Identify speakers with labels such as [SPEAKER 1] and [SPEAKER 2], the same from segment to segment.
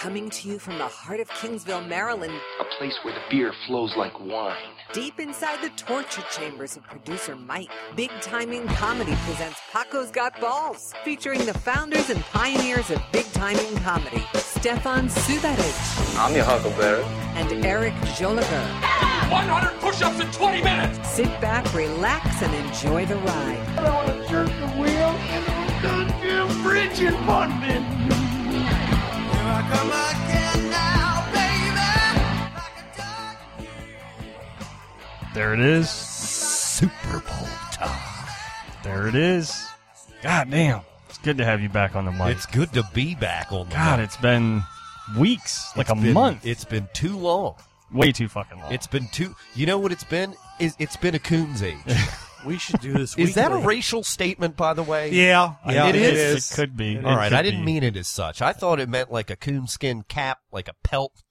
[SPEAKER 1] Coming to you from the heart of Kingsville, Maryland,
[SPEAKER 2] A place where the beer flows like wine.
[SPEAKER 1] deep inside the torture chambers of producer Mike, Big Timing Comedy presents Paco's Got Balls, featuring the founders and pioneers of Big Timing Comedy, Stefan Subatic
[SPEAKER 3] I'm your Huckleberry.
[SPEAKER 1] and Eric Joliger.
[SPEAKER 4] 100 push-ups in 20 minutes.
[SPEAKER 1] Sit back, relax, and enjoy the ride.
[SPEAKER 5] There it is. Super Bowl time. There it is. God damn. It's good to have you back on the mic.
[SPEAKER 6] It's good to be back on the
[SPEAKER 5] God,
[SPEAKER 6] mic.
[SPEAKER 5] it's been weeks, like
[SPEAKER 6] It's
[SPEAKER 5] a
[SPEAKER 6] been-
[SPEAKER 5] month.
[SPEAKER 6] It's been too long.
[SPEAKER 5] Way too fucking long.
[SPEAKER 6] It's been too. You know what it's been? Is it's been a coon's age.
[SPEAKER 7] We should do this.
[SPEAKER 6] is that a
[SPEAKER 7] weekly.
[SPEAKER 6] racial statement, by the way?
[SPEAKER 7] Yeah,
[SPEAKER 5] I
[SPEAKER 7] yeah,
[SPEAKER 5] think
[SPEAKER 6] it
[SPEAKER 5] it's-
[SPEAKER 6] is.
[SPEAKER 5] It could be.
[SPEAKER 6] All right, I didn't
[SPEAKER 5] mean.
[SPEAKER 6] mean it as such. I thought it meant like a coonskin cap, like a pelt.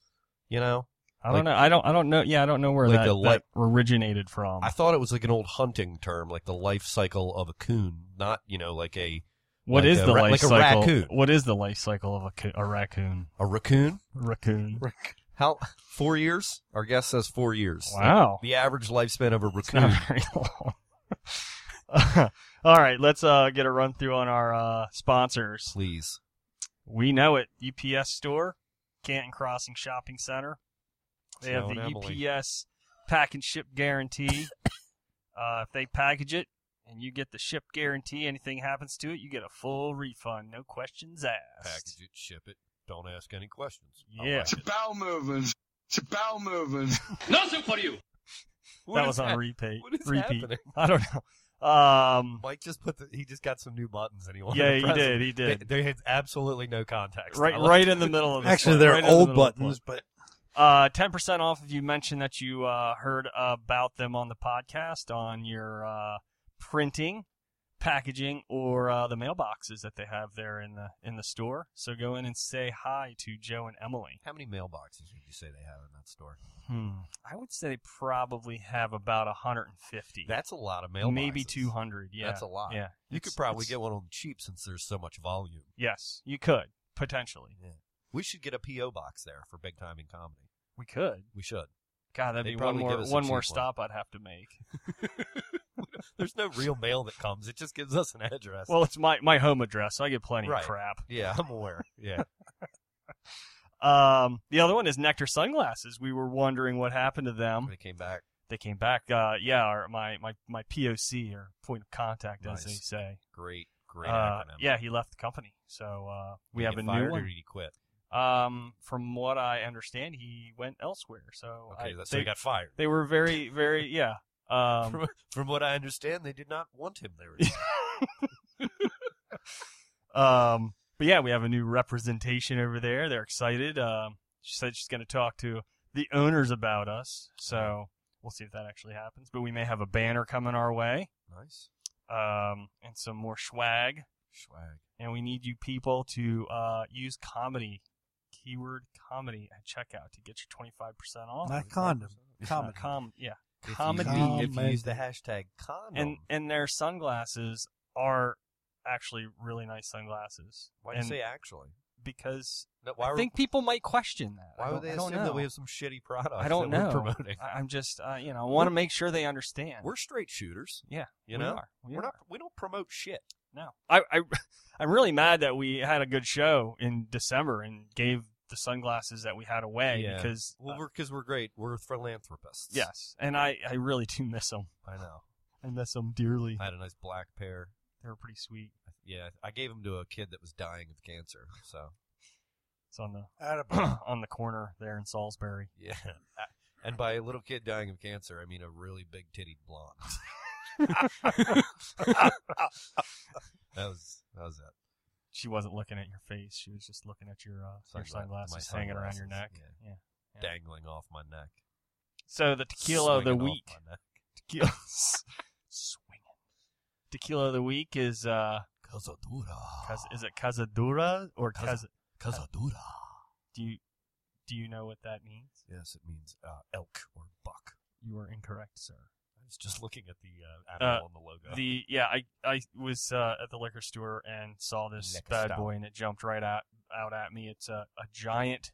[SPEAKER 6] You know,
[SPEAKER 5] I don't
[SPEAKER 6] like-
[SPEAKER 5] know. I don't. I don't know. Yeah, I don't know where
[SPEAKER 6] Like
[SPEAKER 5] that,
[SPEAKER 6] the
[SPEAKER 5] that originated from.
[SPEAKER 6] I thought it was like an old hunting term, like the life cycle of a coon, not you know like a
[SPEAKER 5] What
[SPEAKER 6] like
[SPEAKER 5] is
[SPEAKER 6] a
[SPEAKER 5] the
[SPEAKER 6] ra-
[SPEAKER 5] life
[SPEAKER 6] like a
[SPEAKER 5] cycle?
[SPEAKER 6] raccoon.
[SPEAKER 5] What is the life cycle of a, co- a raccoon?
[SPEAKER 6] a raccoon.
[SPEAKER 5] Raccoon.
[SPEAKER 6] How four years? Our guest says four years.
[SPEAKER 5] Wow.
[SPEAKER 6] The average lifespan of a
[SPEAKER 5] It's not
[SPEAKER 6] raccoon.
[SPEAKER 5] very long. All right, let's uh, get a run through on our uh, sponsors.
[SPEAKER 6] Please.
[SPEAKER 5] We know it. UPS store, Canton Crossing Shopping Center. They have
[SPEAKER 6] Snow
[SPEAKER 5] the
[SPEAKER 6] and Emily.
[SPEAKER 5] UPS pack and ship guarantee. uh, if they package it and you get the ship guarantee, anything happens to it, you get a full refund, no questions asked.
[SPEAKER 6] Package it, ship it. Don't ask any questions. I
[SPEAKER 5] Yeah.
[SPEAKER 6] like it.
[SPEAKER 8] bowel movements. It's bowel movements.
[SPEAKER 4] Nothing for you.
[SPEAKER 6] What
[SPEAKER 5] that
[SPEAKER 6] is
[SPEAKER 5] was on repeat.
[SPEAKER 6] what is
[SPEAKER 5] repeat.
[SPEAKER 6] happening?
[SPEAKER 5] I don't know. Um,
[SPEAKER 6] Mike just put the, he just got some new buttons and he wanted.
[SPEAKER 5] yeah,
[SPEAKER 6] to
[SPEAKER 5] he
[SPEAKER 6] press
[SPEAKER 5] did.
[SPEAKER 6] them.
[SPEAKER 5] He did.
[SPEAKER 6] They, they had absolutely no context. I
[SPEAKER 5] Right,
[SPEAKER 6] like-
[SPEAKER 5] right in the middle of the
[SPEAKER 7] Actually,
[SPEAKER 5] plug,
[SPEAKER 7] they're
[SPEAKER 5] right in the
[SPEAKER 7] old
[SPEAKER 5] middle of the
[SPEAKER 7] buttons, but
[SPEAKER 5] plug. Uh, ten percent off if you mention that you uh, heard about them on the podcast on your uh, printing, packaging, or uh, the mailboxes that they have there in the in the store. So go in and say hi to Joe and Emily.
[SPEAKER 6] How many mailboxes would you say they have in that store?
[SPEAKER 5] Hmm. I would say they probably have about hundred and fifty.
[SPEAKER 6] That's a lot of mailboxes.
[SPEAKER 5] maybe two hundred. Yeah,
[SPEAKER 6] That's a lot.
[SPEAKER 5] Yeah,
[SPEAKER 6] You
[SPEAKER 5] It's-
[SPEAKER 6] could probably
[SPEAKER 5] it's-
[SPEAKER 6] get one on the cheap since there's so much volume.
[SPEAKER 5] Yes, you could potentially.
[SPEAKER 6] We should get a PO box there for big time in comedy.
[SPEAKER 5] We could.
[SPEAKER 6] We should.
[SPEAKER 5] God, that'd
[SPEAKER 6] They'd
[SPEAKER 5] be one
[SPEAKER 6] probably
[SPEAKER 5] more
[SPEAKER 6] give us a
[SPEAKER 5] one more
[SPEAKER 6] cheap one.
[SPEAKER 5] stop I'd have to make.
[SPEAKER 6] There's no real mail that comes. It just gives us an address.
[SPEAKER 5] Well, it's my my home address. So I get plenty
[SPEAKER 6] Right.
[SPEAKER 5] of crap.
[SPEAKER 6] yeah, I'm aware. Yeah,
[SPEAKER 5] Um, the other one is Nectar Sunglasses. We were wondering what happened to them.
[SPEAKER 6] they came back.
[SPEAKER 5] They came back. Uh, yeah, our, my, my, my POC or point of contact,
[SPEAKER 6] Nice.
[SPEAKER 5] as they say.
[SPEAKER 6] Great, great
[SPEAKER 5] Uh,
[SPEAKER 6] acronym.
[SPEAKER 5] yeah, he left the company. So uh, we
[SPEAKER 6] Did
[SPEAKER 5] have
[SPEAKER 6] he
[SPEAKER 5] a
[SPEAKER 6] get fired
[SPEAKER 5] new
[SPEAKER 6] or
[SPEAKER 5] one.
[SPEAKER 6] did he quit?
[SPEAKER 5] Um, from what I understand, he went elsewhere. So
[SPEAKER 6] Okay,
[SPEAKER 5] I,
[SPEAKER 6] that's so
[SPEAKER 5] they,
[SPEAKER 6] he got fired.
[SPEAKER 5] they were very, very yeah. Um,
[SPEAKER 6] from, from what I understand, they did not want him there.
[SPEAKER 5] um, but yeah, we have a new representation over there. They're excited. Um, she said she's going to talk to the owners about us. So we'll see if that actually happens. But we may have a banner coming our way
[SPEAKER 6] nice
[SPEAKER 5] um, and some more swag.
[SPEAKER 6] swag.
[SPEAKER 5] And we need you people to uh, use comedy, keyword comedy at checkout to get your 25% off.
[SPEAKER 7] not condom.
[SPEAKER 5] Uh,
[SPEAKER 7] Comedy.
[SPEAKER 5] com- yeah.
[SPEAKER 6] If you-
[SPEAKER 5] Comedy.
[SPEAKER 6] If you use the hashtag condom,
[SPEAKER 5] And, and their sunglasses are actually really nice sunglasses.
[SPEAKER 6] why do you
[SPEAKER 5] And
[SPEAKER 6] say actually?
[SPEAKER 5] Because
[SPEAKER 6] No, why
[SPEAKER 5] I
[SPEAKER 6] were-
[SPEAKER 5] think people might question that. I
[SPEAKER 6] why
[SPEAKER 5] don't-
[SPEAKER 6] would they
[SPEAKER 5] I don't
[SPEAKER 6] assume
[SPEAKER 5] know.
[SPEAKER 6] that we have some shitty product?
[SPEAKER 5] I don't
[SPEAKER 6] that
[SPEAKER 5] know.
[SPEAKER 6] We're promoting.
[SPEAKER 5] I- I'm just, uh, you know, want to make sure they understand.
[SPEAKER 6] We're straight shooters.
[SPEAKER 5] yeah,
[SPEAKER 6] You
[SPEAKER 5] we
[SPEAKER 6] know,
[SPEAKER 5] are. We
[SPEAKER 6] are
[SPEAKER 5] are.
[SPEAKER 6] not. We don't promote shit.
[SPEAKER 5] No, I, I, I'm really mad that we had a good show in December and gave the sunglasses that we had away
[SPEAKER 6] Yeah.
[SPEAKER 5] because,
[SPEAKER 6] Well,
[SPEAKER 5] uh,
[SPEAKER 6] we're because we're great. We're philanthropists.
[SPEAKER 5] yes, and I, I really do miss them.
[SPEAKER 6] I know.
[SPEAKER 5] I miss them dearly.
[SPEAKER 6] I had a nice black pair.
[SPEAKER 5] They were pretty sweet.
[SPEAKER 6] Yeah, I gave them to a kid that was dying of cancer. So
[SPEAKER 5] It's on the
[SPEAKER 7] Out of-
[SPEAKER 5] on the corner there in Salisbury.
[SPEAKER 6] yeah, and by a little kid dying of cancer, I mean a really big tittied blonde. That was that was it.
[SPEAKER 5] She wasn't looking at your face. She was just looking at your uh, your
[SPEAKER 6] Sungla-
[SPEAKER 5] sunglasses
[SPEAKER 6] my
[SPEAKER 5] hanging around your neck.
[SPEAKER 6] sunglasses,
[SPEAKER 5] yeah. Yeah.
[SPEAKER 6] Dangling off my neck.
[SPEAKER 5] So the tequila of the
[SPEAKER 6] Swinging off
[SPEAKER 5] week.
[SPEAKER 6] my neck.
[SPEAKER 5] Tequila. Swinging. Tequila of the week is uh,
[SPEAKER 6] Cazadura.
[SPEAKER 5] Caz- is it Cazadura or
[SPEAKER 6] Caz-
[SPEAKER 5] Caz?
[SPEAKER 6] Cazadura.
[SPEAKER 5] Do you do you know what that means?
[SPEAKER 6] Yes, it means uh, elk or buck.
[SPEAKER 5] You are incorrect, sir.
[SPEAKER 6] I was just looking at the uh, animal on the logo.
[SPEAKER 5] The yeah, I I was uh, at the liquor store and saw this
[SPEAKER 6] Liquor
[SPEAKER 5] bad
[SPEAKER 6] store.
[SPEAKER 5] boy, and it jumped right out out at me. It's a, a giant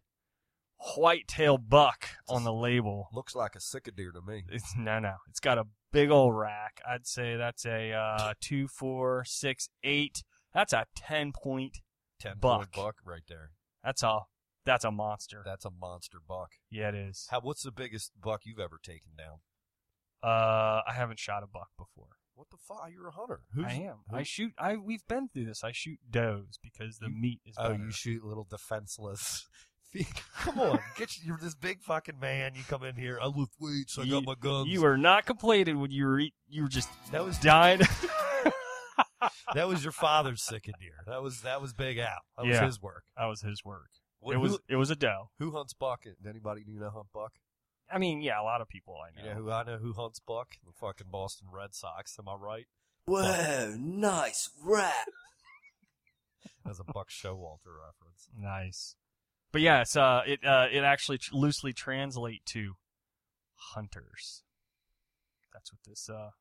[SPEAKER 5] whitetail buck on the label.
[SPEAKER 6] Looks like a cicadadeer to me.
[SPEAKER 5] It's no, no. It's got a big old rack. I'd say that's a uh, two, four, six, eight. That's a ten point.
[SPEAKER 6] Ten
[SPEAKER 5] Buck.
[SPEAKER 6] buck right there.
[SPEAKER 5] That's a that's a monster.
[SPEAKER 6] That's a monster buck.
[SPEAKER 5] yeah, it is.
[SPEAKER 6] How? What's the biggest buck you've ever taken down?
[SPEAKER 5] Uh, I haven't shot a buck before.
[SPEAKER 6] What the fuck? You're a hunter. Who's,
[SPEAKER 5] I am.
[SPEAKER 6] who-
[SPEAKER 5] I shoot. I we've been through this. I shoot does because the
[SPEAKER 6] You-
[SPEAKER 5] meat is.
[SPEAKER 6] Oh,
[SPEAKER 5] better.
[SPEAKER 6] you shoot little defenseless. fe- come on, get you, you're this big fucking man. You come in here. I lift weights. I
[SPEAKER 5] You-
[SPEAKER 6] got my guns.
[SPEAKER 5] You were not completed when you were eat, you were just
[SPEAKER 6] That was-
[SPEAKER 5] dying.
[SPEAKER 6] that was your father's cicadadeer. That was that was Big Al. That
[SPEAKER 5] Yeah.
[SPEAKER 6] was his work.
[SPEAKER 5] that was his work.
[SPEAKER 6] What-
[SPEAKER 5] it was
[SPEAKER 6] who,
[SPEAKER 5] it was a doe.
[SPEAKER 6] who hunts buck? Anybody you know hunt buck?
[SPEAKER 5] I mean, yeah, a lot of people I
[SPEAKER 6] You
[SPEAKER 5] know.
[SPEAKER 6] know who I know who hunts buck? The fucking Boston Red Sox. Am I right?
[SPEAKER 3] Whoa, nice rap.
[SPEAKER 6] That's a Buck Showalter reference.
[SPEAKER 5] Nice, but yeah, it's uh, it uh, it actually tr- loosely translate to hunters. That's what this uh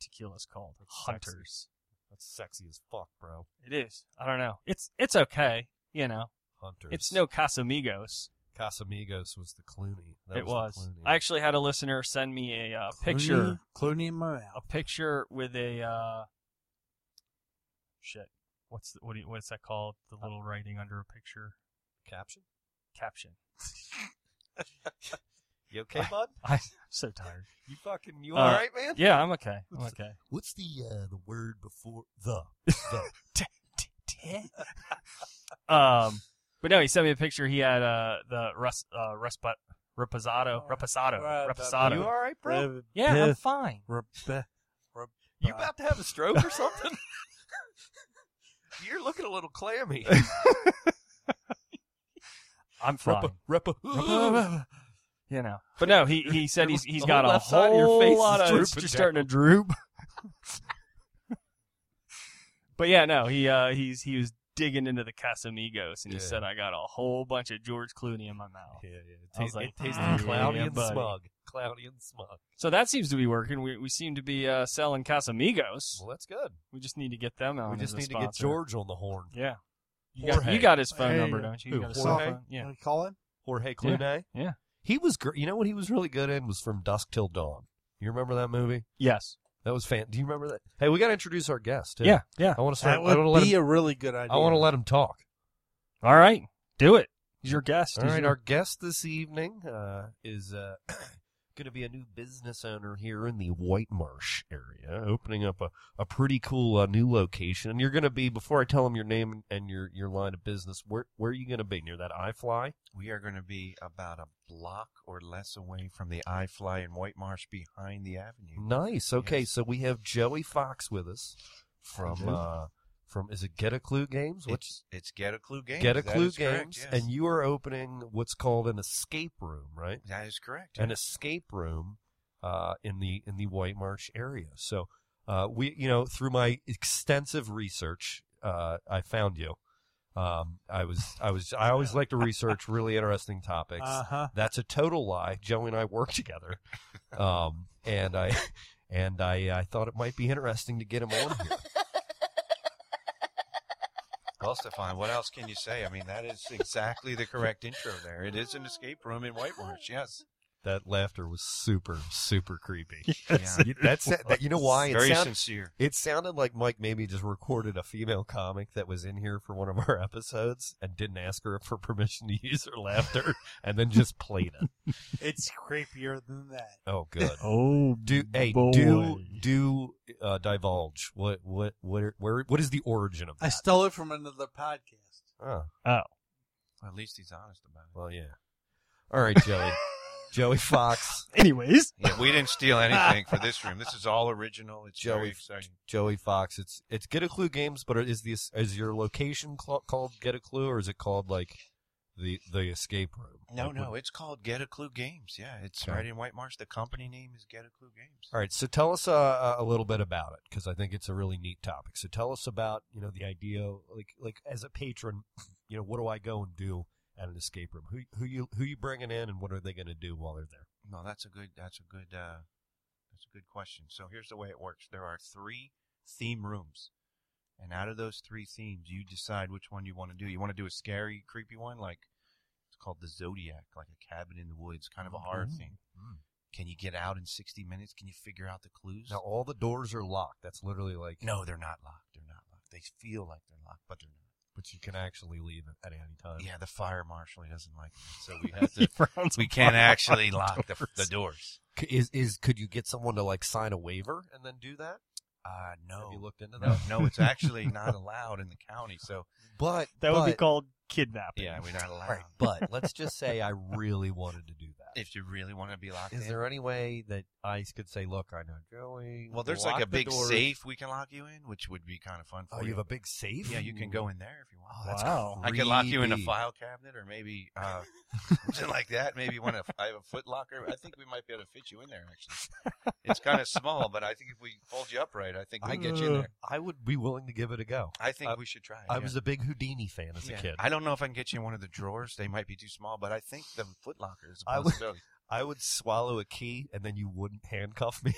[SPEAKER 5] tequila's called.
[SPEAKER 6] That's sexy.
[SPEAKER 5] hunters.
[SPEAKER 6] That's sexy as fuck, bro.
[SPEAKER 5] It is. I don't know. It's it's okay. You know,
[SPEAKER 6] Hunters.
[SPEAKER 5] it's no Casamigos.
[SPEAKER 6] Casamigos was the Clooney. That
[SPEAKER 5] it
[SPEAKER 6] was.
[SPEAKER 5] was.
[SPEAKER 6] the Clooney.
[SPEAKER 5] I actually had a listener send me a uh, picture,
[SPEAKER 3] Clooney and Morale.
[SPEAKER 5] a picture with a uh, shit. What's the, what? Do you, what's that called? The
[SPEAKER 6] Uh,
[SPEAKER 5] little writing under a picture
[SPEAKER 6] caption.
[SPEAKER 5] caption.
[SPEAKER 6] You okay, bud?
[SPEAKER 5] I'm so tired.
[SPEAKER 6] You fucking you
[SPEAKER 5] Uh,
[SPEAKER 6] all right, man?
[SPEAKER 5] Yeah, I'm okay. I'm
[SPEAKER 6] What's
[SPEAKER 5] okay.
[SPEAKER 6] What's the uh, the word before the?
[SPEAKER 5] um, but no, he sent me a picture. He had uh the res uh respa, reposado reposado
[SPEAKER 3] Right,
[SPEAKER 6] Oh. You
[SPEAKER 5] reposado.
[SPEAKER 6] all right, bro?
[SPEAKER 5] Yeah, I'm fine.
[SPEAKER 6] you about to have a stroke or something? You're looking a little clammy.
[SPEAKER 5] I'm fine.
[SPEAKER 6] Repa.
[SPEAKER 5] You know, but no, he he said he's he's
[SPEAKER 6] The
[SPEAKER 5] got
[SPEAKER 6] whole
[SPEAKER 5] a
[SPEAKER 6] left side of your
[SPEAKER 5] whole
[SPEAKER 6] face is
[SPEAKER 5] lot of it's
[SPEAKER 6] drooping,
[SPEAKER 5] just starting to droop. but yeah, no, he uh he's he was digging into the Casamigos and he
[SPEAKER 6] Yeah.
[SPEAKER 5] said I got a whole bunch of George Clooney in my mouth.
[SPEAKER 6] Yeah, yeah.
[SPEAKER 5] I was
[SPEAKER 6] It,
[SPEAKER 5] like,
[SPEAKER 6] it tasted
[SPEAKER 5] "Mm,
[SPEAKER 6] cloudy
[SPEAKER 5] yeah,
[SPEAKER 6] and
[SPEAKER 5] buddy."
[SPEAKER 6] smug. Cloudy and smug.
[SPEAKER 5] So that seems to be working. We we seem to be uh, selling Casamigos.
[SPEAKER 6] Well, that's good.
[SPEAKER 5] We just need to get them out.
[SPEAKER 6] we just
[SPEAKER 5] as a
[SPEAKER 6] need to get
[SPEAKER 5] sponsor.
[SPEAKER 6] George on the horn.
[SPEAKER 5] Yeah, you got,
[SPEAKER 6] Jorge.
[SPEAKER 5] you got his phone
[SPEAKER 3] Hey,
[SPEAKER 5] number, don't you?
[SPEAKER 6] who,
[SPEAKER 5] you got his
[SPEAKER 6] Jorge?
[SPEAKER 5] cell phone. Yeah,
[SPEAKER 3] What do you call him?
[SPEAKER 6] Jorge Clooney.
[SPEAKER 5] yeah.
[SPEAKER 6] He was great. You know what he was really good in was from Dusk Till Dawn. You remember that movie?
[SPEAKER 5] yes,
[SPEAKER 6] That was fan. Do you remember that? Hey, we got to introduce our guest. too.
[SPEAKER 5] yeah, yeah.
[SPEAKER 6] I want to start. I
[SPEAKER 3] That
[SPEAKER 6] want to
[SPEAKER 3] would
[SPEAKER 6] let
[SPEAKER 3] be
[SPEAKER 6] him.
[SPEAKER 3] a really good idea.
[SPEAKER 6] I want to let him talk.
[SPEAKER 5] All right, do it. He's your guest.
[SPEAKER 6] All
[SPEAKER 5] He's
[SPEAKER 6] right,
[SPEAKER 5] your-
[SPEAKER 6] our guest this evening uh, is uh, going to be a new business owner here in the White Marsh area, opening up a, a pretty cool uh, new location. And you're going to be, before I tell him your name and your, your line of business, where, where are you going to be? Near that iFly?
[SPEAKER 7] We are going to be about a block or less away from the I Fly in White Marsh behind the avenue.
[SPEAKER 6] Nice. Okay,
[SPEAKER 7] Yes.
[SPEAKER 6] so we have Joey Fox with us from,
[SPEAKER 7] Hello.
[SPEAKER 6] uh, from is it Get a Clue Games? What's
[SPEAKER 7] It's, it's Get a Clue Games.
[SPEAKER 6] Get a
[SPEAKER 7] That
[SPEAKER 6] Clue
[SPEAKER 7] is correct,
[SPEAKER 6] Games?
[SPEAKER 7] yes.
[SPEAKER 6] And you are opening what's called an escape room, right?
[SPEAKER 7] That is correct.
[SPEAKER 6] an
[SPEAKER 7] yes.
[SPEAKER 6] escape room uh, in the in the White Marsh area. So uh, we, you know, through my extensive research, uh, I found you. Um, I was I was I always like to research really interesting topics.
[SPEAKER 3] Uh huh.
[SPEAKER 6] That's a total lie. Joey and I work together, um, and I and I I thought it might be interesting to get him on here.
[SPEAKER 7] Well, Stefan, what else can you say? I mean, that is exactly the correct intro there. It is an escape room in White Marsh, yes.
[SPEAKER 6] That laughter was super super creepy.
[SPEAKER 7] Yes,
[SPEAKER 6] You- That's that. You know why? It
[SPEAKER 7] Very
[SPEAKER 6] sound-
[SPEAKER 7] sincere.
[SPEAKER 6] It sounded like Mike maybe just recorded a female comic that was in here for one of our episodes and didn't ask her for permission to use her laughter and then just played it.
[SPEAKER 3] It's creepier than that.
[SPEAKER 6] Oh, good.
[SPEAKER 5] Oh,
[SPEAKER 6] Do hey,
[SPEAKER 5] boy.
[SPEAKER 6] do do uh, divulge what what what are, where what is the origin of
[SPEAKER 3] I
[SPEAKER 6] that?
[SPEAKER 3] stole it from another podcast.
[SPEAKER 6] oh,
[SPEAKER 7] At least he's honest about it.
[SPEAKER 6] well, yeah. All right, Joey. Joey Fox.
[SPEAKER 5] anyways.
[SPEAKER 7] Yeah, we didn't steal anything for this room. This is all original. It's
[SPEAKER 6] Joey-
[SPEAKER 7] very exciting.
[SPEAKER 6] Joey Fox. It's it's Get a Clue Games, but is the is your location cl- called Get a Clue or is it called like the the escape room?
[SPEAKER 7] No,
[SPEAKER 6] Like,
[SPEAKER 7] no, it's called Get a Clue Games. Yeah, it's
[SPEAKER 6] Okay.
[SPEAKER 7] right in White Marsh. The company name is Get a Clue Games.
[SPEAKER 6] All right, so tell us uh, a little bit about it because I think it's a really neat topic. So tell us about you know the idea, like like as a patron, you know what do I go and do at an escape room? Who who you who you bringing in, and what are they going to do while they're there?
[SPEAKER 7] No, that's a good. That's a good. Uh, That's a good question. So here's the way it works. There are three theme rooms. And out of those three themes, you decide which one you want to do. You want to do a scary, creepy one, like it's called the Zodiac, like a cabin in the woods, kind of a horror thing.
[SPEAKER 6] Mm.
[SPEAKER 7] Can you get out in 60 minutes? Can you figure out the clues?
[SPEAKER 6] Now all the doors are locked. That's literally like
[SPEAKER 7] no, they're not locked. They're not locked. They feel like they're locked, but they're not.
[SPEAKER 6] but you can actually leave at any time.
[SPEAKER 7] Yeah, the fire marshal he doesn't like that, so we have to.
[SPEAKER 6] frowns
[SPEAKER 7] we can't
[SPEAKER 6] upon
[SPEAKER 7] actually lock the, the doors.
[SPEAKER 6] C- Is is could you get someone to like sign a waiver and then do that?
[SPEAKER 7] Uh, no.
[SPEAKER 6] Have you looked into
[SPEAKER 7] No,
[SPEAKER 6] that?
[SPEAKER 7] no, it's actually not allowed in the county. So
[SPEAKER 6] But
[SPEAKER 5] That would be
[SPEAKER 6] but-
[SPEAKER 5] called kidnapping.
[SPEAKER 7] yeah, we're not allowed.
[SPEAKER 6] Right, but let's just say I really wanted to do that.
[SPEAKER 7] if you really want to be locked
[SPEAKER 6] Is
[SPEAKER 7] in,
[SPEAKER 6] there any way that I could say, look, I know Joey.
[SPEAKER 7] well, there's
[SPEAKER 6] lock
[SPEAKER 7] like a
[SPEAKER 6] the
[SPEAKER 7] big
[SPEAKER 6] doors.
[SPEAKER 7] safe we can lock you in, which would be kind of fun for
[SPEAKER 6] Oh, you have a big safe?
[SPEAKER 7] yeah, you can go in there if you want.
[SPEAKER 6] Oh, that's
[SPEAKER 5] Wow.
[SPEAKER 7] I could lock you in a
[SPEAKER 6] creepy.
[SPEAKER 7] file cabinet, or maybe uh, something like that. Maybe one of I have a foot locker. I think we might be able to fit you in there. Actually, it's kind of small, but I think if we fold you up right, I think we
[SPEAKER 6] I
[SPEAKER 7] can get you in there.
[SPEAKER 6] I would be willing to give it a go.
[SPEAKER 7] I think
[SPEAKER 6] I-
[SPEAKER 7] we should try. it,
[SPEAKER 6] I
[SPEAKER 7] yeah.
[SPEAKER 6] was a big Houdini fan as
[SPEAKER 7] Yeah.
[SPEAKER 6] a kid.
[SPEAKER 7] I don't know if I can get you in one of the drawers. They might be too small, but I think the foot locker is a
[SPEAKER 6] I would-
[SPEAKER 7] possibility.
[SPEAKER 6] I would swallow a key and then you wouldn't handcuff me.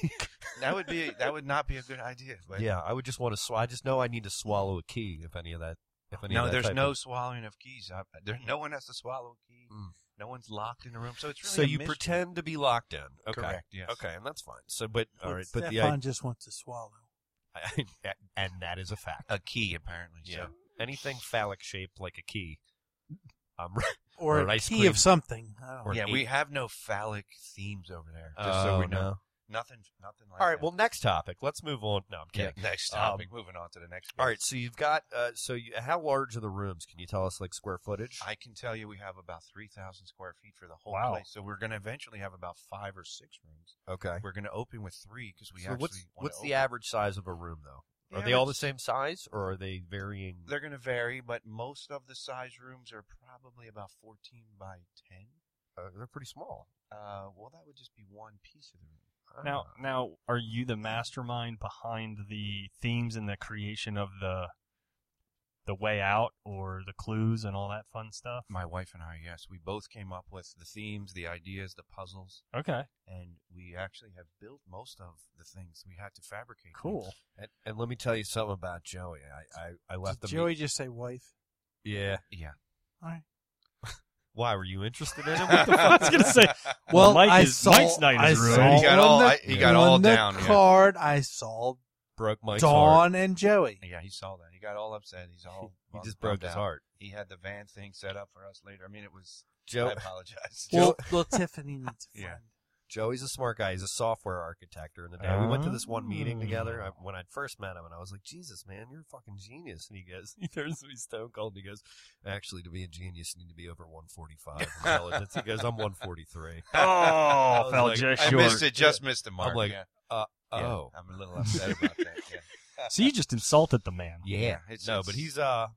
[SPEAKER 7] that would be that would not be a good idea. But
[SPEAKER 6] yeah, I would just want to. Sw- I just know I need to swallow a key if any of that. If any of
[SPEAKER 7] No,
[SPEAKER 6] that
[SPEAKER 7] there's
[SPEAKER 6] type
[SPEAKER 7] no
[SPEAKER 6] of-
[SPEAKER 7] swallowing of keys. I, there, no one has to swallow a key.
[SPEAKER 6] Mm.
[SPEAKER 7] No one's locked in a room, so it's really
[SPEAKER 6] so
[SPEAKER 7] a
[SPEAKER 6] you
[SPEAKER 7] mystery.
[SPEAKER 6] pretend to be locked in. Okay.
[SPEAKER 7] Correct. Yes.
[SPEAKER 6] Okay, and that's fine. So, but all right, but
[SPEAKER 3] Stefan
[SPEAKER 6] the idea,
[SPEAKER 3] just wants to swallow.
[SPEAKER 6] and that is a fact.
[SPEAKER 7] A key, apparently.
[SPEAKER 6] Uh, Yeah.
[SPEAKER 7] Yeah.
[SPEAKER 6] Anything phallic shaped like a key. Um, right.
[SPEAKER 3] Or,
[SPEAKER 6] Or
[SPEAKER 3] a
[SPEAKER 6] ice
[SPEAKER 3] key
[SPEAKER 6] cream.
[SPEAKER 3] of something. I don't
[SPEAKER 6] Or
[SPEAKER 3] know.
[SPEAKER 7] yeah,
[SPEAKER 6] an
[SPEAKER 7] we
[SPEAKER 6] eight.
[SPEAKER 7] have no phallic themes over there, just so
[SPEAKER 6] Oh,
[SPEAKER 7] we know. Nothing, nothing like
[SPEAKER 6] All right.
[SPEAKER 7] that.
[SPEAKER 6] Well, next topic. Let's move on. No, I'm
[SPEAKER 7] yeah,
[SPEAKER 6] kidding.
[SPEAKER 7] next
[SPEAKER 6] Um,
[SPEAKER 7] topic. Moving on to the next.
[SPEAKER 6] All
[SPEAKER 7] bit.
[SPEAKER 6] right. So you've got. Uh, so you, how large are the rooms? Can you tell us like square footage?
[SPEAKER 7] I can tell you we have about 3,000 square feet for the whole
[SPEAKER 5] Wow.
[SPEAKER 7] place. So we're going to eventually have about five or six rooms.
[SPEAKER 6] okay.
[SPEAKER 7] We're going to open with three because we
[SPEAKER 6] so
[SPEAKER 7] actually
[SPEAKER 6] what's
[SPEAKER 7] want
[SPEAKER 6] what's
[SPEAKER 7] to
[SPEAKER 6] the average size of a room though? Are they all the same size, or are they varying?
[SPEAKER 7] They're going to vary, but most of the size rooms are probably about 14 by 10.
[SPEAKER 6] uh, they're pretty small.
[SPEAKER 7] Uh, well, that would just be one piece of the room. Ah.
[SPEAKER 5] Now, now, are you the mastermind behind the themes and the creation of the the way out or the clues and all that fun stuff?
[SPEAKER 7] My wife and I, yes, we both came up with the themes, the ideas, the puzzles,
[SPEAKER 5] Okay,
[SPEAKER 7] and we actually have built most of the things we had to fabricate.
[SPEAKER 5] cool.
[SPEAKER 6] and, and let me tell you something about Joey. I I, I left
[SPEAKER 3] Did
[SPEAKER 6] the
[SPEAKER 3] Joey just say wife?
[SPEAKER 6] Yeah.
[SPEAKER 7] Yeah.
[SPEAKER 3] All right.
[SPEAKER 6] Why were you interested in it? What the fuck?
[SPEAKER 5] was gonna say,
[SPEAKER 3] Well,
[SPEAKER 5] Mike
[SPEAKER 3] I
[SPEAKER 5] is-
[SPEAKER 3] saw,
[SPEAKER 5] Mike's night is
[SPEAKER 3] I
[SPEAKER 5] ruined.
[SPEAKER 3] saw
[SPEAKER 7] He got
[SPEAKER 3] on
[SPEAKER 7] all-
[SPEAKER 3] the,
[SPEAKER 7] I- he got
[SPEAKER 3] on
[SPEAKER 7] all
[SPEAKER 3] the
[SPEAKER 7] down, yeah.
[SPEAKER 3] card. I saw
[SPEAKER 6] broke Mike's heart.
[SPEAKER 3] Dawn and Joey.
[SPEAKER 7] Yeah, he saw that. He got all upset. He's all.
[SPEAKER 6] He
[SPEAKER 7] bummed-
[SPEAKER 6] just broke
[SPEAKER 7] bummed
[SPEAKER 6] his
[SPEAKER 7] out.
[SPEAKER 6] heart.
[SPEAKER 7] He had the van thing set up for us later. I mean, it was. I
[SPEAKER 6] Joe,
[SPEAKER 7] apologize.
[SPEAKER 3] Well, well, Tiffany needs a
[SPEAKER 7] Yeah.
[SPEAKER 3] friend.
[SPEAKER 6] Joey's a smart guy. He's a software architect. During the day, we went to this one meeting
[SPEAKER 7] Oh.
[SPEAKER 6] together. I, when I first met him, and I was like, "Jesus, man, you're a fucking genius." And he goes, "He turns to me stone cold." And he goes, "Actually, to be a genius, you need to be over 145 intelligence." he goes, "I'm 143."
[SPEAKER 5] Oh,
[SPEAKER 6] was
[SPEAKER 5] fell
[SPEAKER 6] like,
[SPEAKER 5] just
[SPEAKER 7] I
[SPEAKER 5] short.
[SPEAKER 7] missed it. Just missed the mark.
[SPEAKER 6] like,
[SPEAKER 7] yeah. Yeah,
[SPEAKER 6] Oh,
[SPEAKER 7] I'm a little upset about that. Yeah.
[SPEAKER 5] So you just insulted the man.
[SPEAKER 7] Yeah, it's-
[SPEAKER 6] no,
[SPEAKER 7] it's-
[SPEAKER 6] but he's uh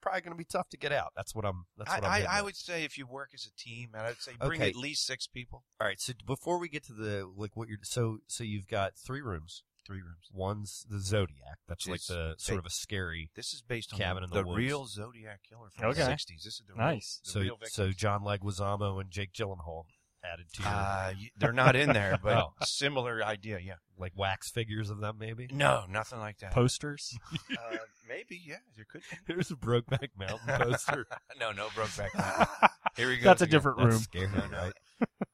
[SPEAKER 6] probably going to be tough to get out. That's what I'm. That's what I'm.
[SPEAKER 7] I,
[SPEAKER 6] hitting
[SPEAKER 7] I, I
[SPEAKER 6] at.
[SPEAKER 7] would say if you work as a team, and I'd say bring
[SPEAKER 6] Okay.
[SPEAKER 7] at least six people.
[SPEAKER 6] All right. So before we get to the like what you're so so you've got three rooms.
[SPEAKER 7] Three rooms.
[SPEAKER 6] One's the Zodiac. That's like
[SPEAKER 7] Jeez.
[SPEAKER 6] the sort of a scary.
[SPEAKER 7] This is based on
[SPEAKER 6] Cabin
[SPEAKER 7] the,
[SPEAKER 6] in the woods.
[SPEAKER 7] real Zodiac killer from
[SPEAKER 5] Okay.
[SPEAKER 7] the 60s. This is the
[SPEAKER 5] Nice.
[SPEAKER 7] Real, the
[SPEAKER 6] So
[SPEAKER 7] real victim.
[SPEAKER 6] so John Leguizamo and Jake Gyllenhaal added to your
[SPEAKER 7] Uh, you- they're not in there, but
[SPEAKER 6] Oh.
[SPEAKER 7] similar idea. Yeah.
[SPEAKER 6] like wax figures of them maybe.
[SPEAKER 7] No, nothing like that.
[SPEAKER 5] Posters.
[SPEAKER 7] uh, maybe. Yeah, there could be.
[SPEAKER 6] There's a Brokeback Mountain poster.
[SPEAKER 7] no, no, Brokeback. Mountain.
[SPEAKER 5] That's
[SPEAKER 7] Here we go.
[SPEAKER 5] a different
[SPEAKER 6] That's
[SPEAKER 5] room.
[SPEAKER 6] scary, right?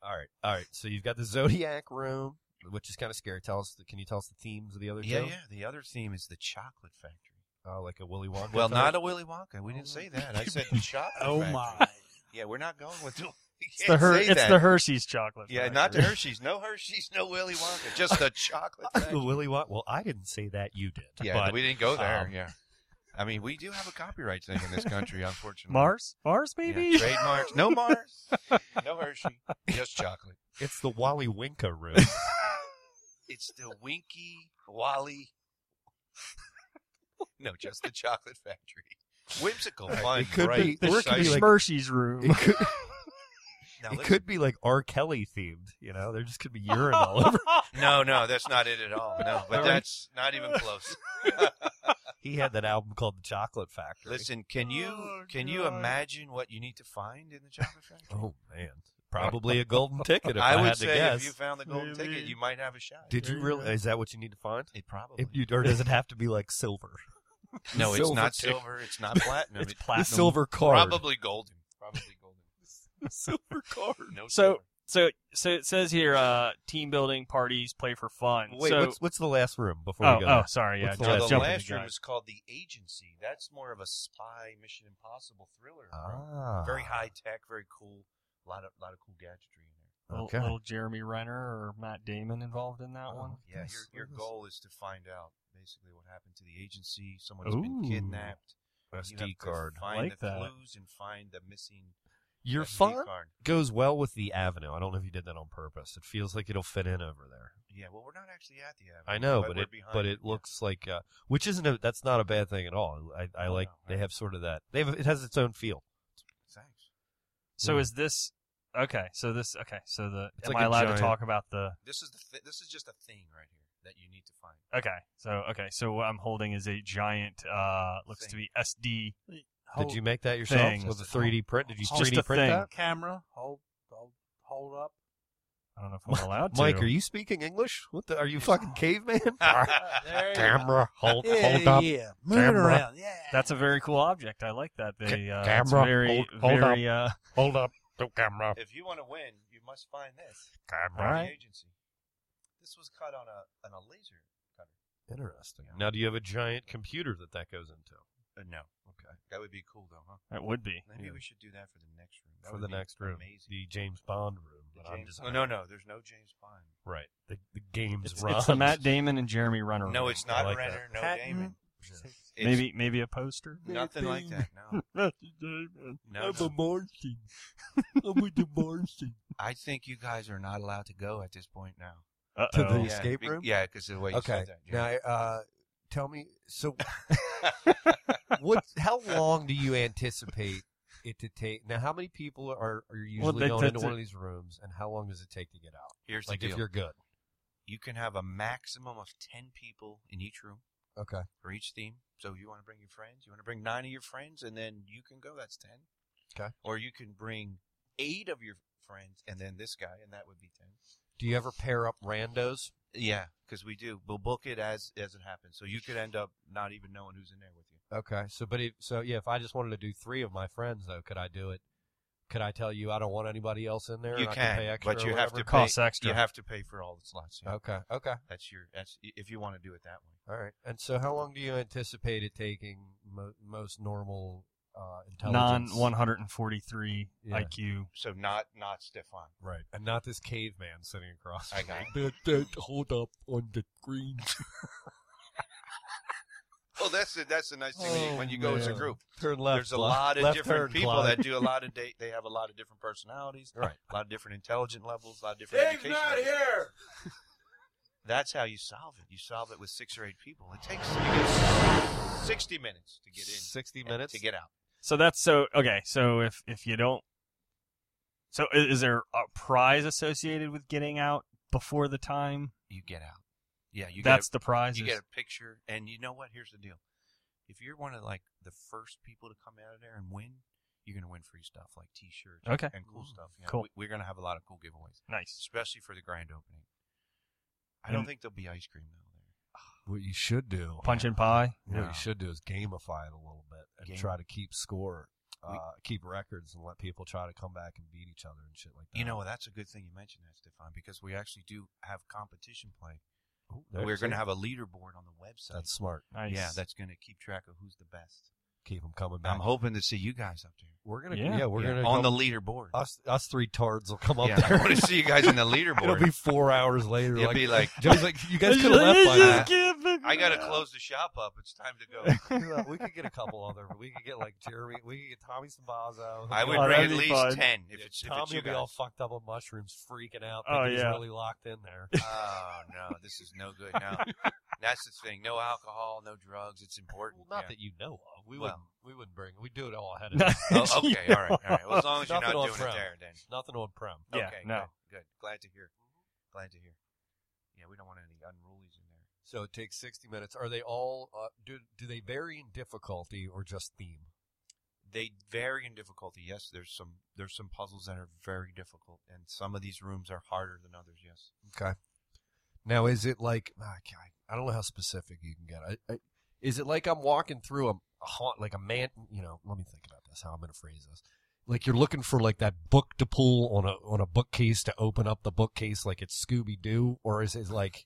[SPEAKER 6] all right, all right. So you've got the Zodiac room, which is kind of scary. Tell us, can you tell us the themes of the other
[SPEAKER 7] Yeah,
[SPEAKER 6] two?
[SPEAKER 7] yeah. The other theme is the chocolate factory.
[SPEAKER 6] Oh, like a Willy Wonka.
[SPEAKER 7] Well,
[SPEAKER 6] type?
[SPEAKER 7] not a Willy Wonka. We didn't say that. I said the chocolate.
[SPEAKER 3] Oh
[SPEAKER 7] factory.
[SPEAKER 3] my!
[SPEAKER 7] Yeah, we're not going with.
[SPEAKER 5] It's the Her- it's the Hershey's chocolate.
[SPEAKER 7] Yeah, not the
[SPEAKER 5] factory.
[SPEAKER 7] Hershey's. No Hershey's. No Willy Wonka. Just the chocolate.
[SPEAKER 6] the
[SPEAKER 7] factory.
[SPEAKER 6] Willy Wonka. Well, I didn't say that. You did.
[SPEAKER 7] yeah,
[SPEAKER 6] but,
[SPEAKER 7] we didn't go there.
[SPEAKER 6] um,
[SPEAKER 7] yeah. I mean, we do have a copyright thing in this country, unfortunately.
[SPEAKER 5] Mars. Mars,
[SPEAKER 7] Yeah,
[SPEAKER 5] maybe.
[SPEAKER 7] trademarks. No Mars. No Hershey. Just chocolate.
[SPEAKER 6] it's the Wally Winka room.
[SPEAKER 7] It's the Winky Wally. no, just the chocolate factory. Whimsical
[SPEAKER 6] Right,
[SPEAKER 7] fun.
[SPEAKER 6] it could
[SPEAKER 7] bright,
[SPEAKER 6] be-
[SPEAKER 5] There
[SPEAKER 6] Or it
[SPEAKER 5] could
[SPEAKER 6] could
[SPEAKER 5] be
[SPEAKER 6] be
[SPEAKER 7] exciting.
[SPEAKER 6] like-
[SPEAKER 5] Smershy's room.
[SPEAKER 6] It could,
[SPEAKER 7] Now,
[SPEAKER 6] it
[SPEAKER 7] listen,
[SPEAKER 6] could be like R. Kelly themed. You know, there just could be urine all over.
[SPEAKER 7] No, no, that's not it at all. No, but
[SPEAKER 6] All right.
[SPEAKER 7] that's not even close.
[SPEAKER 6] He had that album called The Chocolate Factory.
[SPEAKER 7] Listen, can you
[SPEAKER 5] Oh,
[SPEAKER 7] can you
[SPEAKER 5] God.
[SPEAKER 7] imagine what you need to find in the chocolate factory?
[SPEAKER 6] Oh man, Probably a golden ticket. If I,
[SPEAKER 7] I would
[SPEAKER 6] had
[SPEAKER 7] say
[SPEAKER 6] to guess.
[SPEAKER 7] if you found the golden ticket, you might have a shot.
[SPEAKER 6] Did you
[SPEAKER 3] There you
[SPEAKER 6] really?
[SPEAKER 3] go.
[SPEAKER 6] Is that what you need to find?
[SPEAKER 7] It probably.
[SPEAKER 6] If you, or does it have to be like silver?
[SPEAKER 7] no, it's
[SPEAKER 6] Silver
[SPEAKER 7] not
[SPEAKER 6] ticket.
[SPEAKER 7] silver. It's not platinum.
[SPEAKER 5] It's
[SPEAKER 7] it-
[SPEAKER 5] platinum.
[SPEAKER 6] The silver card.
[SPEAKER 7] Probably golden. Probably golden.
[SPEAKER 6] silver card.
[SPEAKER 7] No.
[SPEAKER 5] So-
[SPEAKER 7] silver.
[SPEAKER 5] So so it says here, uh, team building parties, play for fun.
[SPEAKER 6] Wait,
[SPEAKER 5] so,
[SPEAKER 6] what's what's the last room before
[SPEAKER 5] oh
[SPEAKER 6] we go?
[SPEAKER 5] oh
[SPEAKER 6] there?
[SPEAKER 5] sorry yeah
[SPEAKER 6] what's the
[SPEAKER 5] jump-
[SPEAKER 6] last
[SPEAKER 7] now, the
[SPEAKER 5] jumping
[SPEAKER 7] last
[SPEAKER 5] the
[SPEAKER 7] room
[SPEAKER 5] gun.
[SPEAKER 7] is called the agency. That's more of a spy Mission Impossible thriller. room.
[SPEAKER 6] Ah,
[SPEAKER 7] Very high tech. Very cool. A lot of lot of cool gadgetry in there.
[SPEAKER 5] Little-
[SPEAKER 6] Okay.
[SPEAKER 5] Little Jeremy Renner or Matt Damon involved in that
[SPEAKER 6] Oh,
[SPEAKER 5] one.
[SPEAKER 7] Yeah,
[SPEAKER 6] Yes,
[SPEAKER 7] your, your
[SPEAKER 6] it is.
[SPEAKER 7] goal is to find out basically what happened to the agency. Someone's been
[SPEAKER 5] Ooh.
[SPEAKER 7] kidnapped. and you have to
[SPEAKER 6] SD card.
[SPEAKER 7] Find
[SPEAKER 5] Like
[SPEAKER 7] the
[SPEAKER 5] that.
[SPEAKER 7] clues and find the missing
[SPEAKER 6] Your
[SPEAKER 7] SD
[SPEAKER 6] font
[SPEAKER 7] card.
[SPEAKER 6] goes well with the avenue. I don't know if you did that on purpose. It feels like it'll fit in over there.
[SPEAKER 7] Yeah, well, we're not actually at the avenue.
[SPEAKER 6] I know, but
[SPEAKER 7] we're
[SPEAKER 6] it
[SPEAKER 7] behind
[SPEAKER 6] but it looks like uh, which isn't a, that's not a bad thing at all. I, I
[SPEAKER 7] No,
[SPEAKER 6] like
[SPEAKER 7] Oh, no,
[SPEAKER 6] they
[SPEAKER 7] right.
[SPEAKER 6] have sort of that. They have it has its own feel.
[SPEAKER 7] Thanks.
[SPEAKER 5] So
[SPEAKER 6] Yeah.
[SPEAKER 5] is this okay? So this okay? So the
[SPEAKER 6] It's
[SPEAKER 5] am
[SPEAKER 6] like
[SPEAKER 5] I
[SPEAKER 6] a
[SPEAKER 5] allowed
[SPEAKER 6] giant-
[SPEAKER 5] to talk about the?
[SPEAKER 7] This is the th- this is just a thing right here that you need to find.
[SPEAKER 5] Okay, so okay, so what I'm holding is a giant. uh Looks to
[SPEAKER 7] Thing.
[SPEAKER 5] be SD.
[SPEAKER 6] Did
[SPEAKER 3] Hold-
[SPEAKER 5] Oh,
[SPEAKER 6] you make that yourself
[SPEAKER 5] thing.
[SPEAKER 6] with a
[SPEAKER 5] Oh,
[SPEAKER 6] 3D print? Did you
[SPEAKER 3] Just
[SPEAKER 6] 3D
[SPEAKER 5] a
[SPEAKER 6] print
[SPEAKER 5] thing.
[SPEAKER 6] that?
[SPEAKER 3] camera? Hold, hold, hold up.
[SPEAKER 5] I don't know if I'm allowed to.
[SPEAKER 6] Mike, are you speaking English? What the, are you fucking caveman?
[SPEAKER 3] There you go.
[SPEAKER 6] Camera, hold,
[SPEAKER 3] Yeah,
[SPEAKER 6] hold up.
[SPEAKER 3] yeah. Move it
[SPEAKER 6] Camera.
[SPEAKER 3] around. Yeah.
[SPEAKER 5] That's a very cool object. I like that. They uh, it's
[SPEAKER 6] camera,
[SPEAKER 5] very
[SPEAKER 6] hold- hold
[SPEAKER 5] very. Uh,
[SPEAKER 6] Hold up. No camera.
[SPEAKER 7] If you want to win, you must find this.
[SPEAKER 6] Camera.
[SPEAKER 5] All
[SPEAKER 7] from
[SPEAKER 5] right.
[SPEAKER 7] The agency. This was cut on a on a laser cutter.
[SPEAKER 6] Interesting. Now, do you have a giant computer that that goes into?
[SPEAKER 7] Uh, no. Okay. That would be cool though, huh?
[SPEAKER 5] that uh, would be.
[SPEAKER 7] Maybe
[SPEAKER 6] Yeah.
[SPEAKER 7] we should do that for the next room. That
[SPEAKER 6] for
[SPEAKER 7] would
[SPEAKER 6] the
[SPEAKER 7] be
[SPEAKER 6] next room,
[SPEAKER 7] Amazing.
[SPEAKER 6] the James Bond room.
[SPEAKER 7] The
[SPEAKER 6] but I'm
[SPEAKER 7] James-
[SPEAKER 6] just-
[SPEAKER 7] oh, no, no. There's no James Bond.
[SPEAKER 6] right. The, the game's
[SPEAKER 5] It's,
[SPEAKER 6] run.
[SPEAKER 5] it's the Matt Damon and Jeremy Renner.
[SPEAKER 7] No,
[SPEAKER 5] room.
[SPEAKER 7] it's not
[SPEAKER 6] I like
[SPEAKER 7] Renner. No
[SPEAKER 3] Patton.
[SPEAKER 7] Damon. It's
[SPEAKER 5] Maybe maybe a poster.
[SPEAKER 7] nothing like that. No.
[SPEAKER 5] Damon.
[SPEAKER 7] No, no.
[SPEAKER 6] Martian. I'm with the Martian.
[SPEAKER 7] I think you guys are not allowed to go at this point now.
[SPEAKER 5] Uh
[SPEAKER 6] To the
[SPEAKER 5] oh.
[SPEAKER 7] yeah,
[SPEAKER 6] escape
[SPEAKER 7] be-
[SPEAKER 6] room?
[SPEAKER 7] Yeah, because of the way you
[SPEAKER 6] Okay.
[SPEAKER 7] said that.
[SPEAKER 6] Now,
[SPEAKER 7] yeah.
[SPEAKER 6] uh, tell me. So, what? How long do you anticipate it to take? Now, how many people are, are usually
[SPEAKER 5] Well, that-
[SPEAKER 6] going into
[SPEAKER 5] that's
[SPEAKER 6] one
[SPEAKER 5] it.
[SPEAKER 6] of these rooms, and how long does it take to get out?
[SPEAKER 7] Here's
[SPEAKER 6] Like,
[SPEAKER 7] the
[SPEAKER 6] if
[SPEAKER 7] deal.
[SPEAKER 6] you're good.
[SPEAKER 7] You can have a maximum of 10 people in each room
[SPEAKER 6] Okay.
[SPEAKER 7] for each theme. So you want to bring your friends. You want to bring nine of your friends, and then you can go. That's 10.
[SPEAKER 6] 'Kay.
[SPEAKER 7] Or you can bring eight of your friends, and then this guy, and that would be 10.
[SPEAKER 6] Do you ever pair up randos?
[SPEAKER 7] Yeah, because we do. We'll book it as as it happens. So you could end up not even knowing who's in there with you.
[SPEAKER 6] Okay. So, but if so, yeah. If I just wanted to do three of my friends, though, could I do it? Could I tell you I don't want anybody else in there?
[SPEAKER 7] You
[SPEAKER 6] and I
[SPEAKER 7] can,
[SPEAKER 6] pay
[SPEAKER 7] but
[SPEAKER 6] extra or
[SPEAKER 7] you have
[SPEAKER 6] whatever?
[SPEAKER 7] to
[SPEAKER 5] Costs
[SPEAKER 7] You
[SPEAKER 5] extra.
[SPEAKER 7] have to pay for all the slots. Yeah.
[SPEAKER 6] Okay. Okay.
[SPEAKER 7] That's your. That's if you want to do it that way.
[SPEAKER 6] All right. And so, how long do you anticipate it taking mo- most normal uh,
[SPEAKER 5] non
[SPEAKER 6] intelligence?
[SPEAKER 5] 143
[SPEAKER 6] Yeah.
[SPEAKER 5] IQ.
[SPEAKER 7] So not not Stefan.
[SPEAKER 6] Right, and not this caveman sitting across.
[SPEAKER 7] I got
[SPEAKER 6] hold up on the green.
[SPEAKER 7] Well, Oh, that's the, that's the nice thing when you, when you go as a
[SPEAKER 6] Oh, man.
[SPEAKER 7] group.
[SPEAKER 6] Turn left.
[SPEAKER 7] There's a
[SPEAKER 6] Clyde.
[SPEAKER 7] lot of
[SPEAKER 6] Left turn,
[SPEAKER 7] different people
[SPEAKER 6] Clyde.
[SPEAKER 7] that do a lot of date. They have a lot of different personalities.
[SPEAKER 6] Right.
[SPEAKER 7] A lot of different intelligent levels. A lot of different. education levels.
[SPEAKER 8] here.
[SPEAKER 7] That's how you solve it. You solve it with six or eight people. It takes you get sixty minutes to get in.
[SPEAKER 6] Sixty
[SPEAKER 7] and
[SPEAKER 6] minutes
[SPEAKER 7] to get out.
[SPEAKER 5] So that's so okay. So if if you don't, so i- is there a prize associated with getting out before the time?
[SPEAKER 7] You get out. Yeah, you. get
[SPEAKER 5] that's the prize.
[SPEAKER 7] You
[SPEAKER 5] is-
[SPEAKER 7] get a picture, and you know what? Here's the deal: if you're one of like the first people to come out of there and win, you're gonna win free stuff like T-shirts,
[SPEAKER 5] Okay.
[SPEAKER 7] and cool stuff. You know,
[SPEAKER 5] Cool.
[SPEAKER 7] we- we're gonna have a lot of cool giveaways,
[SPEAKER 5] nice.
[SPEAKER 7] especially for the grand opening. I don't
[SPEAKER 5] And-
[SPEAKER 7] think there'll be ice cream though.
[SPEAKER 6] What you should do,
[SPEAKER 5] Punch and pie.
[SPEAKER 6] What
[SPEAKER 7] No.
[SPEAKER 6] you should do is gamify it a little bit and
[SPEAKER 7] Game-
[SPEAKER 6] try to keep score, uh,
[SPEAKER 7] We-
[SPEAKER 6] keep records, and let people try to come back and beat each other and shit like that.
[SPEAKER 7] You know, that's a good thing you mentioned that, Stefan, because we actually do have competition play.
[SPEAKER 6] Ooh, there's
[SPEAKER 7] We're gonna
[SPEAKER 6] it.
[SPEAKER 7] have a leaderboard on the website.
[SPEAKER 6] That's smart.
[SPEAKER 5] Nice.
[SPEAKER 7] Yeah, that's gonna keep track of who's the best.
[SPEAKER 6] Keep them coming back.
[SPEAKER 7] I'm hoping to see you guys up there
[SPEAKER 6] we're gonna. Yeah,
[SPEAKER 5] Yeah.
[SPEAKER 6] we're
[SPEAKER 7] Yeah,
[SPEAKER 6] gonna
[SPEAKER 7] on
[SPEAKER 6] come-
[SPEAKER 7] the leaderboard.
[SPEAKER 6] us us three tards will come up
[SPEAKER 7] yeah, I
[SPEAKER 6] there.
[SPEAKER 7] want to see you guys in the
[SPEAKER 6] It'll
[SPEAKER 7] leaderboard.
[SPEAKER 6] be four hours later.
[SPEAKER 7] It'll
[SPEAKER 6] like,
[SPEAKER 7] be like-
[SPEAKER 6] Joe's like, you guys could have left by now.
[SPEAKER 7] just I gotta close the shop up. It's time to go.
[SPEAKER 6] Well, we could get a couple other, but we could get like Jeremy. We could get Tommy Sabazo.
[SPEAKER 7] I would
[SPEAKER 5] Oh,
[SPEAKER 7] bring
[SPEAKER 5] that'd
[SPEAKER 7] at
[SPEAKER 5] be
[SPEAKER 7] least
[SPEAKER 5] fun.
[SPEAKER 7] ten if
[SPEAKER 6] Yeah,
[SPEAKER 7] it's if
[SPEAKER 6] Tommy
[SPEAKER 7] it's you
[SPEAKER 6] will be
[SPEAKER 7] guys.
[SPEAKER 6] all fucked up on mushrooms, freaking out.
[SPEAKER 5] Oh,
[SPEAKER 6] thinking he's
[SPEAKER 5] yeah.
[SPEAKER 6] really locked in there.
[SPEAKER 7] oh no, this is no good. No, that's the thing. No alcohol, no drugs. It's important.
[SPEAKER 6] Well, not
[SPEAKER 7] Yeah.
[SPEAKER 6] that you know of. We
[SPEAKER 7] Well.
[SPEAKER 6] wouldn't. We wouldn't bring. We do it all ahead of
[SPEAKER 5] No,
[SPEAKER 6] time.
[SPEAKER 7] Oh, okay, all right, all right. Well, as long as you're not
[SPEAKER 6] Nothing on
[SPEAKER 7] doing it
[SPEAKER 6] Friday.
[SPEAKER 7] there, then.
[SPEAKER 6] Nothing on prem.
[SPEAKER 5] Yeah,
[SPEAKER 7] okay,
[SPEAKER 5] no.
[SPEAKER 7] good, good. Glad to hear. Glad to hear. Yeah, we don't want any unrulies in there.
[SPEAKER 6] So it takes sixty minutes. Are they all? Uh, do do they vary in difficulty or just theme?
[SPEAKER 7] they vary in difficulty. Yes, there's some there's some puzzles that are very difficult, and some of these rooms are harder than others. Yes.
[SPEAKER 6] Okay. Now, is it like ah, God, I don't know how specific you can get. I, I, is it like I'm walking through a, a haunt, like a man? You know, let me think about this. How I'm going to phrase this. Like you're looking for like that book to pull on a on a bookcase to open up the bookcase like it's Scooby Doo, or is it like,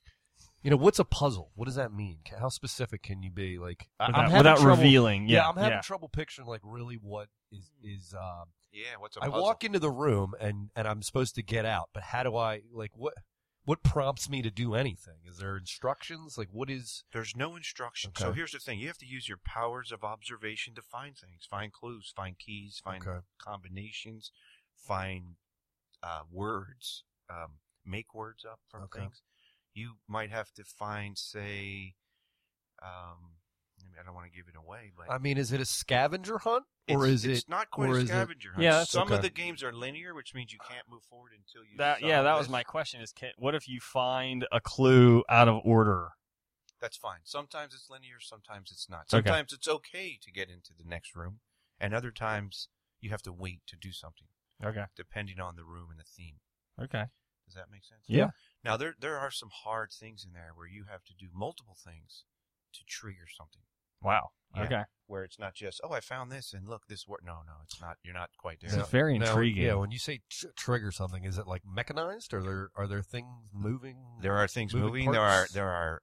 [SPEAKER 6] you know, what's a puzzle? What does that mean? Ca- How specific can you be? Like I- I'm
[SPEAKER 5] without,
[SPEAKER 6] having
[SPEAKER 5] without
[SPEAKER 6] trouble-
[SPEAKER 5] revealing.
[SPEAKER 6] Yeah,
[SPEAKER 5] Yeah,
[SPEAKER 6] I'm having trouble picturing like really what is is um,
[SPEAKER 7] Yeah. What's a
[SPEAKER 6] I
[SPEAKER 7] puzzle?
[SPEAKER 6] walk into the room and and I'm supposed to get out, but how do I like what what prompts me to do anything? Is there instructions? Like what is
[SPEAKER 7] There's no instruction. So
[SPEAKER 6] Okay.
[SPEAKER 7] here's the thing: you have to use your powers of observation to find things, find clues, find keys, find
[SPEAKER 6] Okay.
[SPEAKER 7] combinations, find uh, words, um, make words up from
[SPEAKER 6] Okay.
[SPEAKER 7] things. You might have to find, say, um, I, mean, I don't want to give it away, but
[SPEAKER 6] I mean, is it a scavenger hunt
[SPEAKER 7] it's,
[SPEAKER 6] Um, or is
[SPEAKER 7] it's
[SPEAKER 6] it
[SPEAKER 7] not quite a
[SPEAKER 6] or is it-
[SPEAKER 7] scavenger hunt.
[SPEAKER 5] Yeah, that's-
[SPEAKER 7] some of
[SPEAKER 6] Okay.
[SPEAKER 7] the games are linear, which means you can't move forward until you.
[SPEAKER 5] that yeah.
[SPEAKER 7] solve
[SPEAKER 5] That was
[SPEAKER 7] this.
[SPEAKER 5] my question: Is can, what if you find a clue out of order?
[SPEAKER 7] That's fine. Sometimes it's linear, sometimes it's not.
[SPEAKER 5] Okay.
[SPEAKER 7] Sometimes it's okay to get into the next room, and other times you have to wait to do something,
[SPEAKER 5] Okay.
[SPEAKER 7] depending on the room and the theme.
[SPEAKER 5] Okay.
[SPEAKER 7] Does that make sense?
[SPEAKER 5] Yeah.
[SPEAKER 7] Now there there are some hard things in there where you have to do multiple things to trigger something.
[SPEAKER 5] Wow.
[SPEAKER 7] Yeah.
[SPEAKER 5] Okay.
[SPEAKER 7] Where it's not just oh I found this and look this word. No, no, it's not. You're not quite there.
[SPEAKER 5] It's very
[SPEAKER 6] Now,
[SPEAKER 5] intriguing.
[SPEAKER 6] yeah, when you say tr- trigger something, is it like mechanized? Are there are there things moving?
[SPEAKER 7] There are things
[SPEAKER 6] Moving
[SPEAKER 7] moving. There are
[SPEAKER 6] parts.
[SPEAKER 7] there are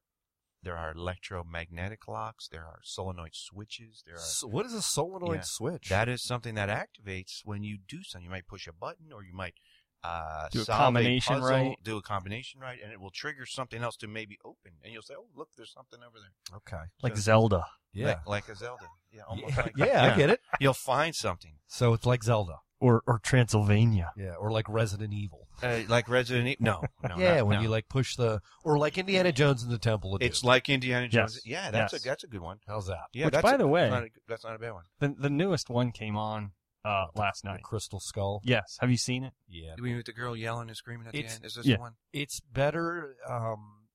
[SPEAKER 7] there are electromagnetic locks. There are solenoid switches. There are
[SPEAKER 6] So what is a solenoid
[SPEAKER 7] Yeah.
[SPEAKER 6] switch?
[SPEAKER 7] That is something that activates when you do something. You might push a button, or you might uh,
[SPEAKER 5] Do a
[SPEAKER 7] solve
[SPEAKER 5] combination
[SPEAKER 7] puzzle,
[SPEAKER 5] right.
[SPEAKER 7] Do a combination right, and it will trigger something else to maybe open, and you'll say, "Oh, look, there's something over there."
[SPEAKER 6] okay.
[SPEAKER 5] like Zelda.
[SPEAKER 6] Yeah.
[SPEAKER 7] like, like a Zelda. Yeah, almost like
[SPEAKER 6] yeah, I get it.
[SPEAKER 7] You'll find something
[SPEAKER 6] So it's like Zelda.
[SPEAKER 5] or or Transylvania.
[SPEAKER 6] Yeah, or like Resident Evil.
[SPEAKER 7] uh, like Resident Evil. No, no,
[SPEAKER 6] yeah,
[SPEAKER 7] not-
[SPEAKER 6] when
[SPEAKER 7] no.
[SPEAKER 6] you like push the or like Indiana Jones in the Temple of
[SPEAKER 7] it's
[SPEAKER 6] Doom.
[SPEAKER 7] like Indiana Jones.
[SPEAKER 5] Yes.
[SPEAKER 7] Yeah, that's
[SPEAKER 5] Yes.
[SPEAKER 7] a that's a good one.
[SPEAKER 6] how's that?
[SPEAKER 7] Yeah,
[SPEAKER 5] Which,
[SPEAKER 7] that's
[SPEAKER 5] by
[SPEAKER 7] a-
[SPEAKER 5] the way-
[SPEAKER 7] that's not a, that's not a bad one.
[SPEAKER 5] The the newest one came on uh, last night.
[SPEAKER 6] The crystal skull.
[SPEAKER 5] Yes, have you seen it?
[SPEAKER 6] Yeah.
[SPEAKER 7] Do we with the girl yelling and screaming at
[SPEAKER 6] It's-
[SPEAKER 7] the end? Is this
[SPEAKER 5] yeah.
[SPEAKER 7] the one?
[SPEAKER 6] it's better um,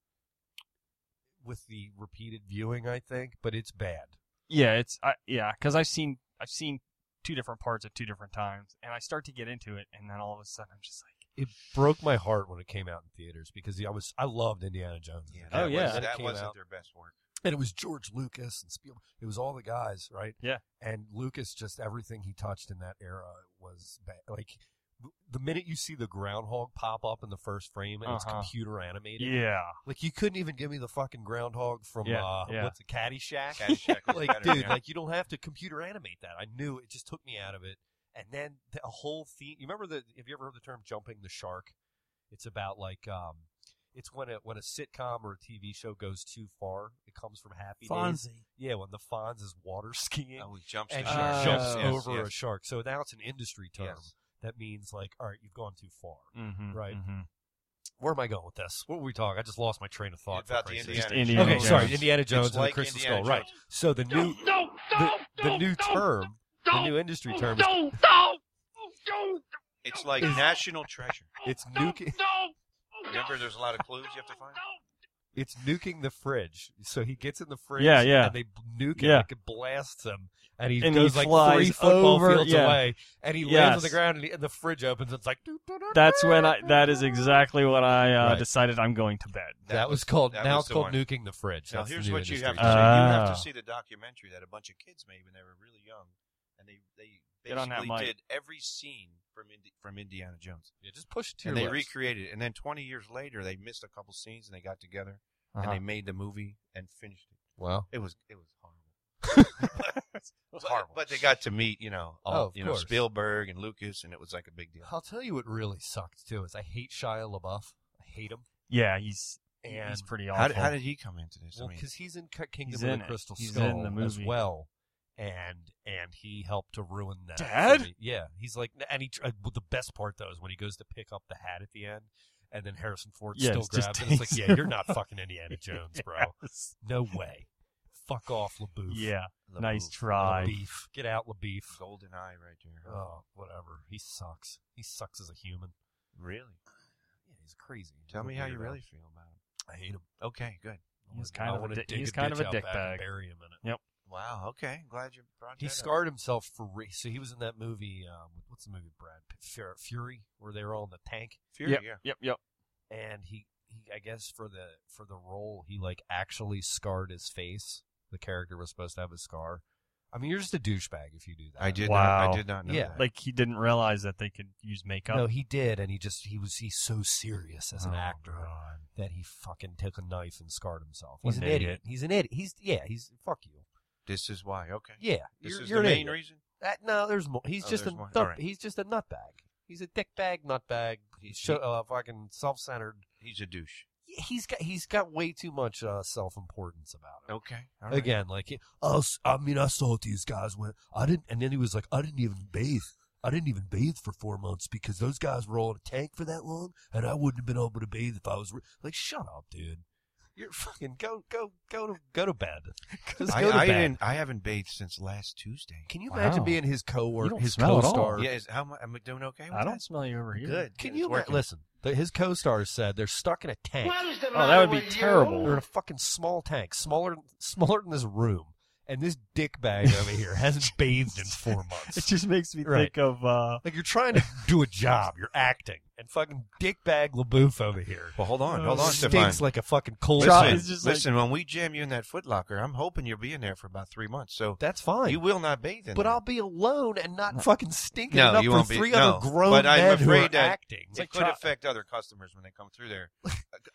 [SPEAKER 6] with the repeated viewing, I think, but it's bad.
[SPEAKER 5] Yeah, it's I, yeah, because I've seen I've seen two different parts at two different times, and I start to get into it, and then all of a sudden I'm just like,
[SPEAKER 6] It broke my heart when it came out in theaters because I was I loved Indiana Jones,
[SPEAKER 7] Yeah,
[SPEAKER 5] Oh,
[SPEAKER 7] that
[SPEAKER 5] yeah.
[SPEAKER 7] was,
[SPEAKER 6] When it
[SPEAKER 7] that
[SPEAKER 6] came
[SPEAKER 7] wasn't
[SPEAKER 6] out.
[SPEAKER 7] their best work.
[SPEAKER 6] and it was George Lucas and Spielberg. It was all the guys, right?
[SPEAKER 5] Yeah.
[SPEAKER 6] and Lucas just everything he touched in that era was bad. Like the minute you see the groundhog pop up in the first frame and it's
[SPEAKER 5] Uh-huh.
[SPEAKER 6] computer animated,
[SPEAKER 5] yeah,
[SPEAKER 6] like you couldn't even give me the fucking groundhog from
[SPEAKER 5] Yeah,
[SPEAKER 6] uh,
[SPEAKER 5] yeah.
[SPEAKER 6] what's it, Caddyshack?
[SPEAKER 7] Caddyshack was
[SPEAKER 6] like,
[SPEAKER 7] better,
[SPEAKER 6] dude,
[SPEAKER 7] yeah.
[SPEAKER 6] like you don't have to computer animate that. I knew it just took me out of it. And then the, a whole theme. You remember the? Have you ever heard the term "jumping the shark"? It's about like, um, it's when a when a sitcom or a TV show goes too far. It comes from Happy Days.
[SPEAKER 3] Fonzie.
[SPEAKER 6] Yeah, when the Fonz is water skiing
[SPEAKER 7] Oh, he jumps
[SPEAKER 6] and
[SPEAKER 7] the
[SPEAKER 6] he
[SPEAKER 7] shark.
[SPEAKER 5] shark.
[SPEAKER 6] jumps
[SPEAKER 5] Yes, yes,
[SPEAKER 6] over a shark. So now it's an industry term
[SPEAKER 7] Yes.
[SPEAKER 6] that means like, all right, you've gone too far.
[SPEAKER 5] mm-hmm,
[SPEAKER 6] Right.
[SPEAKER 5] hmm
[SPEAKER 6] Where am I going with this? What were we talking? I just lost my train of thought. for
[SPEAKER 7] about the
[SPEAKER 6] Christ's sake.
[SPEAKER 7] Indiana,
[SPEAKER 5] Just Indiana
[SPEAKER 6] Okay,
[SPEAKER 5] Jones.
[SPEAKER 6] sorry, Indiana Jones
[SPEAKER 7] It's
[SPEAKER 6] and
[SPEAKER 7] like
[SPEAKER 6] the Crystal
[SPEAKER 7] Indiana
[SPEAKER 6] Skull. Right.
[SPEAKER 7] Jones.
[SPEAKER 6] So the new
[SPEAKER 4] no,
[SPEAKER 6] the, the new term, the
[SPEAKER 4] don't,
[SPEAKER 6] new industry
[SPEAKER 4] no,
[SPEAKER 6] term, is,
[SPEAKER 4] no, no, no,
[SPEAKER 7] It's like
[SPEAKER 4] Is-
[SPEAKER 7] National Treasure.
[SPEAKER 6] it's
[SPEAKER 4] no,
[SPEAKER 6] nuking
[SPEAKER 4] no.
[SPEAKER 7] Remember, there's a lot of clues you have to find.
[SPEAKER 6] it's nuking the fridge. So he gets in the fridge.
[SPEAKER 5] Yeah, yeah.
[SPEAKER 6] And they nuke
[SPEAKER 5] Yeah.
[SPEAKER 6] it. Like it blasts him, and he
[SPEAKER 5] And he
[SPEAKER 6] goes like
[SPEAKER 5] flies
[SPEAKER 6] three football
[SPEAKER 5] over-
[SPEAKER 6] fields
[SPEAKER 5] yeah.
[SPEAKER 6] away, and he lands on the
[SPEAKER 5] Yes.
[SPEAKER 6] ground, and, he, and the fridge opens. It's like doo-doo-doo-doo.
[SPEAKER 5] That's when I. That is exactly when I uh,
[SPEAKER 6] Right.
[SPEAKER 5] decided I'm going to bed.
[SPEAKER 6] That, was called.
[SPEAKER 7] that
[SPEAKER 6] now
[SPEAKER 7] was
[SPEAKER 6] it's
[SPEAKER 7] the
[SPEAKER 6] called
[SPEAKER 7] one.
[SPEAKER 6] nuking the fridge.
[SPEAKER 7] Now,
[SPEAKER 6] That's the
[SPEAKER 7] here's
[SPEAKER 6] new
[SPEAKER 7] what you
[SPEAKER 6] industry
[SPEAKER 7] have to
[SPEAKER 5] Uh,
[SPEAKER 7] see.
[SPEAKER 6] term.
[SPEAKER 7] you have
[SPEAKER 5] Ah.
[SPEAKER 7] to see the documentary that a bunch of kids made when they were really young, and they they
[SPEAKER 5] Get on that
[SPEAKER 7] basically
[SPEAKER 5] mic.
[SPEAKER 7] did every scene from Indi- from Indiana Jones,
[SPEAKER 6] yeah, just push it to
[SPEAKER 7] and
[SPEAKER 6] your
[SPEAKER 7] they
[SPEAKER 6] lips.
[SPEAKER 7] recreated it. And then 20 years later, they missed a couple scenes, and they got together and
[SPEAKER 5] Uh-huh.
[SPEAKER 7] they made the movie and finished it.
[SPEAKER 6] Wow.
[SPEAKER 7] It was it was horrible. it was horrible. But, they got to meet, you know, all,
[SPEAKER 6] Oh, of
[SPEAKER 7] you
[SPEAKER 6] course.
[SPEAKER 7] know, Spielberg and Lucas, and it was like a big deal.
[SPEAKER 6] I'll tell you what really sucked too is I hate Shia LaBeouf. I hate him.
[SPEAKER 5] Yeah, he's he's
[SPEAKER 6] And
[SPEAKER 5] pretty
[SPEAKER 7] How,
[SPEAKER 5] awful.
[SPEAKER 7] did- how did he come into this?
[SPEAKER 6] Well,
[SPEAKER 7] I mean,
[SPEAKER 6] because he's in Ki- Kingdom
[SPEAKER 5] he's
[SPEAKER 6] of
[SPEAKER 5] in
[SPEAKER 6] the
[SPEAKER 5] it.
[SPEAKER 6] Crystal
[SPEAKER 5] He's
[SPEAKER 6] Skull
[SPEAKER 5] in the
[SPEAKER 6] as
[SPEAKER 5] movie.
[SPEAKER 6] well, and and he helped to ruin that. for
[SPEAKER 5] Dad?
[SPEAKER 6] me. Yeah, he's like, and he. tr- Uh, but the best part though is when he goes to pick up the hat at the end, and then Harrison Ford
[SPEAKER 5] Yeah,
[SPEAKER 6] still
[SPEAKER 5] it's just
[SPEAKER 6] grabs it. It's
[SPEAKER 5] takes
[SPEAKER 6] like, yeah,
[SPEAKER 5] him
[SPEAKER 6] you're not
[SPEAKER 5] off.
[SPEAKER 6] fucking Indiana Jones, bro.
[SPEAKER 5] Yes.
[SPEAKER 6] No way. Fuck off, LaBeouf.
[SPEAKER 5] Yeah,
[SPEAKER 7] the
[SPEAKER 5] nice
[SPEAKER 7] move.
[SPEAKER 5] try.
[SPEAKER 6] LaBeef. Get out, LaBeef.
[SPEAKER 7] Golden Eye right there.
[SPEAKER 6] Oh, whatever. He sucks. He sucks as a human.
[SPEAKER 7] Really?
[SPEAKER 6] Yeah, he's crazy.
[SPEAKER 7] Tell
[SPEAKER 6] He's a
[SPEAKER 7] me how you
[SPEAKER 6] weirdo.
[SPEAKER 7] really feel about him.
[SPEAKER 6] I hate him.
[SPEAKER 7] Okay, good.
[SPEAKER 6] I
[SPEAKER 5] He's
[SPEAKER 6] wanna-
[SPEAKER 5] kind
[SPEAKER 6] I
[SPEAKER 5] of a
[SPEAKER 6] wanna
[SPEAKER 5] dick-
[SPEAKER 6] dig
[SPEAKER 5] he's kind of
[SPEAKER 6] ditch
[SPEAKER 5] a
[SPEAKER 6] out
[SPEAKER 5] dick
[SPEAKER 6] back and
[SPEAKER 5] bag.
[SPEAKER 6] Bury him in it.
[SPEAKER 5] Yep.
[SPEAKER 7] Wow. Okay. Glad you brought
[SPEAKER 6] He
[SPEAKER 7] that up.
[SPEAKER 6] scarred himself for re- so he was in that movie. Um, what's the movie? with Brad Pitt? Fu- Fury, where they were all in the tank,
[SPEAKER 7] Fury.
[SPEAKER 5] yep,
[SPEAKER 7] Yeah.
[SPEAKER 5] Yep, yep.
[SPEAKER 6] and he, he, I guess for the for the role, he like actually scarred his face. The character was supposed to have a scar. I mean, you're just a douchebag if you do that.
[SPEAKER 7] I did. Not,
[SPEAKER 5] Wow.
[SPEAKER 7] I did not know.
[SPEAKER 6] Yeah.
[SPEAKER 7] That.
[SPEAKER 5] Like he didn't realize that they could use makeup.
[SPEAKER 6] No, he did, and he just he was he's so serious as an
[SPEAKER 7] Oh,
[SPEAKER 6] actor
[SPEAKER 7] God.
[SPEAKER 6] that he fucking took a knife and scarred himself.
[SPEAKER 5] What
[SPEAKER 6] He's an
[SPEAKER 5] an
[SPEAKER 6] idiot.
[SPEAKER 5] idiot.
[SPEAKER 6] He's an idiot. He's yeah. He's fuck you.
[SPEAKER 7] This is why. Okay.
[SPEAKER 6] Yeah,
[SPEAKER 7] This
[SPEAKER 6] you're,
[SPEAKER 7] is
[SPEAKER 6] you're
[SPEAKER 7] the
[SPEAKER 6] an
[SPEAKER 7] main
[SPEAKER 6] idiot.
[SPEAKER 7] reason.
[SPEAKER 6] Uh, no, there's more. He's
[SPEAKER 7] Oh,
[SPEAKER 6] just a
[SPEAKER 7] there's more.
[SPEAKER 6] thump-
[SPEAKER 7] Alright.
[SPEAKER 6] he's just a nutbag. He's a dickbag, nutbag,
[SPEAKER 7] He's-
[SPEAKER 6] show, uh, fucking self-centered.
[SPEAKER 7] He's a douche.
[SPEAKER 6] He's got he's got way too much uh, self-importance about him.
[SPEAKER 7] Okay. All right.
[SPEAKER 6] Again, like I, I mean, I saw these guys when I didn't, and then he was like, I didn't even bathe. I didn't even bathe for four months because those guys were all in a tank for that long, and I wouldn't have been able to bathe if I was re-. like, shut up, dude. You're fucking go go go to go to bed. Just
[SPEAKER 7] I,
[SPEAKER 6] go to
[SPEAKER 7] I
[SPEAKER 6] bed.
[SPEAKER 7] didn't. I haven't bathed since last Tuesday.
[SPEAKER 6] Can you imagine
[SPEAKER 5] Wow.
[SPEAKER 6] being his
[SPEAKER 5] You
[SPEAKER 6] coworker,
[SPEAKER 5] don't
[SPEAKER 6] his
[SPEAKER 5] smell at all.
[SPEAKER 6] co-star?
[SPEAKER 7] Yeah. Is, how am I, am I doing okay? With
[SPEAKER 5] I don't
[SPEAKER 7] That?
[SPEAKER 5] smell you over here.
[SPEAKER 7] Good.
[SPEAKER 6] Can
[SPEAKER 7] It's
[SPEAKER 6] you ima-
[SPEAKER 7] working.
[SPEAKER 6] listen? The, his co-stars said they're stuck in a tank.
[SPEAKER 5] Oh, that would be terrible.
[SPEAKER 6] They're in a fucking small tank, smaller smaller than this room, and this dickbag over here hasn't bathed in four
[SPEAKER 5] It
[SPEAKER 6] months.
[SPEAKER 5] just makes me
[SPEAKER 6] Right.
[SPEAKER 5] think of uh,
[SPEAKER 6] Like you're trying to do a job, you're acting, and fucking dickbag LaBouf over here
[SPEAKER 7] Well, hold on.
[SPEAKER 5] Oh,
[SPEAKER 7] Hold on, Stefan.
[SPEAKER 6] stinks like a fucking cold.
[SPEAKER 5] Drop-
[SPEAKER 6] plate.
[SPEAKER 5] it's just like-
[SPEAKER 7] listen. when we jam you in that footlocker, I'm hoping you'll be in there for about three months. So
[SPEAKER 6] That's fine,
[SPEAKER 7] you will not bathe in
[SPEAKER 6] but
[SPEAKER 7] there.
[SPEAKER 6] I'll be alone and not fucking stinking
[SPEAKER 7] No,
[SPEAKER 6] enough
[SPEAKER 7] you
[SPEAKER 6] for
[SPEAKER 7] won't be-
[SPEAKER 6] three
[SPEAKER 7] no,
[SPEAKER 6] other grown
[SPEAKER 7] but I'm
[SPEAKER 6] men who
[SPEAKER 7] afraid
[SPEAKER 6] are
[SPEAKER 7] that-
[SPEAKER 6] acting.
[SPEAKER 7] It could affect other customers when they come through there.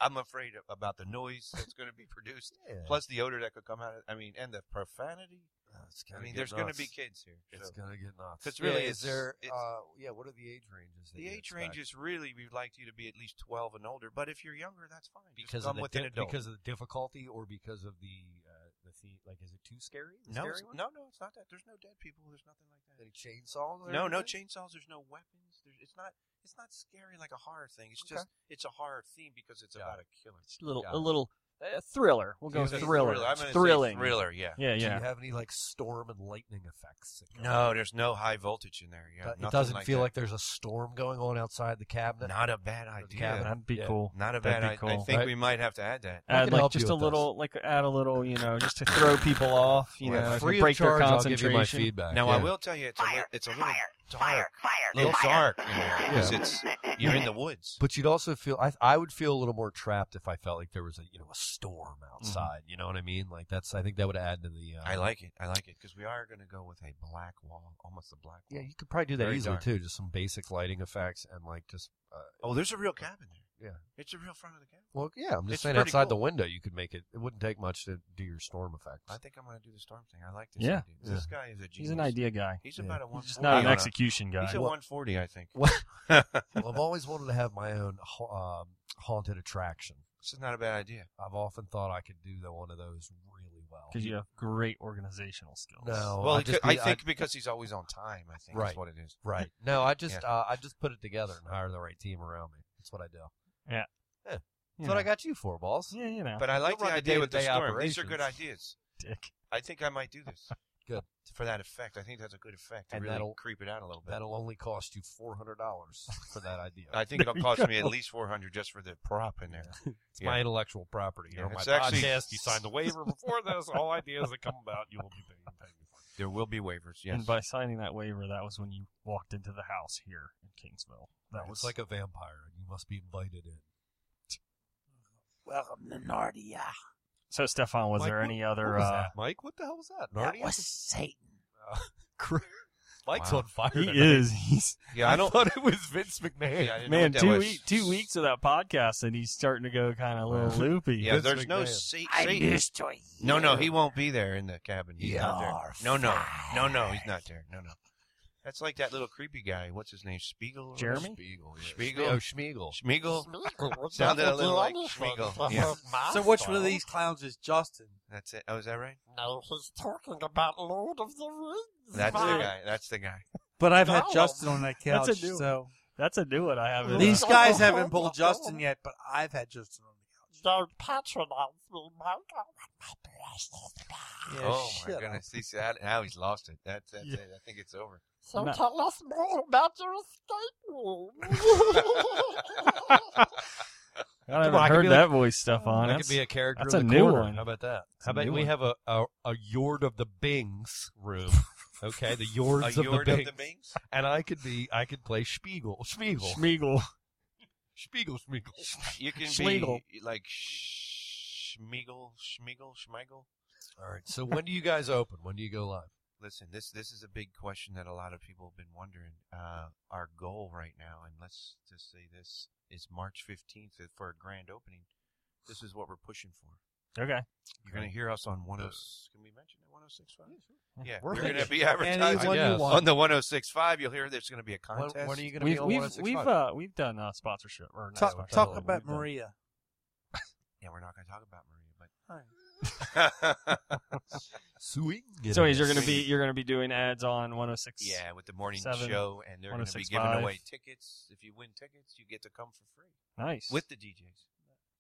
[SPEAKER 7] I'm afraid about the noise that's going to be produced,
[SPEAKER 6] Yeah. Oh,
[SPEAKER 7] plus the odor that could come out. Of, I mean, and the profanity. I mean, there's going to be kids here.
[SPEAKER 6] It's
[SPEAKER 7] so.
[SPEAKER 6] gonna get nuts.
[SPEAKER 7] 'Cause really, it's-
[SPEAKER 6] is there?
[SPEAKER 7] it's-
[SPEAKER 6] uh, yeah, what are the age ranges? That
[SPEAKER 7] The
[SPEAKER 6] you
[SPEAKER 7] age
[SPEAKER 6] expect?
[SPEAKER 7] range is really we'd like you to be at least 12 and older, but if you're younger, that's fine. Just
[SPEAKER 6] because
[SPEAKER 7] come
[SPEAKER 6] of the
[SPEAKER 7] with
[SPEAKER 6] di-
[SPEAKER 7] an adult.
[SPEAKER 6] because of the difficulty or because of the uh, the theme. Like, is it too scary? The
[SPEAKER 7] no,
[SPEAKER 6] scary
[SPEAKER 7] it's-
[SPEAKER 6] one?
[SPEAKER 7] no, no, it's not that. There's no dead people. There's nothing like that.
[SPEAKER 6] Any chainsaws? or
[SPEAKER 7] No, no
[SPEAKER 6] anything?
[SPEAKER 7] chainsaws. There's no weapons. There's, it's not. It's not scary like a horror thing. It's
[SPEAKER 6] Okay.
[SPEAKER 7] just it's a horror theme because it's
[SPEAKER 6] Got
[SPEAKER 7] about a killer.
[SPEAKER 5] it's a little
[SPEAKER 6] Got
[SPEAKER 5] a
[SPEAKER 6] it.
[SPEAKER 5] little uh, thriller. We'll go
[SPEAKER 6] Yeah,
[SPEAKER 5] with
[SPEAKER 6] it's a
[SPEAKER 5] thriller.
[SPEAKER 6] thriller.
[SPEAKER 7] I'm
[SPEAKER 5] It's
[SPEAKER 7] gonna say
[SPEAKER 5] thrilling.
[SPEAKER 7] thriller. Yeah.
[SPEAKER 5] Yeah,
[SPEAKER 6] Do
[SPEAKER 5] yeah.
[SPEAKER 6] you have any like storm and lightning effects? that go
[SPEAKER 7] No,
[SPEAKER 6] on?
[SPEAKER 7] there's no high voltage in there. Yeah,
[SPEAKER 6] Do- it
[SPEAKER 7] nothing
[SPEAKER 6] doesn't
[SPEAKER 7] like
[SPEAKER 6] feel
[SPEAKER 7] that.
[SPEAKER 6] like there's a storm going on outside the cabinet.
[SPEAKER 7] Not a bad
[SPEAKER 6] the
[SPEAKER 7] idea.
[SPEAKER 6] cabinet.
[SPEAKER 5] That'd be
[SPEAKER 6] Yeah.
[SPEAKER 5] cool.
[SPEAKER 7] Not a
[SPEAKER 5] That'd
[SPEAKER 7] bad
[SPEAKER 5] be
[SPEAKER 7] idea. I
[SPEAKER 5] cool.
[SPEAKER 7] think
[SPEAKER 6] Right.
[SPEAKER 7] we might have to add that.
[SPEAKER 6] I
[SPEAKER 5] Add
[SPEAKER 6] can
[SPEAKER 5] like
[SPEAKER 6] help you
[SPEAKER 5] just a
[SPEAKER 6] with
[SPEAKER 5] little, like add a little, you know, just to throw people off, you
[SPEAKER 6] Yeah,
[SPEAKER 5] know,
[SPEAKER 6] free
[SPEAKER 5] to break
[SPEAKER 6] of charge,
[SPEAKER 5] their
[SPEAKER 6] I'll give you
[SPEAKER 5] concentration.
[SPEAKER 6] my feedback.
[SPEAKER 7] Now
[SPEAKER 6] yeah.
[SPEAKER 7] I will tell you, it's a, li- it's a little dark, little dark in there because it's you're in the woods.
[SPEAKER 6] But you'd also feel I I would feel a little more trapped if I felt like there was a you know a storm outside. You know what I mean? Like that's I think that would add to the. Uh,
[SPEAKER 7] Mm-hmm. I like it. I like it because we are going to go with a black wall, almost a black
[SPEAKER 6] Yeah,
[SPEAKER 7] wall.
[SPEAKER 6] you could probably do that
[SPEAKER 7] Very
[SPEAKER 6] easily
[SPEAKER 7] dark.
[SPEAKER 6] too. Just some basic lighting effects and like just. Uh,
[SPEAKER 7] Oh, there's a real cabin there.
[SPEAKER 6] Yeah.
[SPEAKER 7] it's a real front of the cabin.
[SPEAKER 6] well, yeah, I'm just
[SPEAKER 7] It's
[SPEAKER 6] saying
[SPEAKER 7] pretty
[SPEAKER 6] outside the
[SPEAKER 7] cool.
[SPEAKER 6] window you could make it. It wouldn't take much to do your storm effects.
[SPEAKER 7] I think I'm going to do the storm thing. I like this.
[SPEAKER 5] Yeah.
[SPEAKER 7] idea. this guy is a genius.
[SPEAKER 5] He's an idea guy.
[SPEAKER 7] He's
[SPEAKER 6] Yeah.
[SPEAKER 7] about a
[SPEAKER 5] He's
[SPEAKER 7] one.
[SPEAKER 5] just not an
[SPEAKER 6] Yeah.
[SPEAKER 5] execution guy.
[SPEAKER 7] He's a
[SPEAKER 6] Well-
[SPEAKER 7] 140, I think.
[SPEAKER 6] Well-
[SPEAKER 7] this
[SPEAKER 6] well, I've always wanted to have my own ha- um, haunted attraction.
[SPEAKER 7] is not a bad idea.
[SPEAKER 6] I've often thought I could do the, one of those really well.
[SPEAKER 5] Because you have great organizational skills.
[SPEAKER 6] No,
[SPEAKER 7] well,
[SPEAKER 6] Oh, I,
[SPEAKER 7] he
[SPEAKER 6] just
[SPEAKER 7] could- I
[SPEAKER 6] be-
[SPEAKER 7] think because he's always on time. I think
[SPEAKER 6] Right.
[SPEAKER 7] is what it is.
[SPEAKER 6] right. No, I just uh, I just put it together and hire the right team around me. That's what I do.
[SPEAKER 5] You
[SPEAKER 6] That's what
[SPEAKER 5] know.
[SPEAKER 6] I got you for, boss.
[SPEAKER 5] Yeah, you know,
[SPEAKER 7] But I like
[SPEAKER 6] You'll
[SPEAKER 7] the
[SPEAKER 6] run the
[SPEAKER 7] idea with the
[SPEAKER 6] day-to-day
[SPEAKER 7] storm. These are good
[SPEAKER 6] operations.
[SPEAKER 7] ideas.
[SPEAKER 5] dick.
[SPEAKER 7] I think I might do this.
[SPEAKER 6] Good.
[SPEAKER 7] For that effect. I think that's a good effect to
[SPEAKER 6] And
[SPEAKER 7] really
[SPEAKER 6] that'll-
[SPEAKER 7] creep it out a little bit.
[SPEAKER 6] That'll only cost you four hundred dollars for that idea.
[SPEAKER 7] I think it'll
[SPEAKER 5] There you
[SPEAKER 7] cost me at
[SPEAKER 5] go.
[SPEAKER 7] least 400 just for the prop in there.
[SPEAKER 6] It's my intellectual property. You're
[SPEAKER 7] Yeah,
[SPEAKER 6] on my
[SPEAKER 7] it's actually-
[SPEAKER 6] podcast. You signed the waiver before this. All ideas that come about, you will be paying. paying for.
[SPEAKER 7] There will be waivers, yes.
[SPEAKER 5] And by signing that waiver, that was when you walked into the house here in Kingsville. That
[SPEAKER 6] That
[SPEAKER 5] was
[SPEAKER 6] was like a vampire. You must be invited in.
[SPEAKER 9] Welcome to Nardia.
[SPEAKER 5] So, Stefan, was
[SPEAKER 6] Mike,
[SPEAKER 5] there
[SPEAKER 6] what-
[SPEAKER 5] any
[SPEAKER 6] What
[SPEAKER 5] other?
[SPEAKER 6] was
[SPEAKER 5] Uh,
[SPEAKER 6] that, Mike? What the hell was that?
[SPEAKER 9] That
[SPEAKER 6] Narnia?
[SPEAKER 9] was Satan.
[SPEAKER 6] Mike's
[SPEAKER 7] Wow.
[SPEAKER 6] on fire.
[SPEAKER 5] he
[SPEAKER 6] tonight.
[SPEAKER 5] is. He's
[SPEAKER 7] yeah, I
[SPEAKER 6] I
[SPEAKER 7] don't.
[SPEAKER 6] thought it was Vince McMahon.
[SPEAKER 7] yeah, I didn't know
[SPEAKER 5] man.
[SPEAKER 7] what that
[SPEAKER 5] Two
[SPEAKER 7] was.
[SPEAKER 5] week, two weeks without podcast, and he's starting to go kind of a little loopy.
[SPEAKER 7] Yeah,
[SPEAKER 6] Vince
[SPEAKER 7] there's no
[SPEAKER 6] McMahon.
[SPEAKER 7] sa-
[SPEAKER 9] I'm
[SPEAKER 7] Satan.
[SPEAKER 9] used to it.
[SPEAKER 7] No, no, he won't be there in the cabin. He's not
[SPEAKER 9] You're
[SPEAKER 7] there. No, no, no, no, he's not there. No, no. That's like that little creepy guy. What's his name? Spiegel. or-
[SPEAKER 5] Jeremy?
[SPEAKER 6] Spiegel.
[SPEAKER 7] Spiegel?
[SPEAKER 6] Oh, Schmiegel.
[SPEAKER 7] Schmiegel. Sounded a little like Schmiegel. Yeah,
[SPEAKER 3] So which one of these clowns is Justin?
[SPEAKER 7] that's it. Oh, is that right?
[SPEAKER 9] No, he's talking about Lord of the Rings.
[SPEAKER 7] That's the
[SPEAKER 9] Mike.
[SPEAKER 7] guy. That's the guy.
[SPEAKER 3] But I've had
[SPEAKER 9] No.
[SPEAKER 3] Justin on that couch,
[SPEAKER 5] That's a new-
[SPEAKER 3] so
[SPEAKER 5] That's a new one I haven't.
[SPEAKER 3] these
[SPEAKER 5] uh,
[SPEAKER 3] guys haven't pulled Justin yet. But I've had Justin on
[SPEAKER 9] Don't patronize me, Mike. I want my precious
[SPEAKER 3] the
[SPEAKER 9] back.
[SPEAKER 3] couch. Yeah,
[SPEAKER 7] oh
[SPEAKER 3] shut
[SPEAKER 7] my
[SPEAKER 3] up.
[SPEAKER 7] goodness! See, see, that- now he's lost it. That's that's
[SPEAKER 5] Yeah.
[SPEAKER 7] it. I think it's over.
[SPEAKER 9] So
[SPEAKER 5] No.
[SPEAKER 9] tell us more about your escape room.
[SPEAKER 5] I
[SPEAKER 6] on,
[SPEAKER 5] haven't
[SPEAKER 6] I could
[SPEAKER 5] heard
[SPEAKER 6] be
[SPEAKER 5] that voice stuff on.
[SPEAKER 6] that
[SPEAKER 5] That's,
[SPEAKER 6] could be a character.
[SPEAKER 5] that's
[SPEAKER 6] in
[SPEAKER 5] a
[SPEAKER 6] the
[SPEAKER 5] new
[SPEAKER 6] corner.
[SPEAKER 5] one.
[SPEAKER 6] How about that?
[SPEAKER 5] That's
[SPEAKER 6] How
[SPEAKER 5] a
[SPEAKER 6] about
[SPEAKER 5] new
[SPEAKER 6] we
[SPEAKER 5] one.
[SPEAKER 6] have a, a a yord of the Bings room? Okay, the yords
[SPEAKER 7] A
[SPEAKER 6] of,
[SPEAKER 7] yord
[SPEAKER 6] the
[SPEAKER 7] of
[SPEAKER 6] Bings.
[SPEAKER 7] the Bings?
[SPEAKER 6] and I could be I could play Spiegel, Spiegel,
[SPEAKER 5] Schmiegel.
[SPEAKER 6] Spiegel, Spiegel.
[SPEAKER 7] You can
[SPEAKER 5] Schlegel.
[SPEAKER 7] be like Schmiegel, Schmiegel, Schmiegel.
[SPEAKER 6] All right. So when do you guys open? When do you go live?
[SPEAKER 7] Listen, this this is a big question that a lot of people have been wondering. Uh, our goal right now, and let's just say this is March fifteenth for a grand opening. This is what we're pushing for.
[SPEAKER 5] Okay.
[SPEAKER 7] You're gonna hear us on one oh. Can we mention it? One oh six five. Yeah,
[SPEAKER 6] We're
[SPEAKER 7] we're, gonna
[SPEAKER 6] thinking
[SPEAKER 7] be advertising
[SPEAKER 6] anyone you
[SPEAKER 7] yeah.
[SPEAKER 6] want.
[SPEAKER 7] on the one oh six five. You'll hear there's gonna be a
[SPEAKER 6] When,
[SPEAKER 7] contest.
[SPEAKER 6] when are you going to be
[SPEAKER 5] We've
[SPEAKER 6] on
[SPEAKER 5] we've
[SPEAKER 6] 106.5?
[SPEAKER 5] we've uh, we've done uh, sponsorship or not
[SPEAKER 3] Talk,
[SPEAKER 5] sponsorship.
[SPEAKER 3] talk
[SPEAKER 5] We've
[SPEAKER 3] about
[SPEAKER 5] done-
[SPEAKER 3] Maria.
[SPEAKER 7] yeah, we're not gonna talk about Maria, but
[SPEAKER 6] Swing.
[SPEAKER 5] So you're gonna be you're gonna be doing ads on 106.
[SPEAKER 7] yeah, with the morning
[SPEAKER 5] Seven,
[SPEAKER 7] show, and they're gonna be
[SPEAKER 5] 106.5.
[SPEAKER 7] giving away tickets. If you win tickets, you get to come for free.
[SPEAKER 5] Nice.
[SPEAKER 7] with the DJs.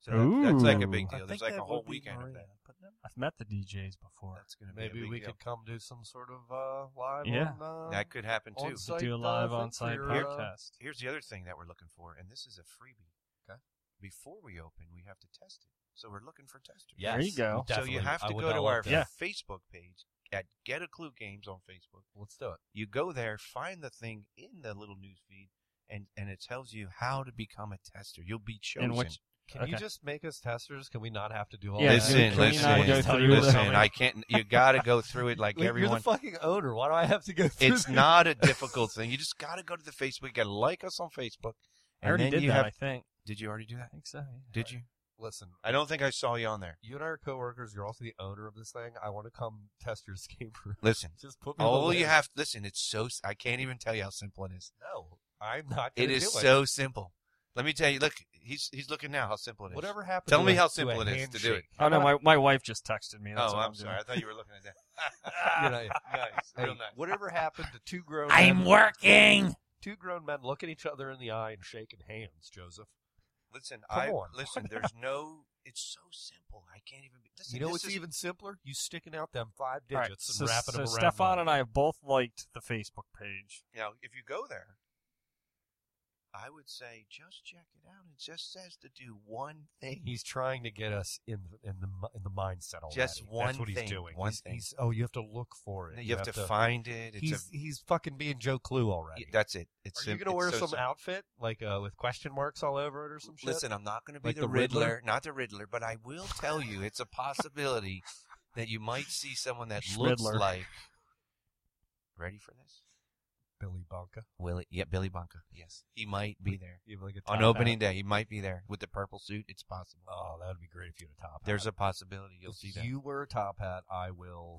[SPEAKER 7] So that, that's like a
[SPEAKER 5] Ooh.
[SPEAKER 7] big
[SPEAKER 3] I
[SPEAKER 7] deal.
[SPEAKER 3] think
[SPEAKER 7] There's like
[SPEAKER 3] that
[SPEAKER 7] a
[SPEAKER 3] would
[SPEAKER 7] whole
[SPEAKER 3] be
[SPEAKER 7] weekend of
[SPEAKER 3] Maria,
[SPEAKER 7] that.
[SPEAKER 3] but no.
[SPEAKER 5] I've met the DJs before.
[SPEAKER 7] That's gonna be a
[SPEAKER 6] Maybe
[SPEAKER 7] big
[SPEAKER 6] we
[SPEAKER 7] deal.
[SPEAKER 6] could come do some sort of uh, live.
[SPEAKER 5] Yeah.
[SPEAKER 6] On, uh,
[SPEAKER 7] That could happen
[SPEAKER 6] on
[SPEAKER 7] too.
[SPEAKER 6] site,
[SPEAKER 5] do a
[SPEAKER 6] uh,
[SPEAKER 5] live
[SPEAKER 6] thing for
[SPEAKER 5] on-site
[SPEAKER 6] your, uh,
[SPEAKER 5] podcast.
[SPEAKER 7] Here's the other thing that we're looking for, and this is a freebie.
[SPEAKER 6] Okay.
[SPEAKER 7] Before we open, we have to test it. So we're looking for testers.
[SPEAKER 6] Yes,
[SPEAKER 5] There you go.
[SPEAKER 7] So
[SPEAKER 6] definitely.
[SPEAKER 7] you have
[SPEAKER 6] I
[SPEAKER 7] to
[SPEAKER 6] would
[SPEAKER 7] go
[SPEAKER 6] not
[SPEAKER 7] to
[SPEAKER 6] like
[SPEAKER 7] our
[SPEAKER 6] that.
[SPEAKER 5] Yeah.
[SPEAKER 7] Facebook page at Get a Clue Games on Facebook.
[SPEAKER 6] Let's do it.
[SPEAKER 7] You go there, find the thing in the little news feed, and, and it tells you how to become a tester. You'll be chosen.
[SPEAKER 5] And what-
[SPEAKER 6] Can you
[SPEAKER 5] Okay.
[SPEAKER 6] just make us testers? Can we not have to do all
[SPEAKER 5] Yeah,
[SPEAKER 6] that?
[SPEAKER 5] can we-
[SPEAKER 7] listen,
[SPEAKER 5] can we not
[SPEAKER 7] listen,
[SPEAKER 5] go through the-
[SPEAKER 7] listen. I can't. You got to go through it like
[SPEAKER 6] Wait, You're
[SPEAKER 7] everyone.
[SPEAKER 6] the fucking owner. Why do I have to go through
[SPEAKER 7] It's
[SPEAKER 6] this?
[SPEAKER 7] not a difficult thing. You just got to go to the Facebook. You got to like us on Facebook.
[SPEAKER 5] I already
[SPEAKER 7] and then
[SPEAKER 5] did
[SPEAKER 7] you
[SPEAKER 5] that.
[SPEAKER 7] have-
[SPEAKER 5] I think.
[SPEAKER 7] did you already do that?
[SPEAKER 5] I think so. yeah.
[SPEAKER 7] Did you?
[SPEAKER 6] Listen,
[SPEAKER 7] I don't think I saw you on there.
[SPEAKER 6] you and I are coworkers. You're also the owner of this thing. I want to come test your escape room.
[SPEAKER 7] Listen,
[SPEAKER 6] Just put me on the
[SPEAKER 7] all you
[SPEAKER 6] list.
[SPEAKER 7] have. Listen, it's so. s- I can't even tell you how simple it is.
[SPEAKER 6] No, I'm not.
[SPEAKER 7] It
[SPEAKER 6] gonna
[SPEAKER 7] is
[SPEAKER 6] do
[SPEAKER 7] so simple. Let me tell you. Look, he's he's looking now. How simple it is.
[SPEAKER 6] Whatever happened.
[SPEAKER 7] Tell
[SPEAKER 6] to
[SPEAKER 7] me
[SPEAKER 6] a-
[SPEAKER 7] how
[SPEAKER 6] to a
[SPEAKER 7] simple it is to do it.
[SPEAKER 6] handshake?
[SPEAKER 5] Oh no, my, my wife just texted me. That's
[SPEAKER 7] Oh,
[SPEAKER 5] what
[SPEAKER 7] I'm
[SPEAKER 5] doing.
[SPEAKER 7] sorry. I thought you were looking at
[SPEAKER 6] You
[SPEAKER 7] that.
[SPEAKER 6] know,
[SPEAKER 7] nice,
[SPEAKER 6] hey,
[SPEAKER 7] real nice.
[SPEAKER 6] Whatever happened to two grown? men,
[SPEAKER 9] working.
[SPEAKER 6] Two grown men looking each other in the eye and shaking hands. Joseph,
[SPEAKER 7] Listen,
[SPEAKER 6] Come
[SPEAKER 7] I
[SPEAKER 6] on.
[SPEAKER 7] listen. There's no. It's so simple. I can't even. Be, listen,
[SPEAKER 6] you know
[SPEAKER 7] this
[SPEAKER 6] what's
[SPEAKER 7] is-
[SPEAKER 6] even simpler? You sticking out them five
[SPEAKER 5] All
[SPEAKER 6] digits
[SPEAKER 5] right,
[SPEAKER 6] and
[SPEAKER 5] so,
[SPEAKER 6] wrapping
[SPEAKER 5] so
[SPEAKER 6] them around.
[SPEAKER 5] Stefan
[SPEAKER 6] my-
[SPEAKER 5] and I have both liked the Facebook page.
[SPEAKER 7] Now, if you go there, I would say just check it out. It just says to do one thing.
[SPEAKER 6] He's trying to get us in in the mi- in the mindset already.
[SPEAKER 7] Just one
[SPEAKER 6] That's what
[SPEAKER 7] thing,
[SPEAKER 6] he's doing.
[SPEAKER 7] one
[SPEAKER 6] he's,
[SPEAKER 7] thing.
[SPEAKER 6] he's- oh, you have to look for it.
[SPEAKER 7] You, have, to, find it. It's
[SPEAKER 6] He's
[SPEAKER 7] a,
[SPEAKER 6] he's fucking being Joe Clue already.
[SPEAKER 7] that's it. It's
[SPEAKER 6] Are you
[SPEAKER 7] sim-
[SPEAKER 6] gonna
[SPEAKER 7] it's
[SPEAKER 6] wear
[SPEAKER 7] so
[SPEAKER 6] some
[SPEAKER 7] simple.
[SPEAKER 6] outfit like uh, with question marks all over it or some shit?
[SPEAKER 7] Listen, I'm not going to be
[SPEAKER 6] Like
[SPEAKER 7] the,
[SPEAKER 6] the
[SPEAKER 7] Riddler.
[SPEAKER 6] Riddler?
[SPEAKER 7] not the Riddler, but I will tell you it's a possibility that you might see someone that
[SPEAKER 5] Schmidler.
[SPEAKER 7] looks like. Ready for this?
[SPEAKER 6] Billy Bonka.
[SPEAKER 7] Willie, yeah, Billy Bunker. Yes, he might be there
[SPEAKER 6] You have like a top
[SPEAKER 7] on
[SPEAKER 6] hat.
[SPEAKER 7] opening day. He might be there with the purple suit. It's possible.
[SPEAKER 6] Oh, that would be great if you had a top hat.
[SPEAKER 7] There's a possibility you'll
[SPEAKER 6] if
[SPEAKER 7] see that.
[SPEAKER 6] you wear a top hat, I will.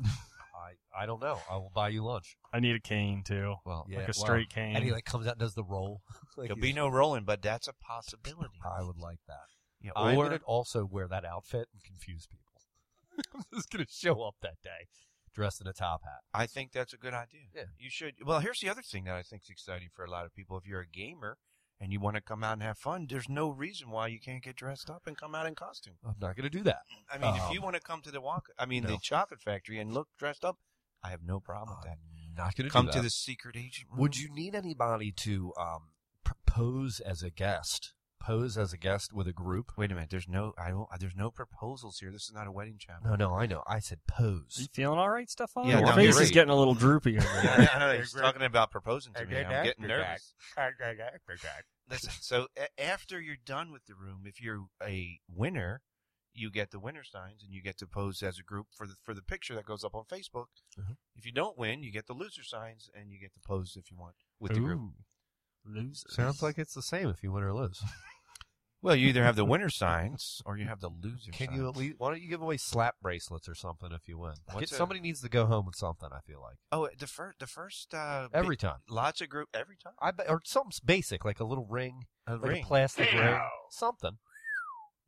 [SPEAKER 6] I I don't know. I will buy you lunch.
[SPEAKER 5] I need a cane too,
[SPEAKER 7] well,
[SPEAKER 6] Yeah,
[SPEAKER 5] like
[SPEAKER 6] well,
[SPEAKER 5] a straight cane.
[SPEAKER 6] And he like comes out and does the roll. like
[SPEAKER 7] There'll
[SPEAKER 6] he's-
[SPEAKER 7] be no rolling, but that's a possibility.
[SPEAKER 6] I would like that.
[SPEAKER 7] Yeah,
[SPEAKER 6] I'm
[SPEAKER 7] or
[SPEAKER 6] gonna also wear that outfit and confuse people. I'm just gonna show up that day dressed in a top hat.
[SPEAKER 7] I think that's a good idea.
[SPEAKER 6] Yeah.
[SPEAKER 7] You should. Well, here's the other thing that I think is exciting for a lot of people. If you're a gamer and you want to come out and have fun, there's no reason why you can't get dressed up and come out in costume.
[SPEAKER 6] I'm not gonna do that.
[SPEAKER 7] I mean, if
[SPEAKER 6] Um,
[SPEAKER 7] you want to come to the walk, I mean, the
[SPEAKER 6] no.
[SPEAKER 7] chocolate factory and look dressed up, I have no problem with
[SPEAKER 6] I'm
[SPEAKER 7] that.
[SPEAKER 6] not gonna
[SPEAKER 7] Uh, Come
[SPEAKER 6] do
[SPEAKER 7] to
[SPEAKER 6] that.
[SPEAKER 7] the secret agent room.
[SPEAKER 6] Would you need anybody to um, p- pose as a guest? Pose as a guest with a group?
[SPEAKER 7] Wait a minute. There's no. I don't. There's no proposals here. This is not a wedding chapel.
[SPEAKER 6] No, no, I know. I said
[SPEAKER 5] Are you
[SPEAKER 6] pose.
[SPEAKER 5] feeling all right, Stefan?
[SPEAKER 7] Yeah,
[SPEAKER 5] Your
[SPEAKER 7] no, I'm
[SPEAKER 5] face
[SPEAKER 7] great.
[SPEAKER 5] is getting a little droopy over
[SPEAKER 7] Yeah,
[SPEAKER 5] there.
[SPEAKER 7] I know, he's talking about proposing to
[SPEAKER 9] I
[SPEAKER 7] me.
[SPEAKER 9] did
[SPEAKER 7] I'm getting
[SPEAKER 9] after that.
[SPEAKER 7] nervous. Listen, so a- after you're done with the room, if you're a winner, you get the winner signs and you get to pose as a group for the for the picture that goes up on Facebook.
[SPEAKER 6] Mhm.
[SPEAKER 7] If you don't win, you get the loser signs and you get to pose if you want with the group.
[SPEAKER 5] Losers.
[SPEAKER 6] Sounds like it's the same if you win or lose.
[SPEAKER 7] Well, you either have the winner signs or you have the loser.
[SPEAKER 6] Can
[SPEAKER 7] signs.
[SPEAKER 6] you at least? Why don't you give away slap bracelets or something if you win?
[SPEAKER 7] What's
[SPEAKER 6] Get-
[SPEAKER 7] a-
[SPEAKER 6] somebody needs to go home with something. I feel like
[SPEAKER 7] Oh, the first, the first. Uh, big-
[SPEAKER 6] every time.
[SPEAKER 7] lots of group every time.
[SPEAKER 6] I bet, or something s- basic like a little ring,
[SPEAKER 7] A
[SPEAKER 6] like
[SPEAKER 7] ring,
[SPEAKER 6] a plastic ring,
[SPEAKER 4] Meow.
[SPEAKER 6] something,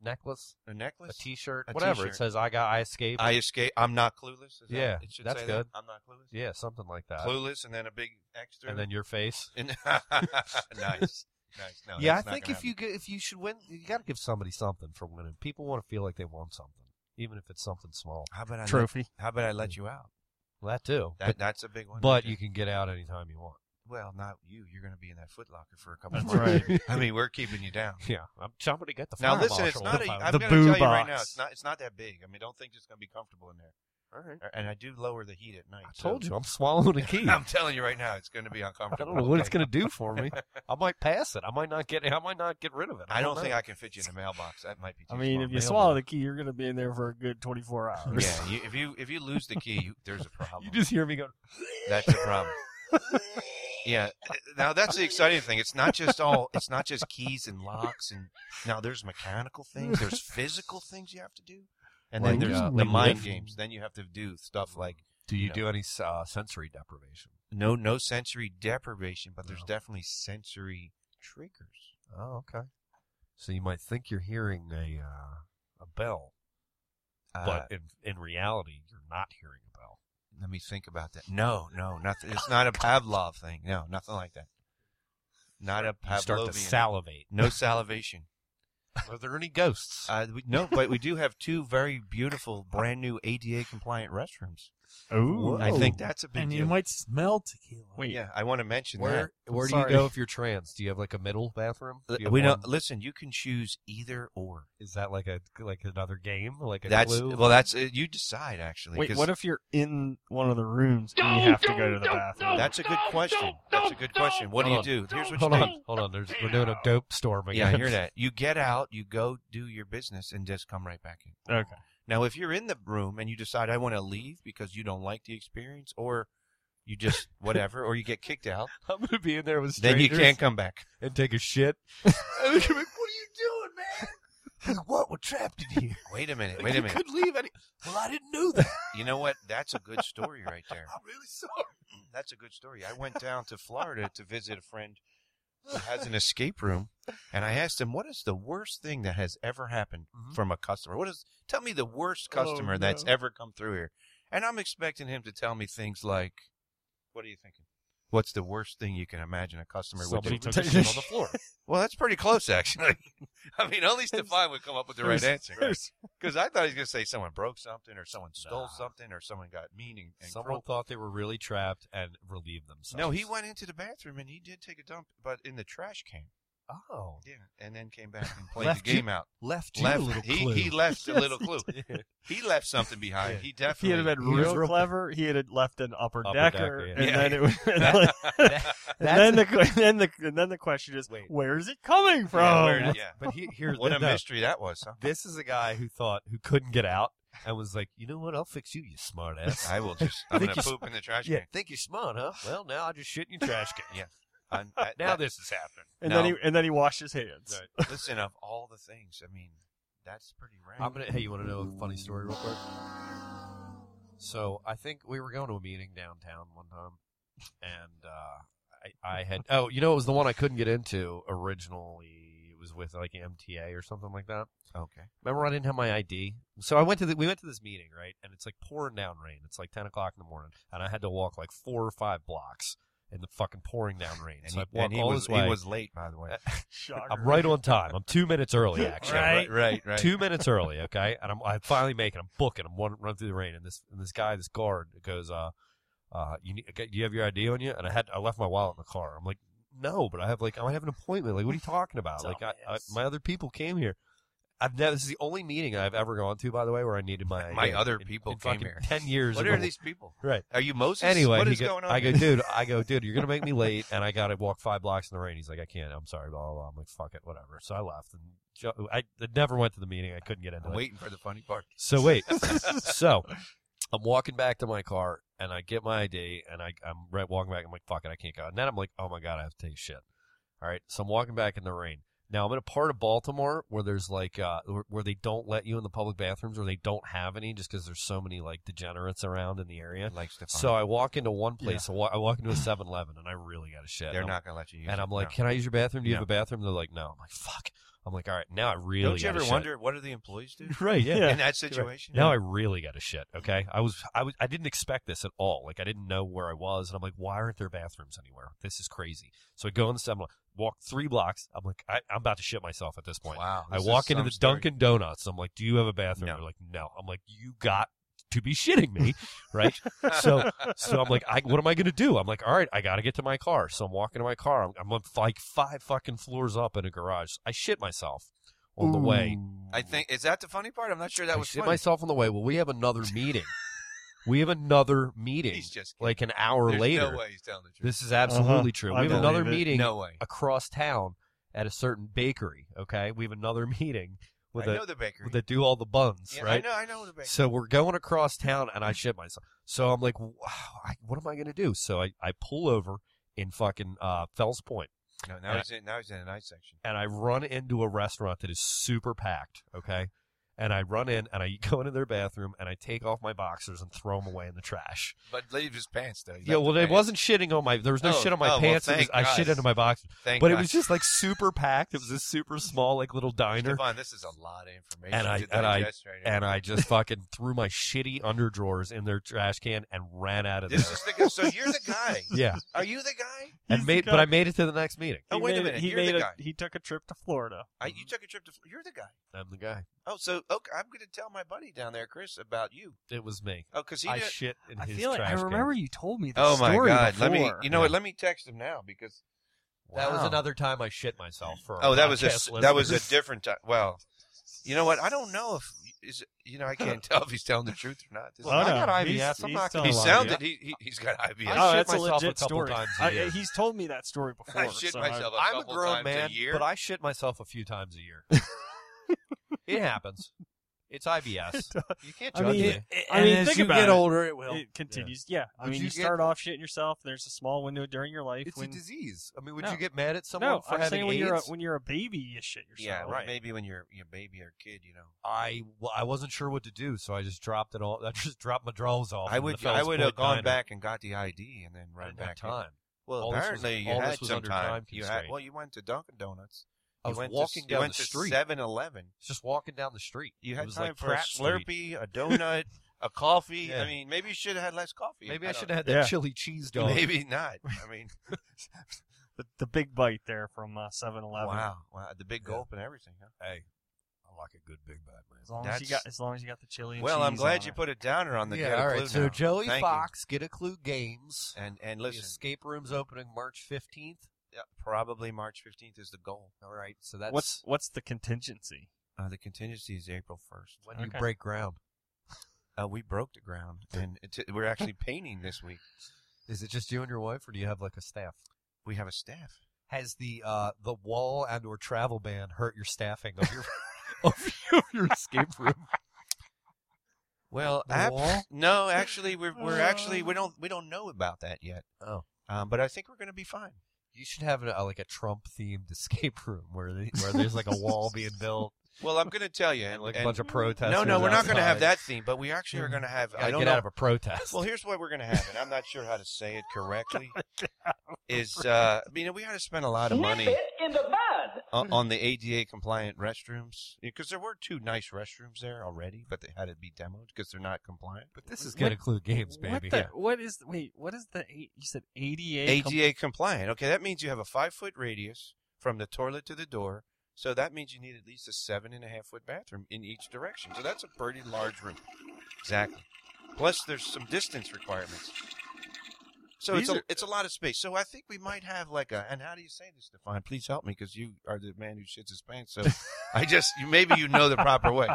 [SPEAKER 6] necklace,
[SPEAKER 7] a
[SPEAKER 6] a
[SPEAKER 7] necklace.
[SPEAKER 6] T-shirt,
[SPEAKER 7] A
[SPEAKER 6] whatever.
[SPEAKER 7] t-shirt.
[SPEAKER 6] It says "I got I escaped."
[SPEAKER 7] I escape. I'm not clueless. Is that-
[SPEAKER 6] Yeah,
[SPEAKER 7] it should
[SPEAKER 6] that's
[SPEAKER 7] say that?
[SPEAKER 6] good.
[SPEAKER 7] I'm not clueless.
[SPEAKER 6] yeah, something like that.
[SPEAKER 7] clueless, and then a big extra.
[SPEAKER 6] And then your face.
[SPEAKER 7] And- nice, nice. No,
[SPEAKER 6] yeah, I
[SPEAKER 7] that's not
[SPEAKER 6] think
[SPEAKER 7] gonna
[SPEAKER 6] if you g- if you should win, you got to give somebody something for winning. People want to feel like they won something, even if it's something small.
[SPEAKER 7] happen. how about I let-
[SPEAKER 5] trophy.
[SPEAKER 7] how about I let you out?
[SPEAKER 6] Well, that too.
[SPEAKER 7] That
[SPEAKER 6] but
[SPEAKER 7] that's a big one. right
[SPEAKER 6] but you can get out anytime you want.
[SPEAKER 7] there. Well, not you. You're going to be in that Foot Locker for a couple.
[SPEAKER 5] That's
[SPEAKER 7] months.
[SPEAKER 5] right.
[SPEAKER 7] I mean, we're keeping you down.
[SPEAKER 6] Yeah, I'm somebody get the
[SPEAKER 7] Now
[SPEAKER 6] fire
[SPEAKER 7] listen, it's
[SPEAKER 6] marshal.
[SPEAKER 7] not. A,
[SPEAKER 6] The
[SPEAKER 7] I'm
[SPEAKER 5] the
[SPEAKER 7] going to
[SPEAKER 5] boo
[SPEAKER 7] tell you right now,
[SPEAKER 5] box.
[SPEAKER 7] it's not. It's not that big. I mean, don't think it's going to be comfortable in there.
[SPEAKER 6] All right.
[SPEAKER 7] And I do lower the heat at night.
[SPEAKER 6] I told you I'm swallowing a key.
[SPEAKER 7] I'm telling you right now, it's going to be
[SPEAKER 6] I
[SPEAKER 7] uncomfortable.
[SPEAKER 6] don't know what it's going to do for me. I might pass it. I might not get. I might not get rid of it.
[SPEAKER 7] I don't think
[SPEAKER 6] know.
[SPEAKER 7] I can fit you in the mailbox. That might be. Too
[SPEAKER 5] I mean,
[SPEAKER 7] small.
[SPEAKER 5] if you
[SPEAKER 6] mailbox.
[SPEAKER 5] swallow the key, you're going to be in there for a good 24 hours.
[SPEAKER 7] yeah, you, if you if you lose the key, you, there's a problem.
[SPEAKER 6] You just hear me go.
[SPEAKER 7] That's the problem. yeah. Now that's the exciting thing. It's not just all. It's not just keys and locks and now there's mechanical things. There's physical things you have to do, and then
[SPEAKER 6] Like,
[SPEAKER 7] there's
[SPEAKER 6] uh,
[SPEAKER 7] the
[SPEAKER 6] like
[SPEAKER 7] mind
[SPEAKER 6] lift.
[SPEAKER 7] games. Then you have to do stuff like
[SPEAKER 6] Do you
[SPEAKER 7] No.
[SPEAKER 6] do any uh, sensory deprivation?
[SPEAKER 7] no no sensory deprivation, but there's
[SPEAKER 6] No.
[SPEAKER 7] definitely sensory triggers.
[SPEAKER 6] Oh, okay. So you might think you're hearing a uh, a bell,
[SPEAKER 7] Uh,
[SPEAKER 6] but in in reality, you're not hearing a bell.
[SPEAKER 7] let me think about that. No, no, nothing. It's not a Pavlov thing. No, nothing like that. Not a Pavlovian.
[SPEAKER 6] You start to salivate.
[SPEAKER 7] no salivation.
[SPEAKER 6] Are there any ghosts?
[SPEAKER 7] Uh, we, no, but we do have two very beautiful, brand new ADA compliant restrooms.
[SPEAKER 5] Ooh.
[SPEAKER 7] I think that's a big
[SPEAKER 3] And
[SPEAKER 7] deal.
[SPEAKER 3] you might smell tequila.
[SPEAKER 5] Wait.
[SPEAKER 7] yeah, I want to mention
[SPEAKER 6] where where
[SPEAKER 5] Sorry.
[SPEAKER 6] do you go if you're trans? Do you have like a middle bathroom? Do
[SPEAKER 7] that.
[SPEAKER 6] you
[SPEAKER 7] L-
[SPEAKER 6] have
[SPEAKER 7] We
[SPEAKER 6] one-
[SPEAKER 7] don't listen. You can choose either or.
[SPEAKER 6] Is that like a like another game? Like a
[SPEAKER 7] That's
[SPEAKER 6] clue?
[SPEAKER 7] well. That's uh, you decide actually.
[SPEAKER 5] Wait,
[SPEAKER 7] 'cause
[SPEAKER 5] what if you're in one of the rooms and you
[SPEAKER 4] No,
[SPEAKER 5] have to
[SPEAKER 4] no,
[SPEAKER 5] go to the
[SPEAKER 4] no,
[SPEAKER 5] bathroom?
[SPEAKER 4] no.
[SPEAKER 7] that's a good question. That's a good question. What do you
[SPEAKER 6] Hold
[SPEAKER 7] do? Here's what
[SPEAKER 6] hold
[SPEAKER 7] you
[SPEAKER 6] on,
[SPEAKER 7] do.
[SPEAKER 6] hold on. There's, we're doing a dope storm
[SPEAKER 7] Yeah,
[SPEAKER 6] again.
[SPEAKER 7] I hear that. You get out, you go do your business, and just come right back in.
[SPEAKER 5] Okay.
[SPEAKER 7] Now, if you're in the room and you decide I want to leave because you don't like the experience, or you just whatever, or you get kicked out,
[SPEAKER 6] I'm gonna be in there with
[SPEAKER 7] then you
[SPEAKER 6] strangers
[SPEAKER 7] can't come back.
[SPEAKER 6] and take a shit.
[SPEAKER 7] And they're gonna be like, what are you doing, man? what? We're trapped in here. Wait a minute. Wait a minute.
[SPEAKER 6] Could leave any. Well, I didn't know that.
[SPEAKER 7] You know what? That's a good story right there.
[SPEAKER 6] I'm really sorry.
[SPEAKER 7] That's a good story. I went down to Florida to visit a friend who has an escape room, and I asked him, "What is the worst thing that has ever happened
[SPEAKER 6] Mhm.
[SPEAKER 7] from a customer? What is? Tell me the worst
[SPEAKER 6] Oh,
[SPEAKER 7] customer that's ever come through here." And I'm expecting him to tell me things like, "What are you thinking? What's the worst thing you can imagine a customer
[SPEAKER 6] Somebody
[SPEAKER 7] would do?"
[SPEAKER 6] took a shit on the floor.
[SPEAKER 7] Well, that's pretty close, actually. I mean, at least Stefan would come up with the right
[SPEAKER 5] There's-
[SPEAKER 7] answer.
[SPEAKER 5] there's-
[SPEAKER 7] Because I thought he was going to say someone broke something, or someone stole
[SPEAKER 6] Nah.
[SPEAKER 7] something, or someone got mean and, and
[SPEAKER 6] Someone
[SPEAKER 7] cruel.
[SPEAKER 6] thought they were really trapped and relieved themselves.
[SPEAKER 7] No, he went into the bathroom and he did take a dump, but in the trash can.
[SPEAKER 6] Oh,
[SPEAKER 7] Yeah, and then came back and played
[SPEAKER 6] Left
[SPEAKER 7] the game out.
[SPEAKER 6] left you
[SPEAKER 7] Left,
[SPEAKER 6] a little
[SPEAKER 7] he,
[SPEAKER 6] clue.
[SPEAKER 7] he left a
[SPEAKER 5] Yes,
[SPEAKER 7] little
[SPEAKER 5] he
[SPEAKER 7] clue.
[SPEAKER 6] did.
[SPEAKER 7] He left something behind.
[SPEAKER 6] Yeah.
[SPEAKER 7] He
[SPEAKER 5] If he
[SPEAKER 7] definitely.
[SPEAKER 5] had been
[SPEAKER 6] He was
[SPEAKER 5] real
[SPEAKER 6] real-
[SPEAKER 5] clever, he had left an upper,
[SPEAKER 6] Upper
[SPEAKER 5] decker,
[SPEAKER 6] decker,
[SPEAKER 5] and
[SPEAKER 7] yeah.
[SPEAKER 5] then it was. and then the que- then the and then the question is,
[SPEAKER 6] Wait.
[SPEAKER 5] where is it coming from?
[SPEAKER 7] Yeah, where did- yeah.
[SPEAKER 6] But he, here's
[SPEAKER 7] What
[SPEAKER 6] the,
[SPEAKER 7] a
[SPEAKER 6] no.
[SPEAKER 7] mystery that was. Huh?
[SPEAKER 6] This is a guy who thought who couldn't get out and was like, you know what? I'll fix you, you smart ass.
[SPEAKER 7] I will just. I'm
[SPEAKER 6] Think
[SPEAKER 7] gonna
[SPEAKER 6] you-
[SPEAKER 7] poop in the trash
[SPEAKER 6] yeah,
[SPEAKER 7] can.
[SPEAKER 6] think you're smart, huh? Well, now I just shit in your trash can.
[SPEAKER 7] Yeah. I'm, I,
[SPEAKER 6] Now
[SPEAKER 7] that-
[SPEAKER 6] this is happening.
[SPEAKER 5] And
[SPEAKER 7] No.
[SPEAKER 5] then he and then he washed his hands.
[SPEAKER 7] listen, of all the things, I mean, that's pretty rare.
[SPEAKER 6] I'm gonna. Hey, you want to know a funny story, real quick? So I think we were going to a meeting downtown one time, and uh, I, I had. Oh, you know, it was the one I couldn't get into originally. It was with like MTA or something like that.
[SPEAKER 7] okay.
[SPEAKER 6] Remember, I didn't have my ID, so I went to the, we went to this meeting, right? And it's like pouring down rain. It's like ten o'clock in the morning, and I had to walk like four or five blocks in the fucking pouring down rain.
[SPEAKER 7] And he,
[SPEAKER 6] so I walked
[SPEAKER 7] and he
[SPEAKER 6] all
[SPEAKER 7] was
[SPEAKER 6] this way.
[SPEAKER 7] he was late, by the way.
[SPEAKER 5] Shocker.
[SPEAKER 6] I'm right on time. I'm two minutes early, actually.
[SPEAKER 7] Yeah,
[SPEAKER 5] Right.
[SPEAKER 7] right, right.
[SPEAKER 6] Two minutes early, okay, and I'm, I finally make it. I'm booking. I'm one run through the rain, and this and this guy, this guard, goes, "Uh, uh, you need, okay, do you have your ID on you?" And I had I left my wallet in the car. I'm like, "No," but I have like I have an appointment. Like, what are you talking about? like, I, I,
[SPEAKER 5] Dumbass.
[SPEAKER 6] my other people came here. I've never. This is the only meeting I've ever gone to, by the way, where I needed my
[SPEAKER 7] My
[SPEAKER 6] ID.
[SPEAKER 7] other
[SPEAKER 6] In-
[SPEAKER 7] people
[SPEAKER 6] in
[SPEAKER 7] came
[SPEAKER 6] fucking
[SPEAKER 7] here.
[SPEAKER 6] Ten years.
[SPEAKER 7] What
[SPEAKER 6] of
[SPEAKER 7] are
[SPEAKER 6] my-
[SPEAKER 7] these people?
[SPEAKER 6] Right.
[SPEAKER 7] Are you Moses?
[SPEAKER 6] Anyway,
[SPEAKER 7] what
[SPEAKER 6] he
[SPEAKER 7] is
[SPEAKER 6] go-
[SPEAKER 7] going on?
[SPEAKER 6] I go,
[SPEAKER 7] here?
[SPEAKER 6] dude. I go, dude. You're gonna make me late, and I gotta walk five blocks in the rain. He's like, I can't. I'm sorry. Blah blah. blah. I'm like, fuck it, whatever. So I left, and jo- I I never went to the meeting. I couldn't get into
[SPEAKER 7] I'm
[SPEAKER 6] it.
[SPEAKER 7] waiting for the funny part.
[SPEAKER 6] So wait. so I'm walking back to my car, and I get my ID, and I I'm right walking back. I'm like, fuck it, I can't go. And then I'm like, oh my god, I have to take a shit. All right. So I'm walking back in the rain. Now I'm in a part of Baltimore where there's like uh, where- where they don't let you in the public bathrooms, or they don't have any, just because there's so many like degenerates around in the area.
[SPEAKER 7] Like Stefan.
[SPEAKER 6] So I walk into one place. I, wa- I walk into a 7-Eleven, and I really got to shit.
[SPEAKER 7] They're
[SPEAKER 6] And I'm-
[SPEAKER 7] not going to let you use
[SPEAKER 6] And
[SPEAKER 7] it,
[SPEAKER 6] I'm like,
[SPEAKER 7] no.
[SPEAKER 6] "Can I use your bathroom? Do you
[SPEAKER 7] No.
[SPEAKER 6] have a bathroom?" They're like, "No." I'm like, "Fuck." I'm like, "All right, now I really."
[SPEAKER 7] don't you
[SPEAKER 6] gotta
[SPEAKER 7] ever
[SPEAKER 6] shit."
[SPEAKER 7] wonder what do the employees do
[SPEAKER 6] Right? Yeah.
[SPEAKER 7] in that situation?
[SPEAKER 6] Now I really got to shit. Okay, I was I was I didn't expect this at all. Like I didn't know where I was, and I'm like, "Why aren't there bathrooms anywhere? This is crazy." So I go in the 7 walk three blocks. I'm like, I, "I'm about to shit myself at this point."
[SPEAKER 7] wow.
[SPEAKER 6] I
[SPEAKER 7] this is
[SPEAKER 6] walk into
[SPEAKER 7] some
[SPEAKER 6] the
[SPEAKER 7] story.
[SPEAKER 6] Dunkin' Donuts. I'm like, "Do you have a bathroom?"
[SPEAKER 7] No.
[SPEAKER 6] They're like, "No." I'm like, "You got to be shitting me, right? So- So I'm like, I, what am I going to do? I'm like, all right, I got to get to my car. So I'm walking to my car. I'm, I'm up, like five fucking floors up in a garage. I shit myself on the way.
[SPEAKER 5] Hmm.
[SPEAKER 7] I think is that the funny part? I'm not sure that
[SPEAKER 6] I
[SPEAKER 7] was
[SPEAKER 6] shit
[SPEAKER 7] funny.
[SPEAKER 6] myself on the way. Well, we have another meeting. we have another meeting
[SPEAKER 7] He's just kidding.
[SPEAKER 6] like an hour
[SPEAKER 7] There's
[SPEAKER 6] later.
[SPEAKER 7] No way he's telling the truth.
[SPEAKER 6] This is absolutely
[SPEAKER 5] Uh-huh.
[SPEAKER 6] true.
[SPEAKER 5] I
[SPEAKER 6] We have
[SPEAKER 5] believe
[SPEAKER 6] another
[SPEAKER 5] it.
[SPEAKER 6] meeting
[SPEAKER 7] no way.
[SPEAKER 6] across town at a certain bakery. Okay, we have another meeting with
[SPEAKER 7] I
[SPEAKER 6] a
[SPEAKER 7] know the bakery.
[SPEAKER 6] that do all the buns,
[SPEAKER 7] Yeah,
[SPEAKER 6] right?
[SPEAKER 7] I know. I know the bakery.
[SPEAKER 6] So we're going across town, and I shit myself. So I'm like, wow, I, what am I gonna do? So I, I pull over in fucking uh, Fells Point,
[SPEAKER 7] No, now
[SPEAKER 6] Yeah.
[SPEAKER 7] he's in. Now he's in the night section.
[SPEAKER 6] and I run into a restaurant that is super packed. Okay, and I run in, and I go into their bathroom, and I take off my boxers and throw them away in the trash.
[SPEAKER 7] But leave his pants though. He
[SPEAKER 6] Yeah,
[SPEAKER 7] left
[SPEAKER 6] well,
[SPEAKER 7] his
[SPEAKER 6] it
[SPEAKER 7] pants.
[SPEAKER 6] wasn't shitting on my. There was no
[SPEAKER 7] Oh,
[SPEAKER 6] shit on my
[SPEAKER 7] oh, well,
[SPEAKER 6] pants. it
[SPEAKER 7] thank
[SPEAKER 6] was, I shit
[SPEAKER 7] God.
[SPEAKER 6] into my boxers,
[SPEAKER 7] Thank
[SPEAKER 6] but it
[SPEAKER 7] God.
[SPEAKER 6] was just like super packed. It was this super small, like little diner.
[SPEAKER 7] Devon, this is a lot of information.
[SPEAKER 6] And I-
[SPEAKER 7] to
[SPEAKER 6] and I-
[SPEAKER 7] digest right now.
[SPEAKER 6] and I just fucking threw my shitty underdrawers in their trash can and ran out of
[SPEAKER 7] This
[SPEAKER 6] there.
[SPEAKER 7] is the guy. So you're the guy.
[SPEAKER 6] yeah,
[SPEAKER 7] Are you the guy?
[SPEAKER 6] and
[SPEAKER 5] He's
[SPEAKER 6] made,
[SPEAKER 5] the
[SPEAKER 6] but
[SPEAKER 5] guy.
[SPEAKER 6] I made it to the next meeting.
[SPEAKER 7] Oh,
[SPEAKER 5] He
[SPEAKER 7] wait a
[SPEAKER 5] made
[SPEAKER 7] minute.
[SPEAKER 5] He
[SPEAKER 7] You're
[SPEAKER 5] made
[SPEAKER 7] the
[SPEAKER 5] a
[SPEAKER 7] guy.
[SPEAKER 5] he took a trip to Florida.
[SPEAKER 7] I, you took a trip to. Fl- You're the guy.
[SPEAKER 6] I'm the guy.
[SPEAKER 7] Oh, so okay. I'm going to tell my buddy down there, Chris, about you.
[SPEAKER 6] It was me.
[SPEAKER 7] Oh, because he.
[SPEAKER 6] I
[SPEAKER 7] did-
[SPEAKER 6] shit in
[SPEAKER 5] I
[SPEAKER 6] his
[SPEAKER 5] feel like
[SPEAKER 6] trash
[SPEAKER 5] I remember
[SPEAKER 6] can.
[SPEAKER 5] you told me. This
[SPEAKER 7] oh my
[SPEAKER 5] story
[SPEAKER 7] God. Let me.
[SPEAKER 5] before.
[SPEAKER 7] You know what? Let me text him now because.
[SPEAKER 6] That was
[SPEAKER 7] Wow.
[SPEAKER 6] another time I shit myself. For our
[SPEAKER 7] Oh, that was a
[SPEAKER 6] podcast
[SPEAKER 7] s- that was a
[SPEAKER 6] listeners.
[SPEAKER 7] different time. Well, you know what? I don't know if is you know I can't tell if he's telling the truth or not. This
[SPEAKER 5] Well,
[SPEAKER 7] is-
[SPEAKER 5] no,
[SPEAKER 6] I got
[SPEAKER 5] he's-
[SPEAKER 6] IBS. I'm
[SPEAKER 5] he's
[SPEAKER 6] not
[SPEAKER 5] still
[SPEAKER 6] gonna
[SPEAKER 7] he
[SPEAKER 5] alive.
[SPEAKER 6] lie to
[SPEAKER 7] sounded
[SPEAKER 6] you.
[SPEAKER 7] he, he he's got IBS.
[SPEAKER 6] I
[SPEAKER 5] oh,
[SPEAKER 6] shit
[SPEAKER 5] that's a
[SPEAKER 6] myself a
[SPEAKER 5] legit
[SPEAKER 6] couple
[SPEAKER 5] story.
[SPEAKER 6] times a
[SPEAKER 5] I-
[SPEAKER 6] year.
[SPEAKER 5] he's told me that story before.
[SPEAKER 7] I shit
[SPEAKER 5] so
[SPEAKER 7] myself a
[SPEAKER 6] I'm a
[SPEAKER 7] couple
[SPEAKER 6] grown
[SPEAKER 7] times
[SPEAKER 6] man,
[SPEAKER 7] a year.
[SPEAKER 6] but I shit myself a few times a year. it happens. It's IBS. You can't
[SPEAKER 5] I
[SPEAKER 6] judge
[SPEAKER 5] mean,
[SPEAKER 6] me.
[SPEAKER 5] it- I mean,
[SPEAKER 3] and as
[SPEAKER 5] think
[SPEAKER 3] you
[SPEAKER 5] about
[SPEAKER 3] get
[SPEAKER 5] it.
[SPEAKER 3] older, it will.
[SPEAKER 5] It continues. Yeah. I
[SPEAKER 6] Would
[SPEAKER 5] mean,
[SPEAKER 6] you
[SPEAKER 5] you,
[SPEAKER 6] get-
[SPEAKER 5] start off shitting yourself. There's a small window during your life
[SPEAKER 6] it's
[SPEAKER 5] when.
[SPEAKER 6] a disease. I mean, would
[SPEAKER 5] No.
[SPEAKER 6] you get mad at someone
[SPEAKER 5] no,
[SPEAKER 6] for
[SPEAKER 5] I'm
[SPEAKER 6] having
[SPEAKER 5] saying when
[SPEAKER 6] AIDS?
[SPEAKER 5] you're a, when you're a baby, you shit
[SPEAKER 7] yeah,
[SPEAKER 5] yourself.
[SPEAKER 7] right. Maybe when you're your baby or kid, you know.
[SPEAKER 6] I, well, I wasn't sure what to do, so I just dropped it all. I just dropped my drawers off.
[SPEAKER 7] I
[SPEAKER 6] in the
[SPEAKER 7] would
[SPEAKER 6] Fells
[SPEAKER 7] I would
[SPEAKER 6] Point
[SPEAKER 7] have gone
[SPEAKER 6] Diner.
[SPEAKER 7] back and got the ID and then
[SPEAKER 6] I
[SPEAKER 7] run
[SPEAKER 6] didn't have
[SPEAKER 7] back. in.
[SPEAKER 6] time.
[SPEAKER 7] Well,
[SPEAKER 6] All this was-
[SPEAKER 7] apparently
[SPEAKER 6] all
[SPEAKER 7] you
[SPEAKER 6] this
[SPEAKER 7] had
[SPEAKER 6] was
[SPEAKER 7] some
[SPEAKER 6] under
[SPEAKER 7] time.
[SPEAKER 6] time
[SPEAKER 7] You had
[SPEAKER 6] constraint.
[SPEAKER 7] well, you went to Dunkin' Donuts.
[SPEAKER 6] I
[SPEAKER 7] You
[SPEAKER 6] was
[SPEAKER 7] went
[SPEAKER 6] walking
[SPEAKER 7] to,
[SPEAKER 6] down
[SPEAKER 7] you went
[SPEAKER 6] the
[SPEAKER 7] to
[SPEAKER 6] street.
[SPEAKER 7] 7-Eleven.
[SPEAKER 6] just walking down the street.
[SPEAKER 7] You
[SPEAKER 6] It
[SPEAKER 7] had
[SPEAKER 6] was
[SPEAKER 7] time
[SPEAKER 6] like
[SPEAKER 7] for a
[SPEAKER 6] Pratt Street.
[SPEAKER 7] Slurpee, a donut, a coffee.
[SPEAKER 6] Yeah.
[SPEAKER 7] I mean, maybe you should have had less coffee.
[SPEAKER 6] Maybe I, should
[SPEAKER 7] don't-
[SPEAKER 6] have had that
[SPEAKER 5] Yeah.
[SPEAKER 6] chili cheese dog.
[SPEAKER 7] Maybe not. I mean,
[SPEAKER 5] The, the big bite there from uh, 7-Eleven.
[SPEAKER 7] wow, wow, the big
[SPEAKER 6] Yeah.
[SPEAKER 7] gulp and everything. Huh?
[SPEAKER 6] Hey, I like a good big bad
[SPEAKER 5] As long as you
[SPEAKER 7] That's-
[SPEAKER 5] got, as long as you got the chili. And
[SPEAKER 7] Well, I'm
[SPEAKER 5] cheese
[SPEAKER 7] glad
[SPEAKER 5] on
[SPEAKER 7] you
[SPEAKER 5] it.
[SPEAKER 7] put a downer on the
[SPEAKER 6] yeah,
[SPEAKER 7] Get a
[SPEAKER 6] all
[SPEAKER 7] Clue
[SPEAKER 6] right. So
[SPEAKER 7] now.
[SPEAKER 6] Joey
[SPEAKER 7] Thank you.
[SPEAKER 6] Fox, Get a Clue Games.
[SPEAKER 7] and and
[SPEAKER 6] The
[SPEAKER 7] listen,
[SPEAKER 6] escape room's opening March fifteenth.
[SPEAKER 7] yeah, probably March 15th is the goal.
[SPEAKER 6] All right, so that's
[SPEAKER 5] What's what's the contingency?
[SPEAKER 7] Uh, the contingency is April 1st.
[SPEAKER 6] when
[SPEAKER 5] okay.
[SPEAKER 6] you break ground.
[SPEAKER 7] Uh, we broke the ground, and it's, we're actually painting this week.
[SPEAKER 6] Is it just you and your wife, or do you have like a staff?
[SPEAKER 7] We have a staff.
[SPEAKER 6] Has the uh, the wall and or travel ban hurt your staffing of your of your, of your escape room?
[SPEAKER 7] Well,
[SPEAKER 6] The
[SPEAKER 7] ap-
[SPEAKER 6] wall?
[SPEAKER 7] no, actually, we're we're actually we don't we don't know about that yet.
[SPEAKER 6] Oh.
[SPEAKER 7] um, but I think we're going to be fine.
[SPEAKER 6] You should have a, like a Trump themed escape room where they, where there's like a wall being built
[SPEAKER 7] Well, I'm going to tell you,
[SPEAKER 6] and
[SPEAKER 7] and,
[SPEAKER 6] like a
[SPEAKER 7] and-
[SPEAKER 6] bunch of protesters.
[SPEAKER 7] no, no, we're not going to have
[SPEAKER 6] outside.
[SPEAKER 7] that theme, but we actually are going to have.
[SPEAKER 6] Gotta
[SPEAKER 7] I don't
[SPEAKER 6] get
[SPEAKER 7] know.
[SPEAKER 6] out of a protest.
[SPEAKER 7] Well, here's what we're going to have, and I'm not sure how to say it correctly. Is uh, I mean, we had to spend a lot of money
[SPEAKER 9] in the bud.
[SPEAKER 7] on, on the ADA compliant restrooms because there were two nice restrooms there already, but they had to be demoed because they're not compliant.
[SPEAKER 6] but this is going to include games, baby.
[SPEAKER 5] What the? What is? Wait, what is the? eight- You said ADA.
[SPEAKER 7] ADA compliant. Okay, that means you have a five foot radius from the toilet to the door. So that means you need at least a seven and a half foot bathroom in each direction. So that's a pretty large room. Exactly. Plus, there's some distance requirements. So it's
[SPEAKER 5] These
[SPEAKER 7] a,
[SPEAKER 5] are-
[SPEAKER 7] it's a lot of space. So I think we might have like a. And how do you say this, Stefan? Please help me because you are the man who shits his pants. So I just you, maybe you know the proper way.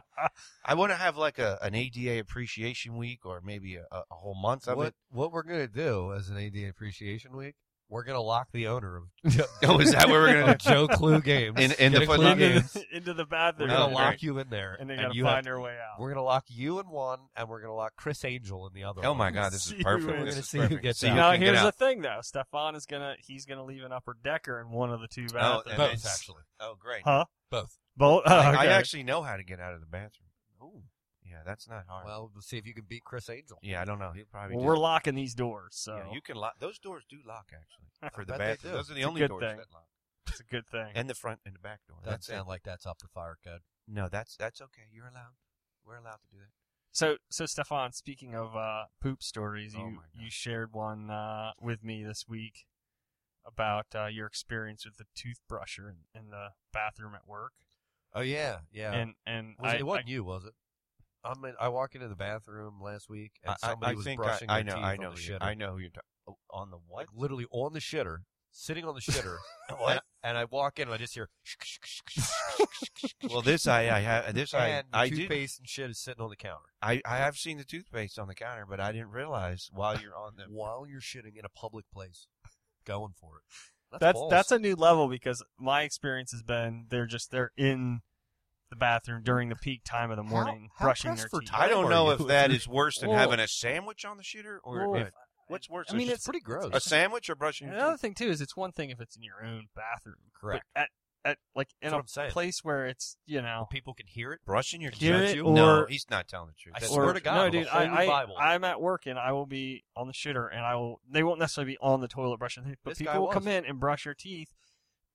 [SPEAKER 7] I want to have like a an ADA appreciation week or maybe a, a a whole month of
[SPEAKER 6] what,
[SPEAKER 7] it.
[SPEAKER 6] What we're gonna do as an ADA Appreciation Week, we're gonna lock the owner of,
[SPEAKER 7] Oh, is that what we're gonna
[SPEAKER 6] of Joe Clue Games
[SPEAKER 7] In- in
[SPEAKER 6] Get
[SPEAKER 7] the
[SPEAKER 6] a Clue
[SPEAKER 7] footlocker.
[SPEAKER 5] into,
[SPEAKER 6] Games.
[SPEAKER 5] the, into the
[SPEAKER 6] We're
[SPEAKER 5] bathroom.
[SPEAKER 7] No,
[SPEAKER 6] gonna
[SPEAKER 7] they're-
[SPEAKER 6] lock you in there,
[SPEAKER 5] and they're gonna
[SPEAKER 6] you
[SPEAKER 5] find
[SPEAKER 6] have-
[SPEAKER 5] their way out.
[SPEAKER 6] We're gonna lock you in one, and we're gonna lock Chris Angel in the other.
[SPEAKER 7] Oh
[SPEAKER 6] one.
[SPEAKER 7] my God, this is
[SPEAKER 5] See who
[SPEAKER 7] perfect. This is
[SPEAKER 6] We're
[SPEAKER 5] wins.
[SPEAKER 6] gonna see who
[SPEAKER 7] perfect.
[SPEAKER 6] gets
[SPEAKER 7] See who
[SPEAKER 6] out.
[SPEAKER 5] now
[SPEAKER 7] can get
[SPEAKER 5] here's
[SPEAKER 7] out.
[SPEAKER 5] the thing though, Stefan is gonna he's gonna leave an upper decker in one of the two
[SPEAKER 7] Oh,
[SPEAKER 5] bathrooms.
[SPEAKER 7] and
[SPEAKER 6] Both,
[SPEAKER 7] it's-
[SPEAKER 6] actually.
[SPEAKER 7] Oh, great.
[SPEAKER 5] Huh?
[SPEAKER 6] Both.
[SPEAKER 5] Both. Oh,
[SPEAKER 7] I, I
[SPEAKER 5] okay.
[SPEAKER 7] actually know how to get out of the bathroom. Oh, yeah, that's not hard.
[SPEAKER 6] Well, we'll see if you can beat Chris Angel.
[SPEAKER 7] yeah, I don't know. He'll probably.
[SPEAKER 5] Well,
[SPEAKER 7] do
[SPEAKER 5] we're
[SPEAKER 7] it.
[SPEAKER 5] locking these doors, so
[SPEAKER 7] Yeah, you can lock. Those doors do lock actually for the
[SPEAKER 6] bet they
[SPEAKER 7] bathroom.
[SPEAKER 6] do.
[SPEAKER 7] Those are the
[SPEAKER 5] It's a
[SPEAKER 7] only
[SPEAKER 5] good
[SPEAKER 7] doors
[SPEAKER 5] thing.
[SPEAKER 7] that lock,
[SPEAKER 5] it's a good thing.
[SPEAKER 7] and the front and the back door.
[SPEAKER 6] Doesn't
[SPEAKER 7] That's
[SPEAKER 6] sound
[SPEAKER 7] it.
[SPEAKER 6] like that's up to fire code.
[SPEAKER 7] No, that's that's okay. You're allowed. We're allowed to do that.
[SPEAKER 5] so, so Stefan, speaking of uh, poop stories,
[SPEAKER 7] Oh
[SPEAKER 5] you
[SPEAKER 7] my God.
[SPEAKER 5] you shared one uh, with me this week about uh, your experience with the toothbrusher in, in the bathroom at work,
[SPEAKER 6] Oh yeah, yeah.
[SPEAKER 5] and and
[SPEAKER 6] was
[SPEAKER 5] I,
[SPEAKER 6] it, it
[SPEAKER 5] I-
[SPEAKER 6] wasn't you, was it? I'm in, I walk into the bathroom last week and
[SPEAKER 7] I, I,
[SPEAKER 6] somebody
[SPEAKER 7] I
[SPEAKER 6] was
[SPEAKER 7] think I,
[SPEAKER 6] brushing
[SPEAKER 7] I
[SPEAKER 6] their
[SPEAKER 7] know.
[SPEAKER 6] teeth
[SPEAKER 7] I
[SPEAKER 6] on
[SPEAKER 7] know.
[SPEAKER 6] the
[SPEAKER 7] who
[SPEAKER 6] shitter.
[SPEAKER 7] you're- I know who you're talking. On the what?
[SPEAKER 6] Like literally on the shitter, sitting on the shitter. and, and I walk in and I just hear.
[SPEAKER 7] well, this I I have this I
[SPEAKER 6] and the
[SPEAKER 7] I do
[SPEAKER 6] toothpaste and shit is sitting on the counter
[SPEAKER 7] I I have seen the toothpaste on the counter, but I didn't realize while you're on the
[SPEAKER 6] while you're shitting in a public place, going for it. That's
[SPEAKER 5] That's
[SPEAKER 6] balls.
[SPEAKER 5] that's a new level because my experience has been they're just they're in the bathroom during the peak time of the morning
[SPEAKER 6] how
[SPEAKER 5] brushing
[SPEAKER 6] pressed
[SPEAKER 5] their
[SPEAKER 6] for
[SPEAKER 5] teeth.
[SPEAKER 6] time
[SPEAKER 7] I don't
[SPEAKER 6] are
[SPEAKER 7] know
[SPEAKER 6] you
[SPEAKER 7] if
[SPEAKER 6] if
[SPEAKER 7] that
[SPEAKER 6] you're-
[SPEAKER 7] is worse than
[SPEAKER 6] Well-
[SPEAKER 7] having a sandwich on the shitter, or
[SPEAKER 5] Well,
[SPEAKER 7] if, what's worse?
[SPEAKER 5] I mean,
[SPEAKER 7] is
[SPEAKER 5] it's
[SPEAKER 6] pretty gross.
[SPEAKER 7] a sandwich or brushing.
[SPEAKER 5] And
[SPEAKER 7] your
[SPEAKER 5] Another
[SPEAKER 7] teeth?
[SPEAKER 5] thing too is it's one thing if it's in your own bathroom,
[SPEAKER 6] Correct.
[SPEAKER 5] But at at like in
[SPEAKER 6] That's what I'm
[SPEAKER 5] a
[SPEAKER 6] saying.
[SPEAKER 5] place where it's you know.
[SPEAKER 6] People can hear it.
[SPEAKER 7] Brushing your
[SPEAKER 5] Hear
[SPEAKER 7] teeth?
[SPEAKER 5] it,
[SPEAKER 7] no,
[SPEAKER 5] or-
[SPEAKER 7] he's not telling the truth.
[SPEAKER 6] I
[SPEAKER 7] That's
[SPEAKER 6] swear
[SPEAKER 5] or-
[SPEAKER 7] worse.
[SPEAKER 6] to God,
[SPEAKER 5] no,
[SPEAKER 6] the
[SPEAKER 5] dude,
[SPEAKER 6] Holy
[SPEAKER 5] I, I,
[SPEAKER 6] Bible.
[SPEAKER 5] I'm at work and I will be on the shitter and I will. They won't necessarily be on the toilet brushing, their teeth, but
[SPEAKER 6] This guy
[SPEAKER 5] people will
[SPEAKER 6] was.
[SPEAKER 5] come in and brush your teeth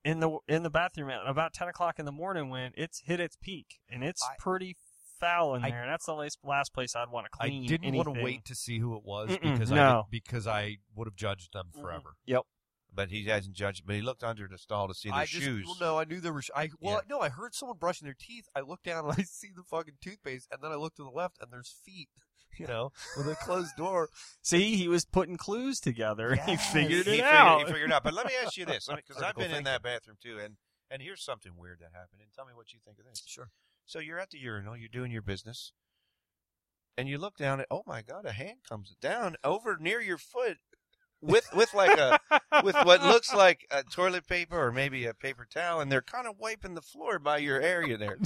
[SPEAKER 5] in the in the bathroom at about ten o'clock in the morning when it's hit its peak and it's
[SPEAKER 6] I-
[SPEAKER 5] pretty foul in
[SPEAKER 6] I-
[SPEAKER 5] there. And that's the last last place I'd want to
[SPEAKER 6] I
[SPEAKER 5] clean.
[SPEAKER 6] didn't
[SPEAKER 5] want
[SPEAKER 6] want to wait to see who it was
[SPEAKER 5] Mm-mm,
[SPEAKER 6] because I
[SPEAKER 5] no.
[SPEAKER 6] did- because I would have judged them forever.
[SPEAKER 7] But he hasn't judged. But he looked under the stall to see their
[SPEAKER 6] I just
[SPEAKER 7] shoes.
[SPEAKER 6] well, no, I knew there were. sh- I well,
[SPEAKER 7] Yeah.
[SPEAKER 6] no, I heard someone brushing their teeth. I looked down and I see the fucking toothpaste, and then I look to the left and there's feet. You know, with a closed door.
[SPEAKER 5] See, he was putting clues together. and He
[SPEAKER 6] Yes.
[SPEAKER 5] figured
[SPEAKER 7] he
[SPEAKER 5] it
[SPEAKER 7] figured,
[SPEAKER 5] out.
[SPEAKER 7] He figured it out. But let me ask you this, because I've
[SPEAKER 6] Critical
[SPEAKER 7] been in that bathroom too, and and here's something weird that happened. And tell me what you think of this.
[SPEAKER 6] Sure.
[SPEAKER 7] So you're at the urinal, you're doing your business, and you look down, and oh my god, a hand comes down over near your foot with with like a with what looks like a toilet paper or maybe a paper towel, and they're kind of wiping the floor by your area there.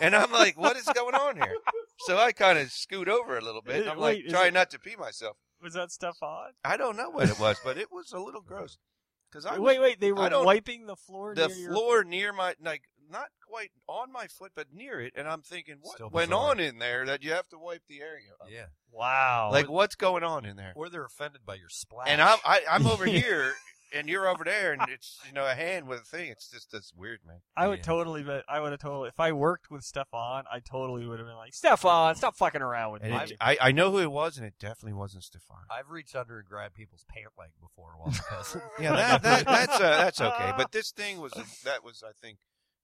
[SPEAKER 7] And I'm like, what is going on here? So I kind of scoot over a little bit. and I'm
[SPEAKER 5] Uh, Wait,
[SPEAKER 7] like
[SPEAKER 5] is
[SPEAKER 7] trying
[SPEAKER 5] it-
[SPEAKER 7] not to pee myself.
[SPEAKER 5] was that stuff on?
[SPEAKER 7] I don't know what it was, but it was a little gross. Because I was
[SPEAKER 5] wait, wait. They were
[SPEAKER 7] don't-
[SPEAKER 5] wiping the floor.
[SPEAKER 7] the
[SPEAKER 5] near your-
[SPEAKER 7] floor near my like not quite on my foot, but near it, and I'm thinking, what
[SPEAKER 6] Still
[SPEAKER 7] went
[SPEAKER 6] bizarre.
[SPEAKER 7] on in there that you have to wipe the area? Up?
[SPEAKER 6] Yeah,
[SPEAKER 5] Wow.
[SPEAKER 7] Like what's going on in there?
[SPEAKER 6] or they're offended by your splash.
[SPEAKER 7] And I'm I, I'm over here, and you're over there, and it's you know a hand with a thing. It's just that's weird, man.
[SPEAKER 5] I would
[SPEAKER 6] Yeah.
[SPEAKER 5] totally, but I would have totally. If I worked with Stefan, I totally would have been like, Stefan, stop fucking around with me.
[SPEAKER 7] And it, I I know who it was, and it definitely wasn't Stefan.
[SPEAKER 6] I've reached under and grabbed people's pant leg before while pissing.
[SPEAKER 7] Yeah, that, that that's uh, that's okay. But this thing was that was I think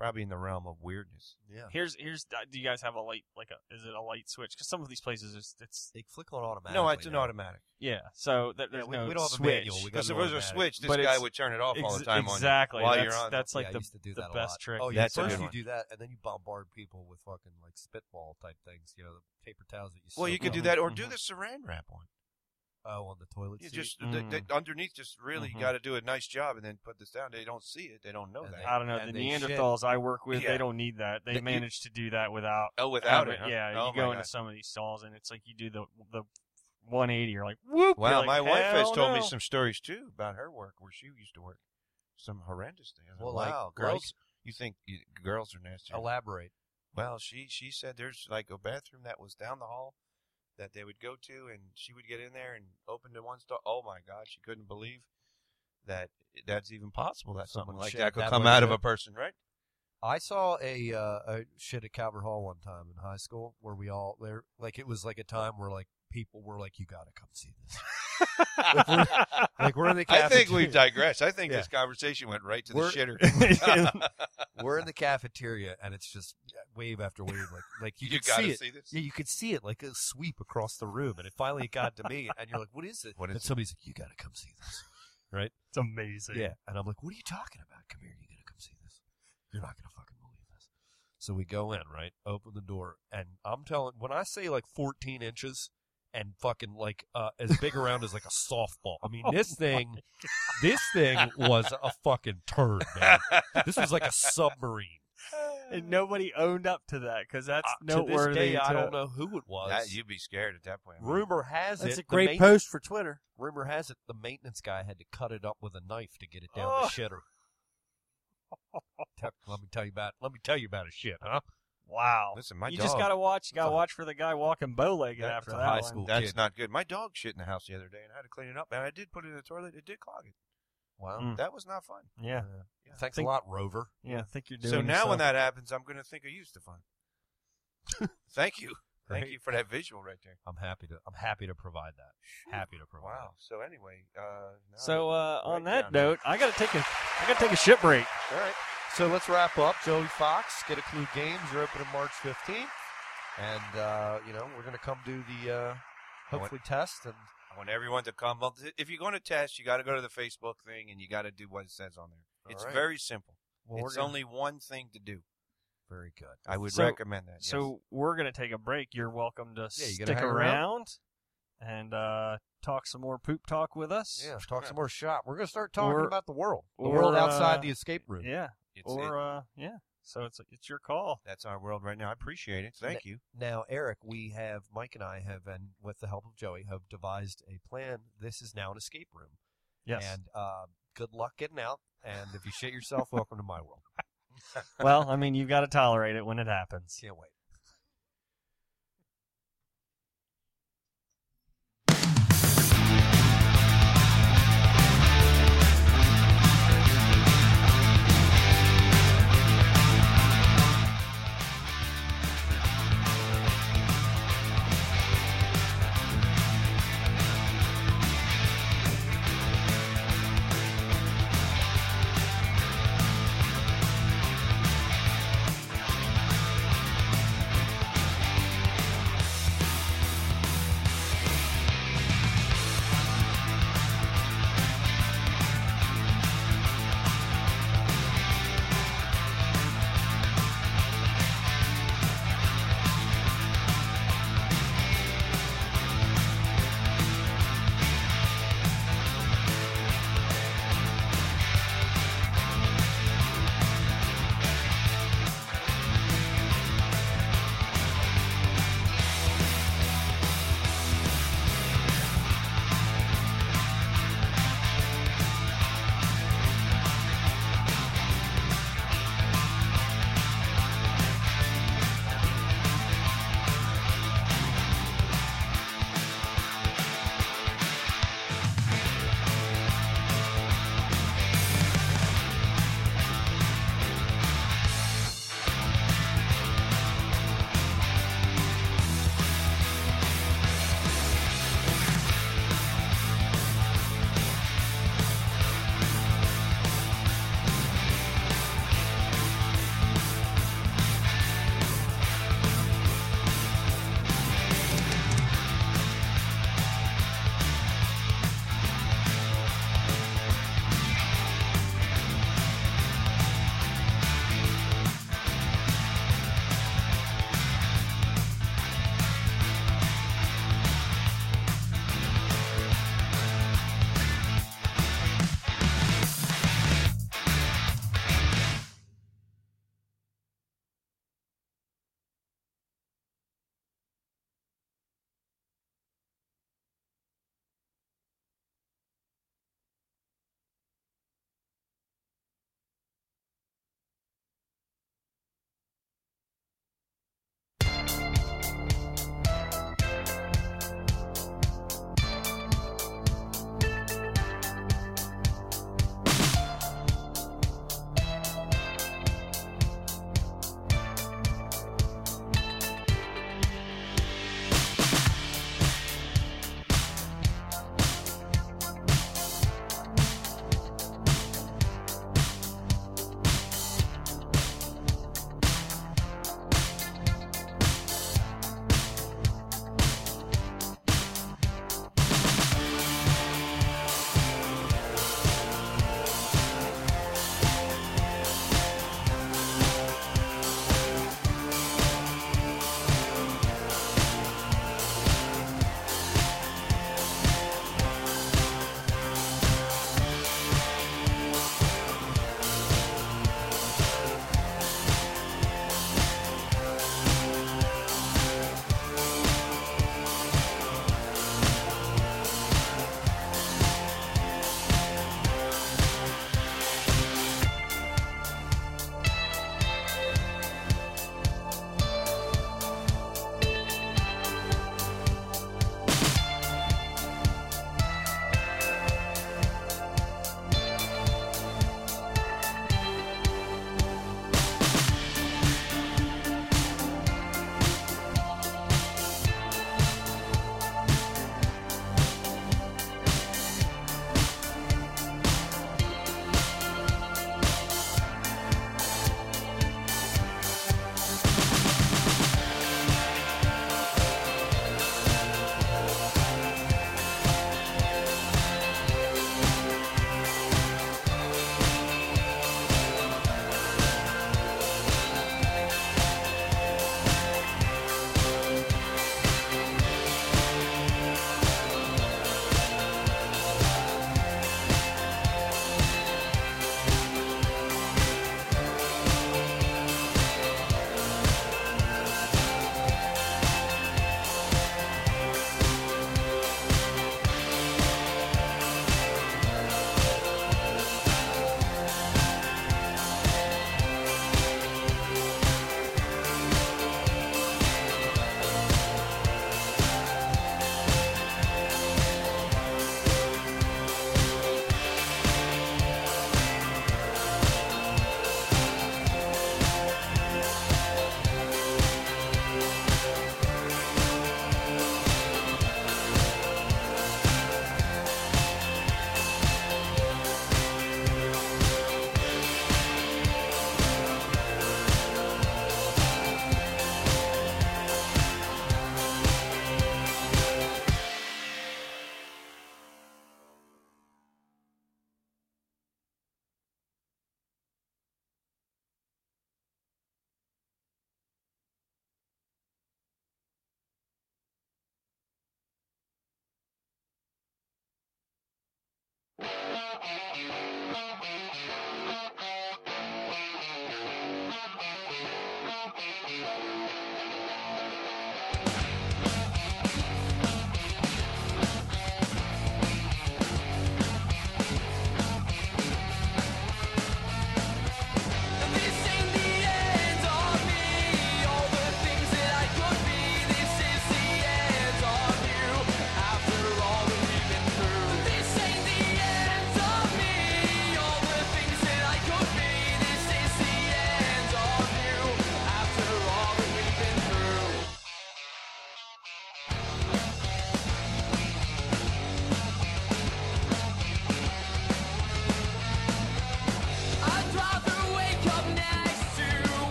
[SPEAKER 7] probably in the realm of weirdness.
[SPEAKER 6] yeah.
[SPEAKER 5] here's here's. uh, Do you guys have a light? Like a is it a light switch? Because some of these places, it's, it's
[SPEAKER 6] They flick on automatically.
[SPEAKER 7] No, it's an
[SPEAKER 6] now.
[SPEAKER 7] automatic.
[SPEAKER 5] yeah. So that,
[SPEAKER 6] Yeah,
[SPEAKER 5] there's
[SPEAKER 6] we-
[SPEAKER 5] no
[SPEAKER 6] we don't have a
[SPEAKER 5] switch.
[SPEAKER 6] manual. We got
[SPEAKER 7] Because
[SPEAKER 6] an
[SPEAKER 7] if it was a
[SPEAKER 6] automatic.
[SPEAKER 7] switch, this
[SPEAKER 5] But
[SPEAKER 7] guy
[SPEAKER 5] it's-
[SPEAKER 7] would turn it off all the
[SPEAKER 5] Ex-
[SPEAKER 7] time on you
[SPEAKER 5] exactly.
[SPEAKER 7] while
[SPEAKER 5] that's
[SPEAKER 7] you're on.
[SPEAKER 5] that's
[SPEAKER 6] Yeah,
[SPEAKER 5] like
[SPEAKER 6] I
[SPEAKER 5] the
[SPEAKER 6] used to do
[SPEAKER 5] the
[SPEAKER 6] that a
[SPEAKER 5] best
[SPEAKER 6] lot.
[SPEAKER 5] trick.
[SPEAKER 6] Oh, yeah.
[SPEAKER 7] That's a
[SPEAKER 6] first
[SPEAKER 7] good
[SPEAKER 6] you
[SPEAKER 7] one.
[SPEAKER 6] do that, and then you bombard people with fucking like spitball type things. You know, the paper towels that you.
[SPEAKER 7] Well,
[SPEAKER 6] soak
[SPEAKER 7] you could
[SPEAKER 6] up.
[SPEAKER 7] do
[SPEAKER 5] Mhm,
[SPEAKER 7] that, or do
[SPEAKER 5] mhm.
[SPEAKER 7] the Saran wrap one.
[SPEAKER 6] Oh, on the toilet
[SPEAKER 7] You
[SPEAKER 6] seat.
[SPEAKER 7] just
[SPEAKER 5] Mm.
[SPEAKER 7] th- th- underneath, just really
[SPEAKER 5] Mhm.
[SPEAKER 7] got to do a nice job, and then put this down. They don't see it. They don't know
[SPEAKER 6] And
[SPEAKER 7] that.
[SPEAKER 6] they-
[SPEAKER 5] I don't know.
[SPEAKER 6] and
[SPEAKER 5] The
[SPEAKER 6] they shit.
[SPEAKER 5] Neanderthals I work with,
[SPEAKER 7] Yeah.
[SPEAKER 5] they don't need that. They
[SPEAKER 7] Th- you-
[SPEAKER 5] manage to do that without.
[SPEAKER 7] oh, without
[SPEAKER 5] having-
[SPEAKER 7] it, huh?
[SPEAKER 5] yeah.
[SPEAKER 7] Oh,
[SPEAKER 5] you
[SPEAKER 7] my
[SPEAKER 5] go into
[SPEAKER 7] God.
[SPEAKER 5] some of these stalls, and it's like you do the the 180. You're like, whoop. you're
[SPEAKER 7] Wow,
[SPEAKER 5] like,
[SPEAKER 7] my wife has
[SPEAKER 5] "Hell
[SPEAKER 7] told me
[SPEAKER 5] no."
[SPEAKER 7] some stories too about her work where she used to work. Some horrendous things.
[SPEAKER 6] Well, like-
[SPEAKER 7] wow,
[SPEAKER 6] like-
[SPEAKER 7] girls. you think you, girls are nasty?
[SPEAKER 6] elaborate.
[SPEAKER 7] Well, she she said there's like a bathroom that was down the hall that they would go to, and she would get in there and open to one stall. Oh my God, she couldn't believe that that's even possible that something
[SPEAKER 6] Someone
[SPEAKER 7] like
[SPEAKER 6] shit
[SPEAKER 7] that could
[SPEAKER 6] that
[SPEAKER 7] come
[SPEAKER 6] much
[SPEAKER 7] out of
[SPEAKER 6] shit.
[SPEAKER 7] a person, right?
[SPEAKER 6] I saw a, uh, a shit at Calvert Hall one time in high school where we all there like it was like a time where like people were like, "You gotta come see this." like we're in the
[SPEAKER 7] I think
[SPEAKER 6] cafeteria.
[SPEAKER 7] we've digressed. I think
[SPEAKER 6] Yeah.
[SPEAKER 7] this conversation went right to
[SPEAKER 6] We're-
[SPEAKER 7] the shitter.
[SPEAKER 6] we're in the cafeteria and it's just wave after wave like like you,
[SPEAKER 7] you
[SPEAKER 6] could
[SPEAKER 7] gotta
[SPEAKER 6] see it.
[SPEAKER 7] see this.
[SPEAKER 6] Yeah, you could see it like a sweep across the room, and it finally got to me, and you're like, "What is it?"
[SPEAKER 7] What is
[SPEAKER 6] and
[SPEAKER 7] it?
[SPEAKER 6] somebody's like, "You gotta come see this."
[SPEAKER 5] It's amazing.
[SPEAKER 6] Yeah. And I'm like, what are you talking about? Come here. You got to come see this. You're not going to fucking believe this. So we go in, right? Open the door. And I'm telling, when I say like 14 inches and fucking like uh, as big around as like a softball, I
[SPEAKER 5] Oh
[SPEAKER 6] mean, this thing, this thing was a fucking turd, man. This was like a submarine.
[SPEAKER 5] and nobody owned up to that because that's
[SPEAKER 6] Uh, to this
[SPEAKER 5] noteworthy.
[SPEAKER 6] day, I
[SPEAKER 5] to-
[SPEAKER 6] don't know who it was.
[SPEAKER 7] That- you'd be scared at that point.
[SPEAKER 6] Rumor has
[SPEAKER 3] That's
[SPEAKER 6] it. the
[SPEAKER 3] a great
[SPEAKER 6] main-
[SPEAKER 3] post for Twitter.
[SPEAKER 6] Rumor has it the maintenance guy had to cut it up with a knife to get it down
[SPEAKER 5] Oh.
[SPEAKER 6] the shitter. Tell- let me tell you about let me tell you about a shit, huh?
[SPEAKER 5] Wow.
[SPEAKER 7] Listen, my
[SPEAKER 5] you
[SPEAKER 7] dog.
[SPEAKER 5] just gotta watch. You gotta
[SPEAKER 6] That's a-
[SPEAKER 5] watch for the guy walking bow legged
[SPEAKER 7] That's
[SPEAKER 5] after
[SPEAKER 6] a
[SPEAKER 5] that.
[SPEAKER 6] high
[SPEAKER 5] one.
[SPEAKER 6] school
[SPEAKER 7] that's
[SPEAKER 6] kid.
[SPEAKER 7] not good. My dog shit in the house the other day, and I had to clean it up. And I did put it in the toilet. It did clog it.
[SPEAKER 6] Wow.
[SPEAKER 5] Mm.
[SPEAKER 7] That was not fun.
[SPEAKER 5] Yeah,
[SPEAKER 7] Yeah.
[SPEAKER 6] Thanks
[SPEAKER 5] Think-
[SPEAKER 6] a lot, Rover.
[SPEAKER 5] yeah. I think you're doing.
[SPEAKER 7] So now,
[SPEAKER 5] yourself.
[SPEAKER 7] when that happens, I'm going to think of you, Stefan. Thank you. Thank
[SPEAKER 6] Great.
[SPEAKER 7] you for that visual right there.
[SPEAKER 6] I'm happy to I'm happy to provide that. Happy to provide.
[SPEAKER 7] Wow. So anyway, uh, now
[SPEAKER 5] So uh, on
[SPEAKER 7] Right
[SPEAKER 5] that
[SPEAKER 7] down
[SPEAKER 5] note, I gotta take a. I gotta take a shit break.
[SPEAKER 6] All right. So let's wrap up. Joey Fox, get a clue games. You're open on March 15th. and uh, you know we're gonna come do the uh, hopefully test and
[SPEAKER 7] I want everyone to come. Well, if you're going to test, you got to go to the Facebook thing and you got to do what it says on there.
[SPEAKER 6] All
[SPEAKER 7] it's
[SPEAKER 6] right.
[SPEAKER 7] very simple.
[SPEAKER 6] well, we're
[SPEAKER 7] it's
[SPEAKER 6] gonna-
[SPEAKER 7] only one thing to do.
[SPEAKER 6] very good.
[SPEAKER 7] I would
[SPEAKER 5] So-
[SPEAKER 7] recommend that. yes.
[SPEAKER 5] So we're gonna take a break. You're welcome to
[SPEAKER 6] Yeah, you gonna hang
[SPEAKER 5] stick
[SPEAKER 6] around?
[SPEAKER 5] around, and uh, talk some more poop talk with us.
[SPEAKER 6] Yeah, talk some more shop. We're gonna start talking
[SPEAKER 5] Or-
[SPEAKER 6] about the world, the
[SPEAKER 5] or,
[SPEAKER 6] world
[SPEAKER 5] uh,
[SPEAKER 6] outside the escape room.
[SPEAKER 5] yeah.
[SPEAKER 7] It's-
[SPEAKER 5] Or
[SPEAKER 7] it-
[SPEAKER 5] uh, yeah. So it's it's your call.
[SPEAKER 7] that's our world right now. I appreciate it. Thank you.
[SPEAKER 6] Now, Eric, we have Mike and I have, and with the help of Joey, have devised a plan. This is now an escape room.
[SPEAKER 5] Yes.
[SPEAKER 6] And uh, good luck getting out. And if you shit yourself, welcome to my world.
[SPEAKER 5] well, I mean, you've got to tolerate it when it happens.
[SPEAKER 6] Can't wait.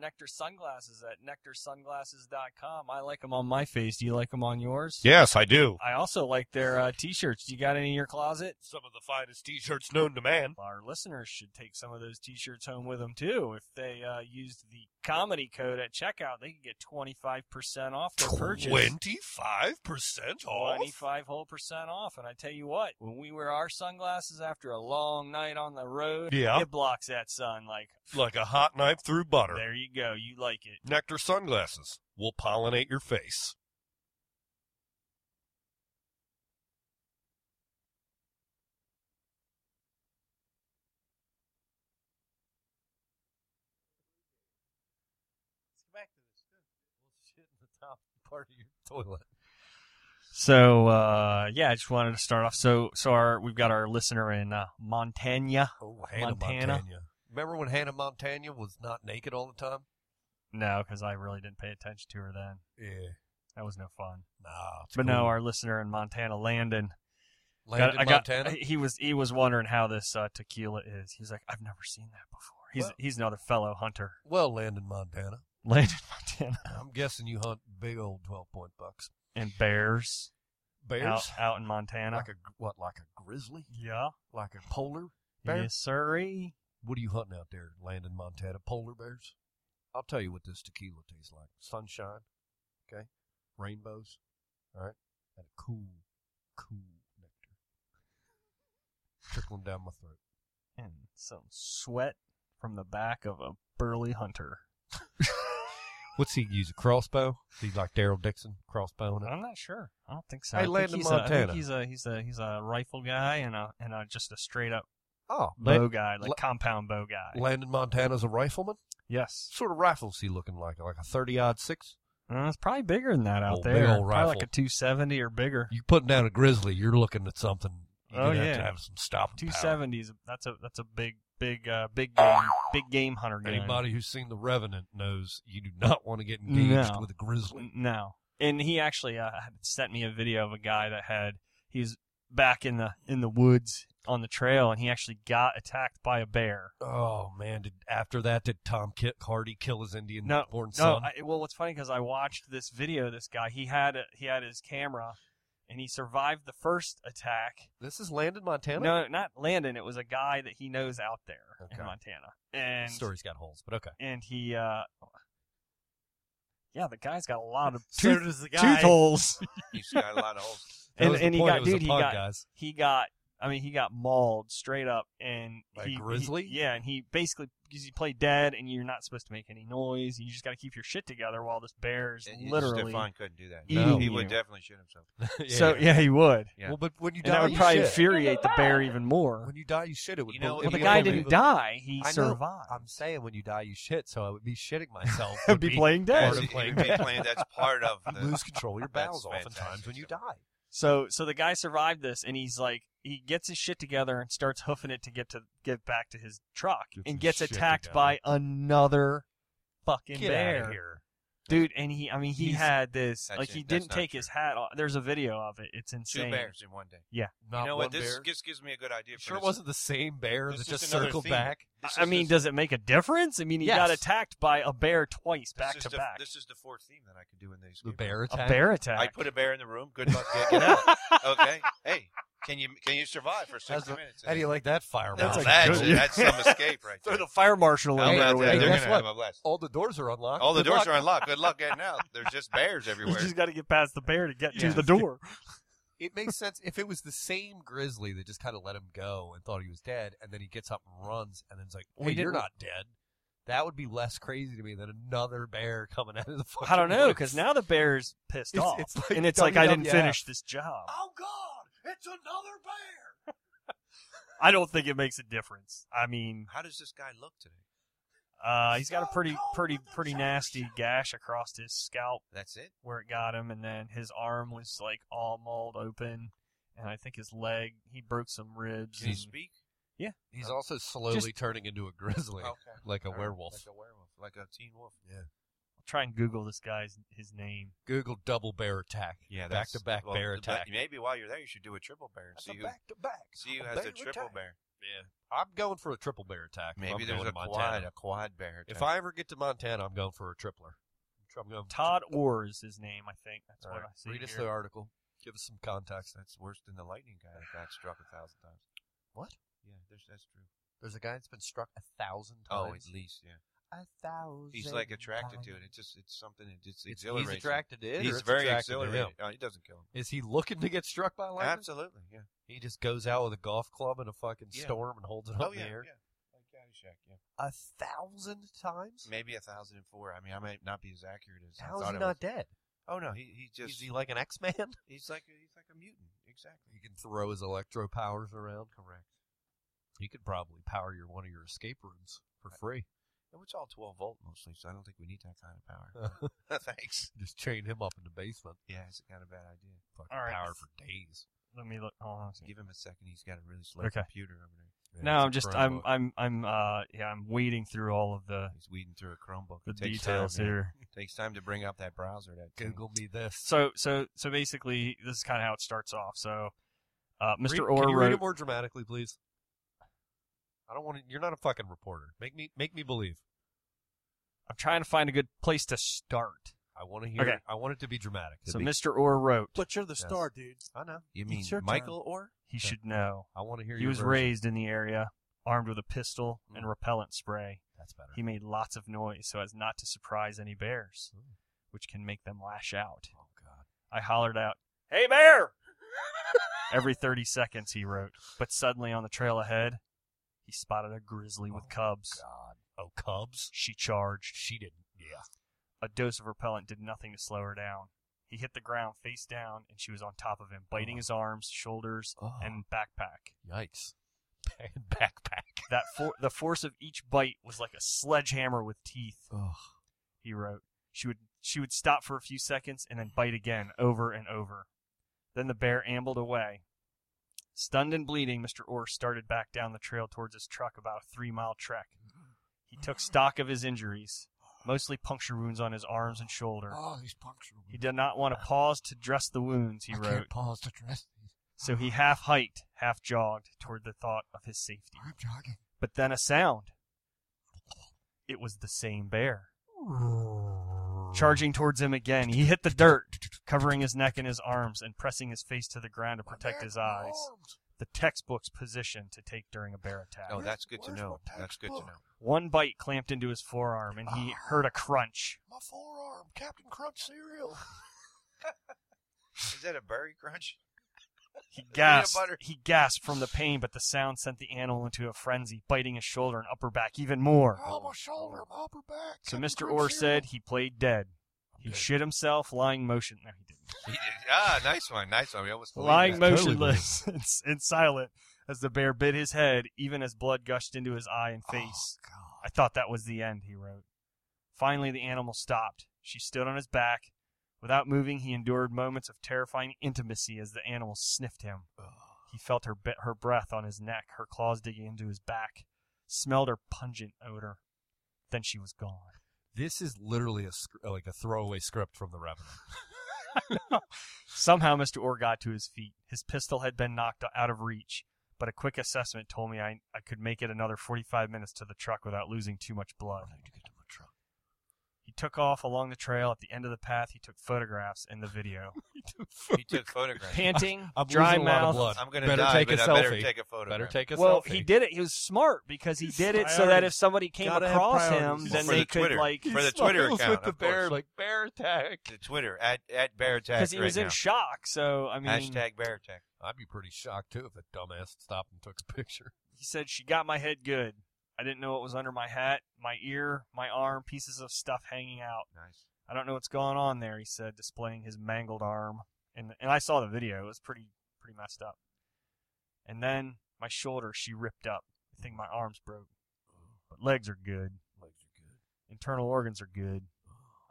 [SPEAKER 5] Nectar sunglasses at nectarsunglasses.com. I like them on my face. Do you like them on yours?
[SPEAKER 6] Yes, I do.
[SPEAKER 5] I also like their uh, t-shirts. You got any in your closet?
[SPEAKER 6] Some of the finest T-shirts known to man.
[SPEAKER 5] Our listeners should take some of those t-shirts home with them too. If they uh, used the comedy code at checkout, they can get 25% off their purchase.
[SPEAKER 6] Twenty-five percent
[SPEAKER 7] Oh,
[SPEAKER 6] off.
[SPEAKER 5] 25 whole percent off. And I tell you what, when we wear our sunglasses after a long night on the road,
[SPEAKER 6] Yeah.
[SPEAKER 5] it blocks that sun. Like,
[SPEAKER 6] Like a hot knife through butter.
[SPEAKER 5] there you go. You like it.
[SPEAKER 6] Nectar sunglasses will pollinate your face.
[SPEAKER 7] Part of your toilet.
[SPEAKER 5] So uh, yeah, I just wanted to start off. So so our we've got our listener in uh, Montana.
[SPEAKER 6] Oh, Hannah
[SPEAKER 5] Montana.
[SPEAKER 6] Montana. Remember when Hannah Montana was not naked all the time?
[SPEAKER 5] No, because I really didn't pay attention to her then.
[SPEAKER 6] Yeah.
[SPEAKER 5] That was no fun.
[SPEAKER 6] Nah. it's
[SPEAKER 5] but no,
[SPEAKER 6] cool.
[SPEAKER 5] our listener in Montana, Landon. got-
[SPEAKER 6] Landon
[SPEAKER 5] I got-
[SPEAKER 6] Montana.
[SPEAKER 5] He was he was wondering how this uh, tequila is. He's like, I've never seen that before. He's
[SPEAKER 6] Well-
[SPEAKER 5] he's another fellow hunter,
[SPEAKER 6] well, Landon Montana.
[SPEAKER 5] Landon, Montana,
[SPEAKER 6] I'm guessing you hunt big old twelve point bucks.
[SPEAKER 5] and bears,
[SPEAKER 6] Bears.
[SPEAKER 5] out out in Montana.
[SPEAKER 6] Like a what? Like a grizzly?
[SPEAKER 5] yeah,
[SPEAKER 6] Like a polar? Bear?
[SPEAKER 5] yes, sirree.
[SPEAKER 6] What are you hunting out there, Landon, Montana? Polar bears? I'll tell you what this tequila tastes like. Sunshine, okay? Rainbows, all right? And a cool, cool nectar trickling down my throat.
[SPEAKER 5] and some sweat from the back of a burly hunter.
[SPEAKER 6] What's he use? A crossbow? He's like Daryl Dixon, crossbowing it.
[SPEAKER 5] I'm not sure. I don't think so.
[SPEAKER 6] Hey,
[SPEAKER 5] I think
[SPEAKER 6] Landon,
[SPEAKER 5] he's a- I think
[SPEAKER 6] Montana.
[SPEAKER 5] he's a he's a he's a rifle guy and a and a, just a straight up
[SPEAKER 6] Oh,
[SPEAKER 5] bow
[SPEAKER 6] La-
[SPEAKER 5] guy, like
[SPEAKER 6] La-
[SPEAKER 5] compound bow guy.
[SPEAKER 6] Landon Montana's a rifleman?
[SPEAKER 5] yes,
[SPEAKER 6] Sort of rifle's he looking like? Like a 30 odd six?
[SPEAKER 5] uh, it's probably bigger than that out
[SPEAKER 6] Old Oh, big
[SPEAKER 5] there.
[SPEAKER 6] old
[SPEAKER 5] probably like
[SPEAKER 6] rifle.
[SPEAKER 5] a 270 or bigger.
[SPEAKER 6] You putting down a grizzly, you're looking at something. You're
[SPEAKER 5] Oh,
[SPEAKER 6] gonna have
[SPEAKER 5] yeah.
[SPEAKER 6] to have some stopping power.
[SPEAKER 5] 270s. That's a that's a big big uh, big game big game hunter gun.
[SPEAKER 6] Anybody who's seen The Revenant knows you do not want to get engaged
[SPEAKER 5] No.
[SPEAKER 6] with a grizzly.
[SPEAKER 5] No. And he actually uh, had sent me a video of a guy that had he's back in the in the woods on the trail, and he actually got attacked by a bear.
[SPEAKER 6] Oh man! Did after that did Tom Kit Hardy kill his Indian
[SPEAKER 5] No,
[SPEAKER 6] born
[SPEAKER 5] No,
[SPEAKER 6] son?
[SPEAKER 5] I, well, what's funny because I watched this video. This guy he had a, he had his camera, and he survived the first attack.
[SPEAKER 6] this is Landon Montana.
[SPEAKER 5] No, not Landon. It was a guy that he knows out there
[SPEAKER 6] Okay.
[SPEAKER 5] in Montana,
[SPEAKER 6] The
[SPEAKER 5] and
[SPEAKER 6] story's got holes, but okay.
[SPEAKER 5] and he. uh yeah, the guy's got a lot of
[SPEAKER 3] So
[SPEAKER 5] tooth,
[SPEAKER 3] does the guy.
[SPEAKER 5] tooth holes.
[SPEAKER 7] You just got a lot of holes.
[SPEAKER 6] That
[SPEAKER 5] And-
[SPEAKER 6] was the
[SPEAKER 5] and he
[SPEAKER 6] point.
[SPEAKER 5] got-
[SPEAKER 6] It was a
[SPEAKER 5] dude, he
[SPEAKER 6] pun,
[SPEAKER 5] got-
[SPEAKER 6] guys.
[SPEAKER 5] he got I mean he got mauled straight up and
[SPEAKER 6] By a
[SPEAKER 5] he, he-
[SPEAKER 6] grizzly?
[SPEAKER 5] yeah, and he basically because you play dead and you're not supposed to make any noise. And you just got to keep your shit together while this bear's
[SPEAKER 7] And you-
[SPEAKER 5] literally.
[SPEAKER 7] Stefan couldn't do that.
[SPEAKER 5] No.
[SPEAKER 7] he
[SPEAKER 5] eating
[SPEAKER 7] would
[SPEAKER 5] you.
[SPEAKER 7] definitely shoot himself.
[SPEAKER 6] Yeah,
[SPEAKER 5] so
[SPEAKER 6] yeah.
[SPEAKER 5] yeah. he would,
[SPEAKER 7] yeah.
[SPEAKER 6] Well, but when you
[SPEAKER 5] and that
[SPEAKER 6] die,
[SPEAKER 5] would
[SPEAKER 6] you
[SPEAKER 5] probably
[SPEAKER 6] shit.
[SPEAKER 5] infuriate the bear even more.
[SPEAKER 6] when you die, you shit. It would.
[SPEAKER 7] You know,
[SPEAKER 6] be-
[SPEAKER 5] Well,
[SPEAKER 7] if
[SPEAKER 5] the
[SPEAKER 7] you
[SPEAKER 5] guy
[SPEAKER 7] don't
[SPEAKER 5] didn't
[SPEAKER 7] do-
[SPEAKER 5] die; he
[SPEAKER 6] I know.
[SPEAKER 5] survived.
[SPEAKER 6] I'm saying when you die, you shit. So I would be shitting myself.
[SPEAKER 5] He'd be playing dead.
[SPEAKER 6] part of
[SPEAKER 7] You'd
[SPEAKER 6] playing
[SPEAKER 7] be
[SPEAKER 6] dead.
[SPEAKER 7] playing- That's part of
[SPEAKER 6] You
[SPEAKER 7] the.
[SPEAKER 6] lose control of your
[SPEAKER 7] That's
[SPEAKER 6] bowels oftentimes
[SPEAKER 7] fantastic
[SPEAKER 6] when you die.
[SPEAKER 7] stuff.
[SPEAKER 5] So so the guy survived this, and he's like he gets his shit together and starts hoofing it to get to get back to his truck,
[SPEAKER 6] Gets
[SPEAKER 5] and
[SPEAKER 6] his
[SPEAKER 5] gets
[SPEAKER 6] shit
[SPEAKER 5] attacked
[SPEAKER 6] together.
[SPEAKER 5] by another fucking
[SPEAKER 6] Get
[SPEAKER 5] bear.
[SPEAKER 6] out of here.
[SPEAKER 5] dude and he i mean he
[SPEAKER 6] He's-
[SPEAKER 5] had this
[SPEAKER 7] That's
[SPEAKER 5] like
[SPEAKER 7] it.
[SPEAKER 5] he
[SPEAKER 7] That's
[SPEAKER 5] didn't
[SPEAKER 7] not
[SPEAKER 5] take his hat off there's a video of it it's
[SPEAKER 7] Two
[SPEAKER 5] insane
[SPEAKER 7] bears in one day.
[SPEAKER 6] Not
[SPEAKER 7] you know
[SPEAKER 6] one
[SPEAKER 7] what? This
[SPEAKER 6] bear.
[SPEAKER 7] gives, gives me a good idea.
[SPEAKER 6] You
[SPEAKER 7] for
[SPEAKER 6] sure it
[SPEAKER 7] this.
[SPEAKER 6] wasn't the same bear
[SPEAKER 7] This
[SPEAKER 6] that
[SPEAKER 7] is
[SPEAKER 6] just
[SPEAKER 7] just another
[SPEAKER 6] circled
[SPEAKER 7] theme.
[SPEAKER 6] back?
[SPEAKER 7] This
[SPEAKER 5] I
[SPEAKER 7] is
[SPEAKER 5] mean,
[SPEAKER 7] just-
[SPEAKER 5] does it make a difference? I mean, he
[SPEAKER 6] Yes.
[SPEAKER 5] got attacked by a bear
[SPEAKER 7] this
[SPEAKER 5] twice, back
[SPEAKER 7] is
[SPEAKER 5] to
[SPEAKER 7] the-
[SPEAKER 5] back.
[SPEAKER 7] This is the fourth theme that I could do in these.
[SPEAKER 6] The
[SPEAKER 7] people.
[SPEAKER 6] bear
[SPEAKER 5] A
[SPEAKER 6] attack.
[SPEAKER 5] bear
[SPEAKER 7] I
[SPEAKER 5] attack.
[SPEAKER 7] put a bear in the room. Good luck getting out. Okay. Hey, can you can you survive for six
[SPEAKER 6] That's a-
[SPEAKER 7] minutes?
[SPEAKER 6] How do you like that fire?
[SPEAKER 7] That's,
[SPEAKER 5] That's a
[SPEAKER 7] that's,
[SPEAKER 5] good-
[SPEAKER 7] that's some escape right
[SPEAKER 5] Throw
[SPEAKER 7] there.
[SPEAKER 5] the fire
[SPEAKER 7] Oh,
[SPEAKER 5] marshal
[SPEAKER 6] Hey,
[SPEAKER 5] in there
[SPEAKER 6] hey,
[SPEAKER 5] with
[SPEAKER 6] hey,
[SPEAKER 7] they're
[SPEAKER 5] him.
[SPEAKER 7] gonna
[SPEAKER 6] guess what?
[SPEAKER 7] have a blast.
[SPEAKER 6] All the doors are unlocked.
[SPEAKER 7] All the
[SPEAKER 6] Good
[SPEAKER 7] doors
[SPEAKER 6] luck.
[SPEAKER 7] are unlocked. Good luck getting out. There's just bears
[SPEAKER 5] You
[SPEAKER 7] everywhere.
[SPEAKER 5] just got to get past the bear to get
[SPEAKER 7] Yeah.
[SPEAKER 5] to the door.
[SPEAKER 6] It makes sense if it was the same grizzly that just kind of let him go and thought he was dead, and then he gets up and runs, and then it's like,
[SPEAKER 5] Well, he
[SPEAKER 6] "Hey, you're
[SPEAKER 5] didn't-
[SPEAKER 6] not dead." That would be less crazy to me than another bear coming out of the fucking.
[SPEAKER 5] I don't know,
[SPEAKER 6] woods.
[SPEAKER 5] because now the bear's pissed
[SPEAKER 6] It's-
[SPEAKER 5] off.
[SPEAKER 6] it's like
[SPEAKER 5] and it's like, I didn't
[SPEAKER 6] WWF.
[SPEAKER 5] finish this job.
[SPEAKER 6] Oh God! It's another bear.
[SPEAKER 5] I don't think it makes a difference. I mean,
[SPEAKER 7] How does this guy look today?
[SPEAKER 5] uh, he's got a
[SPEAKER 6] So
[SPEAKER 5] pretty,
[SPEAKER 6] cold
[SPEAKER 5] pretty,
[SPEAKER 6] with the
[SPEAKER 5] pretty
[SPEAKER 6] church.
[SPEAKER 5] nasty gash across his scalp.
[SPEAKER 7] That's it.
[SPEAKER 5] where it got him, and then his arm was like all mauled open, and I think his leg he broke some ribs.
[SPEAKER 7] Can he
[SPEAKER 5] And,
[SPEAKER 7] speak?
[SPEAKER 6] He's also slowly turning into a grizzly,
[SPEAKER 7] Okay.
[SPEAKER 6] like a
[SPEAKER 7] All right,
[SPEAKER 6] werewolf.
[SPEAKER 7] Like a werewolf. Like a teen wolf.
[SPEAKER 6] Yeah.
[SPEAKER 5] try and Google this guy's his name.
[SPEAKER 6] Google double bear attack.
[SPEAKER 7] Yeah,
[SPEAKER 6] back
[SPEAKER 7] that's-
[SPEAKER 6] to back
[SPEAKER 7] well,
[SPEAKER 6] bear
[SPEAKER 7] the ba-
[SPEAKER 6] attack.
[SPEAKER 7] Maybe while you're there, you should do a triple bear and
[SPEAKER 6] That's
[SPEAKER 7] see
[SPEAKER 6] a
[SPEAKER 7] who
[SPEAKER 6] back to back.
[SPEAKER 7] see who has a triple
[SPEAKER 6] attack.
[SPEAKER 7] bear.
[SPEAKER 6] Yeah, I'm going for a triple bear attack. if
[SPEAKER 7] Maybe
[SPEAKER 6] I'm
[SPEAKER 7] there's
[SPEAKER 6] going
[SPEAKER 7] a
[SPEAKER 6] to Montana.
[SPEAKER 7] quad, a quad bear.
[SPEAKER 6] If
[SPEAKER 7] attack.
[SPEAKER 6] I ever get to Montana, I'm going for a tripler. I'm going
[SPEAKER 5] Todd Orr is his name, I think. That's
[SPEAKER 6] All
[SPEAKER 5] what
[SPEAKER 6] right, uh,
[SPEAKER 5] I see
[SPEAKER 6] Read us
[SPEAKER 5] here.
[SPEAKER 6] the article. Give us some context.
[SPEAKER 7] that's worse than the lightning guy that got struck a thousand times.
[SPEAKER 6] What?
[SPEAKER 7] Yeah, there's, that's true.
[SPEAKER 6] There's a guy that's been struck a thousand
[SPEAKER 7] Oh,
[SPEAKER 6] times.
[SPEAKER 7] at least yeah.
[SPEAKER 6] a thousand.
[SPEAKER 7] He's like attracted to it. It's just it's something. It just
[SPEAKER 6] It's,
[SPEAKER 7] exhilarates.
[SPEAKER 6] he's
[SPEAKER 7] him.
[SPEAKER 6] attracted to it. or
[SPEAKER 7] He's
[SPEAKER 6] it's
[SPEAKER 7] very
[SPEAKER 6] attracted to
[SPEAKER 7] exhilarated.
[SPEAKER 6] him?
[SPEAKER 7] Oh, he doesn't kill him.
[SPEAKER 6] Is he looking to get struck by lightning?
[SPEAKER 7] Absolutely, yeah.
[SPEAKER 6] He just goes out with a golf club and a fucking
[SPEAKER 7] Yeah.
[SPEAKER 6] storm and holds it
[SPEAKER 7] Oh
[SPEAKER 6] up in
[SPEAKER 7] yeah,
[SPEAKER 6] the air
[SPEAKER 7] yeah. Like Caddyshack, yeah.
[SPEAKER 6] a thousand times.
[SPEAKER 7] Maybe a thousand and four. I mean, I might not be as accurate as I
[SPEAKER 6] How is
[SPEAKER 7] thought
[SPEAKER 6] he
[SPEAKER 7] I
[SPEAKER 6] not
[SPEAKER 7] was.
[SPEAKER 6] dead?
[SPEAKER 7] Oh no, he he just
[SPEAKER 6] is he like an X Man?
[SPEAKER 7] he's like he's like a mutant. Exactly.
[SPEAKER 6] He can throw his electro powers around. Correct. He could probably power your one of your escape rooms for free.
[SPEAKER 7] And it's all 12 volt mostly, so I don't think we need that kind of power. Thanks.
[SPEAKER 6] Just chain him up in the basement.
[SPEAKER 7] Yeah, it's kind of a bad idea.
[SPEAKER 6] Fucking
[SPEAKER 5] All right.
[SPEAKER 6] power for days.
[SPEAKER 5] Let me look. Hold on a second.
[SPEAKER 7] Give him a second. He's got a really slow
[SPEAKER 5] Okay.
[SPEAKER 7] computer over there.
[SPEAKER 5] Now I'm just I'm I'm I'm uh yeah I'm wading through all of the
[SPEAKER 7] He's weeding through a Chromebook.
[SPEAKER 5] the
[SPEAKER 7] It takes
[SPEAKER 5] details
[SPEAKER 7] time, yeah.
[SPEAKER 5] here.
[SPEAKER 7] Takes time to bring up that browser. That thing.
[SPEAKER 6] Google me this.
[SPEAKER 5] So so so basically this is kind of how it starts off. So uh,
[SPEAKER 6] Read-
[SPEAKER 5] Mr.
[SPEAKER 6] can
[SPEAKER 5] Orr
[SPEAKER 6] you read
[SPEAKER 5] wrote
[SPEAKER 6] it more dramatically, please? I don't want to. You're not a fucking reporter. Make me make me believe.
[SPEAKER 5] I'm trying to find a good place to start.
[SPEAKER 6] I want to hear.
[SPEAKER 5] Okay.
[SPEAKER 6] I want it to be dramatic.
[SPEAKER 5] so Mr. Orr wrote
[SPEAKER 3] But you're the
[SPEAKER 6] Yes.
[SPEAKER 3] star, dude.
[SPEAKER 6] I know.
[SPEAKER 7] You
[SPEAKER 3] It's
[SPEAKER 7] mean
[SPEAKER 3] your
[SPEAKER 7] Michael or?
[SPEAKER 5] he should know.
[SPEAKER 6] I want to hear.
[SPEAKER 5] He
[SPEAKER 6] your
[SPEAKER 5] was
[SPEAKER 6] version. Hmm.
[SPEAKER 5] raised in the area, armed with a pistol and repellent spray.
[SPEAKER 6] That's better.
[SPEAKER 5] He made lots of noise so as not to surprise any bears,
[SPEAKER 6] Ooh.
[SPEAKER 5] which can make them lash out.
[SPEAKER 6] Hmm. oh God.
[SPEAKER 5] I hollered out, Hey, bear! Every 30 seconds, he wrote. But suddenly on the trail ahead, he spotted a grizzly with
[SPEAKER 6] Oh,
[SPEAKER 5] cubs.
[SPEAKER 6] God. Oh, Cubs.
[SPEAKER 5] She charged.
[SPEAKER 6] She didn't. Yeah.
[SPEAKER 5] A dose of repellent did nothing to slow her down. He hit the ground face down, and she was on top of him,
[SPEAKER 6] Oh.
[SPEAKER 5] biting his arms, shoulders,
[SPEAKER 6] Oh.
[SPEAKER 5] and backpack.
[SPEAKER 6] Yikes. Backpack.
[SPEAKER 5] That for- the force of each bite was like a sledgehammer with teeth.
[SPEAKER 6] Ugh.
[SPEAKER 5] he wrote. She would she would stop for a few seconds and then bite again, over and over. Then the bear ambled away. Stunned and bleeding, Mr. Orr started back down the trail towards his truck about a three mile trek. He took stock of his injuries, mostly puncture wounds on his arms and shoulder.
[SPEAKER 6] Oh, these puncture
[SPEAKER 5] He did not want to pause to dress the wounds, he wrote,
[SPEAKER 6] pause to dress these.
[SPEAKER 5] so he half hiked, half jogged toward the thought of his safety.
[SPEAKER 6] I'm jogging.
[SPEAKER 5] But then a sound. It was the same bear. charging towards him again. He hit the dirt, covering his neck and his arms and pressing his face to the ground to protect his eyes. The textbook's position to take during a bear attack.
[SPEAKER 7] Oh, that's good to know. That's good to know.
[SPEAKER 5] One bite clamped into his forearm and he
[SPEAKER 7] Ah.
[SPEAKER 5] heard a crunch.
[SPEAKER 6] My forearm, Captain Crunch cereal.
[SPEAKER 7] Is that a berry crunch?
[SPEAKER 5] He gasped.
[SPEAKER 7] butter.
[SPEAKER 5] He gasped from the pain, but the sound sent the animal into a frenzy, biting his shoulder and upper back even more.
[SPEAKER 6] Oh, my shoulder, my upper back.
[SPEAKER 5] So Mr. Orr said he played dead. He shit himself, lying motion. No, he didn't.
[SPEAKER 7] He did. Ah, nice one, nice one. We almost believed
[SPEAKER 5] lying
[SPEAKER 7] that.
[SPEAKER 6] Totally
[SPEAKER 5] motionless and, and silent as the bear bit his head, even as blood gushed into his eye
[SPEAKER 7] Oh,
[SPEAKER 5] and face. I thought that was the end, he wrote. Finally, the animal stopped. She stood on his back. Without moving, he endured moments of terrifying intimacy as the animal sniffed him. He felt her, bit, her breath on his neck, her claws digging into his back, smelled her pungent odor. Then she was gone.
[SPEAKER 6] This is literally a sc- uh, like a throwaway script from The Revenant.
[SPEAKER 5] Somehow, Mr. Orr got to his feet. His pistol had been knocked out of reach, but a quick assessment told me I, I could make it another 45 minutes to the truck without losing too much blood. He took off along the trail. At the end of the path, he took photographs and the video.
[SPEAKER 7] He took photographs.
[SPEAKER 5] Panting,
[SPEAKER 6] I'm
[SPEAKER 5] dry
[SPEAKER 6] losing a lot of
[SPEAKER 5] mouth.
[SPEAKER 6] blood.
[SPEAKER 7] I'm gonna
[SPEAKER 6] better
[SPEAKER 7] die,
[SPEAKER 6] take
[SPEAKER 7] but
[SPEAKER 6] a
[SPEAKER 7] I
[SPEAKER 6] selfie.
[SPEAKER 7] better take a photo.
[SPEAKER 6] Better take a
[SPEAKER 5] Well,
[SPEAKER 6] selfie.
[SPEAKER 5] he did it. He was smart because he
[SPEAKER 3] He's
[SPEAKER 5] did it so that if
[SPEAKER 3] priorities.
[SPEAKER 5] somebody came
[SPEAKER 3] Gotta have
[SPEAKER 5] across him,
[SPEAKER 3] priorities.
[SPEAKER 5] then
[SPEAKER 7] For
[SPEAKER 5] they
[SPEAKER 7] the
[SPEAKER 5] could
[SPEAKER 7] Twitter.
[SPEAKER 5] like
[SPEAKER 7] For the Twitter
[SPEAKER 6] smiles
[SPEAKER 7] account,
[SPEAKER 6] with the
[SPEAKER 7] of
[SPEAKER 6] bear,
[SPEAKER 7] course.
[SPEAKER 6] like bear attack.
[SPEAKER 7] To Twitter at at bear attack
[SPEAKER 5] because he
[SPEAKER 7] right
[SPEAKER 5] was in
[SPEAKER 7] now.
[SPEAKER 5] shock. So I mean,
[SPEAKER 7] Hashtag bear attack.
[SPEAKER 6] I'd be pretty shocked too if a dumbass stopped and took a picture.
[SPEAKER 5] he said she got my head good. I didn't know what was under my hat, my ear, my arm, pieces of stuff hanging out.
[SPEAKER 7] Nice.
[SPEAKER 5] I don't know what's going on there, he said, displaying his mangled arm. And and I saw the video. It was pretty pretty messed up. And then my shoulder she ripped up. I think my arms broke. But legs are good.
[SPEAKER 6] Legs are good.
[SPEAKER 5] Internal organs are good.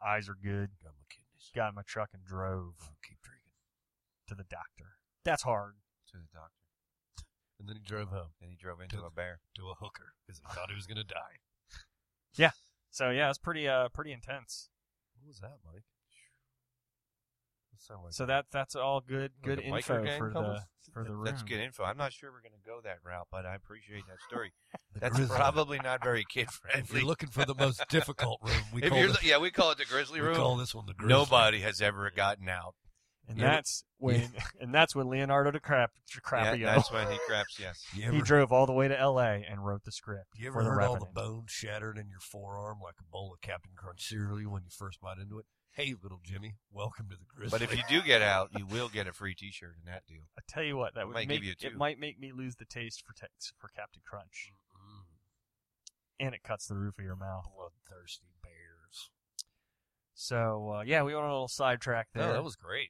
[SPEAKER 5] Eyes are good.
[SPEAKER 6] Got my kidneys.
[SPEAKER 5] Got in my truck and drove
[SPEAKER 6] keep drinking.
[SPEAKER 5] to the doctor. That's hard.
[SPEAKER 7] To the doctor.
[SPEAKER 6] And then he drove home
[SPEAKER 7] Then he drove into
[SPEAKER 6] To-
[SPEAKER 7] a bear.
[SPEAKER 6] to a hooker because he thought he was gonna die.
[SPEAKER 5] So yeah, it's pretty uh pretty intense.
[SPEAKER 6] What was that, Mike? That sound like
[SPEAKER 5] So that that's all good
[SPEAKER 6] Like
[SPEAKER 5] good
[SPEAKER 6] the biker
[SPEAKER 5] info
[SPEAKER 6] gang
[SPEAKER 5] for
[SPEAKER 6] covers?
[SPEAKER 5] the for the room.
[SPEAKER 7] That's good info. I'm not sure we're going to go that route, but I appreciate that story.
[SPEAKER 6] the
[SPEAKER 7] That's
[SPEAKER 6] grizzly.
[SPEAKER 7] probably not very kid
[SPEAKER 6] If you're
[SPEAKER 7] friendly.
[SPEAKER 6] looking for the most difficult room, we
[SPEAKER 7] If
[SPEAKER 6] call
[SPEAKER 7] you're
[SPEAKER 6] this,
[SPEAKER 7] lo- yeah, we call it the Grizzly
[SPEAKER 6] we
[SPEAKER 7] Room.
[SPEAKER 6] call this one the grizzly.
[SPEAKER 7] Nobody has ever gotten out.
[SPEAKER 5] And
[SPEAKER 6] Yeah.
[SPEAKER 5] that's when and that's when Leonardo DiCrap- DiCaprio
[SPEAKER 7] Yeah, that's when he craps. Yes.
[SPEAKER 6] You
[SPEAKER 5] he
[SPEAKER 6] ever,
[SPEAKER 5] drove all the way to L.A. and wrote the script.
[SPEAKER 6] you
[SPEAKER 5] for
[SPEAKER 6] ever heard
[SPEAKER 5] the
[SPEAKER 6] all the
[SPEAKER 5] Revenant.
[SPEAKER 6] bones shattered in your forearm like a bowl of Captain Crunch cereal when you first bite into it? Hey, little Jimmy, welcome to the grizzly.
[SPEAKER 7] But if you do get out, you will get a free T-shirt in that deal.
[SPEAKER 5] I tell you what, that would
[SPEAKER 7] Might
[SPEAKER 5] make
[SPEAKER 7] give you a
[SPEAKER 5] it
[SPEAKER 7] two.
[SPEAKER 5] might make me lose the taste for tex for Captain Crunch,
[SPEAKER 6] Mm-hmm.
[SPEAKER 5] and it cuts the roof of your mouth.
[SPEAKER 6] bloodthirsty bears.
[SPEAKER 5] So uh, yeah, we went on a little sidetrack there.
[SPEAKER 6] No, Oh, that was great.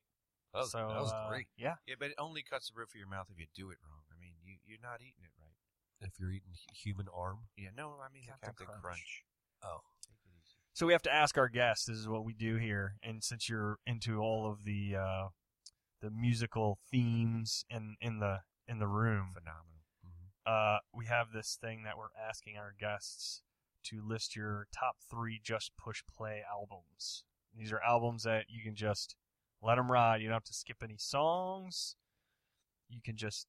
[SPEAKER 6] That was,
[SPEAKER 5] so,
[SPEAKER 6] that was
[SPEAKER 5] uh,
[SPEAKER 6] great.
[SPEAKER 5] Yeah,
[SPEAKER 7] Yeah, but it only cuts the roof of your mouth if you do it wrong. I mean, you you're not eating it right.
[SPEAKER 6] If you're eating hu- human arm,
[SPEAKER 7] Yeah. No, I mean
[SPEAKER 5] Captain
[SPEAKER 7] Captain, Captain
[SPEAKER 5] Crunch.
[SPEAKER 7] Crunch.
[SPEAKER 6] oh,
[SPEAKER 7] Take it easy.
[SPEAKER 5] So we have to ask our guests. This is what we do here. And since you're into all of the uh, the musical themes in, in the in the room,
[SPEAKER 7] Phenomenal.
[SPEAKER 6] Mm-hmm.
[SPEAKER 5] uh, we have this thing that we're asking our guests to list your top three just push play albums. These are albums that you can just let them ride. You don't have to skip any songs. You can just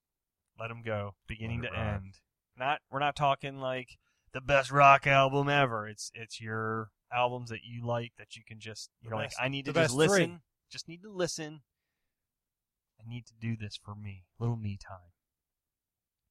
[SPEAKER 5] let them go, beginning
[SPEAKER 6] Let it
[SPEAKER 5] to
[SPEAKER 6] ride.
[SPEAKER 5] end. Not we're not talking like the best rock album ever. It's it's your albums that you like that you can just you
[SPEAKER 3] The
[SPEAKER 5] know
[SPEAKER 3] best-
[SPEAKER 5] like I need to
[SPEAKER 3] the
[SPEAKER 5] just
[SPEAKER 3] best three.
[SPEAKER 5] listen. Just need to listen. I need to do this for me, little me time.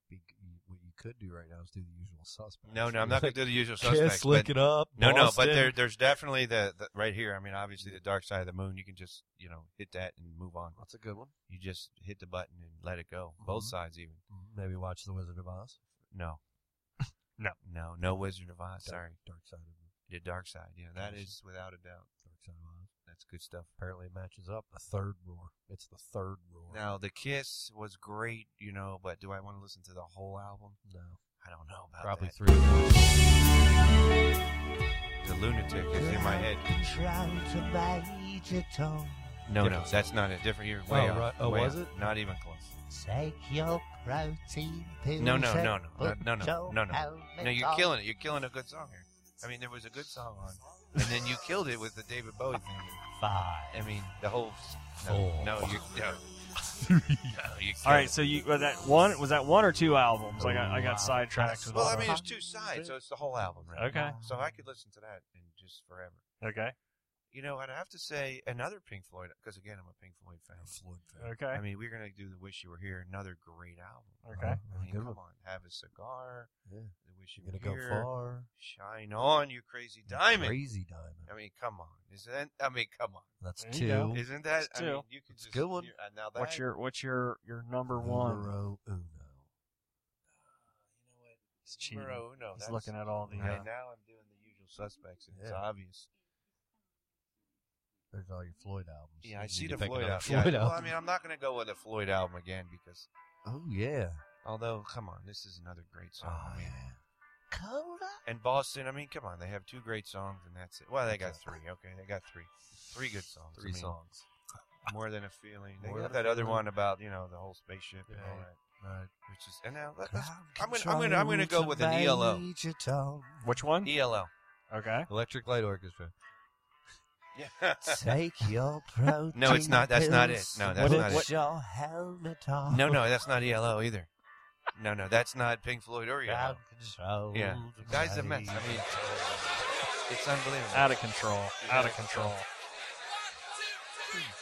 [SPEAKER 6] be, you- what you could do right now is do the usual suspects.
[SPEAKER 7] No, no, I'm not going to do the usual
[SPEAKER 6] Kiss,
[SPEAKER 7] suspects. but-
[SPEAKER 6] lick it up.
[SPEAKER 7] No, no, but
[SPEAKER 6] Boston.
[SPEAKER 7] there, there's definitely the, the right here. I mean, obviously the dark side of the moon. You can just you know hit that and move on.
[SPEAKER 6] That's a good one.
[SPEAKER 7] You just hit the button and let it go. Both
[SPEAKER 6] Mhm.
[SPEAKER 7] sides, even.
[SPEAKER 6] Maybe watch The Wizard of Oz.
[SPEAKER 7] No,
[SPEAKER 5] No.
[SPEAKER 7] no, no Wizard of Oz.
[SPEAKER 6] Dark-
[SPEAKER 7] Sorry,
[SPEAKER 6] Dark Side of the
[SPEAKER 7] the dark side. Yeah, that
[SPEAKER 6] Gotcha.
[SPEAKER 7] is without a doubt.
[SPEAKER 6] Dark Side of Oz.
[SPEAKER 7] That's good stuff.
[SPEAKER 6] Apparently, it matches up. The third roar. It's the third roar.
[SPEAKER 7] Now the kiss was great, you know, but do I want to listen to the whole album?
[SPEAKER 6] no,
[SPEAKER 7] I don't know about
[SPEAKER 6] probably
[SPEAKER 7] that.
[SPEAKER 6] three.
[SPEAKER 7] The lunatic is in my head. No,
[SPEAKER 6] Different
[SPEAKER 7] no,
[SPEAKER 6] song.
[SPEAKER 7] that's not it. Different year. Way
[SPEAKER 6] Oh,
[SPEAKER 7] off.
[SPEAKER 6] right. Oh,
[SPEAKER 7] way
[SPEAKER 6] was
[SPEAKER 7] off.
[SPEAKER 6] it?
[SPEAKER 7] Not even close.
[SPEAKER 9] Take your protein pills.
[SPEAKER 7] No, no, no, no, no, no,
[SPEAKER 9] and put
[SPEAKER 7] no,
[SPEAKER 9] your
[SPEAKER 7] no, no.
[SPEAKER 9] helmet
[SPEAKER 7] No, you're
[SPEAKER 9] on.
[SPEAKER 7] killing it. You're killing a good song here. I mean, there was a good song on, and then you killed it with the David Bowie thing.
[SPEAKER 6] Five.
[SPEAKER 7] I mean, the whole. No,
[SPEAKER 9] Oh.
[SPEAKER 6] Four.
[SPEAKER 7] no, you, no, no, you
[SPEAKER 5] All
[SPEAKER 7] killed
[SPEAKER 5] right,
[SPEAKER 7] it.
[SPEAKER 5] so you uh, that one was that one or two albums? I got I got sidetracked with.
[SPEAKER 7] Well,
[SPEAKER 5] all
[SPEAKER 7] I mean,
[SPEAKER 5] that.
[SPEAKER 7] it's two sides, so it's the whole album, right?
[SPEAKER 5] Okay.
[SPEAKER 7] So I could listen to that and just forever.
[SPEAKER 5] okay,
[SPEAKER 7] You know, I'd have to say another Pink Floyd, because again, I'm a Pink Floyd fan.
[SPEAKER 6] Floyd fan.
[SPEAKER 5] okay,
[SPEAKER 7] I mean, we're gonna do the Wish You Were Here, another great album.
[SPEAKER 5] okay.
[SPEAKER 7] I mean,
[SPEAKER 6] good
[SPEAKER 7] come
[SPEAKER 6] one.
[SPEAKER 7] on, have a cigar.
[SPEAKER 6] Yeah.
[SPEAKER 7] The Wish You
[SPEAKER 6] You're gonna
[SPEAKER 7] Were Here.
[SPEAKER 6] go far.
[SPEAKER 7] Shine on, you crazy diamond.
[SPEAKER 6] Crazy diamond.
[SPEAKER 7] I mean, come on. Isn't I mean, come on.
[SPEAKER 6] That's
[SPEAKER 5] There you go.
[SPEAKER 6] two.
[SPEAKER 7] Isn't that?
[SPEAKER 5] It's
[SPEAKER 7] I mean,
[SPEAKER 5] two.
[SPEAKER 7] you could
[SPEAKER 6] a
[SPEAKER 7] just
[SPEAKER 6] good one.
[SPEAKER 7] you- uh, now that
[SPEAKER 5] What's your what's your your number one?
[SPEAKER 6] Numero uno.
[SPEAKER 5] It's cheating.
[SPEAKER 7] numero uno?
[SPEAKER 5] He's
[SPEAKER 7] That's-
[SPEAKER 5] looking at all the.
[SPEAKER 7] Right
[SPEAKER 5] uh,
[SPEAKER 7] now, I'm doing the usual suspects, and it's
[SPEAKER 6] Yeah.
[SPEAKER 7] obvious.
[SPEAKER 6] There's all your Floyd albums.
[SPEAKER 7] Yeah, I
[SPEAKER 6] You
[SPEAKER 7] see
[SPEAKER 6] need to
[SPEAKER 7] the
[SPEAKER 6] pick
[SPEAKER 7] Floyd
[SPEAKER 6] another
[SPEAKER 7] album.
[SPEAKER 6] Floyd
[SPEAKER 7] yeah, well, I
[SPEAKER 6] album.
[SPEAKER 7] mean, I'm not gonna go with the Floyd album again because,
[SPEAKER 6] Oh yeah.
[SPEAKER 7] although, come on, this is another great song.
[SPEAKER 6] Oh
[SPEAKER 7] I mean,
[SPEAKER 6] yeah.
[SPEAKER 7] And Boston, I mean, come on, they have two great songs, and that's it. Well, they got
[SPEAKER 6] That's
[SPEAKER 7] three. Okay, they got three, three good songs. I
[SPEAKER 6] Three
[SPEAKER 7] mean,
[SPEAKER 6] songs.
[SPEAKER 7] More than a feeling. They
[SPEAKER 6] More
[SPEAKER 7] got
[SPEAKER 6] Than a
[SPEAKER 7] that other
[SPEAKER 6] Feeling.
[SPEAKER 7] one about you know the whole spaceship and all
[SPEAKER 6] Yeah.
[SPEAKER 7] that,
[SPEAKER 6] Right.
[SPEAKER 7] which is and now let, us um, I'm gonna- I'm gonna- I'm gonna go with an E ELO.
[SPEAKER 6] ELO.
[SPEAKER 5] Which one?
[SPEAKER 7] ELO.
[SPEAKER 5] Okay.
[SPEAKER 6] Electric Light Orchestra.
[SPEAKER 7] Yeah.
[SPEAKER 9] Take your protein
[SPEAKER 7] No, it's not- that's not it. No, that's
[SPEAKER 9] put
[SPEAKER 7] not it.
[SPEAKER 9] your helmet on.
[SPEAKER 7] no, no, that's not ELO either. No, no, that's not Pink Floyd or ELO.
[SPEAKER 9] Crowd control.
[SPEAKER 7] Yeah, the guy's a mess. I mean, it's unbelievable.
[SPEAKER 5] Out of control. Out of control.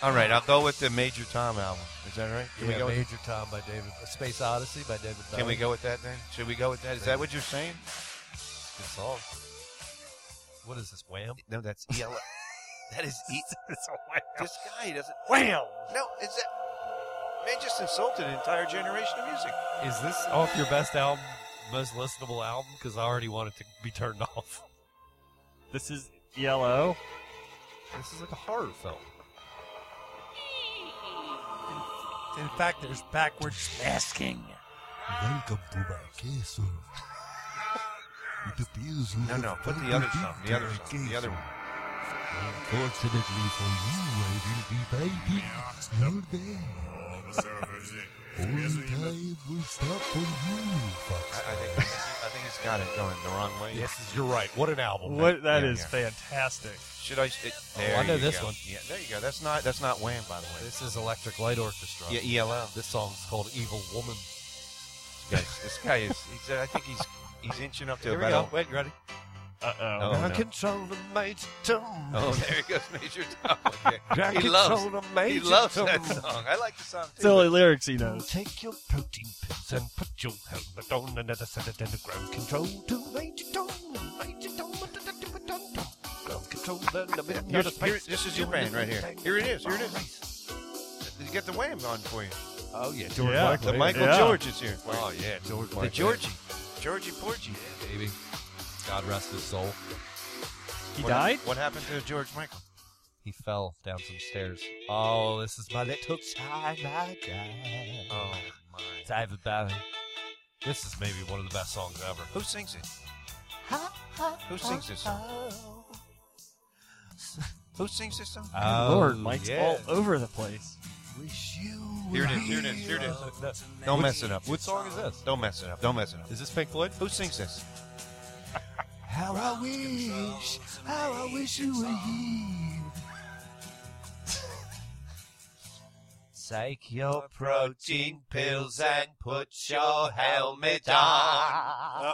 [SPEAKER 7] All right, I'll go with the Major Tom album. Is that right? Can we
[SPEAKER 6] yeah,
[SPEAKER 7] go? With,
[SPEAKER 6] Major Tom by David. Space Odyssey by David. Bowie.
[SPEAKER 7] can we go with that then? Should we go with that? Is that what you're saying?
[SPEAKER 6] Good song. What is this? Wham.
[SPEAKER 7] No, that's
[SPEAKER 6] E
[SPEAKER 7] ELO. that is E.
[SPEAKER 5] It's a wham.
[SPEAKER 7] This guy doesn't.
[SPEAKER 5] Wham!
[SPEAKER 7] No, is that? Man just insulted an entire generation of music.
[SPEAKER 6] Is this off your best album, most listenable album? Because I already want it to be turned off.
[SPEAKER 5] This is yellow.
[SPEAKER 6] This is like a horror film.
[SPEAKER 3] In fact, there's backwards.
[SPEAKER 9] Asking.
[SPEAKER 6] Welcome to my castle. It appears you
[SPEAKER 7] No, no, put the other song, the other song, the other one.
[SPEAKER 6] Unfortunately for you, I will be fighting. You're there.
[SPEAKER 7] I, I think I think he's got it going the wrong way.
[SPEAKER 6] Yes, you're right. What an album.
[SPEAKER 5] What that
[SPEAKER 7] Yeah,
[SPEAKER 5] is
[SPEAKER 7] yeah.
[SPEAKER 5] fantastic.
[SPEAKER 7] Should I? It, there
[SPEAKER 6] Oh, I know
[SPEAKER 7] you
[SPEAKER 6] this
[SPEAKER 7] go.
[SPEAKER 6] one.
[SPEAKER 7] Yeah, there you go. That's not that's not Wham, by the way.
[SPEAKER 6] This is Electric Light Orchestra.
[SPEAKER 7] yeah, E ELO.
[SPEAKER 6] This song's called Evil Woman.
[SPEAKER 7] This guy, this guy is. He's, I think he's he's inching up to
[SPEAKER 6] Here
[SPEAKER 7] a
[SPEAKER 6] we
[SPEAKER 7] better.
[SPEAKER 6] go. Wait, you ready?
[SPEAKER 5] Uh
[SPEAKER 7] Oh,
[SPEAKER 5] oh.
[SPEAKER 6] I
[SPEAKER 7] no.
[SPEAKER 6] control the major tone.
[SPEAKER 7] Oh, there he goes, Major Tom. Okay.
[SPEAKER 6] I
[SPEAKER 7] he
[SPEAKER 6] control
[SPEAKER 7] loves-
[SPEAKER 6] the major
[SPEAKER 7] He loves that
[SPEAKER 6] tone.
[SPEAKER 7] song. I like the song too.
[SPEAKER 5] It's the only lyrics he
[SPEAKER 6] Now
[SPEAKER 5] knows.
[SPEAKER 6] Take your protein pills and put your helmet on another set of dendrogram control to major tone. Major tone. Ground control then the midnight
[SPEAKER 7] Here's-
[SPEAKER 6] space.
[SPEAKER 7] here- this is your band right here. Here it is, here it is. but Did you get the Wham on for you?
[SPEAKER 6] Oh yeah, George
[SPEAKER 5] Yeah.
[SPEAKER 6] Michael.
[SPEAKER 7] The Michael
[SPEAKER 5] Yeah.
[SPEAKER 7] George is here. for you.
[SPEAKER 6] Oh yeah, George Michael.
[SPEAKER 7] The Georgie. Georgie Porgy.
[SPEAKER 6] baby. God rest his soul.
[SPEAKER 5] He
[SPEAKER 7] What-
[SPEAKER 5] died.
[SPEAKER 7] What happened to George Michael?
[SPEAKER 6] He fell down some stairs. Oh, this is my little child I died.
[SPEAKER 7] Oh, my.
[SPEAKER 6] David Bowie. This is maybe one of the best songs ever.
[SPEAKER 7] Who sings it? Who sings this song? Who sings this song?
[SPEAKER 6] Oh,
[SPEAKER 5] Lord, Mike's
[SPEAKER 6] yeah.
[SPEAKER 5] all over the place.
[SPEAKER 7] Here it is, here it is, here it is.
[SPEAKER 6] No.
[SPEAKER 7] Don't mess it up.
[SPEAKER 6] What song is this?
[SPEAKER 7] Don't mess it up. Don't mess it up.
[SPEAKER 6] Is this Pink Floyd?
[SPEAKER 7] Who sings this?
[SPEAKER 6] How I wish, how I wish you were here. Take your protein pills and put your helmet on.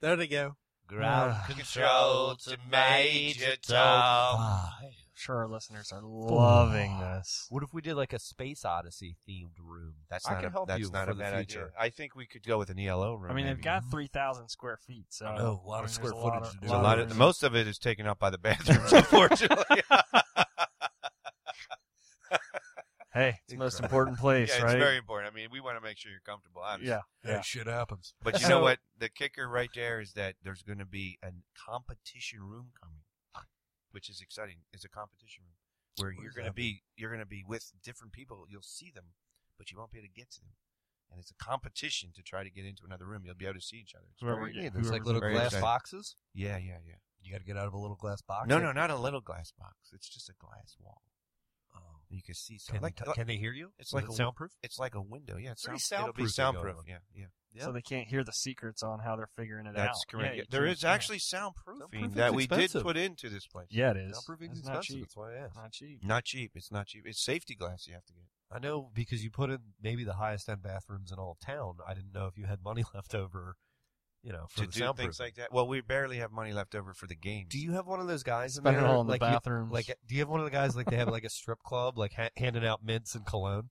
[SPEAKER 3] There they go.
[SPEAKER 6] Ground control to Major Tom.
[SPEAKER 5] I'm sure our listeners are loving this.
[SPEAKER 6] Ah. What if we did like a Space Odyssey themed room?
[SPEAKER 7] That's
[SPEAKER 6] I
[SPEAKER 7] not
[SPEAKER 6] can
[SPEAKER 7] a,
[SPEAKER 6] help
[SPEAKER 7] that's
[SPEAKER 6] you
[SPEAKER 7] not
[SPEAKER 6] for
[SPEAKER 7] a
[SPEAKER 6] the
[SPEAKER 7] bad
[SPEAKER 6] future.
[SPEAKER 7] idea. I think we could go with an ELO room.
[SPEAKER 5] I mean, they've
[SPEAKER 7] maybe.
[SPEAKER 5] got three thousand square feet, so
[SPEAKER 6] I know, a lot
[SPEAKER 5] I
[SPEAKER 6] of
[SPEAKER 5] mean,
[SPEAKER 6] square
[SPEAKER 5] there's a lot
[SPEAKER 6] footage
[SPEAKER 5] of-
[SPEAKER 6] to do.
[SPEAKER 7] There's
[SPEAKER 5] lot
[SPEAKER 7] a lot
[SPEAKER 5] of
[SPEAKER 7] of
[SPEAKER 5] room.
[SPEAKER 7] most of it is taken up by the bathrooms, unfortunately.
[SPEAKER 5] Hey, it's the most important place,
[SPEAKER 7] yeah,
[SPEAKER 5] right?
[SPEAKER 7] it's very important. I mean, we want to make sure you're comfortable. Obviously.
[SPEAKER 5] yeah, yeah.
[SPEAKER 6] shit happens.
[SPEAKER 7] But you
[SPEAKER 5] So-
[SPEAKER 7] know what? The kicker right there is that there's going to be a competition room coming, which is exciting. It's a competition room where
[SPEAKER 6] What
[SPEAKER 7] you're
[SPEAKER 6] does
[SPEAKER 7] going to
[SPEAKER 6] that
[SPEAKER 7] be you're going to be with different people. You'll see them, but you won't be able to get to them. And it's a competition to try to get into another room. You'll be able to see each other. It's
[SPEAKER 5] Whoever
[SPEAKER 7] very
[SPEAKER 5] get-
[SPEAKER 7] neat.
[SPEAKER 6] There's like little
[SPEAKER 7] Very
[SPEAKER 6] glass
[SPEAKER 7] exciting.
[SPEAKER 6] boxes.
[SPEAKER 7] Yeah, yeah, yeah.
[SPEAKER 6] You got to get out of a little glass box.
[SPEAKER 7] No, no, not a little glass box. It's just a glass wall.
[SPEAKER 6] Oh.
[SPEAKER 7] And you can see something.
[SPEAKER 6] Can,
[SPEAKER 7] like, uh,
[SPEAKER 6] they, can they hear you?
[SPEAKER 7] It's
[SPEAKER 6] Is
[SPEAKER 7] like
[SPEAKER 6] it
[SPEAKER 7] a-
[SPEAKER 6] soundproof.
[SPEAKER 7] it's like a window. Yeah, it's
[SPEAKER 6] Pretty
[SPEAKER 7] sound- it'll be
[SPEAKER 6] soundproof, they
[SPEAKER 7] soundproof.
[SPEAKER 6] go
[SPEAKER 7] Yeah, yeah.
[SPEAKER 5] So they can't hear the secrets on how they're figuring it out.
[SPEAKER 7] That's correct.
[SPEAKER 5] Yeah, you
[SPEAKER 7] there
[SPEAKER 5] can't-
[SPEAKER 7] is actually soundproofing
[SPEAKER 6] Soundproofing's
[SPEAKER 7] that we
[SPEAKER 6] expensive.
[SPEAKER 7] did put into this place.
[SPEAKER 5] yeah, it is.
[SPEAKER 6] Soundproofing's
[SPEAKER 5] It's not
[SPEAKER 6] expensive.
[SPEAKER 5] cheap.
[SPEAKER 6] That's why I asked.
[SPEAKER 5] Not cheap.
[SPEAKER 7] Not cheap. It's not cheap. It's safety glass you have to get.
[SPEAKER 6] I know because you put in maybe the highest end bathrooms in all of town. I didn't know if you had money left over, you know, for
[SPEAKER 7] to
[SPEAKER 6] the
[SPEAKER 7] do things
[SPEAKER 6] soundproofing.
[SPEAKER 7] like that. Well, we barely have money left over for the games.
[SPEAKER 6] Do you have one of those guys in
[SPEAKER 5] Spend it
[SPEAKER 6] there,
[SPEAKER 5] all in the
[SPEAKER 6] like you-
[SPEAKER 5] bathrooms.
[SPEAKER 6] like, do you have one of the guys like they have like a strip club, like ha- handing out mints and cologne?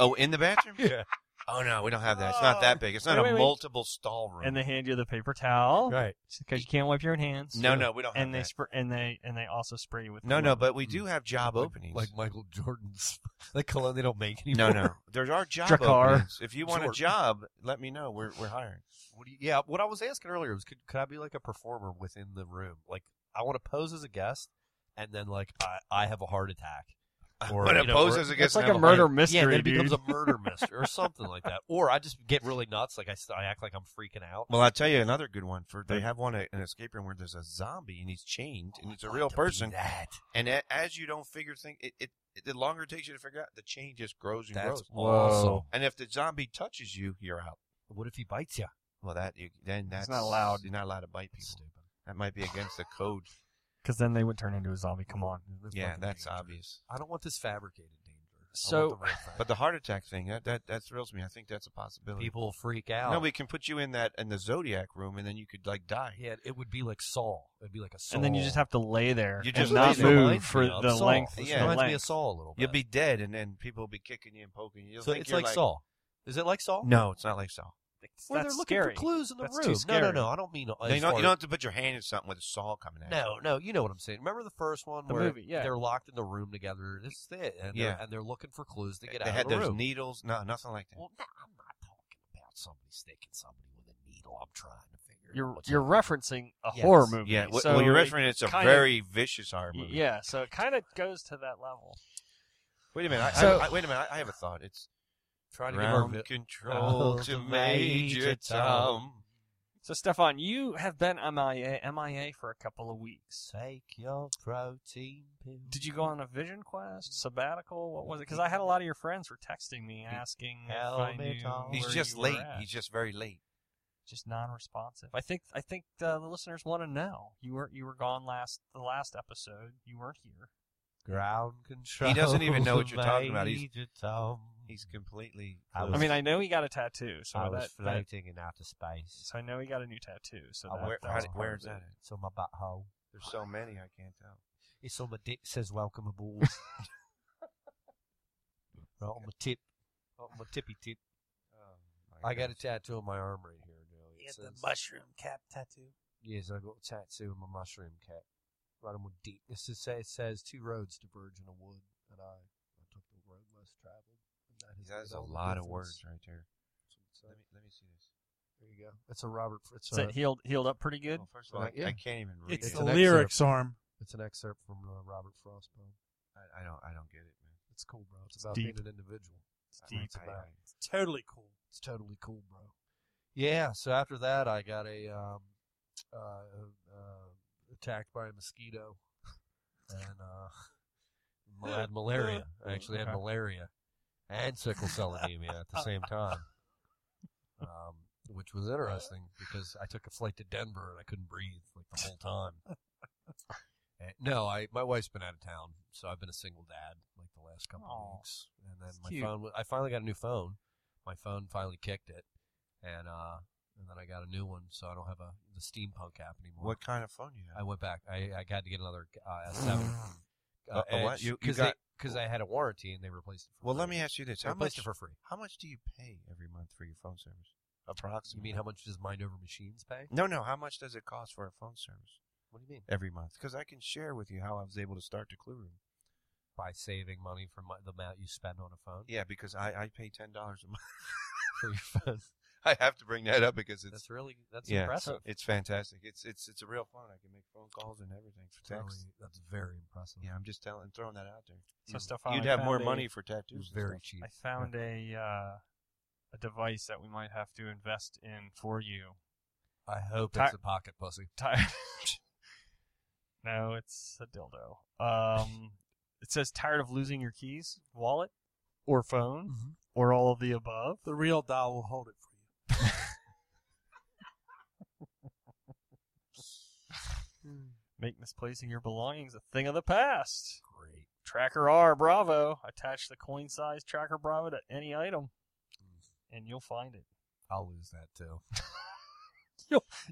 [SPEAKER 7] oh, in the bathroom?
[SPEAKER 6] Yeah,
[SPEAKER 7] Oh no, we don't have that. It's not that big. It's not
[SPEAKER 5] Wait, wait,
[SPEAKER 7] a
[SPEAKER 5] wait.
[SPEAKER 7] multiple stall room.
[SPEAKER 5] and they hand you the paper towel
[SPEAKER 6] right.
[SPEAKER 5] because you can't wipe your own hands.
[SPEAKER 7] no, no, we don't have
[SPEAKER 5] And they
[SPEAKER 7] that.
[SPEAKER 5] spr- and they and they also spray you with
[SPEAKER 7] no, no,
[SPEAKER 5] cologne.
[SPEAKER 7] but we do have job
[SPEAKER 6] Like-
[SPEAKER 7] openings.
[SPEAKER 6] like Michael Jordan's, like cologne they don't make
[SPEAKER 7] no,
[SPEAKER 6] anymore.
[SPEAKER 7] no, there are job
[SPEAKER 5] Drakkar.
[SPEAKER 7] openings. If you want
[SPEAKER 6] Jordan.
[SPEAKER 7] a job, let me know. We're we're hiring.
[SPEAKER 6] What do you, yeah, what I was asking earlier was could, could I be like a performer within the room? Like I want to pose as a guest and then like I, I have a heart attack. Or,
[SPEAKER 7] But
[SPEAKER 6] you
[SPEAKER 7] it
[SPEAKER 6] know,
[SPEAKER 7] poses
[SPEAKER 6] or-
[SPEAKER 7] against
[SPEAKER 5] it's like
[SPEAKER 7] them.
[SPEAKER 5] a murder
[SPEAKER 6] yeah,
[SPEAKER 5] mystery,
[SPEAKER 6] then it
[SPEAKER 5] dude.
[SPEAKER 6] becomes a murder mystery or something like that. Or I just get really nuts, like I, s- I act like I'm freaking out.
[SPEAKER 7] Well, I'll tell you another good one. For they have one at an escape room where there's a zombie and he's chained and it's a
[SPEAKER 6] I'd like
[SPEAKER 7] real
[SPEAKER 6] to be
[SPEAKER 7] person.
[SPEAKER 6] That.
[SPEAKER 7] And a, as you don't figure things, it, it, it the longer it takes you to figure out, the chain just grows and grows.
[SPEAKER 6] That's awesome.
[SPEAKER 7] And if the zombie touches you, you're out.
[SPEAKER 6] What if he bites you?
[SPEAKER 7] Well, that you, then that's
[SPEAKER 5] not allowed.
[SPEAKER 7] You're not allowed to bite people. That might be against the code.
[SPEAKER 5] Because then they would turn into a zombie. Come on.
[SPEAKER 7] yeah, that's obvious.
[SPEAKER 6] I don't want this fabricated danger. I want
[SPEAKER 5] So-
[SPEAKER 6] the real thing.
[SPEAKER 7] But the heart attack thing that that, that thrills me. I think that's a possibility.
[SPEAKER 6] people freak out.
[SPEAKER 7] no, we can put you in that in the zodiac room, and then you could like die.
[SPEAKER 6] yeah, it would be like Saul. It'd be like a Saul.
[SPEAKER 5] And then you just have to lay there
[SPEAKER 7] You
[SPEAKER 5] and
[SPEAKER 7] just
[SPEAKER 5] not
[SPEAKER 7] lay there.
[SPEAKER 5] move for
[SPEAKER 6] Reminds me
[SPEAKER 5] the
[SPEAKER 6] of Saul.
[SPEAKER 5] length.
[SPEAKER 6] This
[SPEAKER 7] Yeah.
[SPEAKER 5] the
[SPEAKER 6] reminds me
[SPEAKER 5] length.
[SPEAKER 6] of Saul a little bit.
[SPEAKER 7] You'll be dead, and then people will be kicking you and poking you. You'll
[SPEAKER 6] so
[SPEAKER 7] think
[SPEAKER 6] it's
[SPEAKER 7] you're
[SPEAKER 6] like, Saul. Is it like Saul?
[SPEAKER 7] No, it's not like Saul.
[SPEAKER 6] Where
[SPEAKER 5] That's
[SPEAKER 6] they're looking
[SPEAKER 5] scary.
[SPEAKER 6] for clues in the
[SPEAKER 5] That's too
[SPEAKER 6] room. No, no,
[SPEAKER 5] scary.
[SPEAKER 6] no. I don't mean.
[SPEAKER 7] No,
[SPEAKER 6] as
[SPEAKER 7] you, don't,
[SPEAKER 6] far
[SPEAKER 7] you don't have to put your hand in something with a saw coming at
[SPEAKER 6] as- No, no. You know what I'm saying. Remember the first one
[SPEAKER 5] The
[SPEAKER 6] where
[SPEAKER 5] movie, yeah.
[SPEAKER 6] they're locked in the room together. This thing, and they're,
[SPEAKER 7] Yeah.
[SPEAKER 6] and they're looking for clues to
[SPEAKER 7] you.
[SPEAKER 6] get
[SPEAKER 7] they
[SPEAKER 6] out
[SPEAKER 7] had
[SPEAKER 6] of the
[SPEAKER 7] those
[SPEAKER 6] room.
[SPEAKER 7] needles. No, nothing like that.
[SPEAKER 6] Well, no, I'm not talking about somebody sticking somebody with a needle. I'm trying to figure. out
[SPEAKER 5] You're
[SPEAKER 6] what's
[SPEAKER 5] you're
[SPEAKER 6] happening.
[SPEAKER 5] referencing a
[SPEAKER 6] Yes.
[SPEAKER 5] horror movie.
[SPEAKER 7] Yeah, wh-
[SPEAKER 5] so
[SPEAKER 7] well, you're
[SPEAKER 5] it-
[SPEAKER 7] referring it's a
[SPEAKER 5] kinda-
[SPEAKER 7] very vicious horror movie.
[SPEAKER 5] Yeah, so it kind of goes to that level.
[SPEAKER 7] Wait a minute. I,
[SPEAKER 5] So-
[SPEAKER 7] I, I, wait a minute. I, I have a thought. It's
[SPEAKER 6] trying to get
[SPEAKER 7] ground
[SPEAKER 6] our vi-
[SPEAKER 7] control
[SPEAKER 6] Oh,
[SPEAKER 7] to
[SPEAKER 6] to
[SPEAKER 7] Major
[SPEAKER 6] Major
[SPEAKER 7] Tom.
[SPEAKER 5] So, Stefan, you have been MIA, MIA for a couple of weeks.
[SPEAKER 7] Take your protein pill.
[SPEAKER 5] Did you go on a vision quest, sabbatical? What was it? Because I had a lot of your friends were texting me asking if I
[SPEAKER 7] Helmet
[SPEAKER 5] knew
[SPEAKER 7] on. He's
[SPEAKER 5] where
[SPEAKER 7] just
[SPEAKER 5] you were
[SPEAKER 7] late.
[SPEAKER 5] at.
[SPEAKER 7] He's just very late.
[SPEAKER 5] just non-responsive. I think I think uh, the listeners want to know. You were you were gone last the last episode. You weren't here.
[SPEAKER 6] Ground control.
[SPEAKER 7] He doesn't even know what you're talking about. He's-
[SPEAKER 6] Major Tom.
[SPEAKER 7] He's completely.
[SPEAKER 6] I
[SPEAKER 5] I
[SPEAKER 6] was-
[SPEAKER 5] mean, I know he got a tattoo, so
[SPEAKER 6] I was
[SPEAKER 5] that, that-
[SPEAKER 6] floating in outer space.
[SPEAKER 5] so I know he got a new tattoo. So
[SPEAKER 6] I
[SPEAKER 5] that,
[SPEAKER 7] where-
[SPEAKER 5] that
[SPEAKER 7] how
[SPEAKER 5] was
[SPEAKER 7] did-
[SPEAKER 5] part
[SPEAKER 7] where
[SPEAKER 5] of
[SPEAKER 7] is
[SPEAKER 5] it.
[SPEAKER 7] that?
[SPEAKER 6] It's on my butthole.
[SPEAKER 7] There's so many I can't tell.
[SPEAKER 6] It's on my dick. Says welcome aboard. right on my tip. On my tippy tip.
[SPEAKER 7] Oh, my
[SPEAKER 6] I got a
[SPEAKER 7] gosh.
[SPEAKER 6] tattoo on my arm right here. Now. It
[SPEAKER 9] You got the
[SPEAKER 6] says-
[SPEAKER 9] mushroom cap tattoo.
[SPEAKER 6] Yes, I got a tattoo on my mushroom cap. Right on my dick. It says, say- it says two roads diverge in a wood, and I, I took the road less traveled. And that
[SPEAKER 7] That
[SPEAKER 6] has
[SPEAKER 7] is
[SPEAKER 6] made
[SPEAKER 7] a
[SPEAKER 6] all the
[SPEAKER 7] lot of
[SPEAKER 6] difference.
[SPEAKER 7] words right there.
[SPEAKER 6] That's what it says.
[SPEAKER 7] Let me let me see this.
[SPEAKER 6] There you go. It's a Robert. It's,
[SPEAKER 5] Is that
[SPEAKER 6] a,
[SPEAKER 5] healed healed up pretty good?
[SPEAKER 6] Oh.
[SPEAKER 7] Well, first of all, I,
[SPEAKER 6] Yeah.
[SPEAKER 7] I can't even read
[SPEAKER 3] It's
[SPEAKER 7] it.
[SPEAKER 6] It's
[SPEAKER 3] the
[SPEAKER 6] an
[SPEAKER 3] lyrics
[SPEAKER 6] excerpt.
[SPEAKER 3] arm.
[SPEAKER 6] it's an excerpt from uh, Robert Frost poem.
[SPEAKER 7] I, I don't I don't get it, man.
[SPEAKER 6] It's cool, bro. It's,
[SPEAKER 5] It's
[SPEAKER 6] about
[SPEAKER 5] deep.
[SPEAKER 6] being an individual.
[SPEAKER 5] It's
[SPEAKER 7] I-
[SPEAKER 5] deep.
[SPEAKER 7] I- I-
[SPEAKER 3] It's totally cool.
[SPEAKER 6] It's totally cool, bro. Yeah. So after that, I got a um, uh, uh, attacked by a mosquito, and uh, I had malaria. I actually had
[SPEAKER 5] Okay.
[SPEAKER 6] malaria and sickle cell anemia at the same time, um, which was interesting because I took a flight to Denver and I couldn't breathe like the whole time. And- no, I my wife's been out of town, so I've been a single dad like the last couple
[SPEAKER 5] Aw.
[SPEAKER 6] of weeks, and then
[SPEAKER 5] That's
[SPEAKER 6] my
[SPEAKER 5] cute.
[SPEAKER 6] phone. wa- I finally got a new phone. My phone finally kicked it, and uh, and then I got a new one, so I don't have a the steampunk app anymore.
[SPEAKER 7] What kind of phone you
[SPEAKER 6] I
[SPEAKER 7] have?
[SPEAKER 6] went back. I I had to get another uh, S seven.
[SPEAKER 7] Uh, uh, what? You- you got-
[SPEAKER 6] because I had a warranty and they replaced it. For
[SPEAKER 7] well, let
[SPEAKER 6] free.
[SPEAKER 7] me ask you this:
[SPEAKER 6] They
[SPEAKER 7] How
[SPEAKER 6] replaced
[SPEAKER 7] much
[SPEAKER 6] it for free?
[SPEAKER 7] how much do you pay every month for your phone service?
[SPEAKER 6] You
[SPEAKER 7] Approximately.
[SPEAKER 6] mean how much does Mind Over Machines pay?
[SPEAKER 7] No, no. How much does it cost for a phone service
[SPEAKER 6] What do you mean?
[SPEAKER 7] every month? Because I can share with you how I was able to start the Clue Room.
[SPEAKER 6] By saving money from the amount you spend on a phone
[SPEAKER 7] Yeah, because I I pay ten dollars a month.
[SPEAKER 6] for your phone.
[SPEAKER 7] I have to bring that up because it's
[SPEAKER 6] That's really that's
[SPEAKER 7] yeah,
[SPEAKER 6] impressive.
[SPEAKER 7] it's fantastic. It's it's it's a real phone. I can make phone calls and everything for
[SPEAKER 6] Really,
[SPEAKER 7] text.
[SPEAKER 6] that's very impressive.
[SPEAKER 7] Yeah, I'm just telling, throwing that out there.
[SPEAKER 5] So Stefan,
[SPEAKER 7] You'd
[SPEAKER 5] I
[SPEAKER 7] have more
[SPEAKER 5] found a-
[SPEAKER 7] money for tattoos.
[SPEAKER 6] it was
[SPEAKER 7] and
[SPEAKER 6] very
[SPEAKER 7] stuff.
[SPEAKER 6] cheap.
[SPEAKER 5] I found a uh, a device that we might have to invest in for you.
[SPEAKER 6] I hope
[SPEAKER 5] Ti-
[SPEAKER 6] it's a pocket pussy.
[SPEAKER 5] Ti- no, it's a dildo. Um, it says tired of losing your keys, wallet, or phone,
[SPEAKER 6] Mhm.
[SPEAKER 5] or all of the above.
[SPEAKER 3] The real doll will hold it for you.
[SPEAKER 5] Make misplacing your belongings a thing of the past.
[SPEAKER 6] Great.
[SPEAKER 5] Tracker R Bravo. Attach the coin sized Tracker Bravo to any item, and you'll find it.
[SPEAKER 6] I'll lose that too.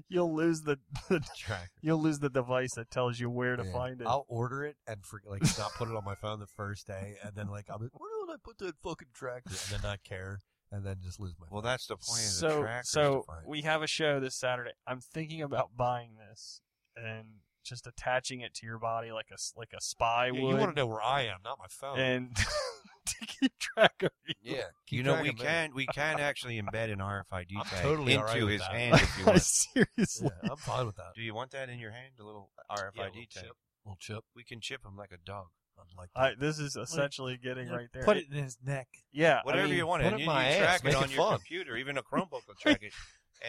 [SPEAKER 5] You'll lose the, the
[SPEAKER 6] Tracker.
[SPEAKER 5] you'll lose the device that tells you where to
[SPEAKER 6] Yeah.
[SPEAKER 5] find it.
[SPEAKER 6] I'll order it and for, like not put it on my phone the first day, and then like I'll be like, where did I put that fucking tracker? And then not care, and then just lose my.
[SPEAKER 7] Well, that's the point. Of the
[SPEAKER 5] so
[SPEAKER 7] trackers
[SPEAKER 5] so
[SPEAKER 7] to find.
[SPEAKER 5] we have a show this Saturday. I'm thinking about buying this and just attaching it to your body like a s- like a spy
[SPEAKER 6] phone. Yeah,
[SPEAKER 5] would,
[SPEAKER 6] you want to know where I am, not my phone.
[SPEAKER 5] and to keep track of you.
[SPEAKER 6] yeah, keep
[SPEAKER 7] you know,
[SPEAKER 6] track
[SPEAKER 7] we
[SPEAKER 6] of me.
[SPEAKER 7] can we can actually embed an RFID
[SPEAKER 6] I'm
[SPEAKER 7] tag
[SPEAKER 6] totally
[SPEAKER 7] into
[SPEAKER 6] alright with
[SPEAKER 7] his
[SPEAKER 6] that.
[SPEAKER 7] hand if you
[SPEAKER 5] I
[SPEAKER 7] want.
[SPEAKER 5] seriously.
[SPEAKER 6] Yeah, I'm fine with that.
[SPEAKER 7] Do you want that in your hand? A little RFID
[SPEAKER 6] Yeah, little
[SPEAKER 7] tag.
[SPEAKER 6] chip, little chip.
[SPEAKER 7] We can chip him like a dog.
[SPEAKER 6] I'd like
[SPEAKER 5] I, this is essentially getting
[SPEAKER 3] Yeah,
[SPEAKER 5] right there.
[SPEAKER 3] Put it in his neck.
[SPEAKER 5] yeah, I
[SPEAKER 7] Whatever
[SPEAKER 5] mean,
[SPEAKER 7] you want,
[SPEAKER 6] put
[SPEAKER 7] and
[SPEAKER 6] it
[SPEAKER 7] you,
[SPEAKER 6] in my
[SPEAKER 7] you
[SPEAKER 6] ass,
[SPEAKER 7] track it
[SPEAKER 6] make
[SPEAKER 7] on
[SPEAKER 6] it
[SPEAKER 7] your
[SPEAKER 6] fun.
[SPEAKER 7] computer. Even a Chromebook will track it,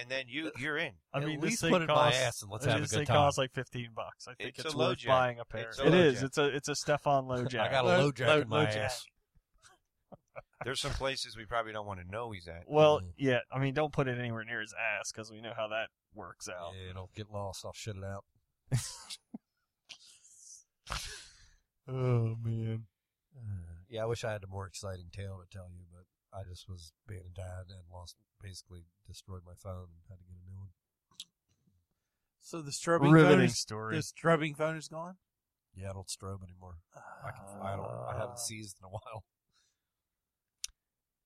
[SPEAKER 7] and then you you're in.
[SPEAKER 5] I
[SPEAKER 6] At
[SPEAKER 5] mean, this
[SPEAKER 6] least
[SPEAKER 5] thing
[SPEAKER 6] put it in my
[SPEAKER 5] costs,
[SPEAKER 6] ass and let's
[SPEAKER 5] I mean,
[SPEAKER 6] have a
[SPEAKER 5] this
[SPEAKER 6] good
[SPEAKER 5] thing
[SPEAKER 6] time.
[SPEAKER 5] costs like fifteen bucks. I think
[SPEAKER 7] It's
[SPEAKER 5] it's,
[SPEAKER 7] a
[SPEAKER 5] worth
[SPEAKER 7] LoJack.
[SPEAKER 5] buying a pair.
[SPEAKER 7] It's a
[SPEAKER 5] It is.
[SPEAKER 7] LoJack.
[SPEAKER 5] It's a it's a Stefan
[SPEAKER 6] that.
[SPEAKER 5] LoJack.
[SPEAKER 6] I got a
[SPEAKER 5] Lo-
[SPEAKER 6] low jack
[SPEAKER 5] Lo-
[SPEAKER 6] in my
[SPEAKER 5] LoJack.
[SPEAKER 6] ass.
[SPEAKER 7] There's some places we probably don't want to know he's at.
[SPEAKER 5] Well,
[SPEAKER 6] Mhm.
[SPEAKER 5] yeah. I mean, don't put it anywhere near his ass because we know how that works out.
[SPEAKER 6] Yeah, don't get lost. I'll shut it out.
[SPEAKER 5] Oh man.
[SPEAKER 6] Uh, Yeah, I wish I had a more exciting tale to tell you, but I just was being a dad and lost, basically destroyed my phone and had to get a new one.
[SPEAKER 3] So the strobing phone
[SPEAKER 5] Riveting
[SPEAKER 3] is,
[SPEAKER 5] story.
[SPEAKER 3] the strobing phone is gone.
[SPEAKER 6] Yeah, I don't strobe anymore. I, can, I don't. I
[SPEAKER 5] Uh,
[SPEAKER 6] haven't seized in a while.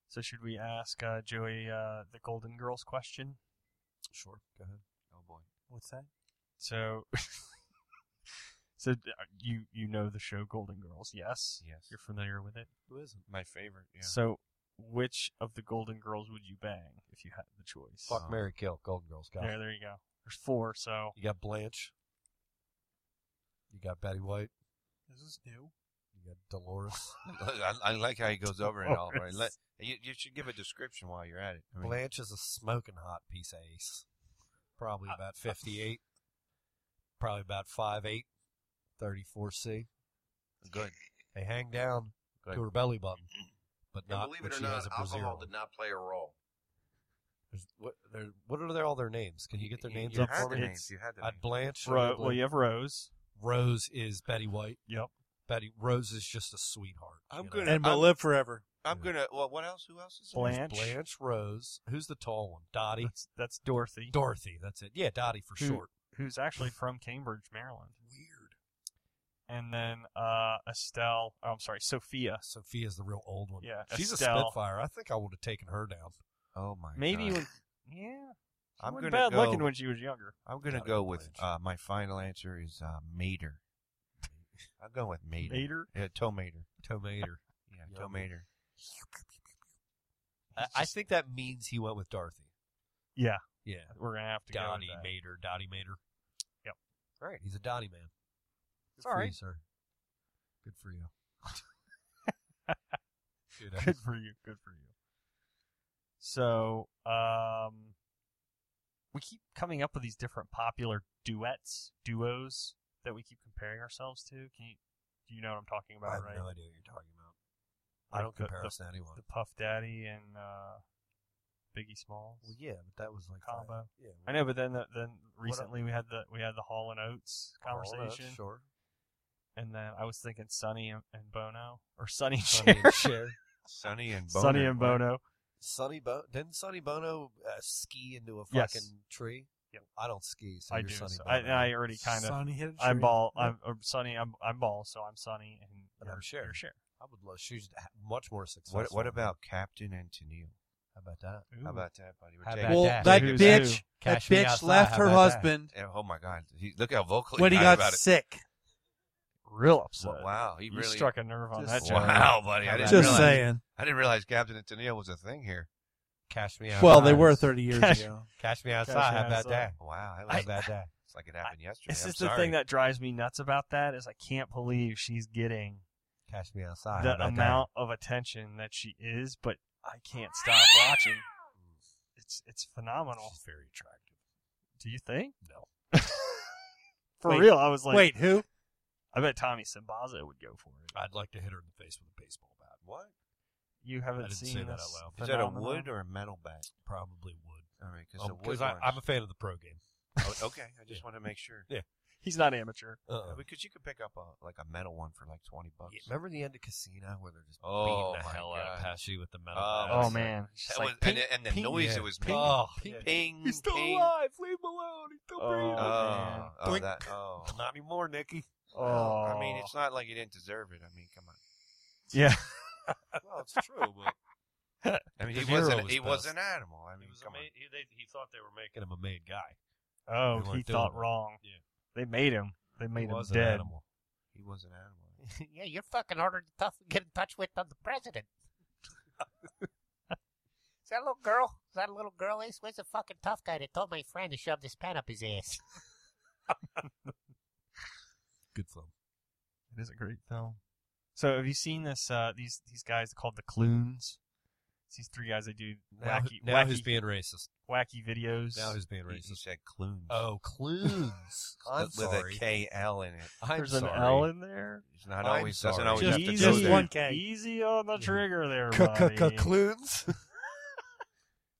[SPEAKER 5] So should we ask uh, Joey uh, the Golden Girls question?
[SPEAKER 6] Sure, go ahead.
[SPEAKER 7] Oh boy.
[SPEAKER 3] What's that?
[SPEAKER 5] So, so uh, you you know the show Golden Girls? Yes,
[SPEAKER 7] Yes.
[SPEAKER 5] you're familiar with it.
[SPEAKER 6] Who isn't?
[SPEAKER 7] My favorite. Yeah.
[SPEAKER 5] So, which of the Golden Girls would you bang if you had the choice?
[SPEAKER 6] Fuck,
[SPEAKER 7] Uh,
[SPEAKER 6] Mary, kill. Golden Girls. Got
[SPEAKER 5] There,
[SPEAKER 6] it.
[SPEAKER 5] there you go. There's four. So
[SPEAKER 6] You got Blanche. You got Betty White.
[SPEAKER 3] This is new.
[SPEAKER 6] You got Dolores.
[SPEAKER 7] I, I like how he goes over it all. Right.
[SPEAKER 5] Dolores.
[SPEAKER 7] Let, you, you should give a description while you're at it. I mean,
[SPEAKER 6] Blanche is a smoking hot piece of ace. Probably about 58. Probably about 5'8", 34C.
[SPEAKER 7] Good.
[SPEAKER 6] They hang down
[SPEAKER 7] Good.
[SPEAKER 6] to her belly button, but
[SPEAKER 7] And
[SPEAKER 6] not.
[SPEAKER 7] believe
[SPEAKER 6] but
[SPEAKER 7] it or
[SPEAKER 6] she
[SPEAKER 7] not,
[SPEAKER 6] has a
[SPEAKER 7] alcohol
[SPEAKER 6] brassiere
[SPEAKER 7] did
[SPEAKER 6] on.
[SPEAKER 7] not play a role.
[SPEAKER 6] There's- What, there- what are their, all their names? Can you get their
[SPEAKER 7] You-
[SPEAKER 6] names
[SPEAKER 7] you
[SPEAKER 6] up
[SPEAKER 7] had
[SPEAKER 6] for
[SPEAKER 7] the
[SPEAKER 6] me?
[SPEAKER 7] names, you had the
[SPEAKER 6] Uh,
[SPEAKER 7] names.
[SPEAKER 6] Blanche.
[SPEAKER 5] Ro-
[SPEAKER 6] Blanche-
[SPEAKER 5] well, you have Rose.
[SPEAKER 6] Rose is Betty White.
[SPEAKER 5] Yep.
[SPEAKER 6] Betty Rose is just a sweetheart.
[SPEAKER 7] I'm
[SPEAKER 6] you know?
[SPEAKER 7] gonna-
[SPEAKER 3] and will
[SPEAKER 7] I'm-
[SPEAKER 3] live forever.
[SPEAKER 7] I'm
[SPEAKER 6] Yeah.
[SPEAKER 7] gonna. Well, what else? Who else is there?
[SPEAKER 5] Blanche.
[SPEAKER 6] Blanche Rose. Who's the tall one? Dottie.
[SPEAKER 5] That's, that's Dorothy,
[SPEAKER 6] Dorothy. That's it. Yeah, Dottie for
[SPEAKER 5] Who-
[SPEAKER 6] short.
[SPEAKER 5] who's actually from Cambridge, Maryland.
[SPEAKER 6] Weird.
[SPEAKER 5] And then uh, Estelle. Oh, I'm sorry, Sophia.
[SPEAKER 6] Uh, Sophia's the real old one.
[SPEAKER 5] Yeah,
[SPEAKER 6] she's a
[SPEAKER 5] Estelle.
[SPEAKER 6] Spitfire. I think I would have taken her down.
[SPEAKER 7] Oh my.
[SPEAKER 5] Maybe
[SPEAKER 7] God.
[SPEAKER 5] when. Yeah.
[SPEAKER 7] I'm
[SPEAKER 5] wasn't
[SPEAKER 7] gonna
[SPEAKER 5] bad
[SPEAKER 7] go.
[SPEAKER 5] looking when she was younger.
[SPEAKER 7] I'm gonna
[SPEAKER 6] Gotta
[SPEAKER 7] go
[SPEAKER 6] go
[SPEAKER 7] with uh,
[SPEAKER 6] Blanche.
[SPEAKER 7] my final answer is uh, Mater. I'm going with Mater.
[SPEAKER 5] Mater?
[SPEAKER 7] Yeah, Toe Mater.
[SPEAKER 6] Tomater.
[SPEAKER 7] Yeah,
[SPEAKER 6] Yum.
[SPEAKER 7] Toe Mater.
[SPEAKER 6] I, I think that means he went with Dorothy.
[SPEAKER 5] Yeah,
[SPEAKER 6] Yeah.
[SPEAKER 5] we're gonna have to go. with
[SPEAKER 6] Dottie
[SPEAKER 5] that.
[SPEAKER 6] Mater. Dottie Mater.
[SPEAKER 5] Yep.
[SPEAKER 6] All right. He's a Dottie man. Good
[SPEAKER 5] all
[SPEAKER 6] for you,
[SPEAKER 5] right.
[SPEAKER 6] sir. Good for you. Good.
[SPEAKER 5] Good for you. Good for you. So, um, we keep coming up with these different popular duets, duos that we keep comparing ourselves to. Can you, do you know what I'm talking
[SPEAKER 6] I
[SPEAKER 5] about,
[SPEAKER 6] have
[SPEAKER 5] right?
[SPEAKER 6] no idea what you're talking about.
[SPEAKER 5] Like
[SPEAKER 6] I don't
[SPEAKER 5] the-
[SPEAKER 6] compare
[SPEAKER 5] the-
[SPEAKER 6] us to anyone.
[SPEAKER 5] The Puff Daddy and uh, Biggie Smalls.
[SPEAKER 6] well, yeah, but that was like the-
[SPEAKER 5] Combo.
[SPEAKER 6] yeah.
[SPEAKER 5] I know, but then the, then recently we had the we had the Hall and Oates
[SPEAKER 6] all that,
[SPEAKER 5] conversation,
[SPEAKER 6] Sure.
[SPEAKER 5] and then I was thinking Sonny and, and Bono or Sonny and
[SPEAKER 6] Sonny
[SPEAKER 5] Cher.
[SPEAKER 6] and Cher.
[SPEAKER 7] Sonny and Boner.
[SPEAKER 5] Sonny and
[SPEAKER 7] What?
[SPEAKER 5] Bono.
[SPEAKER 6] Sonny Bo- didn't Sonny Bono uh, ski into a fucking
[SPEAKER 5] Yes.
[SPEAKER 6] tree?
[SPEAKER 5] Yep.
[SPEAKER 6] I don't ski, so
[SPEAKER 5] I
[SPEAKER 6] you're
[SPEAKER 5] do.
[SPEAKER 6] Sonny
[SPEAKER 5] so- I,
[SPEAKER 6] Bono.
[SPEAKER 5] I already kind of
[SPEAKER 3] Sonny hit a
[SPEAKER 5] I'm
[SPEAKER 3] tree.
[SPEAKER 5] ball.
[SPEAKER 3] Yep.
[SPEAKER 5] I'm, I'm Sonny. I'm I'm ball. So I'm Sonny, and,
[SPEAKER 6] And I'm
[SPEAKER 5] you're-
[SPEAKER 6] Cher.
[SPEAKER 5] you're Cher.
[SPEAKER 6] I would love she's ha- much more successful.
[SPEAKER 7] What, what about Captain and Tennille?
[SPEAKER 6] how about that?
[SPEAKER 7] How about that, buddy? We're
[SPEAKER 6] How
[SPEAKER 7] taking-
[SPEAKER 6] about
[SPEAKER 3] Well,
[SPEAKER 6] that?
[SPEAKER 3] that
[SPEAKER 5] Who's
[SPEAKER 3] bitch,
[SPEAKER 5] who?
[SPEAKER 3] that
[SPEAKER 6] Cash me
[SPEAKER 3] bitch
[SPEAKER 6] outside,
[SPEAKER 3] left
[SPEAKER 6] how
[SPEAKER 3] her
[SPEAKER 6] about that?
[SPEAKER 3] husband
[SPEAKER 7] Yeah, Oh my God! He, look how vocally
[SPEAKER 3] when he
[SPEAKER 7] he
[SPEAKER 3] got
[SPEAKER 7] about it.
[SPEAKER 3] sick.
[SPEAKER 5] Real upset.
[SPEAKER 7] Wa- Wow, he
[SPEAKER 5] you
[SPEAKER 7] really.
[SPEAKER 5] struck a nerve on that
[SPEAKER 3] Just-
[SPEAKER 5] joke.
[SPEAKER 7] wow, buddy! I
[SPEAKER 6] How
[SPEAKER 7] didn't
[SPEAKER 6] about
[SPEAKER 7] realize.
[SPEAKER 3] Just saying.
[SPEAKER 7] I didn't realize Captain and Tennille was a thing here.
[SPEAKER 6] Cash me outside.
[SPEAKER 3] Well, they were 30 years
[SPEAKER 5] Cash-
[SPEAKER 3] ago.
[SPEAKER 6] Cash me outside.
[SPEAKER 5] Cash me
[SPEAKER 6] how about
[SPEAKER 5] outside.
[SPEAKER 6] that?
[SPEAKER 7] Wow, that
[SPEAKER 6] How
[SPEAKER 7] was,
[SPEAKER 6] about that?
[SPEAKER 7] it's like it happened yesterday.
[SPEAKER 5] This
[SPEAKER 7] I'm
[SPEAKER 5] is the
[SPEAKER 7] sorry.
[SPEAKER 5] thing that drives me nuts about that is I can't believe she's getting
[SPEAKER 6] Cash me outside. how
[SPEAKER 5] the
[SPEAKER 6] about
[SPEAKER 5] amount of attention that she is, but I can't stop watching. It's it's
[SPEAKER 6] That?
[SPEAKER 5] phenomenal.
[SPEAKER 6] She's very attractive.
[SPEAKER 5] Do you think?
[SPEAKER 6] No.
[SPEAKER 5] For
[SPEAKER 3] Wait,
[SPEAKER 5] real, I was like,
[SPEAKER 3] Wait, who?
[SPEAKER 5] I bet Tommy Simbaza would go for it.
[SPEAKER 6] I'd like to hit her in the face with a baseball bat. What?
[SPEAKER 5] You
[SPEAKER 6] I
[SPEAKER 5] haven't
[SPEAKER 6] didn't
[SPEAKER 5] seen
[SPEAKER 6] say that
[SPEAKER 5] this
[SPEAKER 6] out loud.
[SPEAKER 7] Is that a
[SPEAKER 5] phenomenon?
[SPEAKER 7] wood or a metal bat?
[SPEAKER 6] Probably would.
[SPEAKER 7] All right, because
[SPEAKER 6] Um,
[SPEAKER 7] the wood.
[SPEAKER 6] I-
[SPEAKER 7] ones-
[SPEAKER 6] I'm a fan of the pro game.
[SPEAKER 7] Oh, okay, I just want to make sure
[SPEAKER 5] He's not amateur.
[SPEAKER 6] Uh-uh.
[SPEAKER 7] because you could pick up a like a metal one for like twenty bucks.
[SPEAKER 6] Yeah, remember the end of Casino where they're just
[SPEAKER 7] Oh,
[SPEAKER 6] beating the
[SPEAKER 7] my
[SPEAKER 6] hell out
[SPEAKER 7] God.
[SPEAKER 6] of Pesci with the metal?
[SPEAKER 7] Oh,
[SPEAKER 6] bat?
[SPEAKER 5] Oh
[SPEAKER 7] That's
[SPEAKER 5] man, She's
[SPEAKER 7] That
[SPEAKER 5] like,
[SPEAKER 7] was, and,
[SPEAKER 5] "Ping,
[SPEAKER 7] the- and the
[SPEAKER 5] ping."
[SPEAKER 7] noise
[SPEAKER 6] yeah.
[SPEAKER 7] it was making.
[SPEAKER 6] Oh,
[SPEAKER 7] ping,
[SPEAKER 6] yeah.
[SPEAKER 7] ping,
[SPEAKER 6] He's still
[SPEAKER 7] ping.
[SPEAKER 6] alive. Leave him alone. He's still
[SPEAKER 5] Oh,
[SPEAKER 6] breathing.
[SPEAKER 7] Oh, oh,
[SPEAKER 6] Blink.
[SPEAKER 7] that, oh.
[SPEAKER 6] Not anymore, Nikki.
[SPEAKER 5] Oh,
[SPEAKER 7] I mean, it's not like you didn't deserve it. I mean, come on.
[SPEAKER 5] yeah.
[SPEAKER 6] Well, it's true, but
[SPEAKER 7] I mean,
[SPEAKER 6] The
[SPEAKER 7] he was
[SPEAKER 6] hero
[SPEAKER 7] an,
[SPEAKER 6] was
[SPEAKER 7] he was
[SPEAKER 6] best.
[SPEAKER 7] an animal. I mean,
[SPEAKER 6] he, was a
[SPEAKER 7] come
[SPEAKER 6] ma-
[SPEAKER 7] on.
[SPEAKER 6] he, they, he thought they were making him a made guy.
[SPEAKER 5] Oh,
[SPEAKER 6] They
[SPEAKER 5] he
[SPEAKER 6] weren't
[SPEAKER 5] thought
[SPEAKER 6] doing it.
[SPEAKER 5] wrong.
[SPEAKER 6] Yeah.
[SPEAKER 5] They made him. They made
[SPEAKER 6] he
[SPEAKER 5] him
[SPEAKER 6] was an
[SPEAKER 5] dead.
[SPEAKER 6] animal.
[SPEAKER 7] He was an animal.
[SPEAKER 9] yeah, you're fucking harder to tough, get in touch with than the president. Is that a little girl? Is that a little girl, Ace? Where's the fucking tough guy that told my friend to shove this pen up his ass?
[SPEAKER 6] Good film.
[SPEAKER 5] It is a great film. So, have you seen this? Uh, these these guys called the Clunes. It's these three guys. They do
[SPEAKER 6] Now,
[SPEAKER 5] wacky,
[SPEAKER 6] now
[SPEAKER 5] wacky,
[SPEAKER 6] he's being racist.
[SPEAKER 5] wacky videos.
[SPEAKER 6] Now he's being
[SPEAKER 7] He, he
[SPEAKER 6] racist.
[SPEAKER 7] said Clunes.
[SPEAKER 6] Oh, Clunes. I'm
[SPEAKER 7] with,
[SPEAKER 6] sorry.
[SPEAKER 7] with a K L in it.
[SPEAKER 6] I'm
[SPEAKER 5] There's
[SPEAKER 6] sorry.
[SPEAKER 5] an L in there.
[SPEAKER 7] It's not
[SPEAKER 6] I'm
[SPEAKER 7] always doesn't
[SPEAKER 6] sorry.
[SPEAKER 7] always
[SPEAKER 3] Just-
[SPEAKER 7] have to
[SPEAKER 5] easy,
[SPEAKER 3] just
[SPEAKER 7] go there.
[SPEAKER 3] one K.
[SPEAKER 5] easy on the
[SPEAKER 6] Yeah.
[SPEAKER 5] trigger there, buddy.
[SPEAKER 6] Clunes.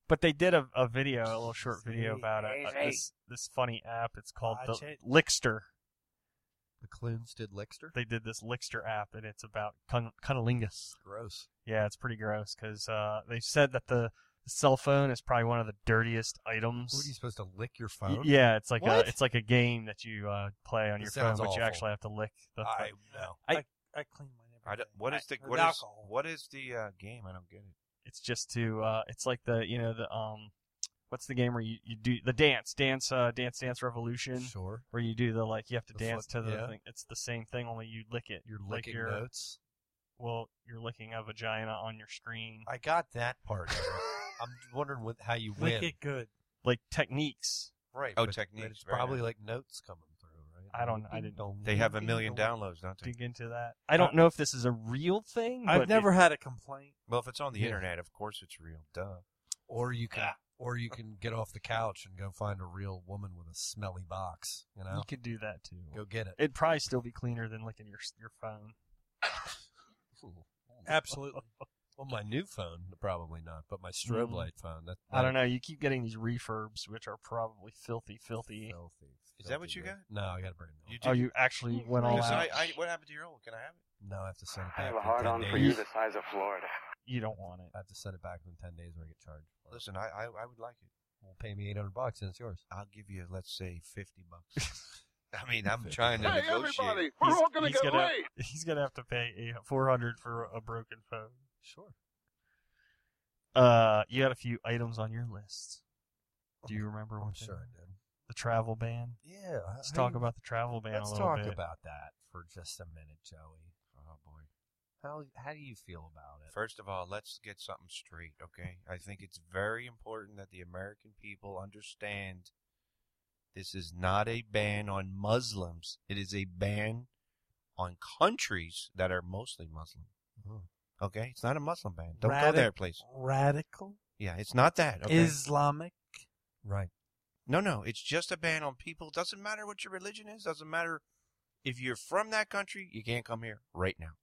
[SPEAKER 5] But they did a, a video, a little short video
[SPEAKER 3] Easy,
[SPEAKER 5] about it. uh, this this funny app. It's called
[SPEAKER 3] Watch
[SPEAKER 5] the
[SPEAKER 3] it.
[SPEAKER 5] Lickster.
[SPEAKER 6] the Clunes did Lickster.
[SPEAKER 5] They did this Lickster app, and it's about cun- cunnilingus.
[SPEAKER 6] Gross.
[SPEAKER 5] Yeah, it's pretty gross because uh, they said that the cell phone is probably one of the dirtiest
[SPEAKER 6] What are you
[SPEAKER 5] items.
[SPEAKER 6] supposed to lick your
[SPEAKER 5] Y-
[SPEAKER 6] phone?
[SPEAKER 5] Yeah, it's like
[SPEAKER 6] What?
[SPEAKER 5] a it's like a game that you uh, play on
[SPEAKER 6] It
[SPEAKER 5] your phone,
[SPEAKER 6] sounds
[SPEAKER 5] but you
[SPEAKER 6] awful.
[SPEAKER 5] actually have to lick the.
[SPEAKER 6] I
[SPEAKER 5] phone.
[SPEAKER 6] no.
[SPEAKER 5] I-
[SPEAKER 3] I, I clean my
[SPEAKER 7] I don't, what is the
[SPEAKER 3] With
[SPEAKER 7] what is,
[SPEAKER 3] alcohol.
[SPEAKER 7] what is the uh, game? I don't get it.
[SPEAKER 5] It's just to uh, it's like the you know the um, what's the game where you, you do the dance dance uh, dance dance revolution
[SPEAKER 6] Sure.
[SPEAKER 5] where you do the like you have to
[SPEAKER 6] The
[SPEAKER 5] dance
[SPEAKER 6] flip-
[SPEAKER 5] to the
[SPEAKER 6] yeah.
[SPEAKER 5] thing. It's the same thing only you lick it.
[SPEAKER 6] You're
[SPEAKER 5] like
[SPEAKER 6] licking
[SPEAKER 5] you're
[SPEAKER 6] notes.
[SPEAKER 5] well you're licking a vagina on your screen.
[SPEAKER 6] I got that part. of it. I'm wondering what, how you win.
[SPEAKER 3] Lick it good.
[SPEAKER 5] Like techniques.
[SPEAKER 6] Right.
[SPEAKER 7] Oh,
[SPEAKER 6] but- but
[SPEAKER 7] techniques,
[SPEAKER 6] It's
[SPEAKER 7] right.
[SPEAKER 6] probably like notes coming through, right?
[SPEAKER 5] I don't- I didn't-
[SPEAKER 6] know.
[SPEAKER 7] They have a million downloads, don't they?
[SPEAKER 5] Dig into that. I don't know if this is a real thing. but
[SPEAKER 3] I've
[SPEAKER 5] it-
[SPEAKER 3] never had a complaint.
[SPEAKER 7] Well, if it's on the
[SPEAKER 6] Yeah.
[SPEAKER 7] internet, of course it's real. Duh.
[SPEAKER 6] Or you can Or you can get off the couch and go find a real woman with a smelly box. You know,
[SPEAKER 5] You could do that too.
[SPEAKER 6] go get it.
[SPEAKER 5] It'd probably still be cleaner than licking your your phone.
[SPEAKER 6] Absolutely. Well, my new phone, probably not, but my strobe
[SPEAKER 5] Mm.
[SPEAKER 6] light phone. That,
[SPEAKER 5] I don't know. You keep getting these refurbs, which are probably filthy, filthy.
[SPEAKER 6] Filthy,
[SPEAKER 7] Is that what
[SPEAKER 6] filthy
[SPEAKER 7] you
[SPEAKER 6] good.
[SPEAKER 7] got?
[SPEAKER 6] No, I got a brand new.
[SPEAKER 7] You
[SPEAKER 6] one.
[SPEAKER 5] Oh, you actually went all
[SPEAKER 7] Yes,
[SPEAKER 5] out.
[SPEAKER 7] I, I, what happened to your old? Can I have it?
[SPEAKER 6] No, I have to send it back.
[SPEAKER 10] I have a
[SPEAKER 6] in 10
[SPEAKER 10] hard on for
[SPEAKER 6] days.
[SPEAKER 10] you the size of Florida.
[SPEAKER 5] You don't want it.
[SPEAKER 6] I have to send it back in ten days, or I get charged. for it.
[SPEAKER 7] Listen, I, I, I would like it.
[SPEAKER 6] Will pay me eight hundred bucks, and it's yours.
[SPEAKER 7] I'll give you, let's say, fifty bucks. I mean, I'm
[SPEAKER 6] 50
[SPEAKER 7] trying to
[SPEAKER 8] Hey,
[SPEAKER 7] negotiate.
[SPEAKER 8] everybody, we're all going to
[SPEAKER 5] he's
[SPEAKER 8] get
[SPEAKER 5] gonna,
[SPEAKER 8] laid.
[SPEAKER 5] He's gonna have to pay four hundred for a broken phone.
[SPEAKER 6] Sure.
[SPEAKER 5] Uh, you had a few items on your list. Do you remember
[SPEAKER 6] I'm
[SPEAKER 5] what? they
[SPEAKER 6] sure
[SPEAKER 5] were?
[SPEAKER 6] I did.
[SPEAKER 5] The travel ban.
[SPEAKER 6] Yeah.
[SPEAKER 5] Let's talk about the travel ban
[SPEAKER 6] Let's
[SPEAKER 5] a little
[SPEAKER 6] talk
[SPEAKER 5] bit.
[SPEAKER 6] about that for just a minute, Joey. Oh boy. How how do you feel about it?
[SPEAKER 7] First of all, let's get something straight, okay? I think it's very important that the American people understand this is not a ban on Muslims. It is a ban on countries that are mostly Muslim. Okay? It's not a Muslim ban. Don't
[SPEAKER 3] Mm-hmm. Radic-
[SPEAKER 7] go there, please.
[SPEAKER 3] Radical
[SPEAKER 7] Yeah, it's not that. Okay?
[SPEAKER 3] Islamic.
[SPEAKER 6] Right.
[SPEAKER 7] No, no, it's just a ban on people. Doesn't matter what your religion is. Doesn't matter if you're from that country. You can't come here right now.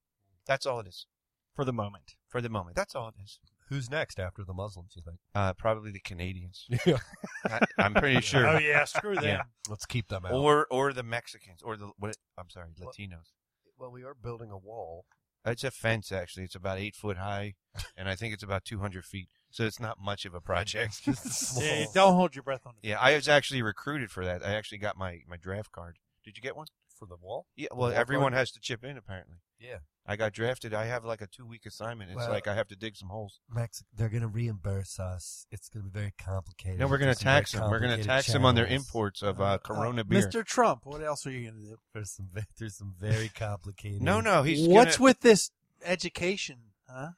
[SPEAKER 7] That's all it is
[SPEAKER 5] for the moment.
[SPEAKER 7] for the moment. That's all it is.
[SPEAKER 6] Who's next after the Muslims? You think?
[SPEAKER 7] Uh, probably the Canadians.
[SPEAKER 6] Yeah.
[SPEAKER 7] I, I'm pretty sure.
[SPEAKER 3] Oh yeah, screw them.
[SPEAKER 7] Yeah.
[SPEAKER 6] Let's keep them out.
[SPEAKER 7] Or or the Mexicans or the what? I'm sorry, Latinos.
[SPEAKER 6] well, we are building a wall.
[SPEAKER 7] It's a fence actually. It's about eight foot high, and I think it's about 200 feet. So it's not much of a project.
[SPEAKER 3] Yeah, you don't hold your breath on it.
[SPEAKER 7] yeah, I was actually recruited for that. I actually got my my draft card. Did you get one?
[SPEAKER 6] for the wall.
[SPEAKER 7] Yeah. Well,
[SPEAKER 6] Well,
[SPEAKER 7] everyone
[SPEAKER 6] pardon.
[SPEAKER 7] has to chip in apparently.
[SPEAKER 6] Yeah.
[SPEAKER 7] I got drafted. I have like a two week assignment. It's
[SPEAKER 6] Well-
[SPEAKER 7] like I have to dig some holes.
[SPEAKER 6] Max, they're going to reimburse us. It's going to be very complicated.
[SPEAKER 7] No, we're going
[SPEAKER 6] There's
[SPEAKER 7] to
[SPEAKER 6] some very
[SPEAKER 7] tax them. We're going to
[SPEAKER 6] complicated
[SPEAKER 7] tax them on their
[SPEAKER 6] channels.
[SPEAKER 7] imports of uh, Corona
[SPEAKER 3] Uh,
[SPEAKER 7] beer.
[SPEAKER 3] Mr. Trump, what else are you going to do?
[SPEAKER 6] There's some, ve- there's some very complicated.
[SPEAKER 7] No, no, he's
[SPEAKER 3] What's
[SPEAKER 7] gonna-
[SPEAKER 3] with this education, huh?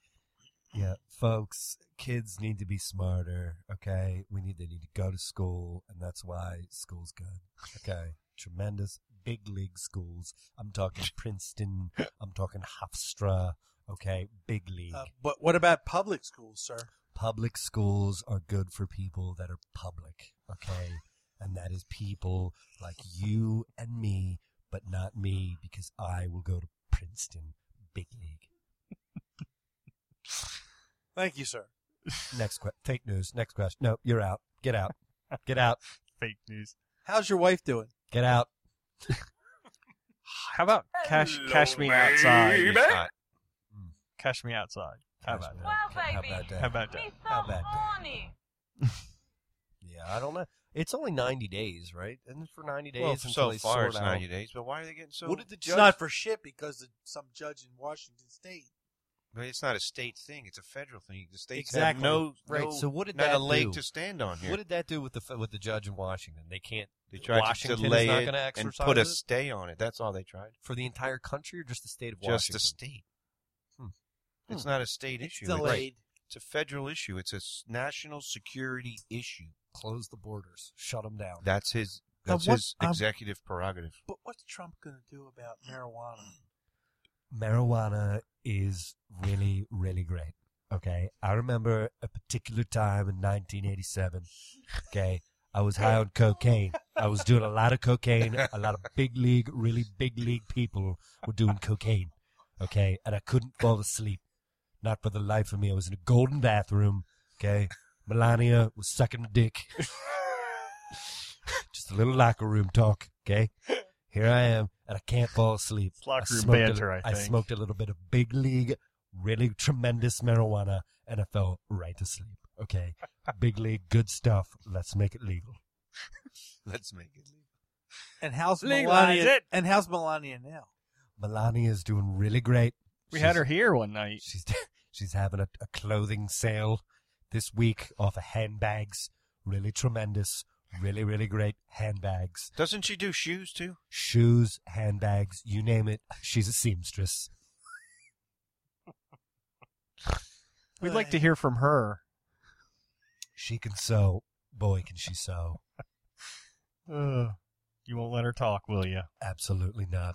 [SPEAKER 6] Yeah, folks, kids need to be smarter. Okay, we need they need to go to school, and that's why school's good. Okay, tremendous big league schools. I'm talking Princeton. I'm talking Hofstra. Okay, big league.
[SPEAKER 3] Uh, but what about public schools, sir?
[SPEAKER 6] public schools are good for people that are public, okay? and that is people like you and me, but not me because I will go to Princeton Big League.
[SPEAKER 3] Thank you, sir.
[SPEAKER 6] Next question. Fake news. Next question. No, you're out. Get out. Get out.
[SPEAKER 5] Fake news.
[SPEAKER 3] How's your wife doing?
[SPEAKER 6] Get out.
[SPEAKER 5] How about cash? cash me outside.
[SPEAKER 7] It's not.
[SPEAKER 5] Cash me outside. How about
[SPEAKER 6] Gosh,
[SPEAKER 5] that?
[SPEAKER 6] man.
[SPEAKER 11] Well,
[SPEAKER 6] How
[SPEAKER 11] baby.
[SPEAKER 6] about that?
[SPEAKER 5] How about that?
[SPEAKER 6] How about that?
[SPEAKER 11] horny.
[SPEAKER 6] Yeah, I don't know. It's only 90 days, right? Isn't it for 90 days
[SPEAKER 7] Well,
[SPEAKER 6] until
[SPEAKER 7] so
[SPEAKER 6] they
[SPEAKER 7] far
[SPEAKER 6] sort
[SPEAKER 7] it's
[SPEAKER 6] out?
[SPEAKER 7] 90 days, but why are they getting so?
[SPEAKER 6] What did the
[SPEAKER 3] It's
[SPEAKER 6] judge?
[SPEAKER 3] not for shit because of some judge in Washington State.
[SPEAKER 7] But it's not a state thing; it's a federal thing. The states
[SPEAKER 6] Exactly.
[SPEAKER 7] have no
[SPEAKER 6] Right,
[SPEAKER 7] no-
[SPEAKER 6] so what did
[SPEAKER 7] not
[SPEAKER 6] that
[SPEAKER 7] a leg
[SPEAKER 6] do?
[SPEAKER 7] to stand on here.
[SPEAKER 6] what did that do with the f- with the judge in Washington? They can't.
[SPEAKER 7] they tried
[SPEAKER 6] Washington
[SPEAKER 7] to
[SPEAKER 6] is
[SPEAKER 7] delay
[SPEAKER 6] not
[SPEAKER 7] it
[SPEAKER 6] gonna
[SPEAKER 7] and
[SPEAKER 6] exercise
[SPEAKER 7] put a
[SPEAKER 6] it?
[SPEAKER 7] stay on it. That's all they tried.
[SPEAKER 6] for the entire country or just the state of
[SPEAKER 7] Just
[SPEAKER 6] Washington?
[SPEAKER 7] a state.
[SPEAKER 6] Hmm.
[SPEAKER 7] It's not a state issue. It's-
[SPEAKER 3] Delayed.
[SPEAKER 7] It's a federal issue. It's a s- national security issue.
[SPEAKER 6] Close the borders. Shut them down.
[SPEAKER 7] That's his.
[SPEAKER 3] Now,
[SPEAKER 7] That's
[SPEAKER 3] what-
[SPEAKER 7] his
[SPEAKER 3] um,
[SPEAKER 7] executive prerogative.
[SPEAKER 3] But what's Trump going to do about marijuana?
[SPEAKER 6] marijuana is really, really great. Okay. I remember a particular time in 1987. Okay. I was high on cocaine. I was doing a lot of cocaine. A lot of big league, really big league people were doing cocaine. Okay. And I couldn't fall asleep. Not for the life of me. I was in a golden bathroom. Okay. Melania was sucking a dick. Just a little locker room talk. Okay. Here I am, and I can't fall asleep.
[SPEAKER 5] It's locker
[SPEAKER 6] I
[SPEAKER 5] room
[SPEAKER 6] smoked a-
[SPEAKER 5] banter, I think.
[SPEAKER 6] smoked a little bit of big league, really tremendous marijuana, and I fell right to sleep. Okay, big league, good stuff. Let's make it legal.
[SPEAKER 7] Let's make it.
[SPEAKER 3] And how's
[SPEAKER 5] Legalize
[SPEAKER 3] Melania?
[SPEAKER 5] it.
[SPEAKER 3] And how's Melania now?
[SPEAKER 6] Melania is doing really great.
[SPEAKER 5] We
[SPEAKER 6] She's-
[SPEAKER 5] had her here one night.
[SPEAKER 6] She's she's having a, a clothing sale this week off of handbags. Really tremendous. Really, really great handbags,
[SPEAKER 7] Doesn't she do shoes too?
[SPEAKER 6] shoes, handbags, you name it. She's a seamstress.
[SPEAKER 5] We'd like to hear from her.
[SPEAKER 6] She can sew. Boy, can she sew.
[SPEAKER 5] Ugh. you won't let her talk, will you?
[SPEAKER 6] Absolutely not.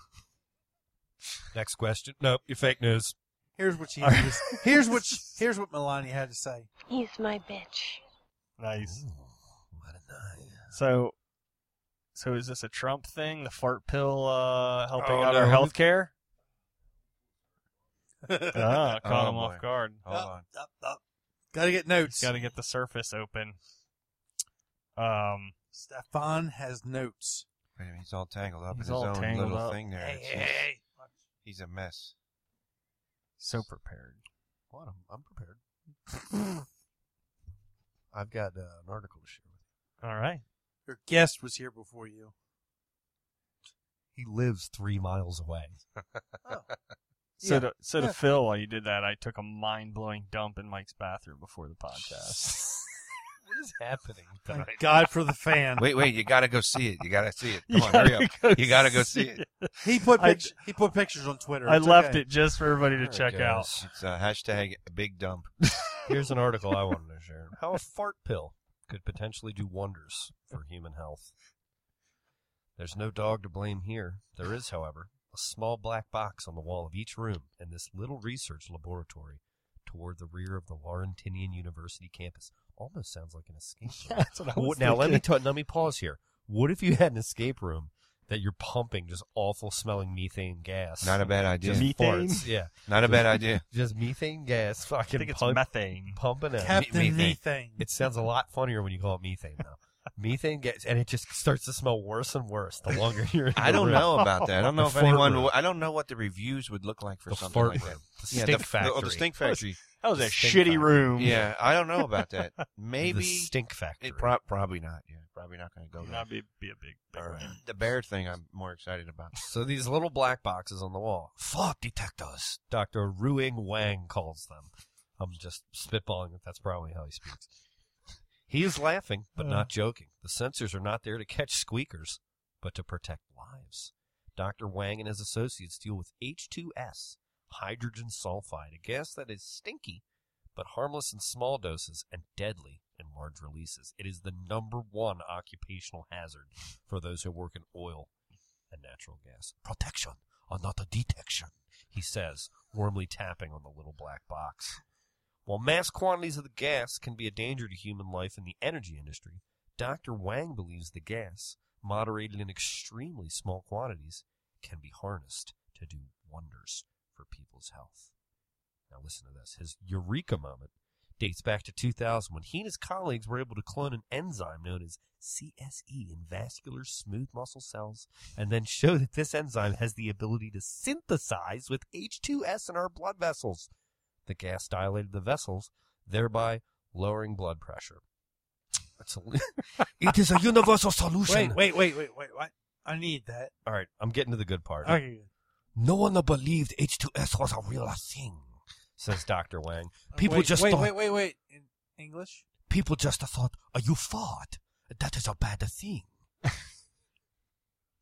[SPEAKER 6] Next question. Nope, you're fake news.
[SPEAKER 3] Here's what she
[SPEAKER 5] All right.
[SPEAKER 3] here's what she- here's what Melania had to say.
[SPEAKER 11] He's my bitch.
[SPEAKER 5] Nice.
[SPEAKER 12] what a night.
[SPEAKER 5] So, so is this a Trump thing? The fart pill uh, helping
[SPEAKER 6] Oh,
[SPEAKER 5] out
[SPEAKER 6] no.
[SPEAKER 5] our health care? ah, caught
[SPEAKER 7] Oh,
[SPEAKER 5] him
[SPEAKER 7] boy.
[SPEAKER 5] off guard.
[SPEAKER 6] Uh,
[SPEAKER 7] Hold on.
[SPEAKER 3] Up, up. Gotta get notes.
[SPEAKER 5] Got to get the surface open. Um,
[SPEAKER 3] Stefan has notes.
[SPEAKER 7] Wait a minute, he's all tangled up
[SPEAKER 5] He's
[SPEAKER 7] in his
[SPEAKER 5] all
[SPEAKER 7] own
[SPEAKER 5] tangled
[SPEAKER 7] little
[SPEAKER 5] up.
[SPEAKER 7] thing there.
[SPEAKER 3] Hey,
[SPEAKER 7] It's
[SPEAKER 3] hey,
[SPEAKER 7] just-
[SPEAKER 3] hey.
[SPEAKER 7] He's a mess.
[SPEAKER 5] so prepared.
[SPEAKER 6] What? I'm, I'm prepared. I've got uh, an article to share with
[SPEAKER 5] All right.
[SPEAKER 3] Your guest was here before you.
[SPEAKER 12] He lives three miles away.
[SPEAKER 5] So
[SPEAKER 3] Yeah.
[SPEAKER 5] to so to
[SPEAKER 3] Yeah.
[SPEAKER 5] Phil, while you did that, I took a mind blowing dump in Mike's bathroom before the podcast.
[SPEAKER 6] you. What is happening?
[SPEAKER 3] Thank God for the fan.
[SPEAKER 7] Wait, wait, you gotta go see it. You gotta see it.
[SPEAKER 5] You
[SPEAKER 7] Come on, hurry
[SPEAKER 5] gotta
[SPEAKER 7] up.
[SPEAKER 5] go
[SPEAKER 7] You gotta go see it.
[SPEAKER 3] He put
[SPEAKER 5] I-
[SPEAKER 3] pict- he put pictures on Twitter.
[SPEAKER 5] I
[SPEAKER 3] It's
[SPEAKER 5] left
[SPEAKER 3] okay.
[SPEAKER 5] it just for everybody to check out.
[SPEAKER 7] It's uh, hashtag big dump.
[SPEAKER 6] Here's an article I wanted to share. How a fart pill could potentially do wonders for human health. There's no dog to blame here. There is, however, a small black box on the wall of each room in this little research laboratory toward the rear of the Laurentinian University campus. Almost sounds like an escape room.
[SPEAKER 5] That's what I
[SPEAKER 6] What- now let me ta- let me pause here. What if you had an escape room that you're pumping just awful smelling methane gas?
[SPEAKER 7] Not a bad idea.
[SPEAKER 6] just
[SPEAKER 5] Methane?
[SPEAKER 6] farts. Yeah,
[SPEAKER 7] Not a bad idea.
[SPEAKER 6] just methane gas.
[SPEAKER 5] I
[SPEAKER 6] Fucking
[SPEAKER 5] think it's
[SPEAKER 6] pump-
[SPEAKER 5] methane.
[SPEAKER 6] pumping out.
[SPEAKER 3] Captain
[SPEAKER 7] Methane.
[SPEAKER 3] Methane.
[SPEAKER 6] It sounds a lot funnier when you call it methane though. methane gas, and it just starts to smell worse and worse the longer you're. In the
[SPEAKER 7] I don't
[SPEAKER 6] room.
[SPEAKER 7] know about that. I don't know
[SPEAKER 6] The
[SPEAKER 7] if
[SPEAKER 6] fart
[SPEAKER 7] anyone.
[SPEAKER 6] room.
[SPEAKER 7] w- I don't know what the reviews would look like for
[SPEAKER 6] The
[SPEAKER 7] something
[SPEAKER 6] fart
[SPEAKER 7] like that.
[SPEAKER 6] room. The
[SPEAKER 7] yeah,
[SPEAKER 6] stink
[SPEAKER 7] the, f-
[SPEAKER 6] factory.
[SPEAKER 7] The, oh, the stink factory.
[SPEAKER 5] That was a
[SPEAKER 6] Stink
[SPEAKER 5] shitty
[SPEAKER 6] factory.
[SPEAKER 5] room.
[SPEAKER 7] Yeah, I don't know about that.
[SPEAKER 6] The
[SPEAKER 7] Maybe
[SPEAKER 6] stink factory.
[SPEAKER 7] it pro- probably not. Yeah, probably not going to go there.
[SPEAKER 5] That'd be, be a big. big win.
[SPEAKER 7] The bear thing, I'm more excited about.
[SPEAKER 6] So these little black boxes on the wall, fart detectors, Dr. Ruing Wang calls them. I'm just spitballing that that's probably how he speaks. He is laughing, but not joking. The sensors are not there to catch squeakers, but to protect lives. Dr. Wang and his associates deal with H2S, hydrogen sulfide, a gas that is stinky, but harmless in small doses and deadly in large releases. It is the number one occupational hazard for those who work in oil and natural gas. Protection or not a detection, he says, warmly tapping on the little black box. While mass quantities of the gas can be a danger to human life in the energy industry, Dr. Wang believes the gas, moderated in extremely small quantities, can be harnessed to do wonders for people's health. Now, listen to this. His eureka moment dates back to 2000 when he and his colleagues were able to clone an enzyme known as CSE in vascular smooth muscle cells and then show that this enzyme has the ability to synthesize with H2S in our blood vessels. The gas dilated the vessels, thereby lowering blood pressure. It's a- it is a universal solution.
[SPEAKER 3] Wait, wait, wait, wait, wait. What? I need that.
[SPEAKER 6] All right, I'm getting to the good part.
[SPEAKER 3] Okay.
[SPEAKER 6] No one believed H2S was a real thing, says Dr. Wang. People
[SPEAKER 3] Uh, wait,
[SPEAKER 6] just
[SPEAKER 3] wait,
[SPEAKER 6] thought
[SPEAKER 3] wait, wait, wait. In English?
[SPEAKER 6] people just thought, "Are you fart? That is a bad thing."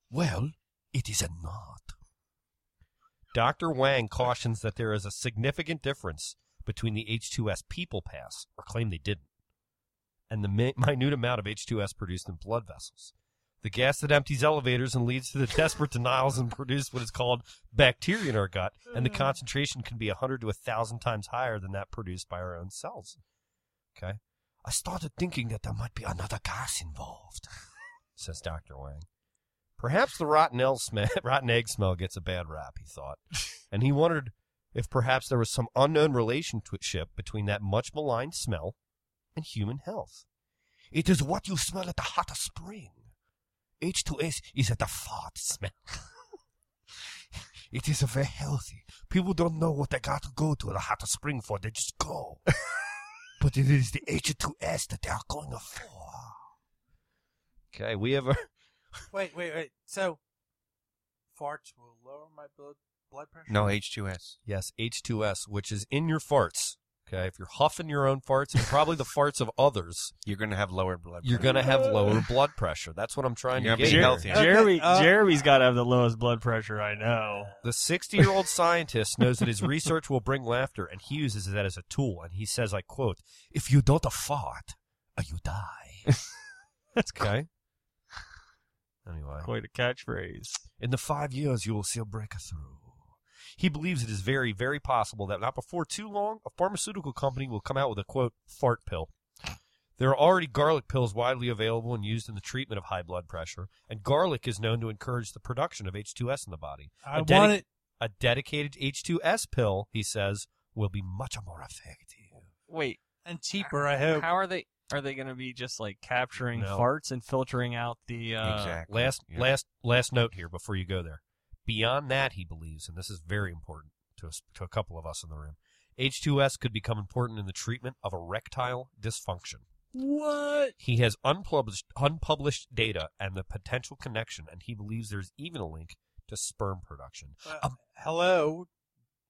[SPEAKER 6] well, it is not. Dr. Wang cautions that there is a significant difference between the H2S people pass, or claim they didn't, and the mi- minute amount of H2S produced in blood vessels. The gas that empties elevators and leads to the desperate denials and produce what is called bacteria in our gut, and the concentration can be 100 to 1,000 times higher than that produced by our own cells. Okay? I started thinking that there might be another gas involved, says Dr. Wang. Perhaps the rotten, el sm- rotten egg smell gets a bad rap, he thought. And he wondered if perhaps there was some unknown relationship between that much maligned smell and human health. It is what you smell at the hot spring. H2S is at the fart smell. it is very healthy. People don't know what they got to go to the hot spring for. They just go but it is the H2S that they are going for. Okay, we have a
[SPEAKER 3] Wait, wait, wait. So, farts will lower my blood blood pressure.
[SPEAKER 7] No H2S.
[SPEAKER 6] yes H2S, which is in your farts. Okay, if you're huffing your own farts and probably the farts of others,
[SPEAKER 7] You're going to have lower blood.
[SPEAKER 6] you're
[SPEAKER 7] pressure.
[SPEAKER 6] gonna have lower blood pressure. That's what I'm trying
[SPEAKER 7] You're
[SPEAKER 6] to
[SPEAKER 7] gonna
[SPEAKER 6] get.
[SPEAKER 7] be
[SPEAKER 6] here.
[SPEAKER 7] healthier.
[SPEAKER 3] Okay,
[SPEAKER 5] Jerry,
[SPEAKER 3] uh,
[SPEAKER 5] Jerry's got to have the lowest blood pressure I know.
[SPEAKER 6] The 60 year old scientist knows that his research will bring laughter, and he uses that as a tool. And he says, "I quote: If you don't fart, uh, you die." okay. Anyway,
[SPEAKER 5] Quite a catchphrase.
[SPEAKER 6] In the five years, you will see a breakthrough. He believes it is very, very possible that not before too long, a pharmaceutical company will come out with a quote, fart pill There are already garlic pills widely available and used in the treatment of high blood pressure, and garlic is known to encourage the production of H2S in the body.
[SPEAKER 3] I
[SPEAKER 6] A dedic-
[SPEAKER 3] want it.
[SPEAKER 6] A dedicated H2S pill, he says, will be much more effective.
[SPEAKER 5] Wait,
[SPEAKER 3] And cheaper, I hope.
[SPEAKER 5] how are they? Are they going to be just like capturing
[SPEAKER 6] No.
[SPEAKER 5] farts and filtering out the? Uh,
[SPEAKER 7] exactly.
[SPEAKER 6] Last
[SPEAKER 7] Yeah.
[SPEAKER 6] last last note here before you go there. Beyond that, he believes, and this is very important to us, to a couple of us in the room. H2S could become important in the treatment of erectile dysfunction.
[SPEAKER 5] What?
[SPEAKER 6] He has unpublished unpublished data and the potential connection, and he believes there's even a link to sperm production.
[SPEAKER 3] Uh, hello,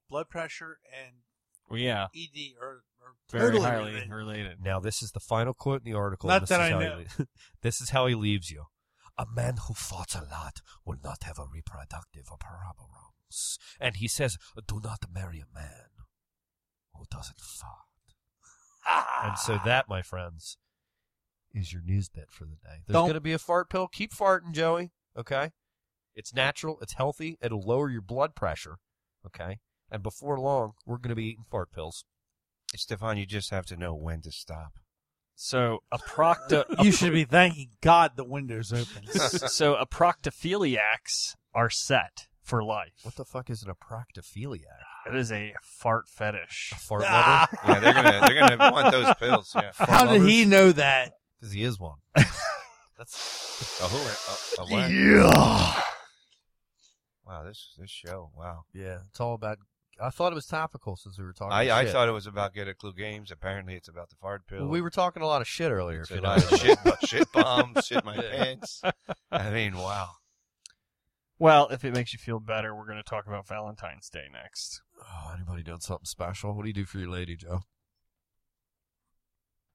[SPEAKER 3] blood pressure and
[SPEAKER 5] Well, yeah,
[SPEAKER 3] ED are, are
[SPEAKER 5] very
[SPEAKER 3] totally
[SPEAKER 5] highly
[SPEAKER 3] related.
[SPEAKER 5] related.
[SPEAKER 6] Now, this is the final quote in the article.
[SPEAKER 3] Not
[SPEAKER 6] and this
[SPEAKER 3] that
[SPEAKER 6] is
[SPEAKER 3] I
[SPEAKER 6] how
[SPEAKER 3] know.
[SPEAKER 6] He, le- this is how he leaves you. A man who fought a lot will not have a reproductive problems. And he says, do not marry a man who doesn't fart. and so that, my friends, is your news bit for the day. There's
[SPEAKER 3] Don't-
[SPEAKER 6] going to be a fart pill. Keep farting, Joey. Okay? It's natural. It's healthy. It'll lower your blood pressure. Okay? And before long, we're going to be eating fart pills.
[SPEAKER 7] Stefan, you just have to know when to stop.
[SPEAKER 5] So a procto
[SPEAKER 3] You should be thanking God the window's open.
[SPEAKER 5] so a proctophiliacs are set for life.
[SPEAKER 6] What the fuck is an aproctophiliac?
[SPEAKER 5] It is a fart fetish.
[SPEAKER 6] A fart
[SPEAKER 3] Ah!
[SPEAKER 6] lover?
[SPEAKER 7] Yeah, they're gonna they're gonna want those pills. Yeah,
[SPEAKER 3] How did he know that?
[SPEAKER 6] Because he is one.
[SPEAKER 7] A who? A, a what?
[SPEAKER 6] Yeah.
[SPEAKER 7] Wow, this this show. Wow.
[SPEAKER 6] Yeah. It's all about. I thought it was topical since we were talking.
[SPEAKER 7] I, I
[SPEAKER 6] Oh, shit.
[SPEAKER 7] thought it was about Get a Clue Games. Apparently, it's about the fart pill.
[SPEAKER 6] Well, we were talking a lot of shit earlier.
[SPEAKER 7] It's
[SPEAKER 6] If you
[SPEAKER 7] about
[SPEAKER 6] know.
[SPEAKER 7] shit, shit bombs, shit my
[SPEAKER 6] Yeah.
[SPEAKER 7] pants. I mean, wow.
[SPEAKER 5] Well, if it makes you feel better, we're going to talk about Valentine's Day next.
[SPEAKER 6] Oh, anybody done something special? What do you do for your lady, Joe?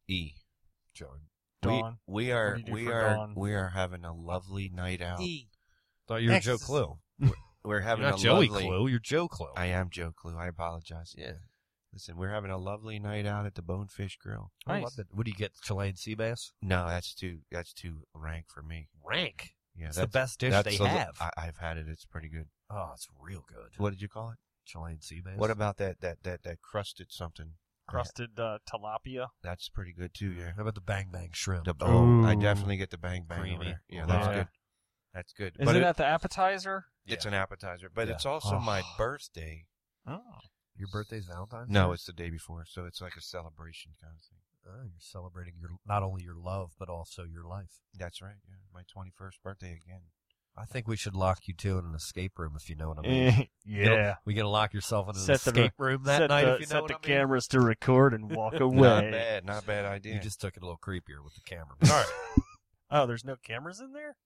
[SPEAKER 7] E.
[SPEAKER 6] Joe.
[SPEAKER 5] Dawn.
[SPEAKER 7] We, we are
[SPEAKER 5] What do you do
[SPEAKER 7] we
[SPEAKER 5] for
[SPEAKER 7] are
[SPEAKER 5] Dawn?
[SPEAKER 7] we are having a lovely night out.
[SPEAKER 3] E.
[SPEAKER 6] Thought you were
[SPEAKER 3] Next
[SPEAKER 6] Joe
[SPEAKER 3] is-
[SPEAKER 6] Clue.
[SPEAKER 7] We're
[SPEAKER 6] You're
[SPEAKER 7] having
[SPEAKER 6] not
[SPEAKER 7] a
[SPEAKER 6] Joey
[SPEAKER 7] lovely.
[SPEAKER 6] Clue. You're Joe Clue.
[SPEAKER 7] I am Joe Clue. I apologize.
[SPEAKER 6] yeah.
[SPEAKER 7] Listen, we're having a lovely night out at the Bonefish Grill.
[SPEAKER 6] I
[SPEAKER 5] Nice.
[SPEAKER 6] love it. What do you get? Chilean sea bass?
[SPEAKER 7] No, that's too that's too rank for me.
[SPEAKER 6] Rank.
[SPEAKER 7] Yeah,
[SPEAKER 6] it's the
[SPEAKER 7] that's
[SPEAKER 6] best dish
[SPEAKER 7] that's
[SPEAKER 6] they
[SPEAKER 7] the-
[SPEAKER 6] have.
[SPEAKER 7] I, I've had it. It's pretty good.
[SPEAKER 6] oh, it's real good.
[SPEAKER 7] What did you call it?
[SPEAKER 6] Chilean sea bass.
[SPEAKER 7] What about that that that that crusted something?
[SPEAKER 5] Crusted uh, tilapia.
[SPEAKER 7] That's pretty good too. Yeah.
[SPEAKER 6] How about the bang bang shrimp?
[SPEAKER 7] The oh, I
[SPEAKER 5] Ooh.
[SPEAKER 7] definitely get the bang bang over
[SPEAKER 6] Creamy.
[SPEAKER 7] there. Yeah,
[SPEAKER 6] Love
[SPEAKER 7] that's
[SPEAKER 5] it.
[SPEAKER 7] good. That's good.
[SPEAKER 5] Is
[SPEAKER 7] but
[SPEAKER 5] it, at the appetizer?
[SPEAKER 7] it's an appetizer, but
[SPEAKER 6] Yeah.
[SPEAKER 7] it's also
[SPEAKER 6] Oh.
[SPEAKER 7] my birthday.
[SPEAKER 5] Oh.
[SPEAKER 6] your birthday's Valentine's?
[SPEAKER 7] No,
[SPEAKER 6] Day?
[SPEAKER 7] it's the day before, so it's like a celebration kind of thing.
[SPEAKER 6] Oh, you're celebrating your not only your love but also your life.
[SPEAKER 7] That's right. Yeah, my twenty first birthday again.
[SPEAKER 6] I think we should lock you two in an escape room if you know what I mean.
[SPEAKER 5] Eh,
[SPEAKER 6] You know,
[SPEAKER 5] yeah.
[SPEAKER 6] we gonna lock yourself in an
[SPEAKER 5] Set the re-
[SPEAKER 6] escape room that
[SPEAKER 5] set
[SPEAKER 6] night
[SPEAKER 5] the,
[SPEAKER 6] if you know
[SPEAKER 5] set
[SPEAKER 6] what
[SPEAKER 5] the
[SPEAKER 6] I mean.
[SPEAKER 5] cameras to record and walk
[SPEAKER 7] Not
[SPEAKER 5] away.
[SPEAKER 7] bad. Not bad idea.
[SPEAKER 6] eh, You just took it a little creepier with the camera. All right,
[SPEAKER 5] oh, there's no cameras in there.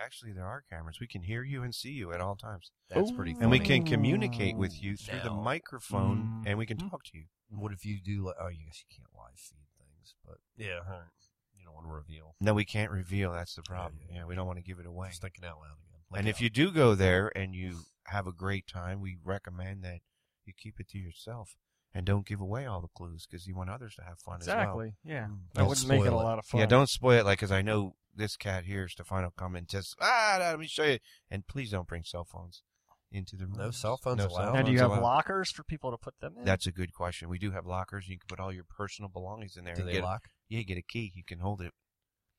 [SPEAKER 7] Actually, there are cameras. We can hear you and see you at all times,
[SPEAKER 6] that's pretty. Funny.
[SPEAKER 7] and we can communicate with
[SPEAKER 6] Oh.
[SPEAKER 7] you through the
[SPEAKER 6] Now-
[SPEAKER 7] microphone,
[SPEAKER 5] Mm.
[SPEAKER 7] and we can
[SPEAKER 6] Mm-hmm.
[SPEAKER 5] Mm.
[SPEAKER 7] talk to you.
[SPEAKER 6] What if you do? Like, oh, I guess you can't live feed things, but yeah, all right. you don't want to reveal.
[SPEAKER 7] No, we can't reveal. That's the problem.
[SPEAKER 6] yeah,
[SPEAKER 7] Yeah, we don't want to give it away.
[SPEAKER 6] Just thinking out loud again.
[SPEAKER 7] and if you do go there and you have a great time, we recommend that you keep it to yourself and don't give away all the clues because you want others to have fun as
[SPEAKER 5] Exactly. Yeah.
[SPEAKER 7] well. Mm.
[SPEAKER 5] That
[SPEAKER 6] Don't
[SPEAKER 5] wouldn't make it a
[SPEAKER 6] spoil it.
[SPEAKER 5] lot of fun.
[SPEAKER 7] Yeah, don't spoil it. Like, because I know this cat here, Stefano, come and just ah, let me show you. And please don't bring cell phones into the room.
[SPEAKER 6] No cell phones allowed?
[SPEAKER 5] Now, do you
[SPEAKER 6] Phones
[SPEAKER 5] have lockers for people to put them in?
[SPEAKER 7] That's a good question. We do have lockers. You can put all your personal belongings in there.
[SPEAKER 6] do
[SPEAKER 7] and
[SPEAKER 6] they
[SPEAKER 7] get a-
[SPEAKER 6] lock?
[SPEAKER 7] yeah, you get a key. You can hold it.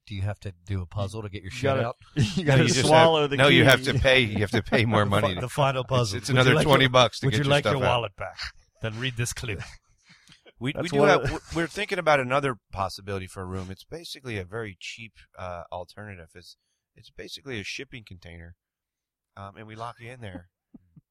[SPEAKER 6] Do you have to do a puzzle to get your
[SPEAKER 5] You
[SPEAKER 6] shit
[SPEAKER 5] gotta-
[SPEAKER 6] out?
[SPEAKER 7] No,
[SPEAKER 5] you gotta
[SPEAKER 7] you just have-
[SPEAKER 5] swallow the.
[SPEAKER 7] no, you
[SPEAKER 5] key.
[SPEAKER 7] have to pay. You have to pay more money.
[SPEAKER 6] The,
[SPEAKER 7] to-
[SPEAKER 6] final
[SPEAKER 7] it's,
[SPEAKER 6] puzzle.
[SPEAKER 7] it's another twenty bucks to
[SPEAKER 6] Would
[SPEAKER 7] get
[SPEAKER 6] you
[SPEAKER 7] your
[SPEAKER 6] like
[SPEAKER 7] stuff
[SPEAKER 6] your
[SPEAKER 7] out.
[SPEAKER 6] wallet back? Then read this clue.
[SPEAKER 7] We, we
[SPEAKER 5] That's
[SPEAKER 7] do
[SPEAKER 5] one
[SPEAKER 7] have.
[SPEAKER 5] of the-
[SPEAKER 7] we're- We're thinking about another possibility for a room. It's basically a very cheap uh, alternative. It's it's basically a shipping container, um, and we lock you in there,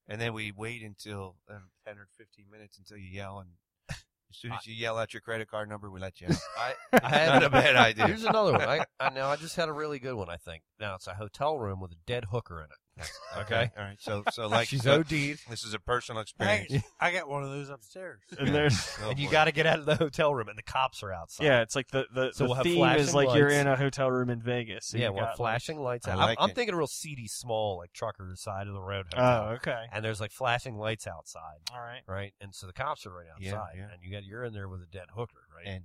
[SPEAKER 7] and then we wait until um, ten or fifteen minutes until you yell, and as soon as you yell out your credit card number, we let you out.
[SPEAKER 6] I,
[SPEAKER 7] It's not a bad idea.
[SPEAKER 6] Here's another one. I, I know. I just had a really good one. I think now it's a hotel room with a dead hooker in it. Okay.
[SPEAKER 7] all right. So so like
[SPEAKER 6] She's
[SPEAKER 7] so,
[SPEAKER 6] OD'd,
[SPEAKER 7] this is a personal experience.
[SPEAKER 3] Thanks. I got one of those upstairs.
[SPEAKER 5] And there's.
[SPEAKER 7] Oh,
[SPEAKER 6] and you
[SPEAKER 7] boy.
[SPEAKER 6] got to get out of the hotel room, and the cops are outside.
[SPEAKER 5] Yeah, it's like the the,
[SPEAKER 6] So
[SPEAKER 5] the
[SPEAKER 6] we'll have
[SPEAKER 5] theme is
[SPEAKER 6] flashing
[SPEAKER 5] like you're
[SPEAKER 6] lights.
[SPEAKER 5] in a hotel room in Vegas. So
[SPEAKER 6] yeah.
[SPEAKER 5] you
[SPEAKER 6] Well,
[SPEAKER 5] got, like-
[SPEAKER 6] flashing lights.
[SPEAKER 7] I
[SPEAKER 6] out.
[SPEAKER 7] like
[SPEAKER 6] I'm, I'm
[SPEAKER 7] it.
[SPEAKER 6] thinking real seedy, small, like trucker side of the road hotel.
[SPEAKER 5] Oh, okay.
[SPEAKER 6] And there's like flashing lights outside,
[SPEAKER 5] All right.
[SPEAKER 6] right? And so the cops are right outside,
[SPEAKER 7] Yeah, yeah.
[SPEAKER 6] and you got you're in there with a dead hooker, right?
[SPEAKER 7] And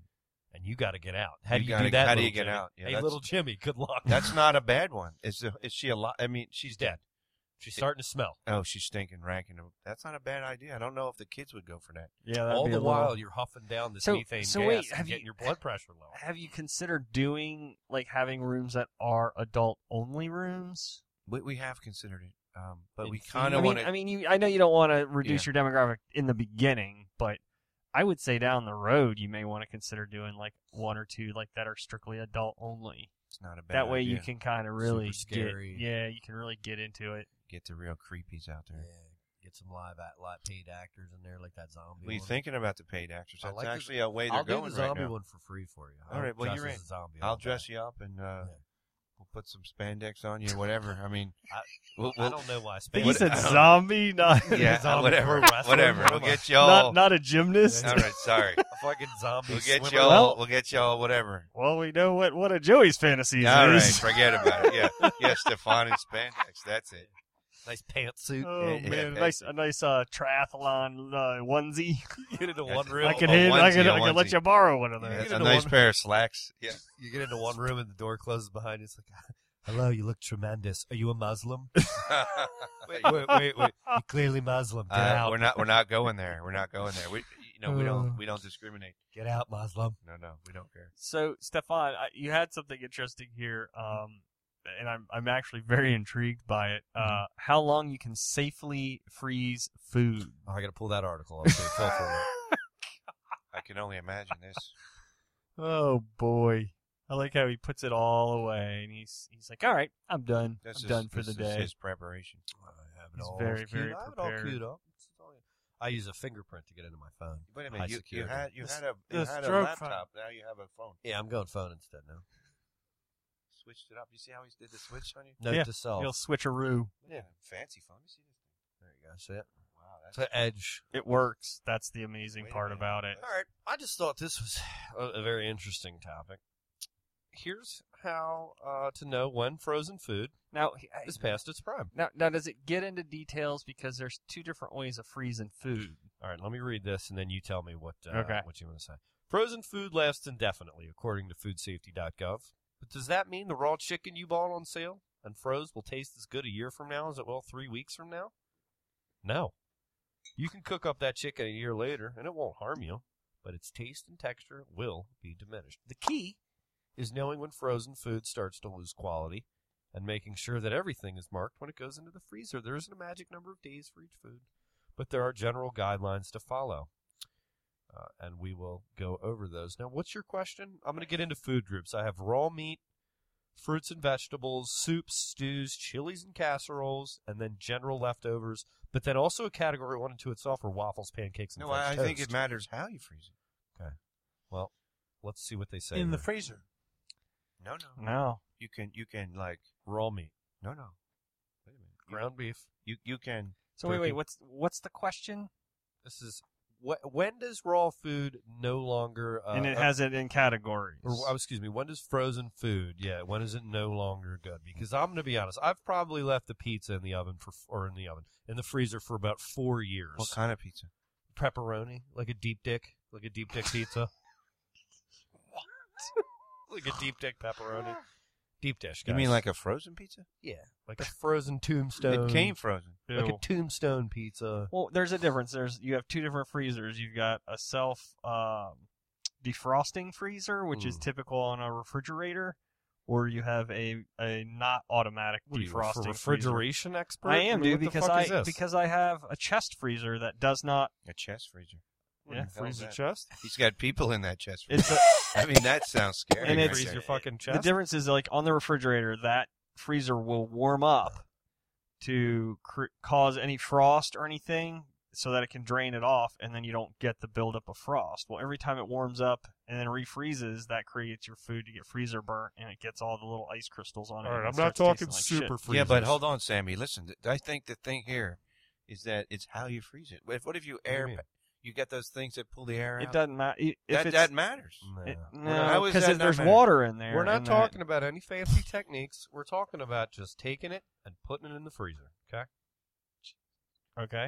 [SPEAKER 6] And you got to get out. How
[SPEAKER 7] You
[SPEAKER 6] do you
[SPEAKER 7] gotta-
[SPEAKER 6] do that?
[SPEAKER 7] how do you
[SPEAKER 6] little
[SPEAKER 7] get
[SPEAKER 6] Jimmy?
[SPEAKER 7] out? Yeah,
[SPEAKER 6] hey,
[SPEAKER 7] that's-
[SPEAKER 6] little Jimmy, good luck.
[SPEAKER 7] that's not a bad one. Is the, is she alive? I mean, she's
[SPEAKER 6] dead.
[SPEAKER 7] dead.
[SPEAKER 6] She's starting to smell.
[SPEAKER 7] Oh, she's stinking, ranking. That's not a bad idea. I don't know if the kids would go for that.
[SPEAKER 5] Yeah, that'd
[SPEAKER 6] All
[SPEAKER 5] be
[SPEAKER 6] the
[SPEAKER 5] a little-
[SPEAKER 6] while you're huffing down this
[SPEAKER 5] So-
[SPEAKER 6] methane
[SPEAKER 5] so
[SPEAKER 6] gas
[SPEAKER 5] wait,
[SPEAKER 6] and
[SPEAKER 5] have
[SPEAKER 6] getting
[SPEAKER 5] you-
[SPEAKER 6] your blood pressure low.
[SPEAKER 5] Have you considered doing like having rooms that are adult only rooms?
[SPEAKER 7] We, we have considered it, um, but
[SPEAKER 6] In
[SPEAKER 7] we kind
[SPEAKER 5] I
[SPEAKER 7] of
[SPEAKER 5] mean,
[SPEAKER 7] want
[SPEAKER 5] I
[SPEAKER 7] to.
[SPEAKER 5] mean, you. I know you don't want to reduce your demographic in the beginning, but I would say down the road you may want to consider doing like one or two like that are strictly adult only.
[SPEAKER 7] It's not a bad.
[SPEAKER 5] That way you
[SPEAKER 7] idea.
[SPEAKER 5] can kind of really
[SPEAKER 12] scary.
[SPEAKER 5] get yeah, you can really get into it.
[SPEAKER 7] get the real creepies out
[SPEAKER 12] Yeah,
[SPEAKER 7] there.
[SPEAKER 12] get some live act, live paid actors in there like that zombie.
[SPEAKER 7] We're
[SPEAKER 12] one.
[SPEAKER 7] thinking about the paid actors.
[SPEAKER 12] I
[SPEAKER 7] That's
[SPEAKER 12] like this-
[SPEAKER 7] actually a way they're
[SPEAKER 12] I'll do
[SPEAKER 7] going
[SPEAKER 12] the
[SPEAKER 7] right
[SPEAKER 12] zombie
[SPEAKER 7] now.
[SPEAKER 12] one for free for you.
[SPEAKER 7] All right, well, you're in. I'll dress you up and uh,
[SPEAKER 12] Yeah.
[SPEAKER 7] we'll put some spandex on you, whatever. I mean,
[SPEAKER 6] I-
[SPEAKER 7] we'll,
[SPEAKER 6] I
[SPEAKER 7] we'll-
[SPEAKER 6] don't know why.
[SPEAKER 5] But
[SPEAKER 7] But
[SPEAKER 5] you
[SPEAKER 7] you
[SPEAKER 5] said
[SPEAKER 7] I don't-
[SPEAKER 5] zombie, not
[SPEAKER 7] yeah,
[SPEAKER 6] zombie
[SPEAKER 7] whatever,
[SPEAKER 6] wrestler.
[SPEAKER 7] whatever. We'll get y'all.
[SPEAKER 5] not not a gymnast.
[SPEAKER 7] all right, sorry.
[SPEAKER 6] a fucking zombie.
[SPEAKER 7] We'll get
[SPEAKER 6] swimmer.
[SPEAKER 7] y'all.
[SPEAKER 5] Well-
[SPEAKER 7] we'll get y'all. Whatever.
[SPEAKER 5] Well, we know what what a Joey's fantasy is.
[SPEAKER 7] All right, forget about it. Yeah, yeah, Stefan in spandex. That's it.
[SPEAKER 6] nice pantsuit.
[SPEAKER 5] Oh
[SPEAKER 7] Yeah,
[SPEAKER 5] man,
[SPEAKER 7] yeah.
[SPEAKER 5] a nice a nice uh, triathlon uh, onesie.
[SPEAKER 6] You get into
[SPEAKER 7] That's
[SPEAKER 6] one
[SPEAKER 7] it.
[SPEAKER 6] room.
[SPEAKER 5] I
[SPEAKER 7] Well,
[SPEAKER 5] can Oh,
[SPEAKER 7] a
[SPEAKER 5] hit, I
[SPEAKER 7] onesie,
[SPEAKER 5] can
[SPEAKER 7] a
[SPEAKER 5] I can let
[SPEAKER 7] onesie.
[SPEAKER 5] you borrow one of
[SPEAKER 6] Yeah,
[SPEAKER 5] those.
[SPEAKER 7] Yeah,
[SPEAKER 6] that's
[SPEAKER 7] it's
[SPEAKER 6] get
[SPEAKER 7] a
[SPEAKER 6] into
[SPEAKER 7] nice
[SPEAKER 6] one-
[SPEAKER 7] pair of slacks. Yeah,
[SPEAKER 6] You get into one room and the door closes behind you. It's like,
[SPEAKER 12] Hello, you look tremendous. Are you a Muslim?
[SPEAKER 7] Uh, wait,
[SPEAKER 12] wait, wait, wait. You're clearly Muslim. Get
[SPEAKER 7] Uh,
[SPEAKER 12] out.
[SPEAKER 7] we're not. We're not going there. We're not going there. We, you know, we
[SPEAKER 5] Uh.
[SPEAKER 7] don't. We don't discriminate.
[SPEAKER 12] Get out, Muslim.
[SPEAKER 7] No, no, we don't care.
[SPEAKER 5] So, Stefan, I, you had something interesting here, um, and I'm I'm actually very intrigued by it.
[SPEAKER 7] Mm-hmm.
[SPEAKER 5] Uh, how long you can safely freeze food?
[SPEAKER 6] oh, I got to pull that article. Okay, full for it.
[SPEAKER 7] I can only imagine this.
[SPEAKER 5] Oh boy, I like how he puts it all away, and he's he's like, "All right, I'm done.
[SPEAKER 7] This
[SPEAKER 5] I'm
[SPEAKER 7] is,
[SPEAKER 5] done for
[SPEAKER 7] this
[SPEAKER 5] the
[SPEAKER 7] is
[SPEAKER 5] day."
[SPEAKER 7] His preparation.
[SPEAKER 6] I have it
[SPEAKER 5] He's
[SPEAKER 6] all
[SPEAKER 5] very,
[SPEAKER 6] queued.
[SPEAKER 5] very
[SPEAKER 6] I have it all
[SPEAKER 5] prepared.
[SPEAKER 6] queued up. It's all- I use a fingerprint to get into my phone.
[SPEAKER 7] Wait a
[SPEAKER 6] High
[SPEAKER 7] minute. You, you
[SPEAKER 6] security.
[SPEAKER 7] had you
[SPEAKER 3] This-
[SPEAKER 7] had a you
[SPEAKER 3] this
[SPEAKER 7] had a
[SPEAKER 3] drug
[SPEAKER 7] laptop.
[SPEAKER 3] phone.
[SPEAKER 7] Now you have a phone.
[SPEAKER 6] Yeah, I'm going phone instead now.
[SPEAKER 7] Switched it up. You see how he did the switch on you?
[SPEAKER 6] Note
[SPEAKER 5] Yeah,
[SPEAKER 6] to self.
[SPEAKER 5] He'll switcheroo.
[SPEAKER 7] Yeah, fancy phone. You see this?
[SPEAKER 6] There you go. See it?
[SPEAKER 7] Wow, that's
[SPEAKER 6] To edge.
[SPEAKER 5] It works. That's the amazing
[SPEAKER 7] Wait a
[SPEAKER 5] part
[SPEAKER 7] minute.
[SPEAKER 5] about it.
[SPEAKER 6] All right. I just thought this was a, a very interesting topic. Here's how uh, to know when frozen food
[SPEAKER 5] Now,
[SPEAKER 6] is past its prime.
[SPEAKER 5] now, now, does it get into details because there's two different ways of freezing food?
[SPEAKER 6] All right, let me read this, and then you tell me what uh,
[SPEAKER 5] Okay.
[SPEAKER 6] what you want to say. Frozen food lasts indefinitely, according to foodsafety.gov. But does that mean the raw chicken you bought on sale and froze will taste as good a year from now as it will three weeks from now? No. You can cook up that chicken a year later, and it won't harm you, but its taste and texture will be diminished. The key is knowing when frozen food starts to lose quality and making sure that everything is marked when it goes into the freezer. There isn't a magic number of days for each food but there are general guidelines to follow. Uh, and we will go over those. Now, what's your question? I'm going to get into food groups. I have raw meat, fruits and vegetables, soups, stews, chilies and casseroles, and then general leftovers. But then also a category one and two itself are waffles, pancakes, and
[SPEAKER 7] No,
[SPEAKER 6] French
[SPEAKER 7] I, I
[SPEAKER 6] toast.
[SPEAKER 7] think it matters how you freeze it.
[SPEAKER 6] Well, let's see what they say.
[SPEAKER 3] in the
[SPEAKER 6] there.
[SPEAKER 3] freezer.
[SPEAKER 7] No, no,
[SPEAKER 5] No.
[SPEAKER 7] You can you can like
[SPEAKER 6] raw meat,
[SPEAKER 7] no no. Wait a minute. You-
[SPEAKER 6] ground beef.
[SPEAKER 7] You you can
[SPEAKER 5] So wait,
[SPEAKER 6] Turkey.
[SPEAKER 5] wait. What's what's the question?
[SPEAKER 6] This is wh- when does raw food no longer uh,
[SPEAKER 5] and it
[SPEAKER 6] uh,
[SPEAKER 5] has it in categories.
[SPEAKER 6] Or, oh, excuse me, when does frozen food, yeah, when is it no longer good? Because I'm going to be honest, I've probably left the pizza in the oven for, or in the oven, in the freezer for about four years.
[SPEAKER 7] what kind of pizza?
[SPEAKER 6] Pepperoni, like a deep dick, like a deep dick pizza. what? like a deep dick pepperoni. Deep dish, guys.
[SPEAKER 7] You mean like a frozen pizza?
[SPEAKER 6] yeah, like a frozen tombstone.
[SPEAKER 7] It came frozen.
[SPEAKER 6] like a
[SPEAKER 5] Ew.
[SPEAKER 6] tombstone pizza.
[SPEAKER 5] well, there's a difference. There's you have two different freezers. You've got a self um, defrosting freezer, which is
[SPEAKER 6] Mm.
[SPEAKER 5] typical on a refrigerator, or you have a a not automatic
[SPEAKER 6] What are you, a
[SPEAKER 5] defrosting freezer.
[SPEAKER 6] refrigeration expert?
[SPEAKER 5] I am,
[SPEAKER 6] mean,
[SPEAKER 5] dude,
[SPEAKER 6] what the
[SPEAKER 5] because
[SPEAKER 6] fuck is
[SPEAKER 5] I
[SPEAKER 6] this?
[SPEAKER 5] because I have a chest freezer that does not.
[SPEAKER 7] A chest freezer. What
[SPEAKER 5] Yeah,
[SPEAKER 7] the hell is
[SPEAKER 5] freezer
[SPEAKER 7] that?
[SPEAKER 5] chest.
[SPEAKER 7] He's got people in that chest freezer.
[SPEAKER 5] It's a,
[SPEAKER 7] I mean, that sounds scary.
[SPEAKER 5] And
[SPEAKER 7] right
[SPEAKER 5] it's-
[SPEAKER 6] freeze
[SPEAKER 7] there.
[SPEAKER 6] your fucking
[SPEAKER 5] the
[SPEAKER 6] chest.
[SPEAKER 5] difference is like on the refrigerator, that freezer will warm up to cr- cause any frost or anything, so that it can drain it off, and then you don't get the buildup of frost. Well, every time it warms up and then refreezes, that creates your food to get freezer burnt, and it gets all the little ice crystals on it. and it starts tasting like shit.
[SPEAKER 7] Yeah, but hold on, Sammy. Listen, th- I think the thing here is that it's how you freeze it. What if, what if you
[SPEAKER 6] do you
[SPEAKER 7] air?
[SPEAKER 6] mean?
[SPEAKER 7] You, you get those things that pull the air
[SPEAKER 5] It
[SPEAKER 7] out.
[SPEAKER 5] doesn't matter if
[SPEAKER 7] that,
[SPEAKER 5] it's
[SPEAKER 7] that matters.
[SPEAKER 3] Mm.
[SPEAKER 5] it-
[SPEAKER 7] How
[SPEAKER 5] no
[SPEAKER 7] is
[SPEAKER 5] because
[SPEAKER 7] that
[SPEAKER 5] if
[SPEAKER 7] not
[SPEAKER 5] there's
[SPEAKER 7] matter?
[SPEAKER 5] water in there.
[SPEAKER 6] We're not
[SPEAKER 5] and that-
[SPEAKER 6] talking about any fancy techniques. We're talking about just taking it and putting it in the freezer. Okay,
[SPEAKER 5] okay.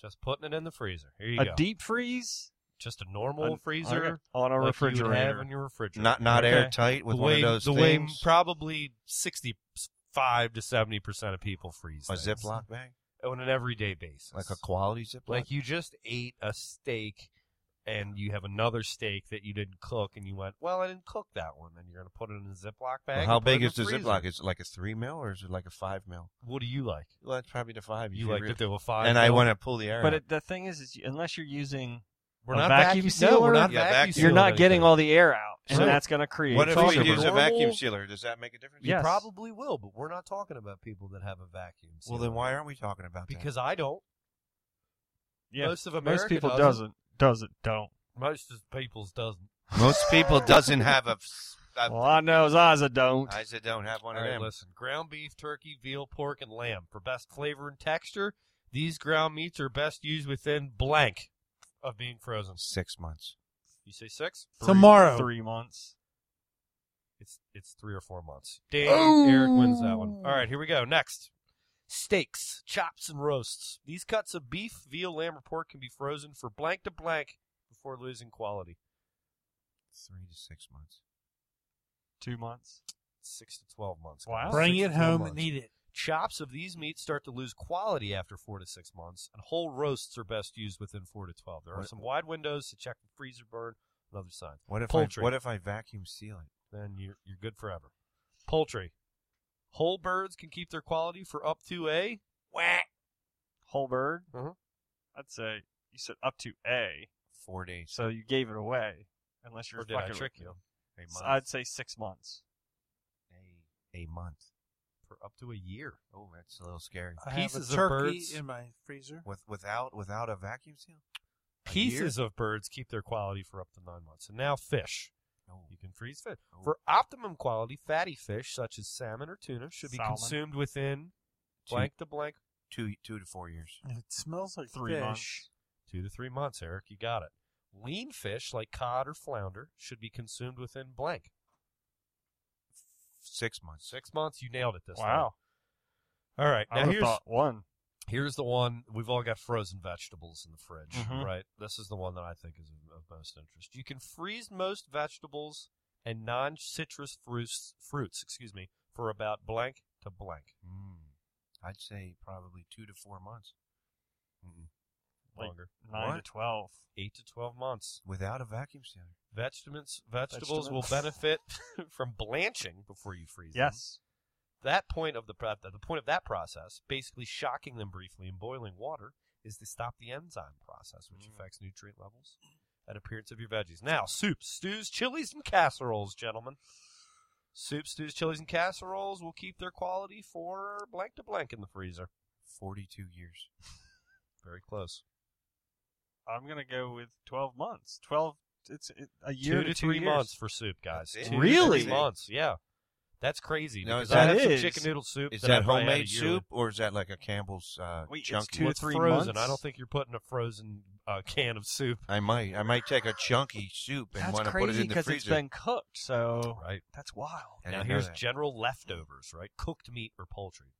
[SPEAKER 6] just putting it in the freezer. Here you
[SPEAKER 5] A
[SPEAKER 6] go.
[SPEAKER 5] deep freeze
[SPEAKER 6] just a normal
[SPEAKER 5] on-
[SPEAKER 6] freezer
[SPEAKER 5] on a
[SPEAKER 6] like You would have
[SPEAKER 5] refrigerator.
[SPEAKER 6] in your refrigerator.
[SPEAKER 7] Not not
[SPEAKER 5] Okay.
[SPEAKER 7] airtight with
[SPEAKER 6] the
[SPEAKER 7] one
[SPEAKER 6] way
[SPEAKER 7] of those
[SPEAKER 6] the way
[SPEAKER 7] things.
[SPEAKER 6] probably sixty five to seventy percent of people freeze
[SPEAKER 7] A
[SPEAKER 6] things.
[SPEAKER 7] Ziploc bag?
[SPEAKER 6] on an everyday basis,
[SPEAKER 7] Like a quality Ziploc?
[SPEAKER 6] like you just ate a steak and you have another steak that you didn't cook and you went, well, I didn't cook that one, and you're gonna put it in a Ziploc bag.
[SPEAKER 7] Well,
[SPEAKER 6] and
[SPEAKER 7] how
[SPEAKER 6] put it
[SPEAKER 7] big
[SPEAKER 6] in
[SPEAKER 7] is the
[SPEAKER 6] freezer.
[SPEAKER 7] Ziploc? Is it like a three mil or is it like a five mil?
[SPEAKER 6] What do you like?
[SPEAKER 7] Well, that's probably the five.
[SPEAKER 6] You
[SPEAKER 7] should
[SPEAKER 6] like
[SPEAKER 7] really-
[SPEAKER 6] that there were five,
[SPEAKER 7] And I
[SPEAKER 6] mil?
[SPEAKER 7] want to pull the air.
[SPEAKER 5] But
[SPEAKER 7] out.
[SPEAKER 5] it, the thing is, is you- unless you're using,
[SPEAKER 6] We're
[SPEAKER 5] a
[SPEAKER 6] not
[SPEAKER 5] vacuum
[SPEAKER 6] No,
[SPEAKER 5] sealer?
[SPEAKER 6] we're not
[SPEAKER 7] Yeah,
[SPEAKER 6] vacuum
[SPEAKER 7] vacuum
[SPEAKER 5] you're
[SPEAKER 6] sealing
[SPEAKER 5] not
[SPEAKER 6] anything.
[SPEAKER 5] getting all the air out, and
[SPEAKER 6] So,
[SPEAKER 5] that's going to create.
[SPEAKER 7] what if
[SPEAKER 6] it's
[SPEAKER 7] we
[SPEAKER 6] also
[SPEAKER 7] use a
[SPEAKER 6] normal-
[SPEAKER 7] vacuum sealer? Does that make a difference?
[SPEAKER 5] Yeah.
[SPEAKER 6] You
[SPEAKER 5] Yes.
[SPEAKER 6] probably will, but we're not talking about people that have a vacuum.
[SPEAKER 7] Well,
[SPEAKER 6] Sealer.
[SPEAKER 7] then why aren't we talking about that?
[SPEAKER 6] Because I don't.
[SPEAKER 5] Yeah,
[SPEAKER 6] Most of America
[SPEAKER 5] most people
[SPEAKER 6] doesn't.
[SPEAKER 5] doesn't doesn't don't.
[SPEAKER 6] Most of people's doesn't.
[SPEAKER 7] most people doesn't have a. f- a-
[SPEAKER 5] Well, I know Zaza don't.
[SPEAKER 7] I said don't have one
[SPEAKER 6] All
[SPEAKER 7] of
[SPEAKER 6] right,
[SPEAKER 7] them.
[SPEAKER 6] listen. Ground beef, turkey, veal, pork, and lamb for best flavor and texture. These ground meats are best used within blank of being frozen.
[SPEAKER 7] Six months.
[SPEAKER 6] You say six?
[SPEAKER 3] Tomorrow.
[SPEAKER 5] three months.
[SPEAKER 6] It's it's three or four months. Dang, Eric wins that one.
[SPEAKER 3] Oh.
[SPEAKER 6] All right, here we go. Next. Steaks, chops, and roasts. These cuts of beef, veal, lamb, or pork can be frozen for blank to blank before losing quality.
[SPEAKER 7] Three to six months.
[SPEAKER 5] Two months.
[SPEAKER 6] Six to twelve months.
[SPEAKER 5] Wow.
[SPEAKER 3] Bring
[SPEAKER 6] Six
[SPEAKER 3] it
[SPEAKER 6] to 12
[SPEAKER 3] home
[SPEAKER 6] months.
[SPEAKER 3] and eat it.
[SPEAKER 6] Chops of these meats start to lose quality after four to six months, and whole roasts are best used within four to twelve. There are
[SPEAKER 7] What-
[SPEAKER 6] some wide windows to check for freezer burn and other signs.
[SPEAKER 7] What if
[SPEAKER 6] Poultry.
[SPEAKER 7] I what if I vacuum seal it?
[SPEAKER 6] Then you're you're good forever. Poultry. Whole birds can keep their quality for up to a
[SPEAKER 5] Whole bird.
[SPEAKER 6] Mhm.
[SPEAKER 5] I'd say you said up to A,
[SPEAKER 7] Four days.
[SPEAKER 5] so you gave it away. Unless you're
[SPEAKER 6] Or did I
[SPEAKER 5] fucking
[SPEAKER 6] trick you?
[SPEAKER 7] A
[SPEAKER 5] So
[SPEAKER 7] month.
[SPEAKER 5] I'd say six months.
[SPEAKER 7] a, a month.
[SPEAKER 6] for up to a year.
[SPEAKER 7] Oh, that's a little scary.
[SPEAKER 3] I have
[SPEAKER 6] Pieces
[SPEAKER 3] a
[SPEAKER 6] of
[SPEAKER 3] turkey
[SPEAKER 6] birds.
[SPEAKER 3] in my freezer.
[SPEAKER 7] With without without a vacuum seal. A
[SPEAKER 6] Pieces of birds keep their quality for up to nine months. And now fish.
[SPEAKER 7] year? No.
[SPEAKER 6] You can freeze fish.
[SPEAKER 7] Oh.
[SPEAKER 6] For optimum quality, fatty fish such as salmon or tuna should be
[SPEAKER 5] Salmon.
[SPEAKER 6] consumed within
[SPEAKER 7] Two-
[SPEAKER 6] blank to blank
[SPEAKER 7] two two to four years.
[SPEAKER 3] It smells like
[SPEAKER 5] Three
[SPEAKER 3] fish.
[SPEAKER 5] months.
[SPEAKER 6] Two to three months, Eric. You got it. Lean fish like cod or flounder should be consumed within blank.
[SPEAKER 7] Six months.
[SPEAKER 6] Six months, you nailed it this
[SPEAKER 5] Wow.
[SPEAKER 6] time. All right.
[SPEAKER 5] I
[SPEAKER 6] Now
[SPEAKER 5] would have
[SPEAKER 6] here's
[SPEAKER 5] thought one.
[SPEAKER 6] here's the one we've all got frozen vegetables in the fridge,
[SPEAKER 5] Mhm.
[SPEAKER 6] right? This is the one that I think is of, of most interest. You can freeze most vegetables and non-citrus fruits, fruits, excuse me, for about blank to blank.
[SPEAKER 7] Mm. I'd say probably two to four months. Mm-mm.
[SPEAKER 5] Like
[SPEAKER 6] Longer.
[SPEAKER 5] Nine to
[SPEAKER 7] What?
[SPEAKER 5] twelve.
[SPEAKER 6] Eight to twelve months.
[SPEAKER 7] Without a vacuum sealer.
[SPEAKER 6] Vegetables vegetables will
[SPEAKER 5] Vegetables.
[SPEAKER 6] benefit from blanching before you freeze them.
[SPEAKER 5] Yes.
[SPEAKER 6] That point of the pro- the point of that process, basically shocking them briefly in boiling water, is to stop the enzyme process, which
[SPEAKER 7] Mm.
[SPEAKER 6] affects nutrient levels and appearance of your veggies. Now, soups, stews, chilies, and casseroles, gentlemen. Soups, stews, chilies, and casseroles will keep their quality for blank to blank in the freezer.
[SPEAKER 7] Forty-two years.
[SPEAKER 6] Very close.
[SPEAKER 5] I'm gonna go with twelve months. Twelve. It's it, a year
[SPEAKER 6] two to, three
[SPEAKER 5] years.
[SPEAKER 6] months for soup, guys.
[SPEAKER 7] That's it?
[SPEAKER 6] Two to three
[SPEAKER 5] Really?
[SPEAKER 6] months? Yeah, that's crazy.
[SPEAKER 7] Now,
[SPEAKER 6] because
[SPEAKER 7] is
[SPEAKER 6] I
[SPEAKER 5] that-
[SPEAKER 6] had some
[SPEAKER 5] That
[SPEAKER 6] chicken
[SPEAKER 5] is-
[SPEAKER 6] noodle soup.
[SPEAKER 7] Is
[SPEAKER 6] I
[SPEAKER 7] that
[SPEAKER 6] probably had a
[SPEAKER 7] homemade
[SPEAKER 6] year with.
[SPEAKER 7] soup or is that like a Campbell's uh,
[SPEAKER 5] Wait, it's
[SPEAKER 7] chunky?
[SPEAKER 5] two to
[SPEAKER 6] What's
[SPEAKER 5] three
[SPEAKER 6] frozen?
[SPEAKER 5] months?
[SPEAKER 6] I don't think you're putting a frozen uh, can of soup.
[SPEAKER 7] I might. I might take a chunky soup and
[SPEAKER 5] That's
[SPEAKER 7] want to put it
[SPEAKER 5] crazy
[SPEAKER 7] in the
[SPEAKER 5] because
[SPEAKER 7] freezer.
[SPEAKER 5] it's been cooked. So
[SPEAKER 6] Right.
[SPEAKER 5] that's wild.
[SPEAKER 7] I
[SPEAKER 6] now
[SPEAKER 7] didn't know
[SPEAKER 6] here's
[SPEAKER 7] that.
[SPEAKER 6] general leftovers, right? Cooked meat or poultry.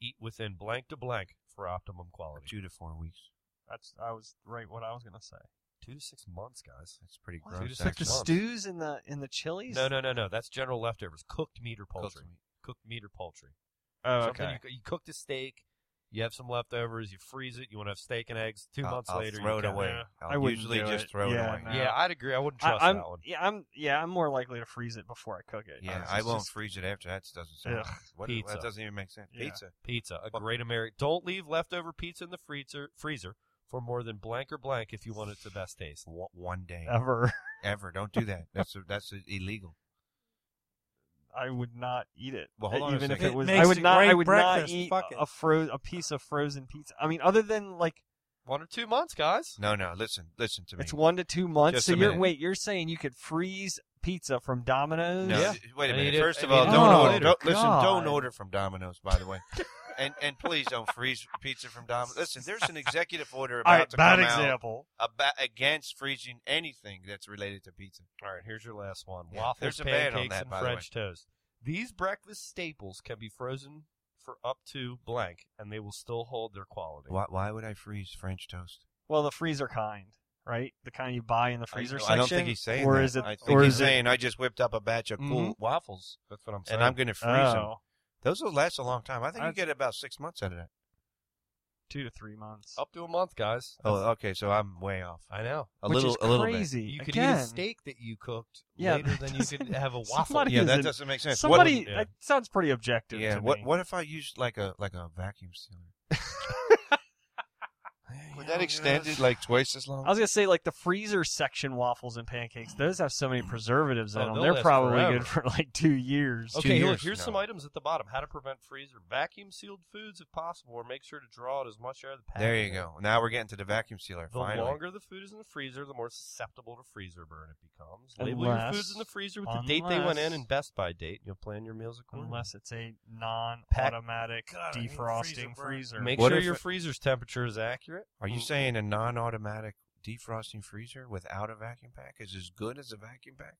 [SPEAKER 6] Eat within blank to blank for optimum quality.
[SPEAKER 7] two to four weeks.
[SPEAKER 5] That's I was right. What I was gonna say.
[SPEAKER 6] Two to six months, guys.
[SPEAKER 7] That's pretty
[SPEAKER 6] What?
[SPEAKER 7] gross.
[SPEAKER 6] Two to
[SPEAKER 5] But
[SPEAKER 6] six
[SPEAKER 5] the
[SPEAKER 7] actually.
[SPEAKER 6] months.
[SPEAKER 5] stews and the and the chilies.
[SPEAKER 6] No, no, no, no. That's general leftovers. Cooked meat or poultry.
[SPEAKER 7] meat.
[SPEAKER 6] Cooked meat or poultry.
[SPEAKER 5] Oh,
[SPEAKER 6] Something
[SPEAKER 5] okay.
[SPEAKER 6] You, you cooked a steak. You have some leftovers. You freeze it. You want to have steak and eggs. 2
[SPEAKER 7] I'll-
[SPEAKER 6] months
[SPEAKER 7] I'll
[SPEAKER 6] later,
[SPEAKER 7] throw
[SPEAKER 6] you
[SPEAKER 7] it
[SPEAKER 6] got-
[SPEAKER 7] away.
[SPEAKER 5] Yeah.
[SPEAKER 7] I'll
[SPEAKER 5] I wouldn't
[SPEAKER 7] usually
[SPEAKER 5] do
[SPEAKER 7] just
[SPEAKER 5] it.
[SPEAKER 7] throw
[SPEAKER 5] Yeah,
[SPEAKER 7] it away.
[SPEAKER 5] no.
[SPEAKER 6] Yeah, I'd agree. I wouldn't trust
[SPEAKER 5] I, am
[SPEAKER 6] that one.
[SPEAKER 5] yeah, I'm yeah, I'm more likely to freeze it before I cook it.
[SPEAKER 7] Yeah,
[SPEAKER 5] It's
[SPEAKER 7] I
[SPEAKER 5] just-
[SPEAKER 7] won't freeze it after. That doesn't sound.
[SPEAKER 5] Ugh.
[SPEAKER 7] What,
[SPEAKER 6] Pizza.
[SPEAKER 7] That doesn't even make sense.
[SPEAKER 5] Yeah.
[SPEAKER 7] Pizza.
[SPEAKER 6] Pizza, a great American. Don't leave leftover pizza in the freezer freezer for more than blank or blank if you want it to best taste.
[SPEAKER 7] One- One day
[SPEAKER 5] Ever.
[SPEAKER 7] ever. Don't do that. That's a, that's a, illegal.
[SPEAKER 5] I would not eat it.
[SPEAKER 7] Well, hold on a
[SPEAKER 5] even if
[SPEAKER 7] second.
[SPEAKER 5] it was,
[SPEAKER 3] It
[SPEAKER 5] I
[SPEAKER 3] makes
[SPEAKER 5] would
[SPEAKER 3] a
[SPEAKER 5] not. I
[SPEAKER 3] great
[SPEAKER 5] would
[SPEAKER 3] breakfast,
[SPEAKER 5] not eat
[SPEAKER 3] fuck
[SPEAKER 5] a
[SPEAKER 3] it.
[SPEAKER 5] fro- a piece of frozen pizza. I mean, other than like
[SPEAKER 6] One or two months, guys.
[SPEAKER 7] No, no. Listen, listen to me.
[SPEAKER 5] it's one to two months.
[SPEAKER 7] Just
[SPEAKER 5] so
[SPEAKER 7] a
[SPEAKER 5] you're
[SPEAKER 7] minute.
[SPEAKER 5] wait, you're saying you could freeze pizza from Domino's?
[SPEAKER 7] No,
[SPEAKER 6] Yeah.
[SPEAKER 7] d- wait a
[SPEAKER 6] And eat
[SPEAKER 7] minute.
[SPEAKER 6] it-
[SPEAKER 7] First of
[SPEAKER 6] and
[SPEAKER 7] all,
[SPEAKER 5] eat it
[SPEAKER 7] don't
[SPEAKER 5] all
[SPEAKER 7] order.
[SPEAKER 5] later.
[SPEAKER 7] Don't, listen,
[SPEAKER 5] Oh, God.
[SPEAKER 7] don't order from Domino's, by the way. and and please don't freeze pizza from Domino's. Listen, there's an executive order about
[SPEAKER 5] All right,
[SPEAKER 7] to
[SPEAKER 5] bad
[SPEAKER 7] come
[SPEAKER 5] example.
[SPEAKER 7] out about, against freezing anything that's related to pizza.
[SPEAKER 6] All right, here's your last one.
[SPEAKER 7] Yeah,
[SPEAKER 6] Waffles,
[SPEAKER 7] there's a ban on
[SPEAKER 6] pancakes,
[SPEAKER 7] that,
[SPEAKER 6] and
[SPEAKER 7] by the way.
[SPEAKER 6] French toast. These breakfast staples can be frozen for up to blank, and they will still hold their quality.
[SPEAKER 7] Why, why would I freeze French toast?
[SPEAKER 5] Well, the freezer kind, right? The kind you buy in the
[SPEAKER 7] I,
[SPEAKER 5] freezer section.
[SPEAKER 7] I don't think he's saying
[SPEAKER 5] or
[SPEAKER 7] that.
[SPEAKER 5] is it?
[SPEAKER 7] I
[SPEAKER 5] or
[SPEAKER 7] think he's
[SPEAKER 5] is
[SPEAKER 7] saying I just whipped up a batch of cool
[SPEAKER 5] Mhm.
[SPEAKER 7] waffles
[SPEAKER 6] That's what I'm saying.
[SPEAKER 7] and I'm going to
[SPEAKER 5] it?
[SPEAKER 7] freeze them.
[SPEAKER 5] oh,
[SPEAKER 7] Those will last a long time. I think you
[SPEAKER 5] That's-
[SPEAKER 7] get about six months out of that.
[SPEAKER 5] two to three months.
[SPEAKER 6] Up to a month, guys.
[SPEAKER 7] Oh, okay. So I'm way off.
[SPEAKER 6] I know.
[SPEAKER 7] A
[SPEAKER 5] Which
[SPEAKER 7] little,
[SPEAKER 5] is
[SPEAKER 7] a little bit.
[SPEAKER 5] crazy.
[SPEAKER 6] You could eat a
[SPEAKER 5] Again.
[SPEAKER 6] steak that you cooked
[SPEAKER 5] Yeah,
[SPEAKER 6] later
[SPEAKER 5] that
[SPEAKER 6] than you could
[SPEAKER 5] doesn't-
[SPEAKER 6] have a waffle.
[SPEAKER 5] somebody
[SPEAKER 7] Yeah, that
[SPEAKER 5] isn't-
[SPEAKER 7] doesn't make sense. What-
[SPEAKER 5] Somebody
[SPEAKER 6] yeah.
[SPEAKER 5] that sounds pretty objective.
[SPEAKER 7] yeah.
[SPEAKER 5] to
[SPEAKER 7] What?
[SPEAKER 5] me.
[SPEAKER 7] What if I used like a like a vacuum sealer? Would that extend it like twice as long?
[SPEAKER 5] I was gonna say like the freezer section waffles and pancakes. Those have so many preservatives in
[SPEAKER 6] Oh,
[SPEAKER 5] them.
[SPEAKER 6] they'll
[SPEAKER 5] They're
[SPEAKER 6] last
[SPEAKER 5] probably
[SPEAKER 6] forever.
[SPEAKER 5] good for like two years.
[SPEAKER 7] Two
[SPEAKER 6] Okay, look,
[SPEAKER 7] years
[SPEAKER 6] here's
[SPEAKER 7] from
[SPEAKER 6] some
[SPEAKER 7] now.
[SPEAKER 6] items at the bottom. How to prevent freezer. Vacuum sealed foods if possible, or make sure to draw out as much air as the
[SPEAKER 7] there you
[SPEAKER 6] packaging.
[SPEAKER 7] go. Now we're getting to the vacuum sealer.
[SPEAKER 6] The
[SPEAKER 7] finally.
[SPEAKER 6] longer the food is in the freezer, the more susceptible to freezer burn it becomes. Label your
[SPEAKER 5] Unless-
[SPEAKER 6] foods in the freezer with the date they went in
[SPEAKER 5] unless-
[SPEAKER 6] and best by date. You'll plan your meals accordingly.
[SPEAKER 5] Unless it's a non-automatic
[SPEAKER 3] God, I hate freezer
[SPEAKER 5] defrosting
[SPEAKER 3] burn.
[SPEAKER 5] freezer.
[SPEAKER 6] Make
[SPEAKER 7] What
[SPEAKER 6] sure
[SPEAKER 7] if
[SPEAKER 6] your
[SPEAKER 7] it-
[SPEAKER 6] freezer's temperature is accurate. Mm.
[SPEAKER 7] Are you saying a non-automatic defrosting freezer without a vacuum pack is as good as a vacuum pack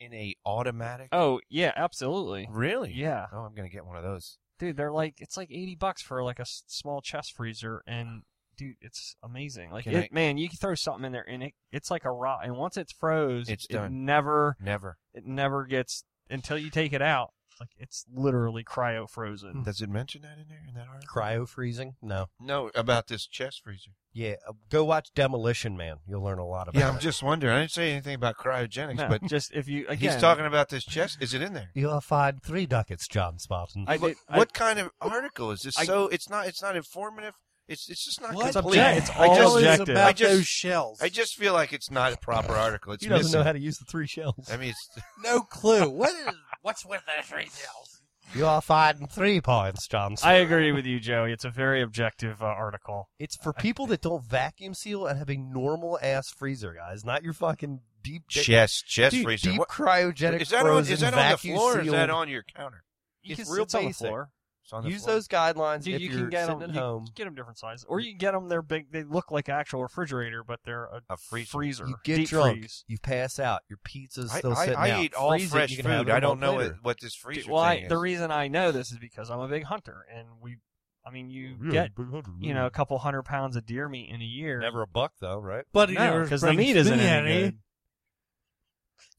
[SPEAKER 7] in a automatic?
[SPEAKER 5] oh yeah, absolutely,
[SPEAKER 7] really?
[SPEAKER 5] Yeah.
[SPEAKER 7] Oh, I'm gonna get one of those.
[SPEAKER 5] dude. They're like it's like eighty bucks for like a s- small chest freezer, and dude, it's amazing. Like
[SPEAKER 7] Can
[SPEAKER 5] it, man, you can throw something in there, and it it's like a rock. And once it's froze,
[SPEAKER 7] It's
[SPEAKER 5] it
[SPEAKER 7] done.
[SPEAKER 5] never
[SPEAKER 7] Never.
[SPEAKER 5] it never gets until you take it out. Like it's literally cryo frozen.
[SPEAKER 7] Does it mention that in there in that article?
[SPEAKER 6] Cryo freezing? No.
[SPEAKER 7] No, about this chest freezer.
[SPEAKER 6] Yeah, uh, go watch Demolition Man. You'll learn a lot about
[SPEAKER 7] Yeah, I'm
[SPEAKER 6] it.
[SPEAKER 7] just wondering. I didn't say anything about cryogenics,
[SPEAKER 5] No,
[SPEAKER 7] but
[SPEAKER 5] just if you again,
[SPEAKER 7] he's talking about this chest. Is it in there?
[SPEAKER 12] You'll find three ducats, John Spartan.
[SPEAKER 5] I did, I- Oh,
[SPEAKER 7] what kind of article is this?
[SPEAKER 5] I-
[SPEAKER 7] so it's not. It's not informative. It's it's just not
[SPEAKER 3] What
[SPEAKER 7] complete.
[SPEAKER 3] the
[SPEAKER 5] object- it's
[SPEAKER 3] hell
[SPEAKER 5] all
[SPEAKER 3] is
[SPEAKER 5] objective.
[SPEAKER 3] about
[SPEAKER 7] I just-
[SPEAKER 3] those shells?
[SPEAKER 7] I just feel like it's not a proper article. It's
[SPEAKER 6] he doesn't
[SPEAKER 7] missing.
[SPEAKER 6] know how to use the three shells.
[SPEAKER 7] I mean, it's
[SPEAKER 3] no clue. What is what's with those three shells?
[SPEAKER 12] You'll find three points, John
[SPEAKER 5] I agree with you, Joey. It's a very objective uh, article.
[SPEAKER 6] It's for people that don't vacuum seal and have a normal ass freezer, guys. Not your fucking deep
[SPEAKER 7] chest chest
[SPEAKER 6] Dude,
[SPEAKER 7] freezer.
[SPEAKER 6] deep
[SPEAKER 7] What-
[SPEAKER 6] cryogenic
[SPEAKER 7] is that on?
[SPEAKER 6] frozen
[SPEAKER 7] Is that on the
[SPEAKER 6] vacuum
[SPEAKER 7] floor? Or is that
[SPEAKER 6] sealed-
[SPEAKER 7] on your counter?
[SPEAKER 5] You
[SPEAKER 6] It's
[SPEAKER 5] can,
[SPEAKER 6] real
[SPEAKER 5] it's on the
[SPEAKER 6] basic.
[SPEAKER 5] floor.
[SPEAKER 7] It's on the
[SPEAKER 6] Use
[SPEAKER 7] floor.
[SPEAKER 6] those guidelines
[SPEAKER 5] You,
[SPEAKER 6] if
[SPEAKER 5] you
[SPEAKER 6] are
[SPEAKER 5] can get
[SPEAKER 6] sitting
[SPEAKER 5] them.
[SPEAKER 6] at
[SPEAKER 5] you
[SPEAKER 6] home.
[SPEAKER 5] Get them different sizes, or you can get them. They're big. They look like an actual refrigerator, but they're a,
[SPEAKER 7] A freezer.
[SPEAKER 6] You get
[SPEAKER 5] deep
[SPEAKER 6] drunk.
[SPEAKER 5] freeze.
[SPEAKER 6] You pass out. Your pizza's
[SPEAKER 7] I,
[SPEAKER 6] still sitting
[SPEAKER 7] I, I
[SPEAKER 6] out.
[SPEAKER 7] eat all
[SPEAKER 6] Freeze it,
[SPEAKER 7] fresh
[SPEAKER 6] you can have
[SPEAKER 7] food.
[SPEAKER 6] it
[SPEAKER 7] I
[SPEAKER 6] a
[SPEAKER 7] don't
[SPEAKER 6] know
[SPEAKER 7] know
[SPEAKER 6] later.
[SPEAKER 7] what, what this freezer
[SPEAKER 5] Well, I,
[SPEAKER 7] thing
[SPEAKER 5] the
[SPEAKER 7] is.
[SPEAKER 5] reason I know this is because I'm a big hunter, and we, I mean, you get you know a couple hundred pounds of deer meat in a year.
[SPEAKER 6] Mm. Never a buck though, right?
[SPEAKER 3] But he
[SPEAKER 5] no,
[SPEAKER 3] never
[SPEAKER 5] because the
[SPEAKER 3] brings
[SPEAKER 5] meat isn't
[SPEAKER 3] me
[SPEAKER 5] any
[SPEAKER 3] any.
[SPEAKER 5] good.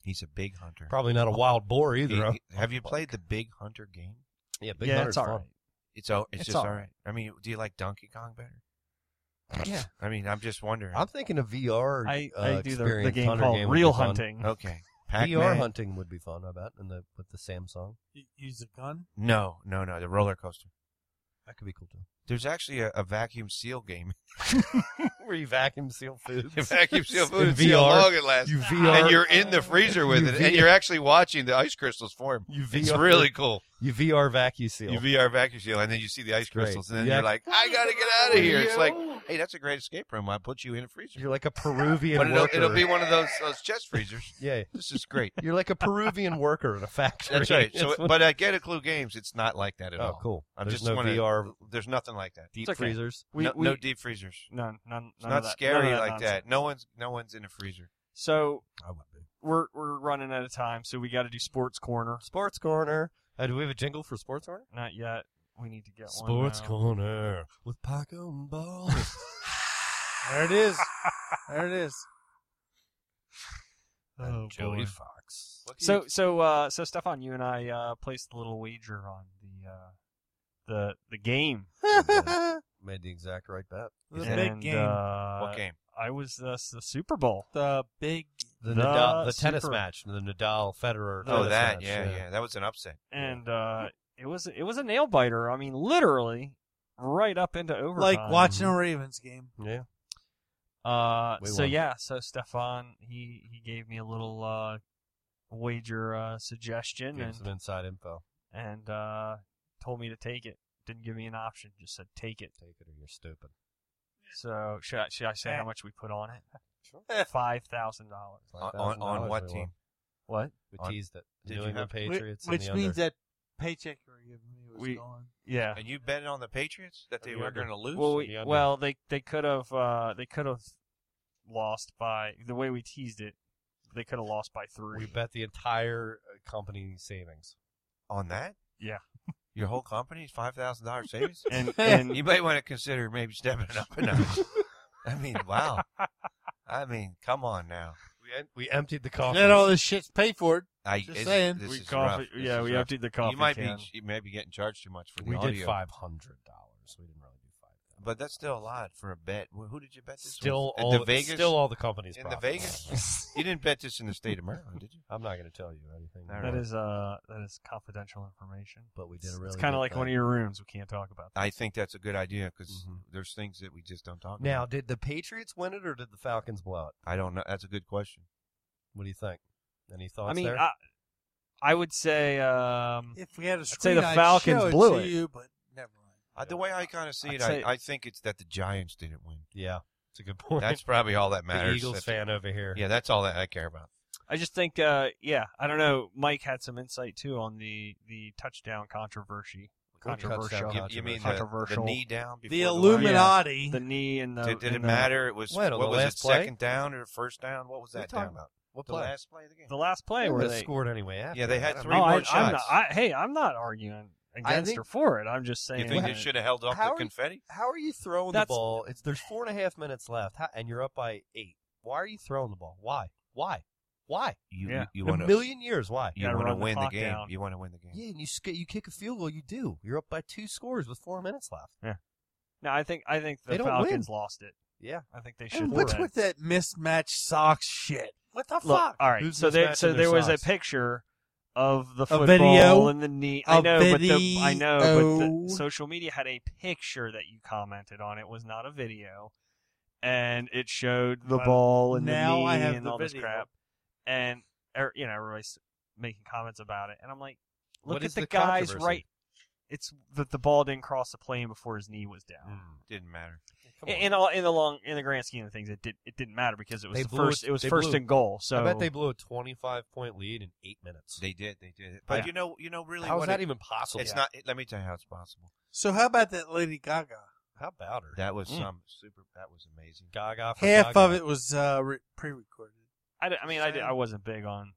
[SPEAKER 7] He's a big hunter.
[SPEAKER 6] Probably not a wild boar either.
[SPEAKER 7] He-
[SPEAKER 6] huh?
[SPEAKER 7] he- have you played the Big Hunter game?
[SPEAKER 6] Yeah, big
[SPEAKER 5] yeah,
[SPEAKER 6] hunter's
[SPEAKER 5] it's all
[SPEAKER 6] fun.
[SPEAKER 5] right.
[SPEAKER 7] It's all, it's,
[SPEAKER 5] It's
[SPEAKER 7] just
[SPEAKER 5] all
[SPEAKER 7] all right. I mean, do you like Donkey Kong better?
[SPEAKER 5] Yeah.
[SPEAKER 7] I mean, I'm just wondering.
[SPEAKER 6] I'm thinking a VR.
[SPEAKER 5] I,
[SPEAKER 6] uh,
[SPEAKER 5] I do the, the
[SPEAKER 6] experience.
[SPEAKER 5] game
[SPEAKER 6] hunter
[SPEAKER 5] called
[SPEAKER 6] game would be
[SPEAKER 5] Real
[SPEAKER 6] fun.
[SPEAKER 5] Hunting.
[SPEAKER 7] okay.
[SPEAKER 6] VR
[SPEAKER 7] Pac-Man?
[SPEAKER 6] hunting would be fun, I bet, and the, with the Samsung.
[SPEAKER 3] You Use a gun.
[SPEAKER 7] No, no, no. The roller coaster.
[SPEAKER 6] That could be cool too.
[SPEAKER 7] There's actually a, a vacuum seal game.
[SPEAKER 6] Where you vacuum seal foods.
[SPEAKER 7] You vacuum seal food
[SPEAKER 6] In
[SPEAKER 7] and see how
[SPEAKER 6] VR.
[SPEAKER 7] long it lasts.
[SPEAKER 6] You VR.
[SPEAKER 7] and you're in the freezer with
[SPEAKER 6] You
[SPEAKER 7] it, and
[SPEAKER 6] VR.
[SPEAKER 7] you're actually watching the ice crystals form.
[SPEAKER 6] you VR,
[SPEAKER 7] It's really cool.
[SPEAKER 6] You VR vacuum seal.
[SPEAKER 7] You VR vacuum seal, and then you see the ice
[SPEAKER 6] great.
[SPEAKER 7] crystals, and then
[SPEAKER 6] Yeah.
[SPEAKER 7] you're like, I gotta get out of here. It's like, hey, that's a great escape room. I put you in a freezer.
[SPEAKER 6] You're like a Peruvian
[SPEAKER 7] But it'll,
[SPEAKER 6] worker.
[SPEAKER 7] it'll be one of those those chest freezers.
[SPEAKER 6] yeah.
[SPEAKER 7] This is great.
[SPEAKER 6] You're like a Peruvian worker in a factory.
[SPEAKER 7] That's right. So,
[SPEAKER 6] That's what-
[SPEAKER 7] but at Get a Clue Games, it's not like that at
[SPEAKER 6] oh,
[SPEAKER 7] all.
[SPEAKER 6] cool.
[SPEAKER 7] I'm
[SPEAKER 6] There's
[SPEAKER 7] just
[SPEAKER 6] no
[SPEAKER 7] wanna-
[SPEAKER 6] VR
[SPEAKER 7] There's nothing like that.
[SPEAKER 6] deep
[SPEAKER 5] okay.
[SPEAKER 6] freezers.
[SPEAKER 5] We,
[SPEAKER 7] no,
[SPEAKER 5] we,
[SPEAKER 7] no deep freezers.
[SPEAKER 5] none, none,
[SPEAKER 7] It's
[SPEAKER 5] none
[SPEAKER 7] not
[SPEAKER 5] of that,
[SPEAKER 7] scary
[SPEAKER 5] none of
[SPEAKER 7] like
[SPEAKER 5] nonsense.
[SPEAKER 7] that. No one's no one's in a freezer.
[SPEAKER 5] So
[SPEAKER 12] I would be.
[SPEAKER 5] we're we're running out of time, so we got to do sports corner.
[SPEAKER 6] Sports corner. Uh, do we have a jingle for sports corner?
[SPEAKER 5] Not yet. We need to get one.
[SPEAKER 12] Sports
[SPEAKER 5] now.
[SPEAKER 12] Corner with Paco and Ball.
[SPEAKER 3] There it is. there it is.
[SPEAKER 5] Oh, boy.
[SPEAKER 6] Fox.
[SPEAKER 5] So so uh, so Stefan, you and I uh, placed a little wager on the uh, the the game.
[SPEAKER 6] made the exact right bet.
[SPEAKER 3] The
[SPEAKER 5] and,
[SPEAKER 3] big game.
[SPEAKER 5] Uh,
[SPEAKER 7] What game?
[SPEAKER 5] I was uh, the Super Bowl.
[SPEAKER 3] the big.
[SPEAKER 6] The,
[SPEAKER 5] The
[SPEAKER 6] Nadal, the tennis
[SPEAKER 5] Super-
[SPEAKER 6] match, the Nadal Federer.
[SPEAKER 7] Oh,
[SPEAKER 6] tennis
[SPEAKER 7] that.
[SPEAKER 6] match,
[SPEAKER 7] Yeah, yeah. That was an upset.
[SPEAKER 5] and uh, it was it was a nail biter. I mean, literally right up into overtime.
[SPEAKER 3] Like watching a Ravens game.
[SPEAKER 6] yeah.
[SPEAKER 5] Uh,
[SPEAKER 6] We
[SPEAKER 5] so
[SPEAKER 6] won.
[SPEAKER 5] yeah, so Stefan he he gave me a little uh, wager uh, suggestion
[SPEAKER 6] Give
[SPEAKER 5] and
[SPEAKER 6] some inside info.
[SPEAKER 5] and uh, told me to take it. Didn't give me an option. Just said take it.
[SPEAKER 6] Take it or you're stupid.
[SPEAKER 5] So should I, should I say how much we put on it?
[SPEAKER 3] Eh,
[SPEAKER 5] Five thousand dollars.
[SPEAKER 7] On, on, on what team?
[SPEAKER 5] What?
[SPEAKER 6] We
[SPEAKER 7] On-
[SPEAKER 6] teased it.
[SPEAKER 7] Did
[SPEAKER 6] The
[SPEAKER 7] you
[SPEAKER 6] New
[SPEAKER 7] have-
[SPEAKER 6] England
[SPEAKER 3] whi-
[SPEAKER 6] Patriots.
[SPEAKER 3] Which
[SPEAKER 6] and the
[SPEAKER 3] means
[SPEAKER 6] under.
[SPEAKER 3] that paycheck you were giving me was
[SPEAKER 5] We-
[SPEAKER 3] gone.
[SPEAKER 5] Yeah.
[SPEAKER 7] And you bet on the Patriots that they
[SPEAKER 6] The
[SPEAKER 7] were
[SPEAKER 6] under.
[SPEAKER 7] going to lose.
[SPEAKER 5] Well,
[SPEAKER 6] and
[SPEAKER 5] we,
[SPEAKER 6] the under.
[SPEAKER 5] well, they they could have uh, they could have lost by the way we teased it. They could have lost by three.
[SPEAKER 6] we bet the entire uh, company savings.
[SPEAKER 7] on that?
[SPEAKER 5] Yeah.
[SPEAKER 7] Your whole company's five thousand dollars savings.
[SPEAKER 5] and and
[SPEAKER 7] you might want to consider maybe stepping it up a notch. I mean, wow. I mean, come on now.
[SPEAKER 6] We, em- we emptied the coffers.
[SPEAKER 3] Then all this shit's paid for it.
[SPEAKER 7] I
[SPEAKER 3] Just
[SPEAKER 7] it's-
[SPEAKER 3] saying.
[SPEAKER 7] This
[SPEAKER 5] we
[SPEAKER 7] is
[SPEAKER 5] coffee,
[SPEAKER 7] rough. This
[SPEAKER 5] yeah,
[SPEAKER 7] is
[SPEAKER 5] we
[SPEAKER 7] rough.
[SPEAKER 5] emptied the coffee
[SPEAKER 7] You might
[SPEAKER 5] can.
[SPEAKER 7] be you may be getting charged too much for the
[SPEAKER 6] We
[SPEAKER 7] audio.
[SPEAKER 6] did five hundred dollars. We didn't really do five.
[SPEAKER 7] but that's still a lot for a bet. Wh- Who did you bet this? with?
[SPEAKER 6] Still
[SPEAKER 7] At
[SPEAKER 6] all
[SPEAKER 7] the Vegas.
[SPEAKER 6] Still all the companies.
[SPEAKER 7] in the
[SPEAKER 6] profit.
[SPEAKER 7] Vegas? you didn't bet this in the state of Maryland, did you?
[SPEAKER 6] I'm not going to tell you anything.
[SPEAKER 7] All
[SPEAKER 5] That
[SPEAKER 7] right.
[SPEAKER 5] is uh that is confidential information.
[SPEAKER 6] But we did
[SPEAKER 5] It's-
[SPEAKER 6] a really.
[SPEAKER 5] it's kind
[SPEAKER 6] good
[SPEAKER 5] of like
[SPEAKER 6] thing.
[SPEAKER 5] one of your rooms. We can't talk about.
[SPEAKER 7] I think that's a good idea because
[SPEAKER 6] Mhm.
[SPEAKER 7] there's things that we just don't talk
[SPEAKER 6] Now,
[SPEAKER 7] about.
[SPEAKER 6] did the Patriots win it or did the Falcons blow it?
[SPEAKER 7] I don't know. That's a good question.
[SPEAKER 6] What do you think? Any thoughts?
[SPEAKER 5] I mean,
[SPEAKER 6] there?
[SPEAKER 5] I, I would say um,
[SPEAKER 3] If we had a
[SPEAKER 5] say
[SPEAKER 3] screen,
[SPEAKER 5] the
[SPEAKER 3] I'd
[SPEAKER 5] Falcons
[SPEAKER 3] show
[SPEAKER 5] blew
[SPEAKER 3] it to
[SPEAKER 5] it.
[SPEAKER 3] you, but never mind.
[SPEAKER 7] Uh, the way I kind of see
[SPEAKER 5] I'd
[SPEAKER 7] it,
[SPEAKER 5] say-
[SPEAKER 7] I, I think it's that the Giants didn't win.
[SPEAKER 6] yeah, it's a good point.
[SPEAKER 7] That's probably all that matters.
[SPEAKER 6] the Eagles
[SPEAKER 7] That's-
[SPEAKER 6] fan over here.
[SPEAKER 7] Yeah, that's all that I care about.
[SPEAKER 5] I just think uh, yeah, I don't know. Mike had some insight too on the the touchdown controversy.
[SPEAKER 6] Good
[SPEAKER 5] Controversial.
[SPEAKER 6] touchdown
[SPEAKER 7] You, you mean the, the
[SPEAKER 5] Controversial.
[SPEAKER 7] knee down? Before
[SPEAKER 3] The
[SPEAKER 7] the
[SPEAKER 3] Illuminati.
[SPEAKER 5] The knee and the
[SPEAKER 7] line? Did, did it
[SPEAKER 5] and the-
[SPEAKER 7] matter? It was
[SPEAKER 6] Wait, on
[SPEAKER 7] what
[SPEAKER 6] the
[SPEAKER 7] was
[SPEAKER 6] last
[SPEAKER 7] it?
[SPEAKER 6] play?
[SPEAKER 7] Second down or first down? What was
[SPEAKER 6] What are you
[SPEAKER 7] that
[SPEAKER 6] talking
[SPEAKER 7] down?
[SPEAKER 6] about? What
[SPEAKER 7] The
[SPEAKER 6] play?
[SPEAKER 7] last play of the game.
[SPEAKER 5] The last play where
[SPEAKER 6] Would've
[SPEAKER 5] they
[SPEAKER 6] scored anyway. After
[SPEAKER 7] Yeah, they
[SPEAKER 6] that.
[SPEAKER 7] had
[SPEAKER 6] I don't
[SPEAKER 7] three
[SPEAKER 5] No,
[SPEAKER 6] know.
[SPEAKER 7] more
[SPEAKER 5] I, I'm not,
[SPEAKER 7] shots.
[SPEAKER 5] I, hey, I'm not arguing against
[SPEAKER 6] think-
[SPEAKER 5] or for it. I'm just saying.
[SPEAKER 7] you think
[SPEAKER 5] that-
[SPEAKER 7] they should have held off
[SPEAKER 6] How
[SPEAKER 7] the
[SPEAKER 6] are-
[SPEAKER 7] confetti?
[SPEAKER 6] How are you throwing
[SPEAKER 5] That's-
[SPEAKER 6] the ball? It's there's four and a half minutes left, How, and you're up by eight. Why are you throwing the ball? Why? Why? Why?
[SPEAKER 7] You
[SPEAKER 5] Yeah.
[SPEAKER 7] you
[SPEAKER 6] In
[SPEAKER 7] want
[SPEAKER 6] a
[SPEAKER 7] to
[SPEAKER 6] million years? Why?
[SPEAKER 5] You
[SPEAKER 7] you
[SPEAKER 5] gotta
[SPEAKER 7] want to
[SPEAKER 5] run the
[SPEAKER 7] win the
[SPEAKER 5] clock
[SPEAKER 7] game.
[SPEAKER 5] down.
[SPEAKER 7] You want to win the game.
[SPEAKER 6] Yeah, and you sk- you kick a field goal. You do. You're up by two scores with four minutes left.
[SPEAKER 5] No, I think I think
[SPEAKER 6] They
[SPEAKER 5] the
[SPEAKER 6] don't
[SPEAKER 5] Falcons lost it.
[SPEAKER 6] Yeah.
[SPEAKER 5] I think they should.
[SPEAKER 3] And what's
[SPEAKER 5] win.
[SPEAKER 3] with that mismatched socks shit? What the
[SPEAKER 5] Look,
[SPEAKER 3] fuck?
[SPEAKER 5] all right.
[SPEAKER 6] Who's
[SPEAKER 5] so there,
[SPEAKER 6] mismatching
[SPEAKER 5] so
[SPEAKER 6] their
[SPEAKER 5] there was a
[SPEAKER 6] socks?
[SPEAKER 5] picture of the
[SPEAKER 3] A
[SPEAKER 5] football
[SPEAKER 3] video?
[SPEAKER 5] and the knee. I
[SPEAKER 3] A
[SPEAKER 5] know, but the, I know, but
[SPEAKER 3] video?
[SPEAKER 5] the social media had a picture that you commented on. It was not a video, and it showed the
[SPEAKER 3] Well,
[SPEAKER 5] ball and
[SPEAKER 3] now
[SPEAKER 5] the knee
[SPEAKER 3] I have
[SPEAKER 5] and
[SPEAKER 3] the
[SPEAKER 5] all this
[SPEAKER 3] video.
[SPEAKER 5] crap. And er, you know, everybody's making comments about it, and I'm like, look
[SPEAKER 6] What
[SPEAKER 5] at
[SPEAKER 6] is
[SPEAKER 5] the,
[SPEAKER 6] the
[SPEAKER 5] guy's
[SPEAKER 6] controversy?
[SPEAKER 5] right. It's that the ball didn't cross the plane before his knee was down.
[SPEAKER 7] Mm, Didn't matter.
[SPEAKER 6] Come
[SPEAKER 5] In,
[SPEAKER 6] on.
[SPEAKER 5] in all, in the long, in the grand scheme of things, it did it didn't matter because it was
[SPEAKER 6] They
[SPEAKER 5] the
[SPEAKER 6] blew
[SPEAKER 5] first.
[SPEAKER 6] it-
[SPEAKER 5] It was
[SPEAKER 6] they
[SPEAKER 5] first
[SPEAKER 6] blew-
[SPEAKER 5] and goal. So
[SPEAKER 6] I bet they blew a 25 point lead in eight minutes.
[SPEAKER 7] They did. They did. But
[SPEAKER 5] Yeah.
[SPEAKER 7] you know, you know, really,
[SPEAKER 6] how
[SPEAKER 7] what
[SPEAKER 6] is that
[SPEAKER 7] it-
[SPEAKER 6] even possible?
[SPEAKER 7] It's not. Let me tell you how it's possible.
[SPEAKER 3] So how about that Lady Gaga?
[SPEAKER 6] How about her?
[SPEAKER 7] That was
[SPEAKER 5] Mm.
[SPEAKER 7] some super. That was amazing.
[SPEAKER 6] Gaga. For
[SPEAKER 3] Half
[SPEAKER 6] Gaga.
[SPEAKER 3] of it was uh, re- pre-recorded.
[SPEAKER 5] I, d- I mean, I, d- I wasn't big on.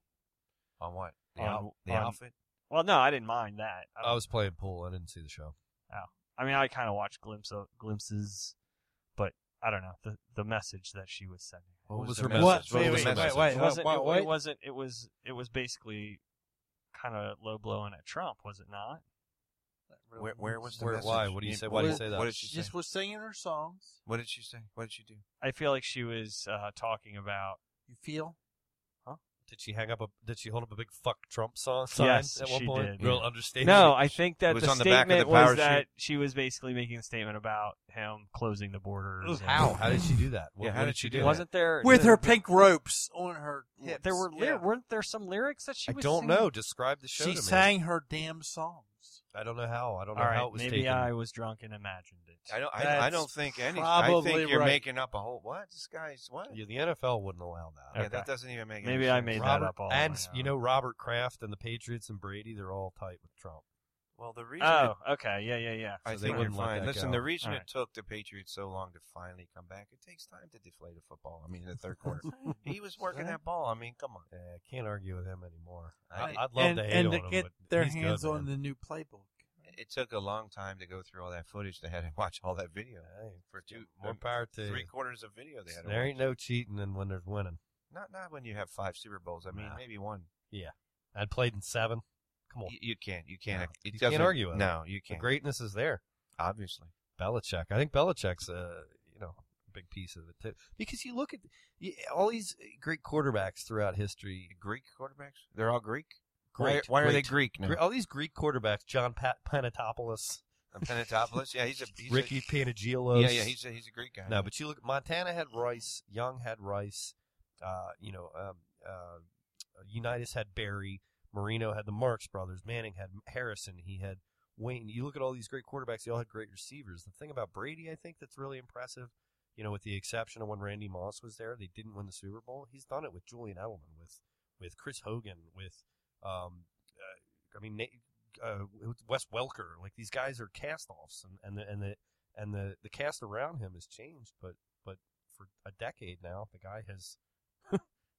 [SPEAKER 7] On what? The,
[SPEAKER 5] On-
[SPEAKER 7] out- the
[SPEAKER 5] on-
[SPEAKER 7] outfit.
[SPEAKER 5] Well, no, I didn't mind that. I,
[SPEAKER 6] I
[SPEAKER 5] don't-
[SPEAKER 6] was playing pool. I didn't see the show.
[SPEAKER 5] I mean, I kind of watched glimpse of, glimpses, but I don't know the the message that she was sending.
[SPEAKER 6] What was
[SPEAKER 7] the
[SPEAKER 6] her
[SPEAKER 7] message?
[SPEAKER 3] What?
[SPEAKER 7] was
[SPEAKER 3] Wait,
[SPEAKER 7] the
[SPEAKER 3] wait, wait,
[SPEAKER 7] message?
[SPEAKER 3] wait.
[SPEAKER 5] It wasn't.
[SPEAKER 3] what-
[SPEAKER 5] it,
[SPEAKER 3] what?
[SPEAKER 5] it wasn't. It was. It was basically kind of low blowing at Trump, was it not?
[SPEAKER 7] Where, where was the
[SPEAKER 6] Where-
[SPEAKER 7] message?
[SPEAKER 6] why? What do you say- why
[SPEAKER 3] do you
[SPEAKER 7] what-
[SPEAKER 6] say that?
[SPEAKER 7] What did she
[SPEAKER 3] She
[SPEAKER 7] say?
[SPEAKER 3] just was singing her songs.
[SPEAKER 7] What did she say? What did she do?
[SPEAKER 5] I feel like she was uh, talking about.
[SPEAKER 3] You feel?
[SPEAKER 6] Did she hang up a? Did she hold up a big "fuck Trump" song? sign
[SPEAKER 5] Yes,
[SPEAKER 6] at one
[SPEAKER 5] she
[SPEAKER 6] point.
[SPEAKER 5] did.
[SPEAKER 6] Real
[SPEAKER 7] Yeah.
[SPEAKER 6] understatement.
[SPEAKER 5] No, I think that
[SPEAKER 7] was
[SPEAKER 5] the
[SPEAKER 7] on the back of
[SPEAKER 5] statement
[SPEAKER 7] the power
[SPEAKER 5] was that she was basically making a statement about him closing the borders. and-
[SPEAKER 6] How? How did she do that? What,
[SPEAKER 7] Yeah, how
[SPEAKER 6] what
[SPEAKER 7] did
[SPEAKER 6] did she
[SPEAKER 7] she
[SPEAKER 6] do?
[SPEAKER 7] do that?
[SPEAKER 5] Wasn't there
[SPEAKER 3] With
[SPEAKER 5] there-
[SPEAKER 3] her pink ropes on her hips.
[SPEAKER 5] There were
[SPEAKER 3] Yeah.
[SPEAKER 5] lyr- weren't there some lyrics that
[SPEAKER 6] I
[SPEAKER 5] she was
[SPEAKER 6] don't
[SPEAKER 5] singing?
[SPEAKER 6] know. Describe the show.
[SPEAKER 3] She
[SPEAKER 6] to me.
[SPEAKER 3] sang her damn songs.
[SPEAKER 6] I don't know how. I don't know
[SPEAKER 5] All right,
[SPEAKER 6] how it was
[SPEAKER 5] maybe
[SPEAKER 6] taken.
[SPEAKER 5] I was drunk and imagined it.
[SPEAKER 7] I don't. I, I
[SPEAKER 3] That's
[SPEAKER 7] don't think any. I
[SPEAKER 3] probably
[SPEAKER 7] think you're
[SPEAKER 3] right.
[SPEAKER 7] making up a whole. What? This guy's what?
[SPEAKER 6] Yeah, the NFL wouldn't allow that.
[SPEAKER 7] Yeah,
[SPEAKER 5] Okay.
[SPEAKER 7] that doesn't even make.
[SPEAKER 5] Maybe
[SPEAKER 7] any
[SPEAKER 5] I
[SPEAKER 7] sense.
[SPEAKER 5] made
[SPEAKER 6] Robert
[SPEAKER 5] that up all
[SPEAKER 6] and
[SPEAKER 5] on my
[SPEAKER 6] you
[SPEAKER 5] own.
[SPEAKER 6] know Robert Kraft and the Patriots and Brady, they're all tight with Trump.
[SPEAKER 7] Well, the reason. it-
[SPEAKER 5] Oh, okay, yeah, yeah, yeah.
[SPEAKER 7] I
[SPEAKER 6] So they
[SPEAKER 7] think you're
[SPEAKER 6] wouldn't let
[SPEAKER 7] fine.
[SPEAKER 6] that
[SPEAKER 7] Listen,
[SPEAKER 6] go.
[SPEAKER 7] the reason
[SPEAKER 5] All
[SPEAKER 7] it took the Patriots so long to finally come back, it takes time to deflate a football. I mean, in the third quarter, he was working that ball. I mean, come on.
[SPEAKER 6] Yeah, I can't argue with him anymore. I,
[SPEAKER 7] I-
[SPEAKER 6] I'd love
[SPEAKER 3] and,
[SPEAKER 6] to hate
[SPEAKER 3] and
[SPEAKER 6] on
[SPEAKER 3] to
[SPEAKER 6] him,
[SPEAKER 3] get
[SPEAKER 6] but
[SPEAKER 3] their
[SPEAKER 6] he's
[SPEAKER 3] hands
[SPEAKER 6] good, man.
[SPEAKER 3] on the new playbook.
[SPEAKER 7] It took a long time to go through all that footage. They had to watch all that video
[SPEAKER 6] Hey,
[SPEAKER 7] for two,
[SPEAKER 6] more power to
[SPEAKER 7] three
[SPEAKER 6] you.
[SPEAKER 7] quarters of video. They had. to
[SPEAKER 6] There
[SPEAKER 7] watch.
[SPEAKER 6] ain't no cheating in when there's winning.
[SPEAKER 7] Not not when you have five Super Bowls. I mean,
[SPEAKER 6] Nah.
[SPEAKER 7] maybe one.
[SPEAKER 6] I played in seven. Come on,
[SPEAKER 7] You, you can't. You can't.
[SPEAKER 6] No.
[SPEAKER 7] It
[SPEAKER 6] You can't
[SPEAKER 7] doesn't-
[SPEAKER 6] argue with
[SPEAKER 7] No, you
[SPEAKER 6] the
[SPEAKER 7] can't.
[SPEAKER 6] greatness is there.
[SPEAKER 7] Obviously,
[SPEAKER 6] Belichick. I think Belichick's a you know a big piece of it too, because you look at y- all these great quarterbacks throughout history.
[SPEAKER 7] Greek quarterbacks. They're all Greek.
[SPEAKER 6] Great,
[SPEAKER 7] Why, why are they
[SPEAKER 6] great.
[SPEAKER 7] Greek now?
[SPEAKER 6] Gre- All these Greek quarterbacks: John Pat Panatopoulos,
[SPEAKER 7] Pentatopoulos. Yeah, he's a he's a-
[SPEAKER 6] Ricky Panagiolos.
[SPEAKER 7] yeah, yeah, he's a, he's a Greek guy.
[SPEAKER 6] no. But you look, Montana had Rice, Young had Rice, uh, you know, um, uh, Unitas had Barry, Marino had the Marx brothers, Manning had Harrison, he had Wayne. You look at all these great quarterbacks; they all had great receivers. The thing about Brady, I think, that's really impressive. You know, with the exception of when Randy Moss was there, they didn't win the Super Bowl. He's done it with Julian Edelman, with with Chris Hogan, with um, uh, I mean, Na- uh, with Wes Welker. Like these guys are cast-offs, and, and the and the and the the cast around him has changed. But but for a decade now, the guy has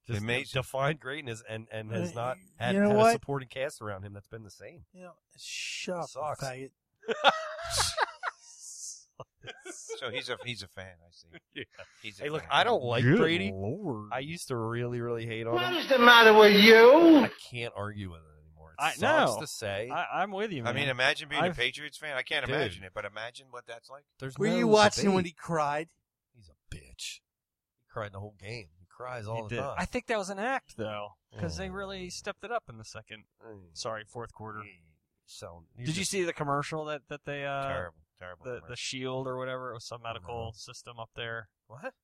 [SPEAKER 6] just
[SPEAKER 7] Amazing.
[SPEAKER 6] defined greatness and and has
[SPEAKER 3] Uh,
[SPEAKER 6] not
[SPEAKER 3] you
[SPEAKER 6] had,
[SPEAKER 3] know
[SPEAKER 6] had a
[SPEAKER 3] what?
[SPEAKER 6] supporting cast around him that's been the same.
[SPEAKER 3] You know, shut up,
[SPEAKER 6] Sucks.
[SPEAKER 3] faggot.
[SPEAKER 7] So he's a he's a fan. I see.
[SPEAKER 6] Yeah.
[SPEAKER 7] He's a
[SPEAKER 6] Hey, look,
[SPEAKER 7] fan.
[SPEAKER 6] I don't like
[SPEAKER 5] Good
[SPEAKER 6] Brady.
[SPEAKER 5] Lord.
[SPEAKER 6] I used to really, really hate on him.
[SPEAKER 8] the matter with you?
[SPEAKER 6] I can't argue with it anymore. It
[SPEAKER 5] I-
[SPEAKER 6] sucks
[SPEAKER 5] no.
[SPEAKER 6] to say.
[SPEAKER 5] I, am with you,
[SPEAKER 7] I
[SPEAKER 5] man.
[SPEAKER 7] mean, imagine being
[SPEAKER 5] I've-
[SPEAKER 7] a Patriots fan. I can't
[SPEAKER 6] Dude.
[SPEAKER 7] imagine it, but imagine what that's like.
[SPEAKER 6] There's
[SPEAKER 3] Were
[SPEAKER 6] no
[SPEAKER 3] you watching
[SPEAKER 6] debate.
[SPEAKER 3] when he cried?
[SPEAKER 6] He's a bitch. He cried the whole game. He cries
[SPEAKER 5] He
[SPEAKER 6] all the
[SPEAKER 5] did.
[SPEAKER 6] time.
[SPEAKER 5] I think that was an act, though, because they
[SPEAKER 6] Mm.
[SPEAKER 5] really stepped it up in the second. Sorry, fourth quarter.
[SPEAKER 6] So
[SPEAKER 5] Did you see the commercial that that they uh
[SPEAKER 7] terrible, terrible.
[SPEAKER 5] the the
[SPEAKER 7] commercial.
[SPEAKER 5] shield or whatever? It was some medical
[SPEAKER 6] No.
[SPEAKER 5] system up there
[SPEAKER 6] Mm-hmm. what?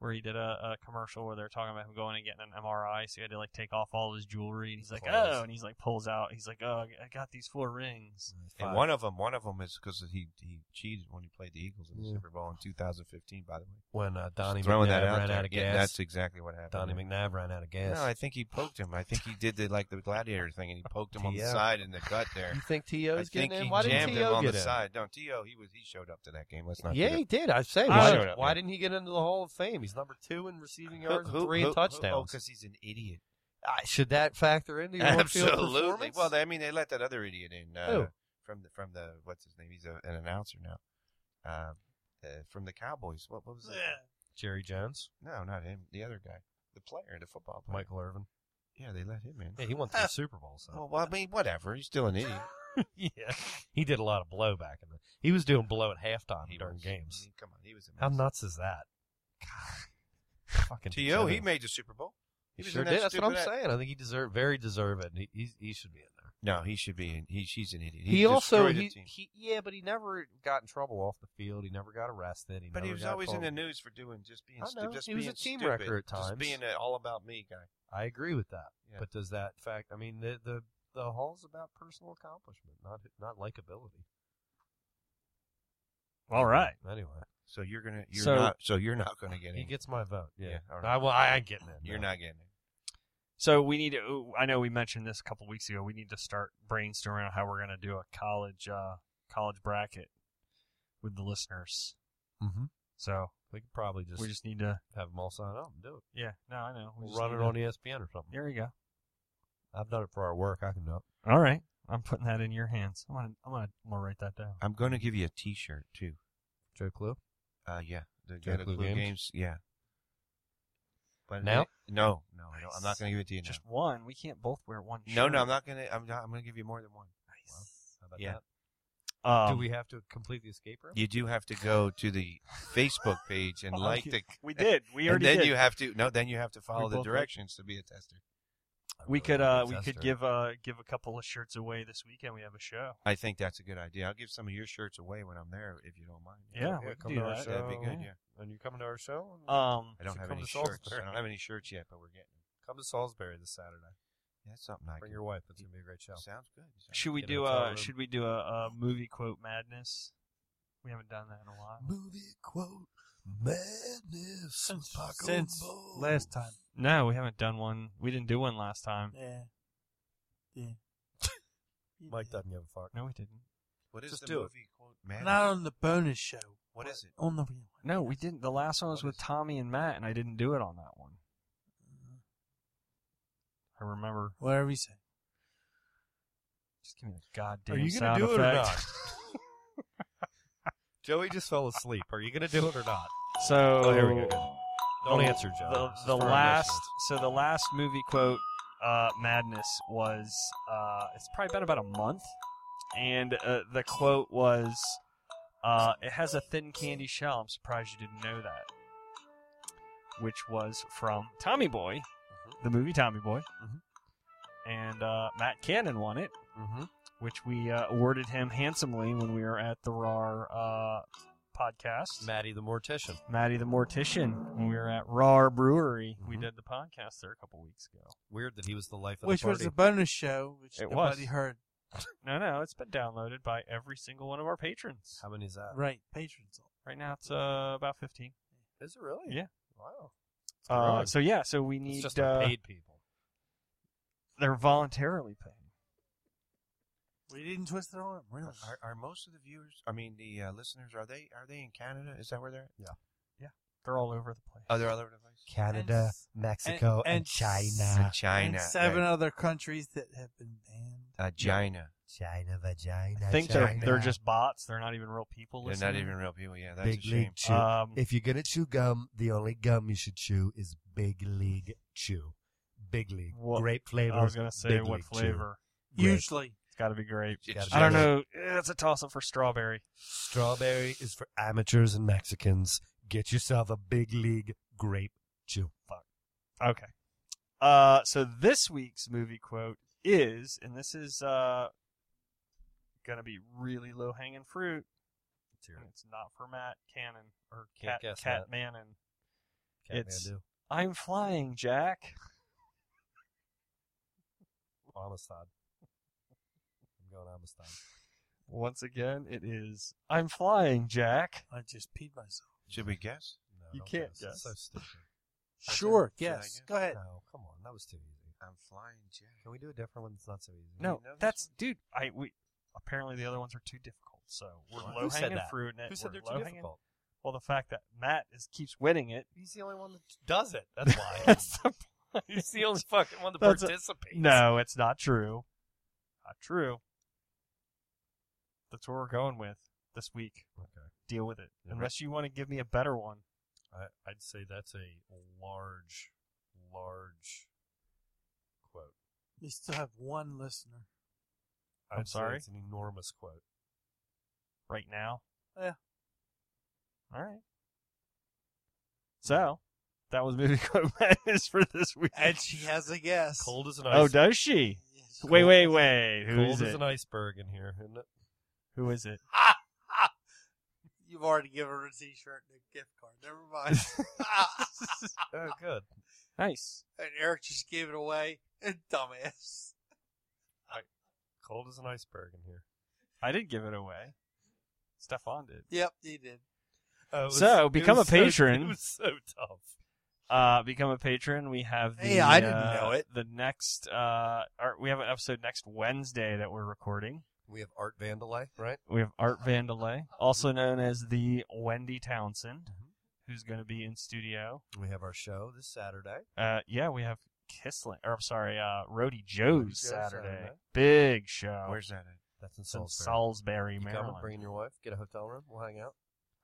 [SPEAKER 5] where he did a, a commercial where they're talking about him going and getting an MRI. So he had to like take off all his jewelry, and he's like,
[SPEAKER 6] Clothes.
[SPEAKER 5] oh, and he's like pulls out. He's like, oh, I got these four rings.
[SPEAKER 7] and one of them, one of them is because he he cheated when he played the Eagles in the
[SPEAKER 6] Yeah.
[SPEAKER 7] Super Bowl in 2015. By the way,
[SPEAKER 6] When uh,
[SPEAKER 7] Just
[SPEAKER 6] Donnie
[SPEAKER 7] throwing
[SPEAKER 6] McNabb
[SPEAKER 7] that out
[SPEAKER 6] ran
[SPEAKER 7] there.
[SPEAKER 6] out of
[SPEAKER 7] Yeah,
[SPEAKER 6] gas.
[SPEAKER 7] that's exactly what happened.
[SPEAKER 6] Donnie
[SPEAKER 7] there.
[SPEAKER 6] McNabb ran out of gas.
[SPEAKER 7] No, I think he poked him. I think he did the like the gladiator thing, and he poked him on the
[SPEAKER 6] Yeah.
[SPEAKER 7] side in the gut there.
[SPEAKER 6] you think
[SPEAKER 7] I
[SPEAKER 6] T.O.'s
[SPEAKER 7] think
[SPEAKER 6] getting
[SPEAKER 7] he
[SPEAKER 6] in? Why
[SPEAKER 7] jammed
[SPEAKER 6] didn't
[SPEAKER 7] him
[SPEAKER 6] T.O.
[SPEAKER 7] on
[SPEAKER 6] get
[SPEAKER 7] the
[SPEAKER 6] in?
[SPEAKER 7] side. No, T.O. He was he showed up to that game. Let's not.
[SPEAKER 6] Yeah,
[SPEAKER 7] forget.
[SPEAKER 6] he did. I say,
[SPEAKER 5] I
[SPEAKER 6] why,
[SPEAKER 5] showed
[SPEAKER 7] up,
[SPEAKER 6] why
[SPEAKER 7] yeah.
[SPEAKER 6] didn't he get into the Hall of Fame? He's number two in receiving
[SPEAKER 7] Who-
[SPEAKER 6] yards, and
[SPEAKER 7] who-
[SPEAKER 6] three
[SPEAKER 7] who-
[SPEAKER 6] in touchdowns.
[SPEAKER 7] because he's an idiot.
[SPEAKER 6] Uh, should that factor into your on-field
[SPEAKER 7] Absolutely.
[SPEAKER 6] performance?
[SPEAKER 7] Well, I mean, they let that other idiot in uh,
[SPEAKER 6] Who?
[SPEAKER 7] from the from the what's his name? He's a, an announcer now. Uh, uh, from the Cowboys. What, what was it?
[SPEAKER 6] Jerry Jones,
[SPEAKER 7] No, not him. The other guy, the player, the football player.
[SPEAKER 6] Michael Irvin.
[SPEAKER 7] Yeah, they let him in.
[SPEAKER 6] Yeah, he won three Super Bowls.
[SPEAKER 7] Well,
[SPEAKER 6] So.
[SPEAKER 7] well, I mean, whatever. He's still an idiot.
[SPEAKER 6] yeah, he did a lot of blow back in the. He was doing blow at halftime
[SPEAKER 7] He
[SPEAKER 6] during
[SPEAKER 7] was- I
[SPEAKER 6] games.
[SPEAKER 7] mean, come on, he was.
[SPEAKER 6] How
[SPEAKER 7] amazing.
[SPEAKER 6] nuts is that? God, fucking
[SPEAKER 7] To he
[SPEAKER 6] degenerate.
[SPEAKER 7] made the Super Bowl.
[SPEAKER 6] He
[SPEAKER 7] was
[SPEAKER 6] sure
[SPEAKER 7] in that
[SPEAKER 6] did. That's what I'm
[SPEAKER 7] stupid act.
[SPEAKER 6] saying. I think he deserved very deserved, and he he, he should be in there.
[SPEAKER 7] No, he should be. In, he, he's an idiot.
[SPEAKER 6] He, also
[SPEAKER 7] destroyed the
[SPEAKER 6] he,
[SPEAKER 7] team.
[SPEAKER 6] he yeah, but he never got in trouble off the field. He never got arrested. He
[SPEAKER 7] but
[SPEAKER 6] never
[SPEAKER 7] he was
[SPEAKER 6] got
[SPEAKER 7] always in
[SPEAKER 6] told-
[SPEAKER 7] the news for doing just being
[SPEAKER 6] I
[SPEAKER 7] stupid.
[SPEAKER 6] know.
[SPEAKER 7] Just
[SPEAKER 6] He was a
[SPEAKER 7] being
[SPEAKER 6] team
[SPEAKER 7] stupid,
[SPEAKER 6] wrecker at
[SPEAKER 7] Just
[SPEAKER 6] times.
[SPEAKER 7] being an all about me guy.
[SPEAKER 6] I agree with that.
[SPEAKER 7] Yeah.
[SPEAKER 6] But does that fact? I mean, the the the hall's about personal accomplishment, not not likability. Mm-hmm.
[SPEAKER 5] All right.
[SPEAKER 6] Anyway,
[SPEAKER 7] So you're gonna. You're
[SPEAKER 5] So-
[SPEAKER 7] not. So you're not gonna get
[SPEAKER 6] he
[SPEAKER 7] in.
[SPEAKER 6] gets my vote. Yeah.
[SPEAKER 7] Yeah, all right.
[SPEAKER 6] I, well, I ain't getting it.
[SPEAKER 7] You're
[SPEAKER 6] no.
[SPEAKER 7] not getting it.
[SPEAKER 5] So we need to. I know we mentioned this a couple weeks ago. We need to start brainstorming on how we're going to do a college uh, college bracket with the listeners.
[SPEAKER 6] Mhm.
[SPEAKER 5] So
[SPEAKER 6] We could probably just,
[SPEAKER 5] we just need to.
[SPEAKER 6] have them all sign up and do it.
[SPEAKER 5] Yeah. No, I know. We
[SPEAKER 6] We'll
[SPEAKER 5] just
[SPEAKER 6] run
[SPEAKER 5] need
[SPEAKER 6] it
[SPEAKER 5] to-
[SPEAKER 6] on e- ESPN or something.
[SPEAKER 5] There you go.
[SPEAKER 6] I've done it for our work. I can do it.
[SPEAKER 5] All right. I'm putting that in your hands. I'm gonna. I'm gonna. I'm gonna write that down.
[SPEAKER 7] I'm gonna give you a T-shirt too.
[SPEAKER 6] Joe Clue.
[SPEAKER 7] Uh, yeah. The
[SPEAKER 6] Joe
[SPEAKER 7] Get a
[SPEAKER 6] Clue
[SPEAKER 7] Clue
[SPEAKER 6] games?
[SPEAKER 7] games. Yeah. But
[SPEAKER 6] Now?
[SPEAKER 7] No, no, I don't- I'm not
[SPEAKER 5] Nice.
[SPEAKER 7] gonna give it to you. now.
[SPEAKER 5] Just one. We can't both wear one.
[SPEAKER 7] No, no, I'm not gonna. I'm not. I'm gonna give you more than one.
[SPEAKER 6] How about
[SPEAKER 7] Yeah.
[SPEAKER 6] that?
[SPEAKER 5] Um,
[SPEAKER 6] do we have to complete the escape room?
[SPEAKER 7] You do have to go to the Facebook page and
[SPEAKER 5] Oh,
[SPEAKER 7] like
[SPEAKER 5] you-
[SPEAKER 7] the.
[SPEAKER 5] We did. We
[SPEAKER 7] and
[SPEAKER 5] already
[SPEAKER 7] then
[SPEAKER 5] did.
[SPEAKER 7] you have to no. Then you have to follow the
[SPEAKER 5] both like-
[SPEAKER 7] directions to be a tester.
[SPEAKER 6] I
[SPEAKER 5] we
[SPEAKER 6] really
[SPEAKER 5] could.
[SPEAKER 6] like
[SPEAKER 5] Uh,
[SPEAKER 6] the
[SPEAKER 5] we could
[SPEAKER 6] tester.
[SPEAKER 5] give. Uh, give a couple of shirts away this weekend. We have a show.
[SPEAKER 7] I think that's a good idea. I'll give some of your shirts away when I'm there, if you don't mind.
[SPEAKER 5] Yeah, we
[SPEAKER 6] yeah,
[SPEAKER 5] can
[SPEAKER 6] come
[SPEAKER 5] do
[SPEAKER 6] to our
[SPEAKER 5] that.
[SPEAKER 6] show.
[SPEAKER 7] that'd be good. Yeah,
[SPEAKER 6] And you're coming to our show?
[SPEAKER 5] Um.
[SPEAKER 7] I don't
[SPEAKER 6] So
[SPEAKER 7] have
[SPEAKER 6] come
[SPEAKER 7] any
[SPEAKER 6] to Salisbury.
[SPEAKER 7] shirts. I don't have any shirts yet, but we're getting.
[SPEAKER 6] Come to Salisbury this Saturday.
[SPEAKER 7] Them. That's something I
[SPEAKER 6] Bring
[SPEAKER 7] can.
[SPEAKER 6] your wife. It's gonna be a great show.
[SPEAKER 7] Sounds good. Sounds
[SPEAKER 5] Should we
[SPEAKER 6] Get a
[SPEAKER 5] do
[SPEAKER 6] hotel
[SPEAKER 5] a?
[SPEAKER 7] uh,
[SPEAKER 6] room.
[SPEAKER 5] Should we do a, a movie quote madness? We haven't done that in a while.
[SPEAKER 6] Movie quote madness.
[SPEAKER 3] Since, since last time.
[SPEAKER 5] No, we haven't done one. We didn't do one last time.
[SPEAKER 3] Yeah. Yeah.
[SPEAKER 6] Mike doesn't give a fuck.
[SPEAKER 5] No, we didn't.
[SPEAKER 7] What is
[SPEAKER 6] Just
[SPEAKER 7] the
[SPEAKER 6] do it.
[SPEAKER 7] movie quote? Man,
[SPEAKER 3] Not on the bonus show.
[SPEAKER 7] What is it?
[SPEAKER 3] On the real one.
[SPEAKER 5] No, we didn't. The last one was
[SPEAKER 7] What
[SPEAKER 5] with
[SPEAKER 7] is it?
[SPEAKER 5] Tommy and Matt, and I didn't do it on that one. I remember.
[SPEAKER 3] Whatever you say.
[SPEAKER 5] Just give me the goddamn.
[SPEAKER 6] Are you gonna
[SPEAKER 5] sound
[SPEAKER 6] do it or
[SPEAKER 5] effect.
[SPEAKER 6] Joey just fell asleep. Are you gonna do it or not?
[SPEAKER 5] So
[SPEAKER 6] Oh, here we go. Don't
[SPEAKER 5] the-
[SPEAKER 6] answer, Joe.
[SPEAKER 5] the
[SPEAKER 6] This is
[SPEAKER 5] the
[SPEAKER 6] for our
[SPEAKER 5] last
[SPEAKER 6] listeners.
[SPEAKER 5] so the last movie quote uh, madness was uh, it's probably been about a month, and uh, the quote was uh, it has a thin candy shell. I'm surprised you didn't know that, which was from Tommy Boy,
[SPEAKER 6] Mm-hmm.
[SPEAKER 5] the movie Tommy Boy, and uh, Matt Cannon won it,
[SPEAKER 6] Mm-hmm.
[SPEAKER 5] which we uh, awarded him handsomely when we were at the RAR uh, podcast.
[SPEAKER 6] Maddie the mortician.
[SPEAKER 5] Maddie the Mortician when we were at RAR Brewery. We
[SPEAKER 6] Mhm.
[SPEAKER 7] Mm-hmm.
[SPEAKER 5] did the podcast there a couple weeks ago.
[SPEAKER 6] Weird that he was the life of
[SPEAKER 3] Which
[SPEAKER 6] the party.
[SPEAKER 3] was the bonus show, which
[SPEAKER 5] It
[SPEAKER 3] nobody
[SPEAKER 5] was.
[SPEAKER 3] heard.
[SPEAKER 5] No, no, it's been downloaded by every single one of our patrons.
[SPEAKER 6] How many is that?
[SPEAKER 3] Right, patrons.
[SPEAKER 5] Right now it's uh, about 15.
[SPEAKER 6] Is it really?
[SPEAKER 5] Yeah.
[SPEAKER 6] Wow.
[SPEAKER 5] Uh,
[SPEAKER 6] Really?
[SPEAKER 5] so, yeah, so we
[SPEAKER 6] it's
[SPEAKER 5] need.
[SPEAKER 6] just
[SPEAKER 5] uh,
[SPEAKER 6] paid people.
[SPEAKER 5] They're voluntarily paying.
[SPEAKER 3] We didn't twist their arm, really.
[SPEAKER 7] Are, are most of the viewers? I mean, the uh, listeners are they are they in Canada? Is that where they're? At?
[SPEAKER 5] They're all over the place.
[SPEAKER 7] Oh, they're all over the place.
[SPEAKER 3] Canada,
[SPEAKER 12] Canada, Mexico, and,
[SPEAKER 3] and
[SPEAKER 12] China.
[SPEAKER 3] China.
[SPEAKER 7] Uh,
[SPEAKER 6] uh,
[SPEAKER 7] China,
[SPEAKER 3] And seven
[SPEAKER 7] right.
[SPEAKER 3] other countries that have been banned.
[SPEAKER 7] Uh, China.
[SPEAKER 12] China vagina.
[SPEAKER 5] I think they're
[SPEAKER 12] China.
[SPEAKER 5] they're just bots. They're not even real people.
[SPEAKER 7] They're
[SPEAKER 5] Listening.
[SPEAKER 7] not even real people. Yeah, that's
[SPEAKER 12] big
[SPEAKER 7] a
[SPEAKER 12] league
[SPEAKER 7] shame.
[SPEAKER 12] chew.
[SPEAKER 5] Um,
[SPEAKER 12] if you're gonna chew gum, the only gum you should chew is big league chew. Big league,
[SPEAKER 5] What-
[SPEAKER 12] grape flavor.
[SPEAKER 5] I was gonna say
[SPEAKER 12] Big
[SPEAKER 5] what
[SPEAKER 12] League Chew.
[SPEAKER 5] flavor.
[SPEAKER 12] Grape.
[SPEAKER 3] Usually,
[SPEAKER 5] It's got to be grape.
[SPEAKER 7] It's
[SPEAKER 12] gotta
[SPEAKER 7] just-
[SPEAKER 5] I don't know. Eh, That's a toss up for strawberry.
[SPEAKER 12] Strawberry is for amateurs and Mexicans. Get yourself a big league grape chew.
[SPEAKER 5] Okay. Uh, so this week's movie quote is, and this is uh, gonna be really low hanging fruit. and It's not for Matt Cannon or
[SPEAKER 6] Can't
[SPEAKER 5] Cat
[SPEAKER 6] guess
[SPEAKER 5] Cat
[SPEAKER 6] that.
[SPEAKER 5] Mannon. It's- I'm flying, Jack.
[SPEAKER 12] Amistad. I'm going Amistad.
[SPEAKER 5] Once again, it is I'm flying, Jack.
[SPEAKER 3] I just peed myself.
[SPEAKER 7] Should we guess?
[SPEAKER 12] No,
[SPEAKER 5] You
[SPEAKER 12] don't
[SPEAKER 5] can't
[SPEAKER 12] guess. It's so
[SPEAKER 5] guess.
[SPEAKER 12] stupid.
[SPEAKER 3] Sure,
[SPEAKER 7] Should I
[SPEAKER 3] yes.
[SPEAKER 7] guess?
[SPEAKER 3] Go ahead.
[SPEAKER 12] No, come on, that was too easy.
[SPEAKER 7] I'm flying, Jack.
[SPEAKER 12] Can we do a different one that's not so easy?
[SPEAKER 5] No,
[SPEAKER 7] know this
[SPEAKER 5] that's
[SPEAKER 7] one?
[SPEAKER 5] dude. I we apparently the other ones are too difficult, so we're
[SPEAKER 12] Who
[SPEAKER 5] low
[SPEAKER 12] said
[SPEAKER 5] hanging
[SPEAKER 12] that?
[SPEAKER 5] fruit. And
[SPEAKER 12] Who
[SPEAKER 5] it-
[SPEAKER 12] said
[SPEAKER 5] we're
[SPEAKER 12] they're
[SPEAKER 5] low
[SPEAKER 12] too
[SPEAKER 5] hanging-
[SPEAKER 12] difficult?
[SPEAKER 5] Well, the fact that Matt is keeps winning it.
[SPEAKER 12] He's the only one that does it. That's why.
[SPEAKER 5] That's the point.
[SPEAKER 6] He's the only fucking one that
[SPEAKER 5] That's a-
[SPEAKER 6] participates.
[SPEAKER 5] No, it's not true. Not true. That's what we're going with this week.
[SPEAKER 12] Okay.
[SPEAKER 5] Deal with it.
[SPEAKER 6] Yeah, right.
[SPEAKER 5] Unless you want to give me a better one.
[SPEAKER 6] I, I'd say that's a large, large quote.
[SPEAKER 3] We still have one listener.
[SPEAKER 5] I'm
[SPEAKER 6] I'd say
[SPEAKER 5] sorry?
[SPEAKER 6] It's an enormous quote.
[SPEAKER 5] right now.
[SPEAKER 3] Yeah.
[SPEAKER 5] All right. So that was movie quote madness for this week.
[SPEAKER 3] And she has a guess.
[SPEAKER 6] Cold as an
[SPEAKER 5] oh,
[SPEAKER 6] iceberg.
[SPEAKER 5] does she?
[SPEAKER 3] Yes.
[SPEAKER 5] Wait, wait, wait. Who
[SPEAKER 6] Cold
[SPEAKER 5] is
[SPEAKER 6] as
[SPEAKER 5] it?
[SPEAKER 6] an iceberg in here, isn't it?
[SPEAKER 5] Who is it?
[SPEAKER 3] You've already given her a T-shirt and a gift card. Never mind.
[SPEAKER 7] Ah,
[SPEAKER 6] Oh, good.
[SPEAKER 5] Nice.
[SPEAKER 3] and Eric just gave it away. Dumbass.
[SPEAKER 6] Cold as an iceberg in here.
[SPEAKER 5] I did give it away. Stefan did.
[SPEAKER 3] Yep, he did.
[SPEAKER 6] Oh, it was-
[SPEAKER 5] So,
[SPEAKER 6] it
[SPEAKER 5] become
[SPEAKER 6] was
[SPEAKER 5] a
[SPEAKER 6] so-
[SPEAKER 5] patron.
[SPEAKER 6] it was so tough.
[SPEAKER 5] Uh, become a patron. We have the
[SPEAKER 3] Hey, I didn't
[SPEAKER 5] uh,
[SPEAKER 3] know it.
[SPEAKER 5] The next uh, our, we have an episode next Wednesday that we're recording.
[SPEAKER 6] We have Art Vandalay, right?
[SPEAKER 5] We have Art Vandalay, also known as the Wendy Townsend,
[SPEAKER 3] Mm-hmm.
[SPEAKER 5] who's going to be in studio.
[SPEAKER 6] We have our show this Saturday.
[SPEAKER 5] Uh, yeah, we have Kissling, or I'm sorry, uh, Rody Joe's
[SPEAKER 6] Joe's
[SPEAKER 5] Saturday.
[SPEAKER 6] Saturday.
[SPEAKER 5] Big show.
[SPEAKER 7] Where's that at?
[SPEAKER 6] That's in
[SPEAKER 5] It's in
[SPEAKER 6] Salisbury.
[SPEAKER 5] Salisbury,
[SPEAKER 6] You
[SPEAKER 5] Maryland.
[SPEAKER 6] come, bring your wife, get a hotel room, we'll hang out.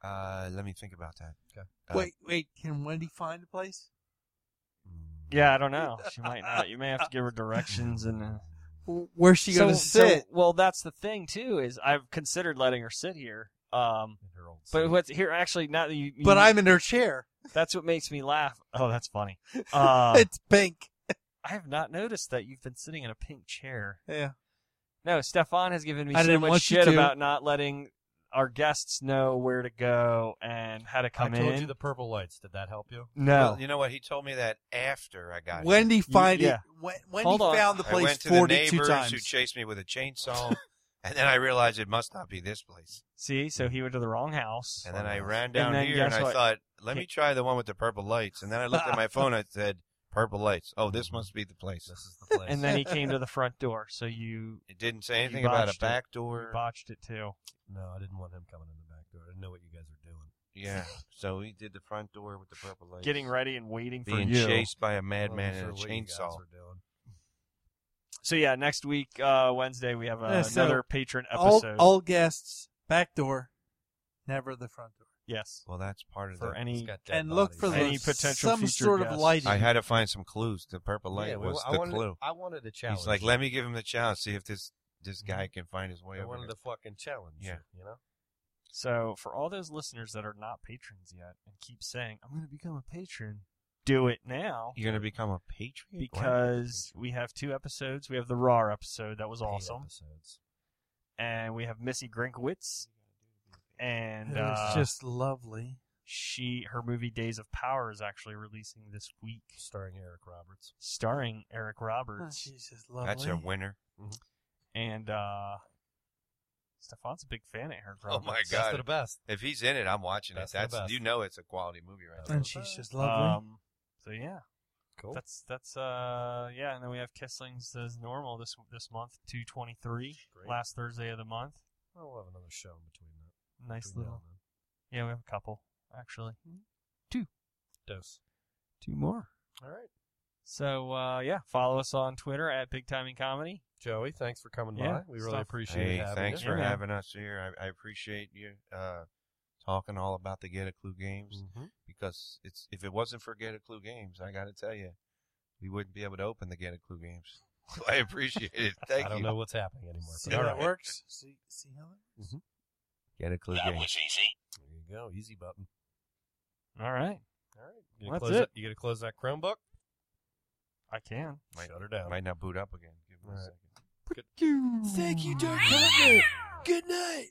[SPEAKER 7] Uh, let me think about that. Uh,
[SPEAKER 3] wait, wait. Can Wendy find a place?
[SPEAKER 7] Mm.
[SPEAKER 5] yeah, I don't know. She might not. You may have to give her directions and. Uh,
[SPEAKER 3] W- Where's she
[SPEAKER 5] so-
[SPEAKER 3] going to
[SPEAKER 5] so-
[SPEAKER 3] sit?
[SPEAKER 5] well, that's the thing too. Is I've considered letting her sit here. Um,
[SPEAKER 6] In her old
[SPEAKER 5] but
[SPEAKER 6] seat.
[SPEAKER 5] what's here actually? Not that you.
[SPEAKER 3] but
[SPEAKER 5] you-
[SPEAKER 3] I'm in her chair.
[SPEAKER 5] That's what makes me laugh. Oh, that's funny. Uh,
[SPEAKER 3] it's pink.
[SPEAKER 5] I have not noticed that you've been sitting in a pink chair.
[SPEAKER 3] Yeah.
[SPEAKER 5] No, Stefan has given me
[SPEAKER 3] I
[SPEAKER 5] so
[SPEAKER 3] didn't
[SPEAKER 5] much
[SPEAKER 3] want you
[SPEAKER 5] shit
[SPEAKER 3] to.
[SPEAKER 5] about not letting our guests know where to go and how to come
[SPEAKER 6] I told
[SPEAKER 5] in.
[SPEAKER 6] you the purple lights. Did that help you?
[SPEAKER 5] no.
[SPEAKER 7] Well, you know what? He told me that after I got here.
[SPEAKER 3] Wendy find
[SPEAKER 5] yeah.
[SPEAKER 3] it. Wen- Wendy
[SPEAKER 5] Hold on.
[SPEAKER 3] found the
[SPEAKER 7] I
[SPEAKER 3] place
[SPEAKER 7] went to the
[SPEAKER 3] 42
[SPEAKER 7] neighbors
[SPEAKER 3] times.
[SPEAKER 7] who chased me with a chainsaw, and then I realized it must not be this place.
[SPEAKER 5] See, so he went to the wrong house.
[SPEAKER 7] And then I ran down
[SPEAKER 5] then
[SPEAKER 7] here and
[SPEAKER 5] guess
[SPEAKER 7] I
[SPEAKER 5] what?
[SPEAKER 7] thought, let me try the one with the purple lights. And then I looked at my phone. I said, purple lights. Oh, this must be the place.
[SPEAKER 6] This is the place.
[SPEAKER 5] And then he came to the front door, so you
[SPEAKER 7] It didn't say
[SPEAKER 5] You
[SPEAKER 7] anything about a
[SPEAKER 5] botched it.
[SPEAKER 7] back
[SPEAKER 5] you
[SPEAKER 7] door.
[SPEAKER 5] botched it too.
[SPEAKER 6] no, I didn't want him coming in the back door. I didn't know what you guys were doing.
[SPEAKER 7] Yeah. So we did the front door with the purple lights.
[SPEAKER 5] Getting ready and waiting for
[SPEAKER 7] Being
[SPEAKER 5] you.
[SPEAKER 7] chased by a
[SPEAKER 6] I wasn't
[SPEAKER 7] madman
[SPEAKER 6] sure
[SPEAKER 7] and a
[SPEAKER 6] what you guys
[SPEAKER 7] chainsaw.
[SPEAKER 6] were doing.
[SPEAKER 5] So yeah, next week, uh, Wednesday, we have uh,
[SPEAKER 3] Yeah, so
[SPEAKER 5] another patron
[SPEAKER 3] all,
[SPEAKER 5] episode.
[SPEAKER 3] all guests, back door, never the front door.
[SPEAKER 5] yes.
[SPEAKER 7] Well, that's part of
[SPEAKER 5] For
[SPEAKER 7] the.
[SPEAKER 6] It's
[SPEAKER 5] any
[SPEAKER 6] got dead
[SPEAKER 3] And look for
[SPEAKER 6] bodies.
[SPEAKER 5] Any
[SPEAKER 3] the,
[SPEAKER 5] potential
[SPEAKER 3] some
[SPEAKER 5] future
[SPEAKER 3] sort of
[SPEAKER 5] guests.
[SPEAKER 3] lighting.
[SPEAKER 7] I had to find some clues. The purple light
[SPEAKER 6] Yeah, well,
[SPEAKER 7] was
[SPEAKER 6] I
[SPEAKER 7] the
[SPEAKER 6] wanted,
[SPEAKER 7] clue.
[SPEAKER 6] I wanted a challenge.
[SPEAKER 7] He's like, let me give him the challenge. See if this this
[SPEAKER 5] Mm-hmm.
[SPEAKER 7] guy can find his way
[SPEAKER 6] I
[SPEAKER 7] over.
[SPEAKER 6] wanted
[SPEAKER 7] here."
[SPEAKER 6] to fucking challenge.
[SPEAKER 7] Yeah.
[SPEAKER 6] you, you know.
[SPEAKER 5] So for all those listeners that are not patrons yet and keep saying, "I'm going to become a patron," do it now.
[SPEAKER 7] You're gonna become a patriot Why?
[SPEAKER 5] because we have two episodes. We have the Raw episode that was
[SPEAKER 6] Eight
[SPEAKER 5] awesome,
[SPEAKER 6] episodes.
[SPEAKER 5] and we have Missy Grinkwitz, and
[SPEAKER 3] it
[SPEAKER 5] uh,
[SPEAKER 3] was just lovely.
[SPEAKER 5] she her movie Days of Power is actually releasing this week,
[SPEAKER 6] starring Eric Roberts.
[SPEAKER 5] starring Eric
[SPEAKER 3] Oh,
[SPEAKER 5] Roberts,
[SPEAKER 3] she's just lovely.
[SPEAKER 7] that's a winner.
[SPEAKER 5] and uh, Stefan's a big fan of Eric
[SPEAKER 7] Oh
[SPEAKER 5] Roberts.
[SPEAKER 7] my
[SPEAKER 6] Best of the
[SPEAKER 7] god!
[SPEAKER 6] best.
[SPEAKER 7] If he's in it, I'm watching
[SPEAKER 6] Best
[SPEAKER 7] it.
[SPEAKER 6] of the
[SPEAKER 7] That's
[SPEAKER 6] best.
[SPEAKER 7] you know it's a quality movie right now.
[SPEAKER 3] and she's just lovely.
[SPEAKER 5] Um, so yeah,
[SPEAKER 6] Cool.
[SPEAKER 5] that's that's uh yeah, and then we have Kissling's as normal this this month, two twenty three,
[SPEAKER 6] Great.
[SPEAKER 5] last Thursday of the month.
[SPEAKER 6] Well, we'll have another show in between that.
[SPEAKER 5] Nice
[SPEAKER 6] between now
[SPEAKER 5] little, yeah, we have a couple actually,
[SPEAKER 6] and then. Dose.
[SPEAKER 5] Mm-hmm. two more.
[SPEAKER 6] All right.
[SPEAKER 5] So uh, yeah, follow us on Twitter at Big Timing Comedy.
[SPEAKER 6] Joey, thanks for coming
[SPEAKER 5] Yeah,
[SPEAKER 6] by. We really
[SPEAKER 5] stuff.
[SPEAKER 6] appreciate
[SPEAKER 7] Hey,
[SPEAKER 6] having
[SPEAKER 7] thanks
[SPEAKER 6] you.
[SPEAKER 7] for
[SPEAKER 5] Yeah, man.
[SPEAKER 7] having us here. I, I appreciate you uh, talking all about the Get a Clue games
[SPEAKER 5] Mm-hmm.
[SPEAKER 6] Mhm.
[SPEAKER 7] because it's if it wasn't for Get a Clue games, I got to tell you, we wouldn't be able to open the Get a Clue games. So I appreciate it. Thank
[SPEAKER 6] I don't
[SPEAKER 7] you.
[SPEAKER 6] know what's happening anymore.
[SPEAKER 3] See
[SPEAKER 6] But
[SPEAKER 3] how
[SPEAKER 6] all
[SPEAKER 3] that
[SPEAKER 6] right.
[SPEAKER 3] works. See, see how that works.
[SPEAKER 7] Get a Clue
[SPEAKER 4] That
[SPEAKER 7] games.
[SPEAKER 4] was easy.
[SPEAKER 6] There you go. Easy button.
[SPEAKER 5] All right,
[SPEAKER 6] All right. You gonna
[SPEAKER 5] Well, that's
[SPEAKER 6] close
[SPEAKER 5] it.
[SPEAKER 6] That, you gonna close that Chromebook?
[SPEAKER 5] I can.
[SPEAKER 7] Might-
[SPEAKER 6] Shut her down.
[SPEAKER 7] Might not boot up again. Give me a
[SPEAKER 6] All right.
[SPEAKER 7] second.
[SPEAKER 6] Thank you, Dark Hunter. Good night.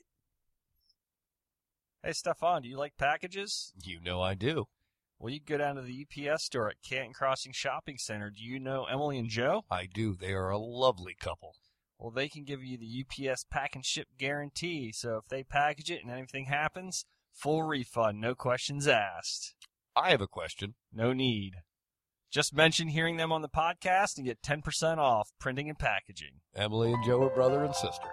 [SPEAKER 5] Hey, Stefan, do you like packages?
[SPEAKER 6] You know I do.
[SPEAKER 5] Well, you can go down to the UPS store at Canton Crossing Shopping Center. Do you know Emily and Joe?
[SPEAKER 6] I do. They are a lovely couple.
[SPEAKER 5] Well, they can give you the UPS pack and ship guarantee. So if they package it and anything happens, full refund, no questions asked.
[SPEAKER 6] I have a question.
[SPEAKER 5] No need. Just mention hearing them on the podcast and get 10% off printing and packaging.
[SPEAKER 6] Emily and Joe are brother and sister.